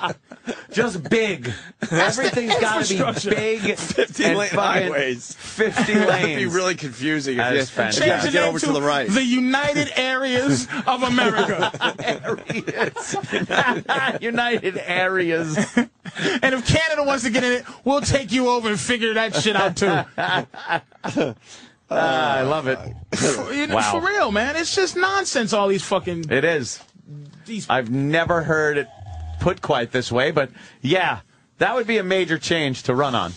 Speaker 3: Just big. Everything's got to
Speaker 2: infrastructure.
Speaker 3: be big.
Speaker 1: 50
Speaker 3: and
Speaker 1: lane
Speaker 3: fucking
Speaker 1: highways.
Speaker 3: 50
Speaker 1: That'd be
Speaker 3: lanes.
Speaker 1: really confusing
Speaker 3: That is
Speaker 1: if you, if you
Speaker 3: fantastic.
Speaker 1: have
Speaker 2: Change
Speaker 1: to
Speaker 2: it
Speaker 1: get over to
Speaker 2: into
Speaker 1: the right.
Speaker 2: The United Areas of America.
Speaker 3: United areas.
Speaker 2: and if Canada wants to get in it, we'll take you over and figure that shit out too.
Speaker 3: Uh, I love it.
Speaker 2: You know,
Speaker 3: Wow.
Speaker 2: For real, man. It's just nonsense, all these fucking.
Speaker 3: It is.
Speaker 2: These,
Speaker 3: I've never heard it put quite this way, but yeah, that would be a major change to run on.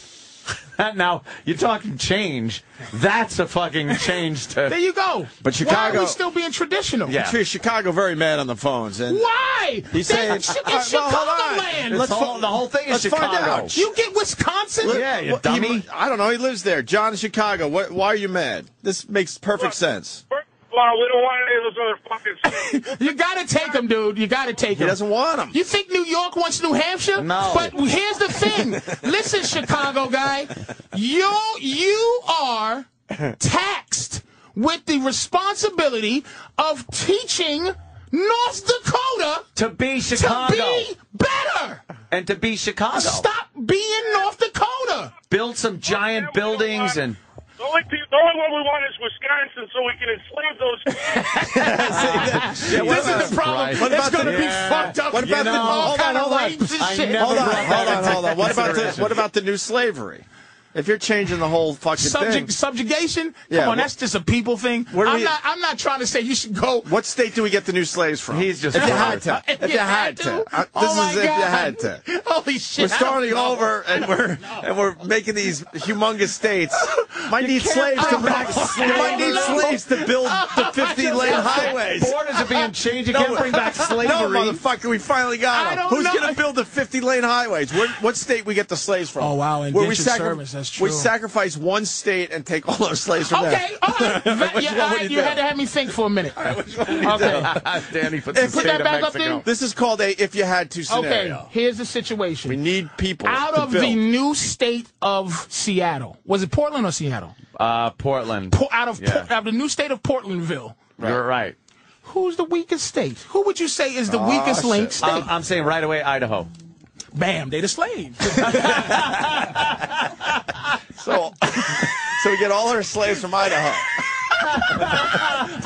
Speaker 3: now you're talking change. That's a fucking change to.
Speaker 2: There you go.
Speaker 1: But
Speaker 2: Why are
Speaker 1: Chicago-
Speaker 2: we still being traditional?
Speaker 1: Yeah. Chicago very mad on the phones. And
Speaker 2: Why?
Speaker 1: He's
Speaker 2: They-
Speaker 1: saying-
Speaker 2: it's
Speaker 1: All right, well, hold on.
Speaker 2: Chicagoland.
Speaker 1: It's Let's all- fi- the whole thing is let's find Chicago. out.
Speaker 2: You get Wisconsin?
Speaker 1: Look, what- he- I don't know. He lives there. John in Chicago. What, why are you mad? This makes perfect sense.
Speaker 14: Well, we don't want any of those other fucking
Speaker 2: You gotta take him, dude. You gotta take him. He doesn't
Speaker 1: want him.
Speaker 2: You think New York wants New Hampshire? No. But here's the thing. Listen, Chicago guy, you you are taxed with the responsibility of teaching North Dakota
Speaker 3: to be Chicago.
Speaker 2: to be better.
Speaker 3: and to be Chicago.
Speaker 2: Stop being North Dakota.
Speaker 3: Build some giant buildings and.
Speaker 14: The only, pe- the only one we want is Wisconsin so we can enslave those.
Speaker 1: what
Speaker 14: This is
Speaker 1: about-
Speaker 14: the problem.
Speaker 1: Right.
Speaker 14: It's gonna be
Speaker 2: fucked up,
Speaker 1: What
Speaker 2: you
Speaker 1: about the
Speaker 2: know, all
Speaker 1: hold on,
Speaker 2: kinda
Speaker 1: hold on,
Speaker 2: rapes and
Speaker 1: I
Speaker 2: shit.
Speaker 1: never
Speaker 2: Hold on,
Speaker 1: brought
Speaker 2: hold
Speaker 1: that
Speaker 2: on,
Speaker 1: into
Speaker 2: hold on.
Speaker 1: What about the
Speaker 2: consideration.
Speaker 1: what about the new slavery? If you're changing the whole fucking
Speaker 2: Subject,
Speaker 1: thing,
Speaker 2: subjugation? Come
Speaker 1: Yeah,
Speaker 2: on,
Speaker 1: wh-
Speaker 2: that's just a people thing.
Speaker 1: Where do
Speaker 2: I'm
Speaker 1: we-
Speaker 2: not. I'm not trying to say you should go.
Speaker 1: what state do we get the new slaves from? He's
Speaker 3: just
Speaker 1: if you
Speaker 2: bored.
Speaker 1: had to,
Speaker 2: If
Speaker 1: if,
Speaker 2: you
Speaker 1: you
Speaker 2: had
Speaker 1: had to,
Speaker 2: to?
Speaker 1: I- this
Speaker 2: Oh my
Speaker 1: is if you
Speaker 2: God.
Speaker 1: had to.
Speaker 2: Holy shit!
Speaker 1: We're
Speaker 2: I don't
Speaker 1: starting
Speaker 2: know.
Speaker 1: over, and we're and we're making these humongous states. Might need
Speaker 2: can't
Speaker 1: slaves to
Speaker 2: bring
Speaker 1: build.
Speaker 2: back slaves.
Speaker 1: Might need slaves to build the 50 lane
Speaker 2: Borders
Speaker 1: highways.
Speaker 3: are being changed. You can't bring back slavery.
Speaker 1: No, motherfucker, we finally
Speaker 2: I
Speaker 1: got them.
Speaker 2: don't
Speaker 1: Who's
Speaker 2: know.
Speaker 1: going to build the 50 lane highways? Where, what state we get the slaves from?
Speaker 2: Oh, wow, and
Speaker 1: Where we
Speaker 2: indentured
Speaker 1: sacri-
Speaker 2: servants, that's
Speaker 1: We
Speaker 2: true.
Speaker 1: sacrifice one state and take all our slaves from
Speaker 2: Okay,
Speaker 1: there.
Speaker 2: all right.
Speaker 1: What
Speaker 2: yeah,
Speaker 1: you want
Speaker 2: all
Speaker 1: me
Speaker 2: right,
Speaker 1: to
Speaker 2: you
Speaker 1: do?
Speaker 2: had to have me think for a minute.
Speaker 3: Danny puts
Speaker 1: Hey,
Speaker 3: the
Speaker 2: put
Speaker 3: state
Speaker 2: that
Speaker 3: of
Speaker 2: back up
Speaker 3: Mexico.
Speaker 2: there.
Speaker 1: This is called a if you had to
Speaker 2: Okay,
Speaker 1: scenario.
Speaker 2: here's the situation.
Speaker 1: We need people
Speaker 2: Out
Speaker 1: to
Speaker 2: of
Speaker 1: build.
Speaker 2: the new state of Seattle, was it Portland or Seattle?
Speaker 3: Uh, Portland.
Speaker 2: Po- out of
Speaker 3: Yeah.
Speaker 2: Por- out of the new state of Portlandville,
Speaker 3: You're right.
Speaker 2: who's the weakest state? Who would you say is the
Speaker 3: Ah,
Speaker 2: weakest
Speaker 3: shit.
Speaker 2: link state?
Speaker 3: I'm,
Speaker 1: Uh,
Speaker 3: I'm saying right away, Idaho.
Speaker 2: Bam, they the slaves.
Speaker 1: So, so we get all our slaves from Idaho.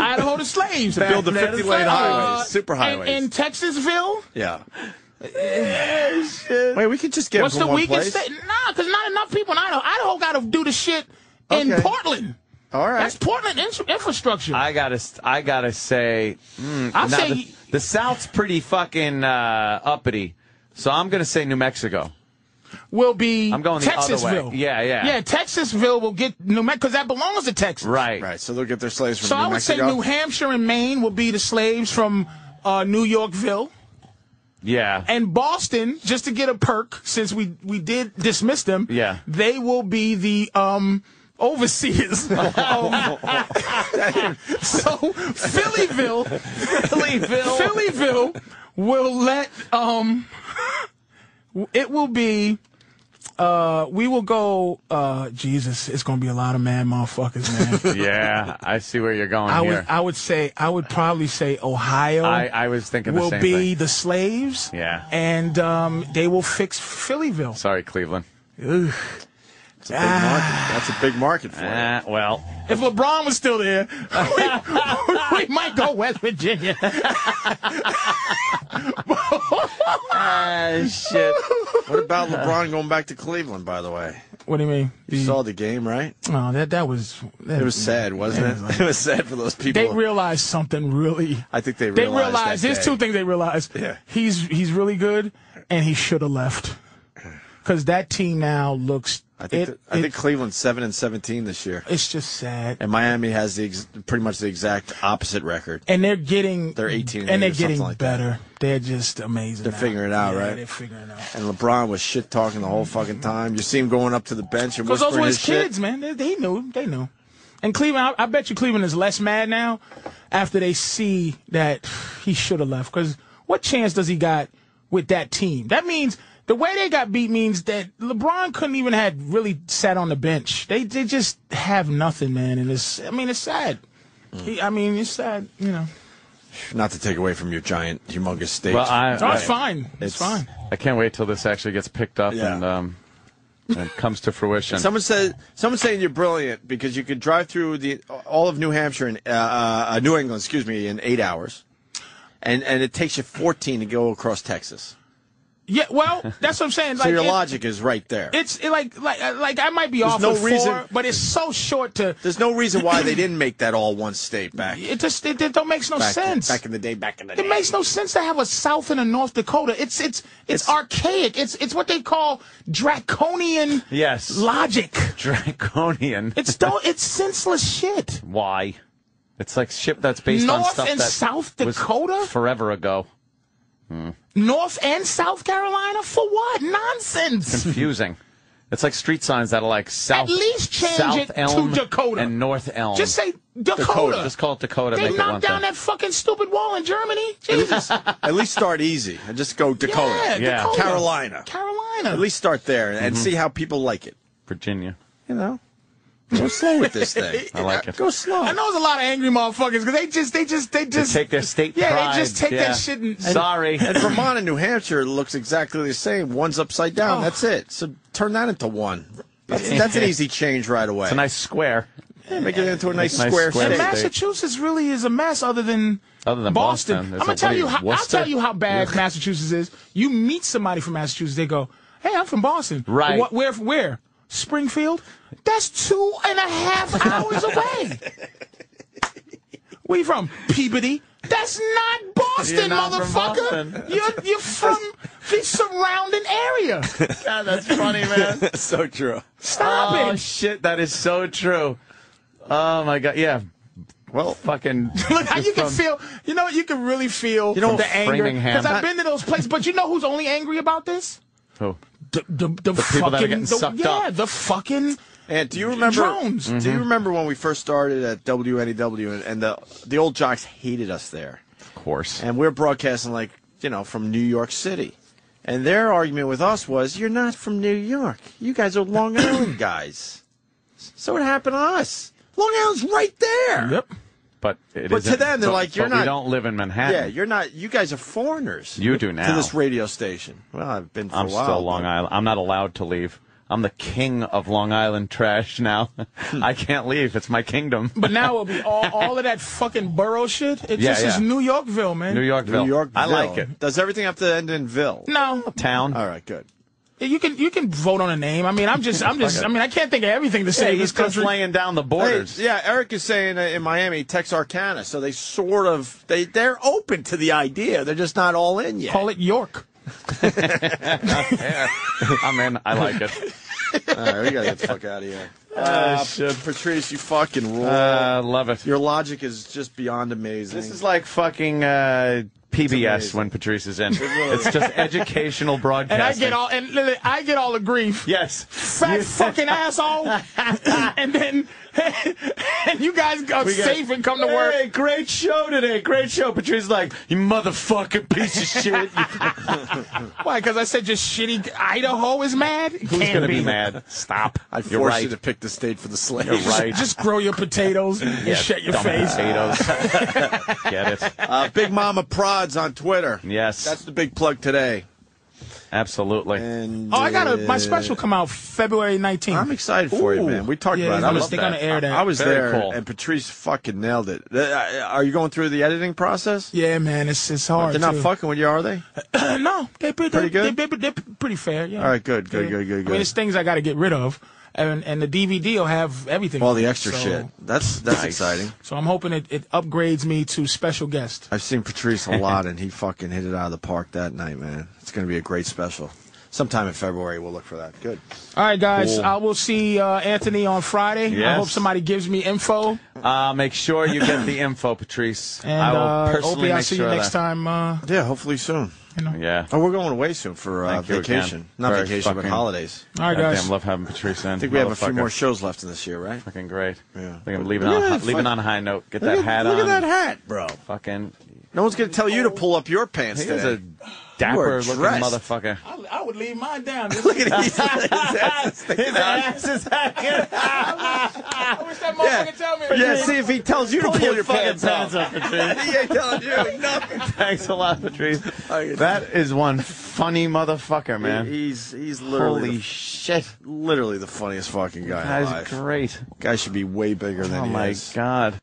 Speaker 2: Idaho the slaves
Speaker 1: To build the
Speaker 2: Back-
Speaker 1: 50 lane
Speaker 2: Uh,
Speaker 1: highways, super
Speaker 2: and-
Speaker 1: highways.
Speaker 2: In Texasville,
Speaker 1: Yeah. Wait, we could just get 'em
Speaker 2: what's
Speaker 1: from
Speaker 2: the
Speaker 1: one
Speaker 2: weakest
Speaker 1: place.
Speaker 2: state? Nah, because not enough people in Idaho. Idaho got to do the shit in
Speaker 1: Okay.
Speaker 2: Portland.
Speaker 1: All right.
Speaker 2: That's Portland in- infrastructure.
Speaker 3: I gotta, I gotta say, mm,
Speaker 2: I'll
Speaker 3: now
Speaker 2: say-
Speaker 3: the, the South's pretty fucking uh, uppity, so I'm gonna say New Mexico.
Speaker 2: will be
Speaker 3: I'm going the other way.
Speaker 2: Texasville.
Speaker 3: Yeah, yeah.
Speaker 2: Yeah, Texasville will get New Mexico because that belongs to Texas.
Speaker 3: Right.
Speaker 1: Right, so they'll get their slaves from
Speaker 2: So
Speaker 1: New
Speaker 2: I would
Speaker 1: Mexico.
Speaker 2: say New Hampshire and Maine will be the slaves from uh, New Yorkville.
Speaker 3: Yeah.
Speaker 2: And Boston, just to get a perk, since we, we did dismiss them,
Speaker 3: Yeah.
Speaker 2: they will be the um, overseers. so Phillyville, Phillyville, Phillyville will let um, it will be. Uh, we will go. Uh, Jesus, it's gonna be a lot of mad motherfuckers, man.
Speaker 3: yeah, I see where you're going
Speaker 2: I would,
Speaker 3: here.
Speaker 2: I would say, I would probably say Ohio.
Speaker 3: I, I was thinking the
Speaker 2: will
Speaker 3: same
Speaker 2: be
Speaker 3: thing.
Speaker 2: the slaves.
Speaker 3: Yeah.
Speaker 2: And um, they will fix Phillyville.
Speaker 3: Sorry, Cleveland.
Speaker 2: Ugh.
Speaker 1: That's a big market. That's
Speaker 2: Ah.
Speaker 1: a big market for it.
Speaker 3: Ah, well,
Speaker 2: If LeBron was still there, we, we might go West Virginia.
Speaker 3: ah, shit.
Speaker 1: What about LeBron going back to Cleveland? By the way,
Speaker 2: What do you mean?
Speaker 1: you saw the game, right?
Speaker 2: Oh, that that was that,
Speaker 1: It was sad, wasn't
Speaker 2: that
Speaker 1: it?
Speaker 2: was
Speaker 1: it was sad for those people.
Speaker 2: They realized something really.
Speaker 1: I think they
Speaker 2: They
Speaker 1: realized.
Speaker 2: realized
Speaker 1: that
Speaker 2: there's
Speaker 1: day.
Speaker 2: two things they realized.
Speaker 1: Yeah.
Speaker 2: He's he's really good, and he should have left. Cause that team now looks.
Speaker 1: I think
Speaker 2: it-
Speaker 1: I think
Speaker 2: it-
Speaker 1: Cleveland's seven and seventeen this year,
Speaker 2: it's just sad.
Speaker 1: and Miami has the ex- pretty much the exact opposite record.
Speaker 2: and they're getting
Speaker 1: They're 18 and
Speaker 2: and
Speaker 1: eight
Speaker 2: they're
Speaker 1: or something
Speaker 2: getting
Speaker 1: like that.
Speaker 2: better. They're just amazing.
Speaker 1: They're
Speaker 2: now.
Speaker 1: figuring it out,
Speaker 2: Yeah,
Speaker 1: right?
Speaker 2: They're figuring it out.
Speaker 1: And LeBron was shit talking the whole fucking time. You see him going up to the bench and
Speaker 2: Because
Speaker 1: whispering
Speaker 2: those were his
Speaker 1: shit.
Speaker 2: kids, man. They, they knew. They knew. And Cleveland, I, I bet you Cleveland is less mad now after they see that he should have left. Because what chance does he got with that team? That means the way they got beat means that LeBron couldn't even had really sat on the bench. They they just have nothing, man. And it's I mean it's sad. He, I mean it's sad, you know.
Speaker 1: Not to take away from your giant, humongous state.
Speaker 3: Well, I,
Speaker 2: No, it's
Speaker 3: I-
Speaker 2: fine.
Speaker 1: It's-
Speaker 2: It's, fine.
Speaker 3: I can't wait till this actually gets picked up
Speaker 1: Yeah.
Speaker 3: and um, and comes to fruition.
Speaker 1: Someone said, someone saying you're brilliant because you could drive through the all of New Hampshire and uh, uh, New England, excuse me, in eight hours, and and it takes you 14 to go across Texas.
Speaker 2: Yeah, well, that's what I'm saying.
Speaker 1: So
Speaker 2: Like,
Speaker 1: your
Speaker 2: it-
Speaker 1: logic is right there.
Speaker 2: It's it like like uh, like I might be
Speaker 1: There's
Speaker 2: off
Speaker 1: no
Speaker 2: no
Speaker 1: reason-
Speaker 2: four, but it's so short to.
Speaker 1: There's no reason why they didn't make that all one state back.
Speaker 2: It just it, it don't makes no
Speaker 1: back,
Speaker 2: sense.
Speaker 1: Back in the day, back in the
Speaker 2: It
Speaker 1: day.
Speaker 2: makes no sense to have a South and a North Dakota. It's it's it's, archaic. It's it's what they call draconian
Speaker 3: Yes.
Speaker 2: logic.
Speaker 3: Draconian.
Speaker 2: It's don't it's senseless shit.
Speaker 3: Why? It's like ship that's based on
Speaker 2: North
Speaker 3: stuff
Speaker 2: and
Speaker 3: that
Speaker 2: South
Speaker 3: was
Speaker 2: Dakota?
Speaker 3: forever ago. Hmm.
Speaker 2: North and South Carolina for what? Nonsense.
Speaker 3: Confusing. it's like street signs that are like south.
Speaker 2: least change
Speaker 3: south
Speaker 2: it to
Speaker 3: Elm
Speaker 2: Dakota.
Speaker 3: and North Elm.
Speaker 2: Just say Dakota.
Speaker 3: Just call it Dakota.
Speaker 2: They
Speaker 3: make it one
Speaker 2: knocked down
Speaker 3: thing.
Speaker 2: that fucking stupid wall in Germany. Jesus.
Speaker 1: At least start easy and just go Dakota,
Speaker 2: Yeah, Yeah. Dakota. Mm-hmm.
Speaker 1: Carolina,
Speaker 2: Carolina.
Speaker 1: At least start there and
Speaker 3: Mhm.
Speaker 1: see how people like it.
Speaker 3: Virginia.
Speaker 1: You know, go slow with this thing.
Speaker 3: I like it.
Speaker 1: Go slow.
Speaker 2: I know there's a lot of angry motherfuckers because they just they just they
Speaker 3: They
Speaker 2: just
Speaker 3: take their state
Speaker 2: Yeah,
Speaker 3: pride.
Speaker 2: they just take
Speaker 3: yeah.
Speaker 2: that shit and
Speaker 3: Sorry.
Speaker 1: And Vermont and New Hampshire looks exactly the same. One's upside down.
Speaker 2: Oh.
Speaker 1: That's it. So turn that into one. That's, that's an easy change right away. It's a
Speaker 3: nice square.
Speaker 1: make it into a nice,
Speaker 3: Nice
Speaker 1: square,
Speaker 3: square
Speaker 1: state.
Speaker 2: And Massachusetts really is a mess other than
Speaker 3: Other than
Speaker 2: Boston.
Speaker 3: Boston,
Speaker 2: I'm
Speaker 3: it's
Speaker 2: gonna
Speaker 3: like,
Speaker 2: tell
Speaker 3: what are
Speaker 2: you
Speaker 3: you,
Speaker 2: how I'll
Speaker 3: Worcester?
Speaker 2: tell you how bad
Speaker 3: Ugh.
Speaker 2: Massachusetts is. You meet somebody from Massachusetts, they go, "Hey, I'm from Boston.
Speaker 3: Right.
Speaker 2: What, where? Where? Springfield. That's two and a half hours away. Where you from? Peabody. That's not Boston,
Speaker 8: You're not from
Speaker 2: motherfucker.
Speaker 8: Boston.
Speaker 2: You're you're from the surrounding area.
Speaker 3: God, that's funny, man.
Speaker 1: so true.
Speaker 2: Stop
Speaker 3: oh,
Speaker 2: it.
Speaker 3: shit, that is so true. Oh my god, yeah. Well, fucking.
Speaker 2: Look how you can feel. You know, you can really feel
Speaker 3: You know,
Speaker 2: the anger
Speaker 3: Framingham.
Speaker 2: because I've been to those places. But you know who's only angry about this?
Speaker 3: Who?
Speaker 2: The, the, the,
Speaker 3: The people
Speaker 2: fucking,
Speaker 3: that are getting
Speaker 2: the-
Speaker 3: sucked
Speaker 2: yeah,
Speaker 3: up.
Speaker 2: the fucking.
Speaker 1: And do you remember?
Speaker 2: Drones.
Speaker 1: Do you
Speaker 2: Mhm.
Speaker 1: remember when we first started at WNEW and, and the the old jocks hated us there? Of
Speaker 3: course.
Speaker 1: And we're broadcasting like you know from New York City, and their argument with us was, "You're not from New York. You guys are Long Island guys." So what happened to us? Long Island's right there.
Speaker 2: Yep.
Speaker 3: But it
Speaker 1: But to
Speaker 3: isn't-
Speaker 1: them, they're
Speaker 3: but-
Speaker 1: like, you're
Speaker 3: but We
Speaker 1: not-
Speaker 3: don't live in
Speaker 1: Yeah,
Speaker 3: Manhattan.
Speaker 1: you're not. You guys are foreigners.
Speaker 3: you do now.
Speaker 1: to this radio station. Well, I've been for
Speaker 3: I'm
Speaker 1: a while.
Speaker 3: still Long Island. I'm not allowed to leave. I'm the king of Long Island trash now. I can't leave. It's my kingdom.
Speaker 2: But now it'll be all, all of that fucking borough shit. It
Speaker 3: Yeah,
Speaker 2: just is
Speaker 3: yeah.
Speaker 2: New Yorkville, man.
Speaker 3: New Yorkville.
Speaker 1: New Yorkville.
Speaker 3: I like it.
Speaker 1: Does everything have to end in Ville?
Speaker 2: No,
Speaker 3: Town.
Speaker 1: All right, good.
Speaker 2: you can you can vote on a name. I mean, I'm just I'm just I mean I can't think of everything to say.
Speaker 1: Yeah,
Speaker 2: in this
Speaker 1: he's just
Speaker 2: country.
Speaker 1: laying
Speaker 3: down the borders.
Speaker 1: Hey, yeah, Eric is saying uh, in Miami, Texarkana. So they sort of they they're open to the idea. They're just not all in yet.
Speaker 2: Call it York.
Speaker 3: Yeah. I'm in. I like it.
Speaker 1: all right, we gotta get the fuck out of here.
Speaker 3: Ah,
Speaker 1: Patrice, you fucking rule.
Speaker 3: Uh, love it.
Speaker 1: Your logic is just beyond amazing.
Speaker 3: This is like fucking uh, PBS
Speaker 1: amazing.
Speaker 3: when Patrice is in.
Speaker 1: really
Speaker 3: It's just educational
Speaker 2: And
Speaker 3: broadcasting.
Speaker 2: I get all and li- li- I get all the grief.
Speaker 3: Yes.
Speaker 2: Fat fucking asshole. and then and you guys are
Speaker 3: We get-
Speaker 2: safe and come to work.
Speaker 3: Hey, great show today. Great show. Patrice's like, you motherfucking piece of shit.
Speaker 2: Why? Because I said just shitty Idaho is mad. It
Speaker 3: Who's
Speaker 2: can't
Speaker 3: gonna
Speaker 2: be.
Speaker 3: be. mad? Stop.
Speaker 1: I
Speaker 3: You're
Speaker 1: forced
Speaker 3: right.
Speaker 1: you to pick the state for the slave.
Speaker 3: You're right.
Speaker 2: Just grow your potatoes and
Speaker 3: Yeah,
Speaker 2: shut your
Speaker 3: dumb
Speaker 2: face.
Speaker 3: Potatoes. get it.
Speaker 1: Uh, Big Mama Prods on Twitter.
Speaker 3: Yes.
Speaker 1: that's the big plug today.
Speaker 3: Absolutely.
Speaker 1: And
Speaker 2: Oh, I got a my
Speaker 1: uh,
Speaker 2: special come out February 19th.
Speaker 1: I'm excited for you,
Speaker 2: Ooh.
Speaker 1: man. We talked
Speaker 2: Yeah,
Speaker 1: about it. I
Speaker 2: I'm
Speaker 1: was
Speaker 2: stick on the air that.
Speaker 1: I, I was
Speaker 3: Very
Speaker 1: there,
Speaker 3: cool.
Speaker 1: and Patrice fucking nailed it. Uh, uh, Are you going through the editing process?
Speaker 2: Yeah, man, it's it's hard.
Speaker 1: They're not
Speaker 2: too.
Speaker 1: fucking with you, are they?
Speaker 2: no, they pretty,
Speaker 1: Pretty
Speaker 2: they,
Speaker 1: good?
Speaker 2: They, they, they're pretty fair. Yeah.
Speaker 1: All right, good, good, good, good,
Speaker 2: I mean,
Speaker 1: good.
Speaker 2: it's things I got to get rid of, and and the DVD will have everything.
Speaker 1: All
Speaker 2: on
Speaker 1: the
Speaker 2: it,
Speaker 1: extra
Speaker 2: so-
Speaker 1: shit. That's that's
Speaker 3: Nice.
Speaker 1: exciting.
Speaker 2: So I'm hoping it, it upgrades me to special guest.
Speaker 1: I've seen Patrice a lot, and he fucking hit it out of the park that night, man. It's going to be a great special. Sometime in February, we'll look for that. Good.
Speaker 2: All right, guys,
Speaker 3: Cool.
Speaker 2: I will see uh, Anthony on Friday. I
Speaker 3: Yes.
Speaker 2: hope somebody gives me info.
Speaker 3: Uh, make sure you get the info, Patrice.
Speaker 2: And
Speaker 3: I will
Speaker 2: uh,
Speaker 3: personally
Speaker 2: hopefully I'll
Speaker 3: make
Speaker 2: see
Speaker 3: sure
Speaker 2: you
Speaker 3: of
Speaker 2: next
Speaker 3: that.
Speaker 2: time. Uh,
Speaker 1: Yeah, hopefully soon.
Speaker 3: Yeah.
Speaker 1: Oh, we're going away soon for uh,
Speaker 3: Thank you again.
Speaker 1: vacation. Not
Speaker 3: Very
Speaker 1: vacation, but
Speaker 3: fucking-
Speaker 1: holidays.
Speaker 2: All right,
Speaker 3: Goddamn
Speaker 2: guys.
Speaker 3: love having Patrice in.
Speaker 1: I think we have a few
Speaker 3: Motherfucker.
Speaker 1: more shows left in this year, right?
Speaker 3: Fucking great.
Speaker 1: Yeah.
Speaker 3: I think I'm leaving,
Speaker 1: Look
Speaker 3: on,
Speaker 1: at
Speaker 3: a-
Speaker 1: that
Speaker 3: leaving
Speaker 1: fuck-
Speaker 3: on a high note. Get
Speaker 1: Look
Speaker 3: that
Speaker 1: at-
Speaker 3: hat
Speaker 1: Look
Speaker 3: on.
Speaker 1: at that hat, bro.
Speaker 3: Fucking.
Speaker 1: No one's going to tell you to pull up your pants
Speaker 3: He is
Speaker 1: today.
Speaker 3: a
Speaker 1: You are
Speaker 3: dapper looking
Speaker 1: dressed.
Speaker 3: motherfucker.
Speaker 2: I, I would leave mine down.
Speaker 1: Look at his, his ass.
Speaker 3: His ass is hacking.
Speaker 2: I wish that
Speaker 1: Yeah.
Speaker 2: motherfucker tell me.
Speaker 1: Yeah, see if he tells you to
Speaker 3: Pull
Speaker 1: pull
Speaker 3: your
Speaker 1: your, pants,
Speaker 3: fucking
Speaker 1: up.
Speaker 3: pants up, Patrice.
Speaker 1: he ain't telling you nothing.
Speaker 3: Thanks a lot, Patrice.
Speaker 1: Okay.
Speaker 3: That is one funny motherfucker, man.
Speaker 1: He's he's literally
Speaker 3: Holy
Speaker 1: the, shit, literally the funniest fucking guy
Speaker 3: That is
Speaker 1: alive.
Speaker 3: great.
Speaker 1: Guy should be way bigger than
Speaker 3: Oh
Speaker 1: he
Speaker 3: my
Speaker 1: is.
Speaker 3: god.